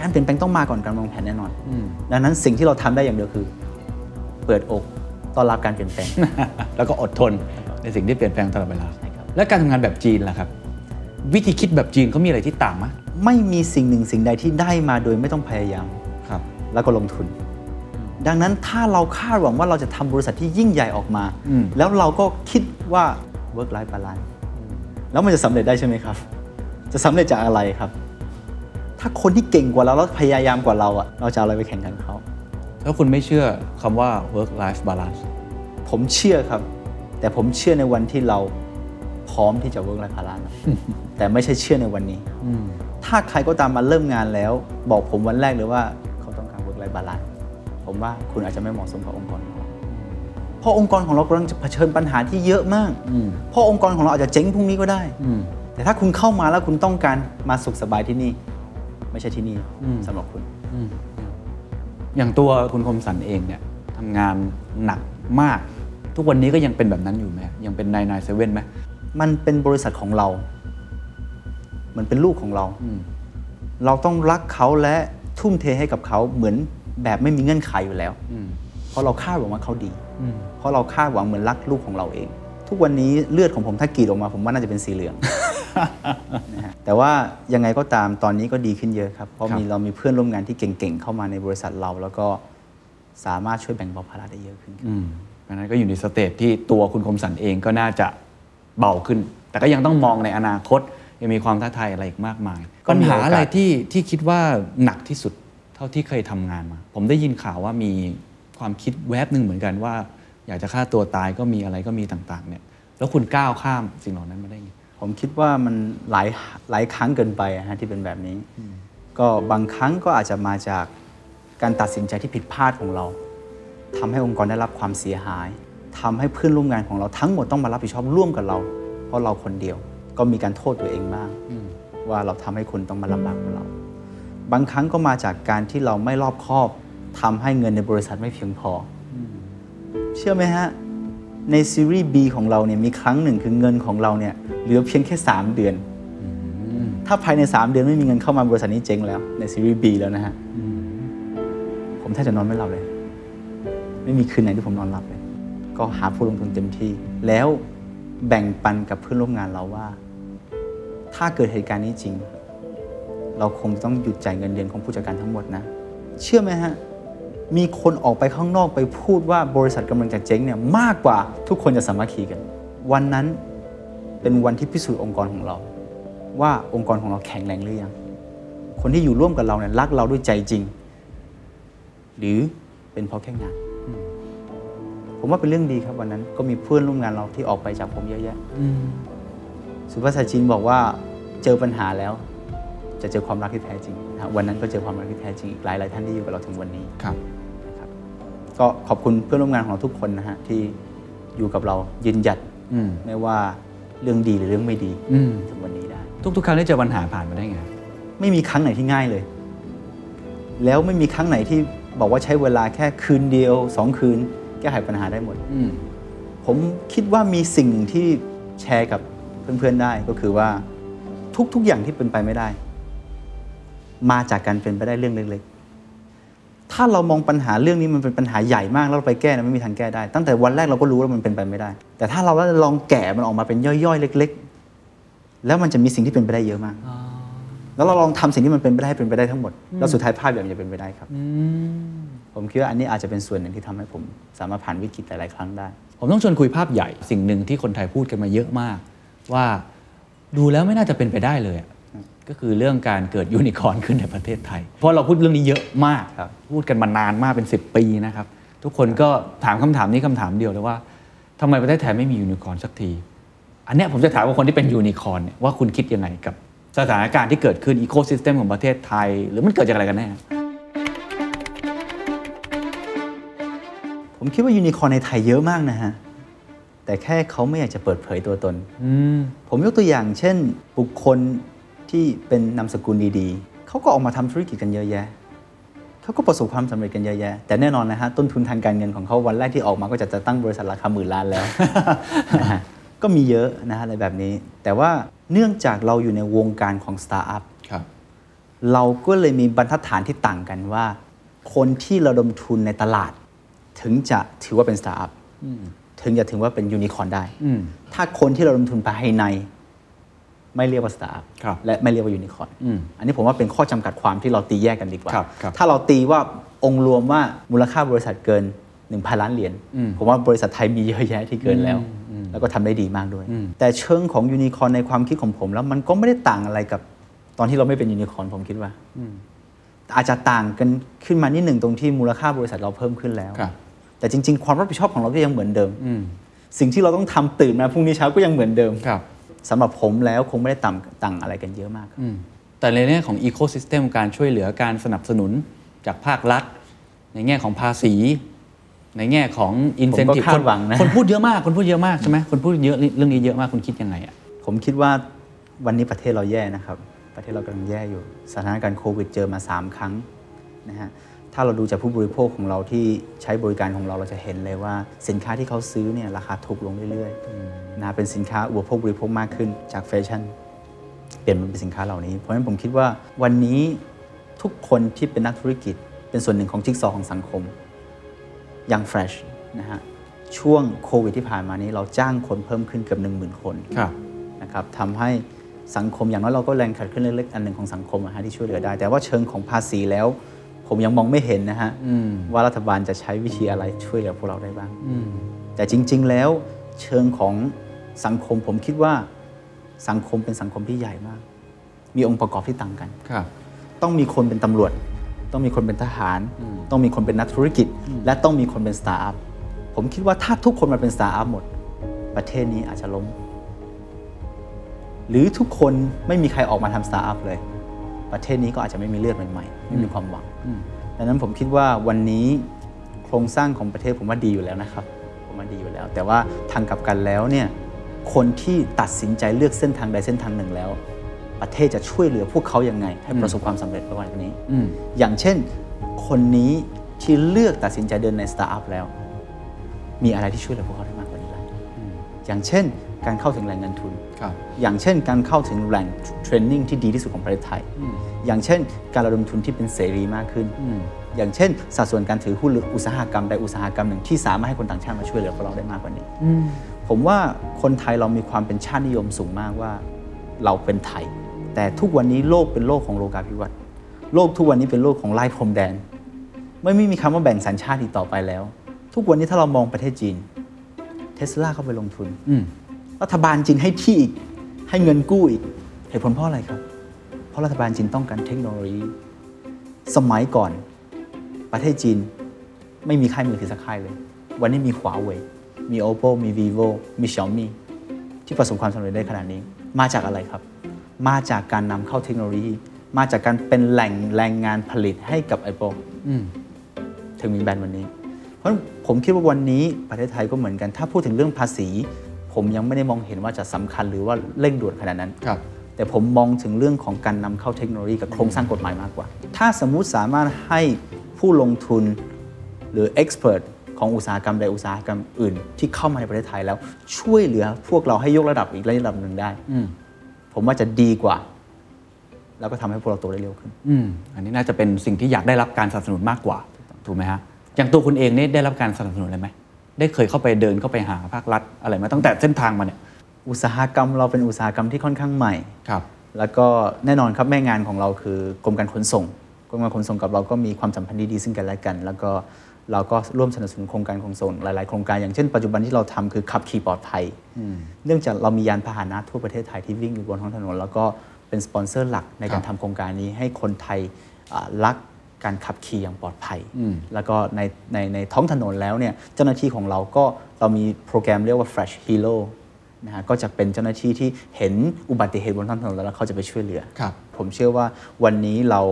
[SPEAKER 4] การเปลี่ยนแปลงต้องมาก่อนการวางแผนแน่นอน
[SPEAKER 5] อืม
[SPEAKER 4] ดังนั้นสิ่งที่เราทำได้อย่างเดียวคือ เปิดอกต้อนรับการเปลี่ยนแปล ง
[SPEAKER 5] แล้วก็อดทนในสิ่งที่เปลี่ยนแปลงตลอดเวลา
[SPEAKER 4] ใช่ครับ
[SPEAKER 5] และการทำงานแบบจีนล่ะครับ วิธีคิดแบบจีนเขามีอะไรที่ต่างไหม
[SPEAKER 4] ไม่มีสิ่งหนึ่งสิ่งใดที่ได้มาโดยไม่ต้องพยายาม
[SPEAKER 5] ครับ
[SPEAKER 4] แล้วก็ลงทุน ดังนั้นถ้าเราคาดหวังว่าเราจะทำบริษัทที่ยิ่งใหญ่ออกมา
[SPEAKER 5] อืม
[SPEAKER 4] แล้วเราก็คิดว่า work life balance แล้วมันจะสำเร็จได้ใช่ไหมครับ จะสำเร็จจากอะไรครับ ถ้าคนที่เก่งกว่าเราแล้วพยายามกว่าเราอะเราจะเอาอะไรไปแข่งกันเขา
[SPEAKER 5] ถ้าคุณไม่เชื่อคำว่า work life balance
[SPEAKER 4] ผมเชื่อครับ แต่ผมเชื่อในวันที่เราพร้อมที่จะเวิร์กไลฟ์พาราแต่ไม่ใช่เชื่อในวันนี้ ถ้าใครก็ตามมาเริ่มงานแล้ว บอกผมวันแรกเลยว่าเขาต้องการเวิร์กไลฟ์บาลานผมว่าคุณอาจจะไม่เหมาะสมกับองค์กรของเราเพราะองค์กรของเรากำลังจะเผชิญปัญหาที่เยอะมาก
[SPEAKER 5] อืม
[SPEAKER 4] เพราะองค์กรของเราอาจจะเจ๊งพรุ่งนี้ก็ได้
[SPEAKER 5] อืม
[SPEAKER 4] แต่ถ้าคุณเข้ามาแล้วคุณต้องการมาสุขสบายที่นี่ ไม่ใช่ที่นี่
[SPEAKER 5] อืม
[SPEAKER 4] สำหรับคุณ
[SPEAKER 5] อืมอย่างตัวคุณคมสันเองเนี่ยทำงานหนักมาก ทุกวันนี้ก็ยังเป็นแบบนั้นอยู่ไหมยังเป็นนายนายเซเว่นไหม
[SPEAKER 4] มันเป็นบริษัทของเรา มันเป็นลูกของเรา
[SPEAKER 5] อืม
[SPEAKER 4] เราต้องรักเขาและทุ่มเทให้กับเขาเหมือนแบบไม่มีเงื่อนไขอยู่แล้ว
[SPEAKER 5] อืม
[SPEAKER 4] เพราะเราคาดหวังว่าเขาดี
[SPEAKER 5] อืม
[SPEAKER 4] เพราะเราคาดหวังเหมือนรักลูกของเราเอง ทุกวันนี้เลือดของผมถ้ากรีดออกมาผมว่าน่าจะเป็นสีเห ลือง นะฮะแต่ว่ายังไงก็ตามตอนนี้ก็ดีขึ้นเยอะครับ เพราะ
[SPEAKER 5] ครับ
[SPEAKER 4] มีเรามีเพื่อนร่วมงานที่เก่งๆเข้ามาในบริษัทเรา แล้วก็สามารถช่วยแบ่งเบาภาระได้เยอะขึ้นครับ
[SPEAKER 5] อืมดังนั้นก็อยู่ในสเตจที่ตัวคุณคมสันเองก็น่าจะเบาขึ้น แต่ก็ยังต้องมองในอนาคต ยังมีความท้าทายอะไรอีกมากมาย ปัญหาอะไรที่ที่คิดว่าหนักที่สุดเท่าที่เคยทำงานมา ผมได้ยินข่าวว่ามีความคิดแวบหนึ่งเหมือนกันว่า อยากจะฆ่าตัวตายก็มีอะไรก็มีต่างๆ เนี่ย แล้วคุณก้าวข้ามสิ่งเหล่านั้นมาได้ไง
[SPEAKER 4] ผมคิดว่ามันหลายหลายครั้งเกินไปอะฮะที่เป็นแบบนี้ ก็บางครั้งก็อาจจะมาจากการตัดสินใจที่ผิดพลาดของเรา ทำให้องค์กรได้รับความเสียหาย ทำให้เพื่อนร่วมงานของเราทั้งหมดต้องมารับผิดชอบร่วมกับเรา เพราะเราคนเดียว ก็มีการโทษตัวเองบ้าง ว่าเราทำให้คนต้องมาลำบากกับเรา บางครั้งก็มาจากการที่เราไม่รอบคอบทำให้เงินในบริษัทไม่เพียงพออเชื่อไหมฮะ ในซีรีส์ B ของเราเนี่ยมีครั้งหนึ่งคือเงินของเราเนี่ยเหลือเพียงแค่ 3 เดือน ถ้าภายใน 3 เดือนไม่มีเงินเข้ามาบริษัทนี้เจ๊งแล้ว ในซีรีส์ B แล้วนะฮะผมแทบจะนอนไม่หลับเลย ไม่มีคืนไหนที่ผมนอนหลับเลย ก็หาผู้ลงทุนเต็มที่ แล้วแบ่งปันกับเพื่อนร่วมงานเราว่า ถ้าเกิดเหตุการณ์นี้จริง เราคงต้องหยุดจ่ายเงินเดือนของผู้จัดการทั้งหมดนะ เชื่อไหมฮะ มีคนออกไปข้างนอกไปพูดว่าบริษัทกำลังจะเจ๊งเนี่ยมากกว่าทุกคนจะสามัคคีกัน วันนั้นเป็นวันที่พิสูจน์องค์กรของเรา ว่าองค์กรของเราแข็งแรงหรือยัง คนที่อยู่ร่วมกับเราเนี่ยรักเราด้วยใจจริง หรือเป็นเพราะแค่งาน ผมว่าเป็นเรื่องดีครับวันนั้นก็มีเพื่อนร่วมงานเราที่ออกไปจากผมเยอะแยะสุภาษิตจีนบอกว่าเจอปัญหาแล้ว จะเจอความรักที่แท้จริงนะฮะวันนั้นก็เจอความรักที่แท้จริงอีกหลายหลายๆท่านที่อยู่กับเราถึงวันนี้
[SPEAKER 5] ครับ
[SPEAKER 4] ก็ขอบคุณเพื่อนร่วมงานของเราทุกคนนะฮะที่อยู่กับเรายืนหยัด
[SPEAKER 5] อืม
[SPEAKER 4] ไม่ว่าเรื่องดีหรือเรื่องไม่ดี
[SPEAKER 5] อืม
[SPEAKER 4] ถึงวันนี้ได้
[SPEAKER 5] ทุกๆ ครั้งที่เจอปัญหาผ่านมาได้ไง
[SPEAKER 4] ไม่มีครั้งไหนที่ง่ายเลย แล้วไม่มีครั้งไหนที่บอกว่าใช้เวลาแค่คืนเดียวสองคืน แก้ไขปัญหาได้หมด
[SPEAKER 5] อืม
[SPEAKER 4] ผมคิดว่ามีสิ่งหนึ่งที่แชร์กับเพื่อนๆได้ก็คือว่าทุกๆอย่างที่เป็นไปไม่ได้ มาจากการเป็นไปได้เรื่องเล็กๆ ถ้าเรามองปัญหาเรื่องนี้มันเป็นปัญหาใหญ่มากแล้วเราไปแก้นะไม่มีทางแก้ได้ ตั้งแต่วันแรกเราก็รู้ว่ามันเป็นไปไม่ได้ แต่ถ้าเราลองแกะมันออกมาเป็นย่อยๆ เล็ก ๆ แล้วมันจะมีสิ่งที่เป็นไปได้เยอะมาก แล้วเราลองทำสิ่งที่มันเป็นไปได้ให้เป็นไปได้ทั้งหมดแล้วสุดท้ายภาพแบบนี้จะเป็นไปได้ครับ ผมคิดว่าอันนี้อาจจะเป็นส่วนหนึ่งที่ทำให้ผม สามารถผ่านวิกฤตหลายๆครั้งได้
[SPEAKER 5] ผมต้องชวนคุยภาพใหญ่สิ่งหนึ่งที่คนไทยพูดกันมาเยอะมาก ว่าดูแล้วไม่น่าจะเป็นไปได้เลยอะก็คือเรื่องการเกิดยูนิคอร์นขึ้นในประเทศไทย เพราะเราพูดเรื่องนี้เยอะมาก
[SPEAKER 4] ครับ
[SPEAKER 5] พูดกันมานานมากเป็น 10 ปีนะครับ ทุกคนก็ถามคำถามนี้คำถามเดียวเลยว่าทำไมประเทศไทยไม่มียูนิคอร์นสักที อันเนี้ยผมจะถามว่าคนที่เป็นยูนิคอร์นเนี่ยว่าคุณคิดยังไงกับสถานการณ์ที่เกิดขึ้นอีโคซิสเต็มของประเทศไทย หรือมันเกิดจากอะไรกันแน่
[SPEAKER 4] ผมคิดว่ายูนิคอร์นในไทยเยอะมากนะฮะ แต่แค่เขาไม่อยากจะเปิดเผยตัวตน
[SPEAKER 5] อืม
[SPEAKER 4] ผมยกตัวอย่างเช่น บุคคลที่เป็นนามสกุลดีๆ เขาก็ออกมาทำธุรกิจกันเยอะแยะ เขาก็ประสบความสำเร็จกันเยอะแยะ แต่แน่นอนนะฮะ ต้นทุนทางการเงินของเขาวันแรกที่ออกมาก็จะจะตั้งบริษัทราคาหมื่นล้าน แล้ว นะฮะก็มีเยอะนะฮะอะไรแบบนี้ แต่ว่าเนื่องจากเราอยู่ในวงการของสตาร์ทอัพ
[SPEAKER 5] ครับ
[SPEAKER 4] เราก็เลยมีบรรทัดฐานที่ต่างกันว่า คนที่ระดมทุนในตลาด ถึงจะถือว่าเป็นสตาร์ทอัพถึงจะถือว่าเป็นยูนิคอร์นได้
[SPEAKER 5] อืม
[SPEAKER 4] ถ้าคนที่เราลงทุนภายใน ไม่เรียกว่าสตาร์ท
[SPEAKER 5] ครั
[SPEAKER 4] อัพ
[SPEAKER 5] บ
[SPEAKER 4] และไม่เรียกว่ายูนิคอร์น
[SPEAKER 5] อืม
[SPEAKER 4] อันนี้ผมว่าเป็นข้อจำกัดความที่เราตีแยกกันดีกว่า
[SPEAKER 5] ครับครับ
[SPEAKER 4] ถ้าเราตีว่าองค์รวมว่ามูลค่าบริษัทเกิน 1,000 ล้านเหรียญ
[SPEAKER 5] อืม
[SPEAKER 4] ผมว่าบริษัทไทยมีเยอะแยะที่เกินแล้ว
[SPEAKER 5] อืม
[SPEAKER 4] แล้วก็ทำได้ดีมากด้วย
[SPEAKER 5] อืม
[SPEAKER 4] แต่เชิงของยูนิคอร์นในความคิดของผม แล้วมันก็ไม่ได้ต่างอะไรกับตอนที่เราไม่เป็นยูนิคอร์นผมคิดว่า อาจจะต่างกันขึ้นมานิดหนึ่งตรงที่มูลค่าบริษัทเราเพิ่มขึ้นแล้ว
[SPEAKER 5] ครับ
[SPEAKER 4] แต่จริง ๆ ความรับผิดชอบของเราก็ยังเหมือนเดิม
[SPEAKER 5] อืม
[SPEAKER 4] สิ่งที่เราต้องทำตื่นมาพรุ่งนี้เช้าก็ยังเหมือนเดิม
[SPEAKER 5] ครับ
[SPEAKER 4] สำหรับผมแล้วคงไม่ได้ต่างต่างอะไรกันเยอะมากครับ
[SPEAKER 5] อืมแต่ในแง่ของอีโค y ิสเต็มการช่วยเหลือการสนับสนุนจากภาครัฐ ในแง่ของภาษี ในแง่ของอินเซน
[SPEAKER 4] ผม
[SPEAKER 5] ティ
[SPEAKER 4] ก็
[SPEAKER 5] ブ
[SPEAKER 4] คาดหวังนะ
[SPEAKER 5] คนพูดเยอะมาก คนพูดเยอะมากใช่ไหมคนพูดเยอะเรื่องนี้เยอะมากคุณคิดยังไงอ่ะ
[SPEAKER 4] ผมคิดว่าวันนี้ประเทศเราแย่นะครับ ประเทศเรากำลังแย่อยู่ สถานการณ์โควิดเจอมา 3 ครั้งนะฮะ ถ้าเราดูจากผู้บริโภคของเราที่ใช้บริการของเราเราจะเห็นเลยว่า สินค้าที่เขาซื้อเนี่ยราคาถูกลงเรื่อยๆนะเป็นสินค้าอุปโภคบริโภคมากขึ้นจากแฟชั่น เปลี่ยนมันเป็นสินค้าเหล่านี้ เพราะฉะนั้นผมคิดว่าวันนี้ทุกคนที่เป็นนักธุรกิจ เป็นส่วนหนึ่งของจิ๊กซอว์ของสังคม ยังแฟรชนะฮะ ช่วงโควิดที่ผ่านมานี้เราจ้างคนเพิ่มขึ้นเกือบ1 0,000 คน
[SPEAKER 5] ครับ
[SPEAKER 4] นะครับทำให้สังคมอย่างน้อยเราก็แรงขัดขึ้นเล็กๆ อันหนึ่งของสังคมอะฮะที่ช่วยเหลือได้ แต่ว่าเชิงของภาษีแล้ว ผมยังมองไม่เห็นนะฮะว่ารัฐบาลจะใช้วิธีอะไรช่วยเหลือพวกเราได้บ้าง แต่จริง ๆ แล้วเชิงของสังคมผมคิดว่าสังคมเป็นสังคมที่ใหญ่มาก มีองค์ประกอบที่ต่างกัน
[SPEAKER 5] ครับ
[SPEAKER 4] ต้องมีคนเป็นตำรวจ ต้องมีคนเป็นทหาร ต้องมีคนเป็นนักธุรกิจ และต้องมีคนเป็นสตาร์ทอัพ ผมคิดว่าถ้าทุกคนมาเป็นสตาร์ทอัพหมด ประเทศนี้อาจจะล้ม หรือทุกคนไม่มีใครออกมาทำสตาร์ทอัพเลย ประเทศนี้ก็อาจจะไม่มีเลือดใหม่ๆ ไม่มีความหวัง ดังนั้นผมคิดว่าวันนี้โครงสร้างของประเทศผมว่าดีอยู่แล้วนะครับ ผมว่าดีอยู่แล้ว แต่ว่าทางกลับกันแล้วเนี่ย คนที่ตัดสินใจเลือกเส้นทางใดเส้นทางหนึ่งแล้ว ประเทศจะช่วยเหลือพวกเขายังไง ให้ประสบความสำเร็จในวันนี้
[SPEAKER 5] อืม
[SPEAKER 4] อย่างเช่น คนนี้ที่เลือกตัดสินใจเดินในสตาร์ทอัพแล้ว มีอะไรที่ช่วยเหลือพวกเขาได้มากกว่านี้ไหมอย่างเช่น การเข้าถึงแหล่งเงินทุน
[SPEAKER 5] ครับ
[SPEAKER 4] อย่างเช่น การเข้าถึงแหล่งเทรนนิ่งที่ดีที่สุดของประเทศไทย อย่างเช่น การระดมทุนที่เป็นเสรีมากขึ้น อย่างเช่น สัดส่วนการถือหุ้นหรืออุตสาหกรรมใดอุตสาหกรรมหนึ่งที่สามารถให้คนต่างชาติมาช่วยเหลือพวกเราได้มากกว่านี้ ผมว่าคนไทยเรามีความเป็นชาตินิยมสูงมากว่าเราเป็นไทย แต่ทุกวันนี้โลกเป็นโลกของโลกาภิวัตน์โลกทุกวันนี้เป็นโลกของไล่พรมแดน ไม่ไม่มีคำว่าแบ่งสัญชาติอีกต่อไปแล้ว ทุกวันนี้ถ้าเรามองประเทศจีนเทสลาเข้าไปลงทุน
[SPEAKER 5] อืม
[SPEAKER 4] รัฐบาลจีนให้ที่อีก ให้เงินกู้อีก เหตุผลเพราะอะไรครับ เพราะรัฐบาลจีนต้องการเทคโนโลยี สมัยก่อน ประเทศจีนไม่มีค่ายมือถือสักค่ายเลย วันนี้มี h ว a เว่ยมี oppo มี vivo มี xiaomi ที่ประสบความสำเร็จได้ขนาดนี้ มาจากอะไรครับ มาจากการนำเข้าเทคโนโลยี มาจากการเป็นแหล่งแรงงานผลิตให้กับไอโป
[SPEAKER 5] อืม
[SPEAKER 4] ถึงมีแบนวันนี้ เพราะฉะนั้นผมคิดว่าวันนี้ประเทศไทยก็เหมือนกัน ถ้าพูดถึงเรื่องภาษี ผมยังไม่ได้มองเห็นว่าจะสำคัญหรือว่าเร่งด่วนขนาดนั้น
[SPEAKER 5] ครับ
[SPEAKER 4] แต่ผมมองถึงเรื่องของการนำเข้าเทคโนโลยีกับโครงสร้างกฎหมายมากกว่า ถ้าสมมุติสามารถให้ผู้ลงทุนหรือเอ็กซ์เพรสของอุตสาหกรรมใดอุตสาหกรรมอื่น ที่เข้ามาในประเทศไทยแล้วช่วยเหลือพวกเราให้ยกระดับอีกระดับหนึ่งได้
[SPEAKER 5] อืม
[SPEAKER 4] ผมว่าจะดีกว่า แล้วก็ทำให้พวกเราโตได้เร็วขึ้น
[SPEAKER 5] อืม อันนี้น่าจะเป็นสิ่งที่อยากได้รับการสนับสนุนมากกว่า ถูกไหมฮะ อย่างตัวคุณเองเนี่ยได้รับการสนับสนุนอะไรไหม ได้เคยเข้าไปเดินเข้าไปหาภาครัฐอะไรไหมาตั้งแต่เส้นทางมาเนี่ย
[SPEAKER 4] อุตสาหกรรมเราเป็นอุตสาหกรรมที่ค่อนข้างใหม่
[SPEAKER 5] ครับ
[SPEAKER 4] แล้วก็แน่นอนครับแม่งานของเราคือกรมการขนส่งกรมการขนส่งกับเราก็มีความสัมพันธ์ที่ดีซึ่งกันและกัน แล้วก็เราก็ร่วมสนับสนุนโครงการขนส่งหลาย ๆ โครงการอย่างเช่นปัจจุบันที่เราทำคือขับขี่ปลอดภัย เนื่องจากเรามียานพาหนะทั่วประเทศไทยที่วิ่งอยู่บนท้องถนน แล้วก็เป็นสปอนเซอร์หลักในการ
[SPEAKER 5] ครั
[SPEAKER 4] ทำ
[SPEAKER 5] บ
[SPEAKER 4] โครงการนี้ให้คนไทยอ่ารักการขับขี่อย่างปลอดภัย
[SPEAKER 5] อืม
[SPEAKER 4] แล้วก็ในในในท้องถนนแล้วเนี่ยเจ้าหน้าที่ของเราก็เรามีโปรแกรมเรียกว่า Fresh Hero นะฮะก็จะเป็นเจ้าหน้าที่ที่เห็นอุบัติเหตุบนท้องถนนแล้วเขาจะไปช่วยเหลือ
[SPEAKER 5] ครับ
[SPEAKER 4] ผมเชื่อว่าวันนี้เรา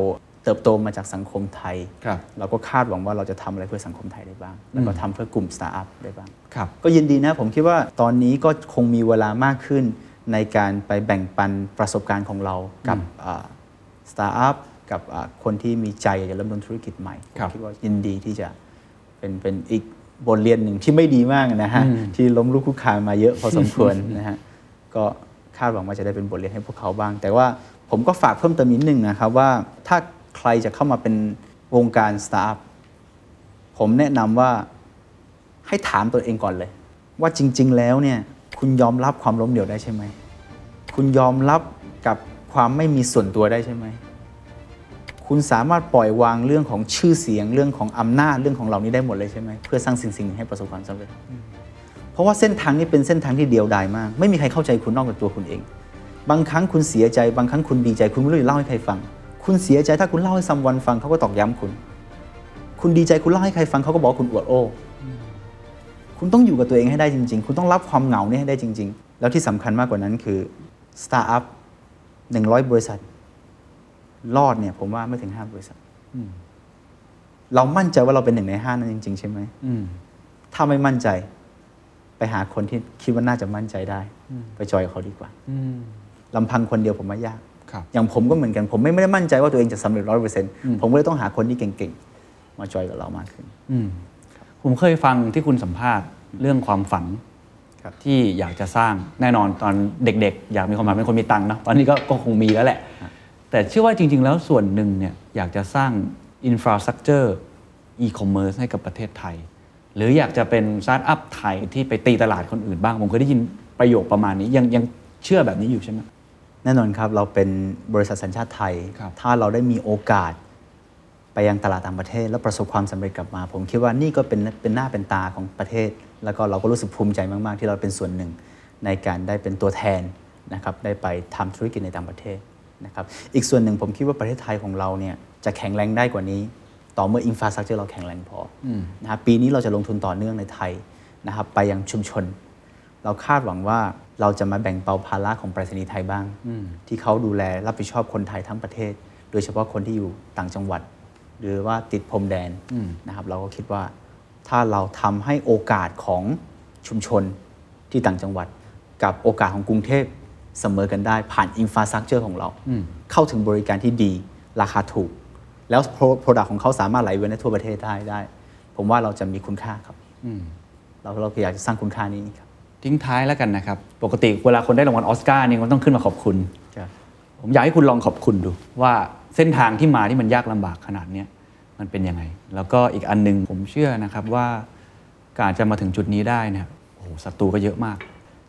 [SPEAKER 4] เติบโตมาจากสังคมไทย
[SPEAKER 5] ครับ
[SPEAKER 4] เราก็คาดหวังว่าเราจะทำอะไรเพื่อสังคมไทยได้บ้าง แล้วก็ทำเพื่อกลุ่มสตาร์ทอัพได้บ้าง
[SPEAKER 5] ครับ
[SPEAKER 4] ก็ยินดีนะ ผมคิดว่าตอนนี้ก็คงมีเวลามากขึ้นในการไปแบ่งปันประสบการณ์ของเรากับสตาร์ทอัพกับอ่าคนที่มีใจอยากจะเริ่มต้นธุรกิจใหม่ผม
[SPEAKER 5] ครับ
[SPEAKER 4] คิดว่ายินดีที่จะเป็นเป็นอีกบทเรียนหนึ่งที่ไม่ดีมากนะฮะ ที่ล้มลุกคลุกคลานมาเยอะพอสมควร นะฮะก็คาดหวังว่าจะได้เป็นบทเรียนให้พวกเขาบ้าง แต่ว่าผมก็ฝากเพิ่มเติมนิดนึงนะครับว่าถ้าใครจะเข้ามาเป็นวงการสตาร์ทอัพผมแนะนำว่า ให้ถามตัวเองก่อนเลย ว่าจริง ๆ แล้วเนี่ยคุณยอมรับความล้มเหลวได้ใช่ไหม คุณยอมรับกับความไม่มีส่วนตัวได้ใช่ไหม คุณสามารถปล่อยวางเรื่องของชื่อเสียงเรื่องของอำนาจเรื่องของเหล่านี้ได้หมดเลยใช่ไหมเพื่อสร้างสิ่งสิ่งหนึ่งให้ประสบความสำเร็จ เพราะว่าเส้นทางนี้เป็นเส้นทางที่เดียวดายมาก ไม่มีใครเข้าใจคุณนอกจากตัวคุณเอง บางครั้งคุณเสียใจ บางครั้งคุณดีใจ คุณไม่รู้จะเล่าให้ใครฟัง คุณเสียใจถ้าคุณเล่าให้ซัมวันฟังเขาก็ตอกย้ำคุณ คุณดีใจคุณเล่าให้ใครฟังเขาก็บอกว่าคุณอวดโอ้ คุณต้องอยู่กับตัวเองให้ได้จริง ๆ คุณต้องรับความเหงาเนี่ยให้ได้จริง ๆ แล้วที่สำคัญมากกว่านั้นคือสตาร์ทอัพหนึ่งร้อยบริษัท รอดเนี่ยผมว่าไม่ถึงห้าบริษัท
[SPEAKER 5] อืม
[SPEAKER 4] เรามั่นใจว่าเราเป็นหนึ่งในห้านั้นจริง ๆ ใช่ไหม
[SPEAKER 5] อืม
[SPEAKER 4] ถ้าไม่มั่นใจ ไปหาคนที่คิดว่าน่าจะมั่นใจได้
[SPEAKER 5] อืม
[SPEAKER 4] ไปจอยกับเขาดีกว่า
[SPEAKER 5] อืม
[SPEAKER 4] ลำพังคนเดียวผมว่ายาก
[SPEAKER 5] ครับ
[SPEAKER 4] อย่างผมก็เหมือนกันผมไม่ไม่ได้มั่นใจว่าตัวเองจะสำเร็จร้อยเปอร์เซ็นต์
[SPEAKER 5] อืม
[SPEAKER 4] ผมก็เลยต้องหาคนที่เก่งๆ มาจอยกับเรามากขึ้น
[SPEAKER 5] อืมผมเคยฟังที่คุณสัมภาษณ์เรื่องความฝัน
[SPEAKER 4] ครับ
[SPEAKER 5] ที่อยากจะสร้างแน่นอนตอนเด็กๆ อยากมีความฝันเป็นคนมีตังค์เนอะตอนนี้ก็ก็คงมีแล้วแหละ แต่เชื่อว่าจริง ๆ แล้วส่วนหนึ่งเนี่ยอยากจะสร้างอินฟราสตรักเจอร์อีคอมเมิร์ซให้กับประเทศไทย หรืออยากจะเป็นสตาร์ทอัพไทยที่ไปตีตลาดคนอื่นบ้าง ผมเคยได้ยินประโยคประมาณนี้ยังยังเชื่อแบบนี้อยู่ใช่ไหม
[SPEAKER 4] แน่นอนครับ เราเป็นบริษัทสัญชาติไทย
[SPEAKER 5] ครับ
[SPEAKER 4] ถ้าเราได้มีโอกาส ไปยังตลาดต่างประเทศ แล้วประสบความสำเร็จกลับมา ผมคิดว่านี่ก็เป็นเป็นหน้าเป็นตาของประเทศ แล้วก็เราก็รู้สึกภูมิใจมาก ๆ ที่เราเป็นส่วนหนึ่ง ในการได้เป็นตัวแทนนะครับได้ไปทำธุรกิจในต่างประเทศนะครับอีกส่วนหนึ่งผมคิดว่าประเทศไทยของเราเนี่ยจะแข็งแรงได้กว่านี้ ต่อเมื่ออินฟาส t ั u เจอเราแข็งแรงพออ
[SPEAKER 5] ม
[SPEAKER 4] นะครับปีนี้เราจะลงทุนต่อเนื่องในไทยนะครับไปยังชุมชน เราคาดหวังว่าเราจะมาแบ่งเบาภาระของไปรษณีย์ไทยบ้าง ที่เขาดูแลรับผิดชอบคนไทยทั้งประเทศ โดยเฉพาะคนที่อยู่ต่างจังหวัด หรือว่าติดพรมแดน
[SPEAKER 5] อืม
[SPEAKER 4] นะครับเราก็คิดว่าถ้าเราทำให้โอกาสของชุมชนที่ต่างจังหวัด กับโอกาสของกรุงเทพเสมอกันได้ผ่านอินฟาสักเจอร์ของเรา เข้าถึงบริการที่ดีราคาถูก แล้วโปรดักของเขาสามารถไหลเวียนในทั่วประเทศได้ได้ ผมว่าเราจะมีคุณค่าครับ
[SPEAKER 5] อืม
[SPEAKER 4] เราเราอยากจะสร้างคุณค่านี้ครับ
[SPEAKER 5] ทิ้งท้ายแล้วกันนะครับ ปกติเวลาคนได้รางวัลออสการ์เนี่ยมันต้องขึ้นมาขอบคุณ ผมอยากให้คุณลองขอบคุณดู ว่าเส้นทางที่มาที่มันยากลำบากขนาดเนี้ยมันเป็นยังไง แล้วก็อีกอันหนึงผมเชื่อนะครับว่าการจะมาถึงจุดนี้ได้เนี่ยโอ้โหศัตรูก็เยอะมาก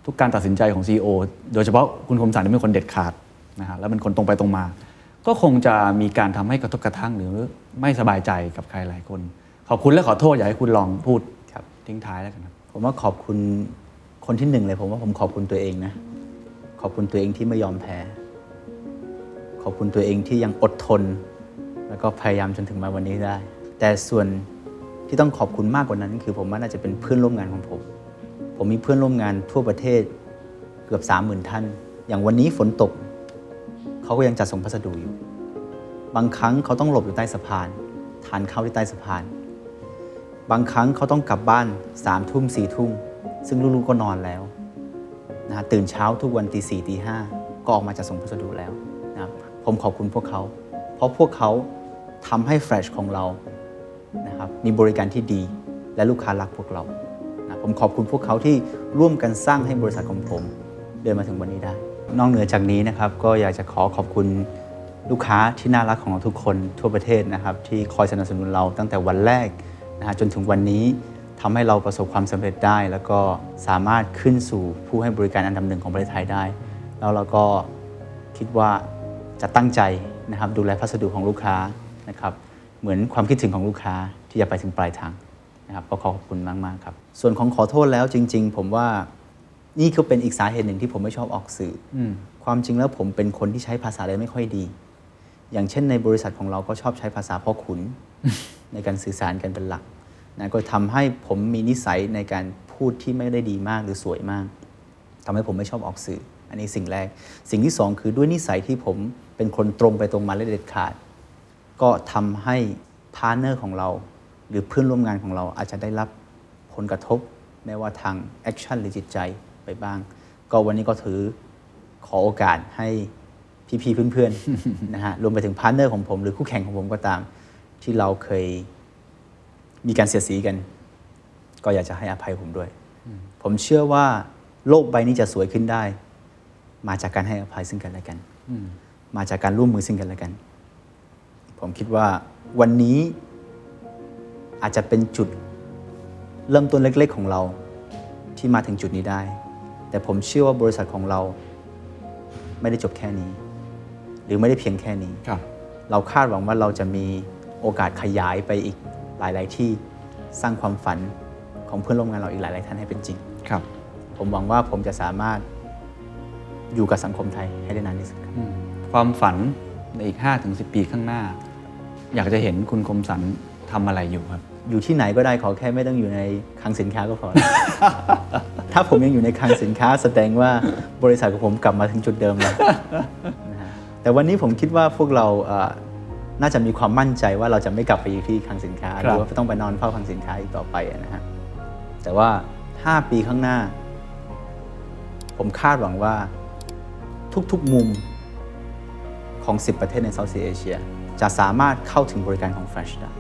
[SPEAKER 5] ทุกการตัดสินใจของ CEO โดยเฉพาะคุณคมสันเนี่ยเป็นคนเด็ดขาดนะฮะแล้วเป็นคนตรงไปตรงมา ก็คงจะมีการทำให้กระทบกระทั่งหรือไม่สบายใจกับใครหลายคน ขอบคุณและขอโทษอยากให้คุณลองพูด
[SPEAKER 4] ครับ
[SPEAKER 5] ทิ้งท้ายแล้วกันครับ
[SPEAKER 4] ผมว่าขอบคุณคนที่หนึ่งเลย ผมว่าผมขอบคุณตัวเองนะ ขอบคุณตัวเองที่ไม่ยอมแพ้ ขอบคุณตัวเองที่ยังอดทน แล้วก็พยายามจนถึงมาวันนี้ได้ แต่ส่วนที่ต้องขอบคุณมากกว่านั้น คือผมว่าน่าจะเป็นเพื่อนร่วมงานของผม ผมมีเพื่อนร่วมงานทั่วประเทศเกือบ 30,000 ท่าน อย่างวันนี้ฝนตก เขาก็ยังจัดส่งพัสดุอยู่ บางครั้งเขาต้องหลบอยู่ใต้สะพาน ทานข้าวที่ใต้สะพาน บางครั้งเขาต้องกลับบ้าน3ามทุ่มสี่ทุ่ม ซึ่งลูกๆก็นอนแล้วนะฮะตื่นเช้าทุกวันตีสี่ตีห้าก็ออกมาจะส่งพัสดุแล้วนะครับผมขอบคุณพวกเขา เพราะพวกเขาทำให้แฟลชของเรานะครับมีบริการที่ดีและลูกค้ารักพวกเรานะผมขอบคุณพวกเขาที่ร่วมกันสร้างให้บริษัทของผม เดินมาถึงวันนี้ได้ นอกเหนือจากนี้นะครับก็อยากจะขอขอบคุณลูกค้าที่น่ารักของเราทุกคนทั่วประเทศนะครับที่คอยสนับสนุนเราตั้งแต่วันแรกนะฮะจนถึงวันนี้ทำให้เราประสบความสำเร็จได้ แล้วก็สามารถขึ้นสู่ผู้ให้บริการอันดับหนึ่งของประเทศไทยได้ แล้วเราก็คิดว่าจะตั้งใจนะครับดูแลพัสดุของลูกค้านะครับเหมือนความคิดถึงของลูกค้าที่จะไปถึงปลายทางนะครับก็ขอขอบคุณมากๆครับส่วนของขอโทษแล้วจริง ๆ ผมว่า นี่ก็เป็นอีกสาเหตุหนึ่งที่ผมไม่ชอบออกสื่ออ
[SPEAKER 5] ม
[SPEAKER 4] ความจริงแล้วผมเป็นคนที่ใช้ภาษาได้ไม่ค่อยดี อย่างเช่นในบริษัทของเราก็ชอบใช้ภาษาพ่อ ขุน ในการสื่อสารกันเป็นหลักนะก็ทำให้ผมมีนิสัยในการพูดที่ไม่ได้ดีมากหรือสวยมากทำให้ผมไม่ชอบออกสื่อ อันนี้สิ่งแรก สิ่งที่สองคือด้วยนิสัยที่ผมเป็นคนตรงไปตรงมาและเด็ดขาด ก็ทำให้พาร์ทเนอร์ของเรา หรือเพื่อนร่วมงานของเราอาจจะได้รับผลกระทบแม้ว่าทางแอคชั่นหรือจิตใจไปบ้าง ก็วันนี้ก็ถือขอโอกาสให้พี่ๆเพื่อนๆ นะฮะรวมไปถึงพาร์ทเนอร์ของผม หรือคู่แข่งของผมก็ตาม ที่เราเคยมีการเสียดสีกัน ก็อยากจะให้อภัยผมด้วย ผมเชื่อว่าโลกใบนี้จะสวยขึ้นได้ มาจากการให้อภัยซึ่งกันและกัน มาจากการร่วมมือซึ่งกันและกัน ผมคิดว่าวันนี้อาจจะเป็นจุดเริ่มต้นเล็กๆของเราที่มาถึงจุดนี้ได้ แต่ผมเชื่อว่าบริษัทของเราไม่ได้จบแค่นี้ หรือไม่ได้เพียงแค่นี้
[SPEAKER 5] ครับ
[SPEAKER 4] เราคาดหวังว่าเราจะมีโอกาสขยายไปอีกหลาย ๆ ที่สร้างความฝันของเพื่อนร่วมงานเราอีกหลาย ๆ ท่านให้เป็นจริง
[SPEAKER 5] ครับ
[SPEAKER 4] ผมหวังว่าผมจะสามารถอยู่กับสังคมไทยให้ได้นานที่สุดครับ
[SPEAKER 5] อืมความฝันในอีก 5-10 ปีข้างหน้า อยากจะเห็นคุณคมสันทำอะไรอยู่ครับ
[SPEAKER 4] อยู่ที่ไหนก็ได้ขอแค่ไม่ต้องอยู่ในคลังสินค้าก็พอ แล้ว ถ้าผมยังอยู่ในคลังสินค้าแสดงว่าบริษัทของผมกลับมาถึงจุดเดิมแล้วนะฮะแต่วันนี้ผมคิดว่าพวกเราเอ่อน่าจะมีความมั่นใจว่าเราจะไม่กลับไปอยู่ที่คลังสินค้า
[SPEAKER 5] ค
[SPEAKER 4] ห
[SPEAKER 5] รับ
[SPEAKER 4] รือว่าต้องไปนอนเฝ้าคลังสินค้าอีกต่อไปอะนะฮะแต่ว่า 5 ปีข้างหน้า ผมคาดหวังว่าทุกๆมุม ของ 10 ประเทศในเซาท์อีสเอเชียจะสามารถเข้าถึงบริการของ Fresh ได้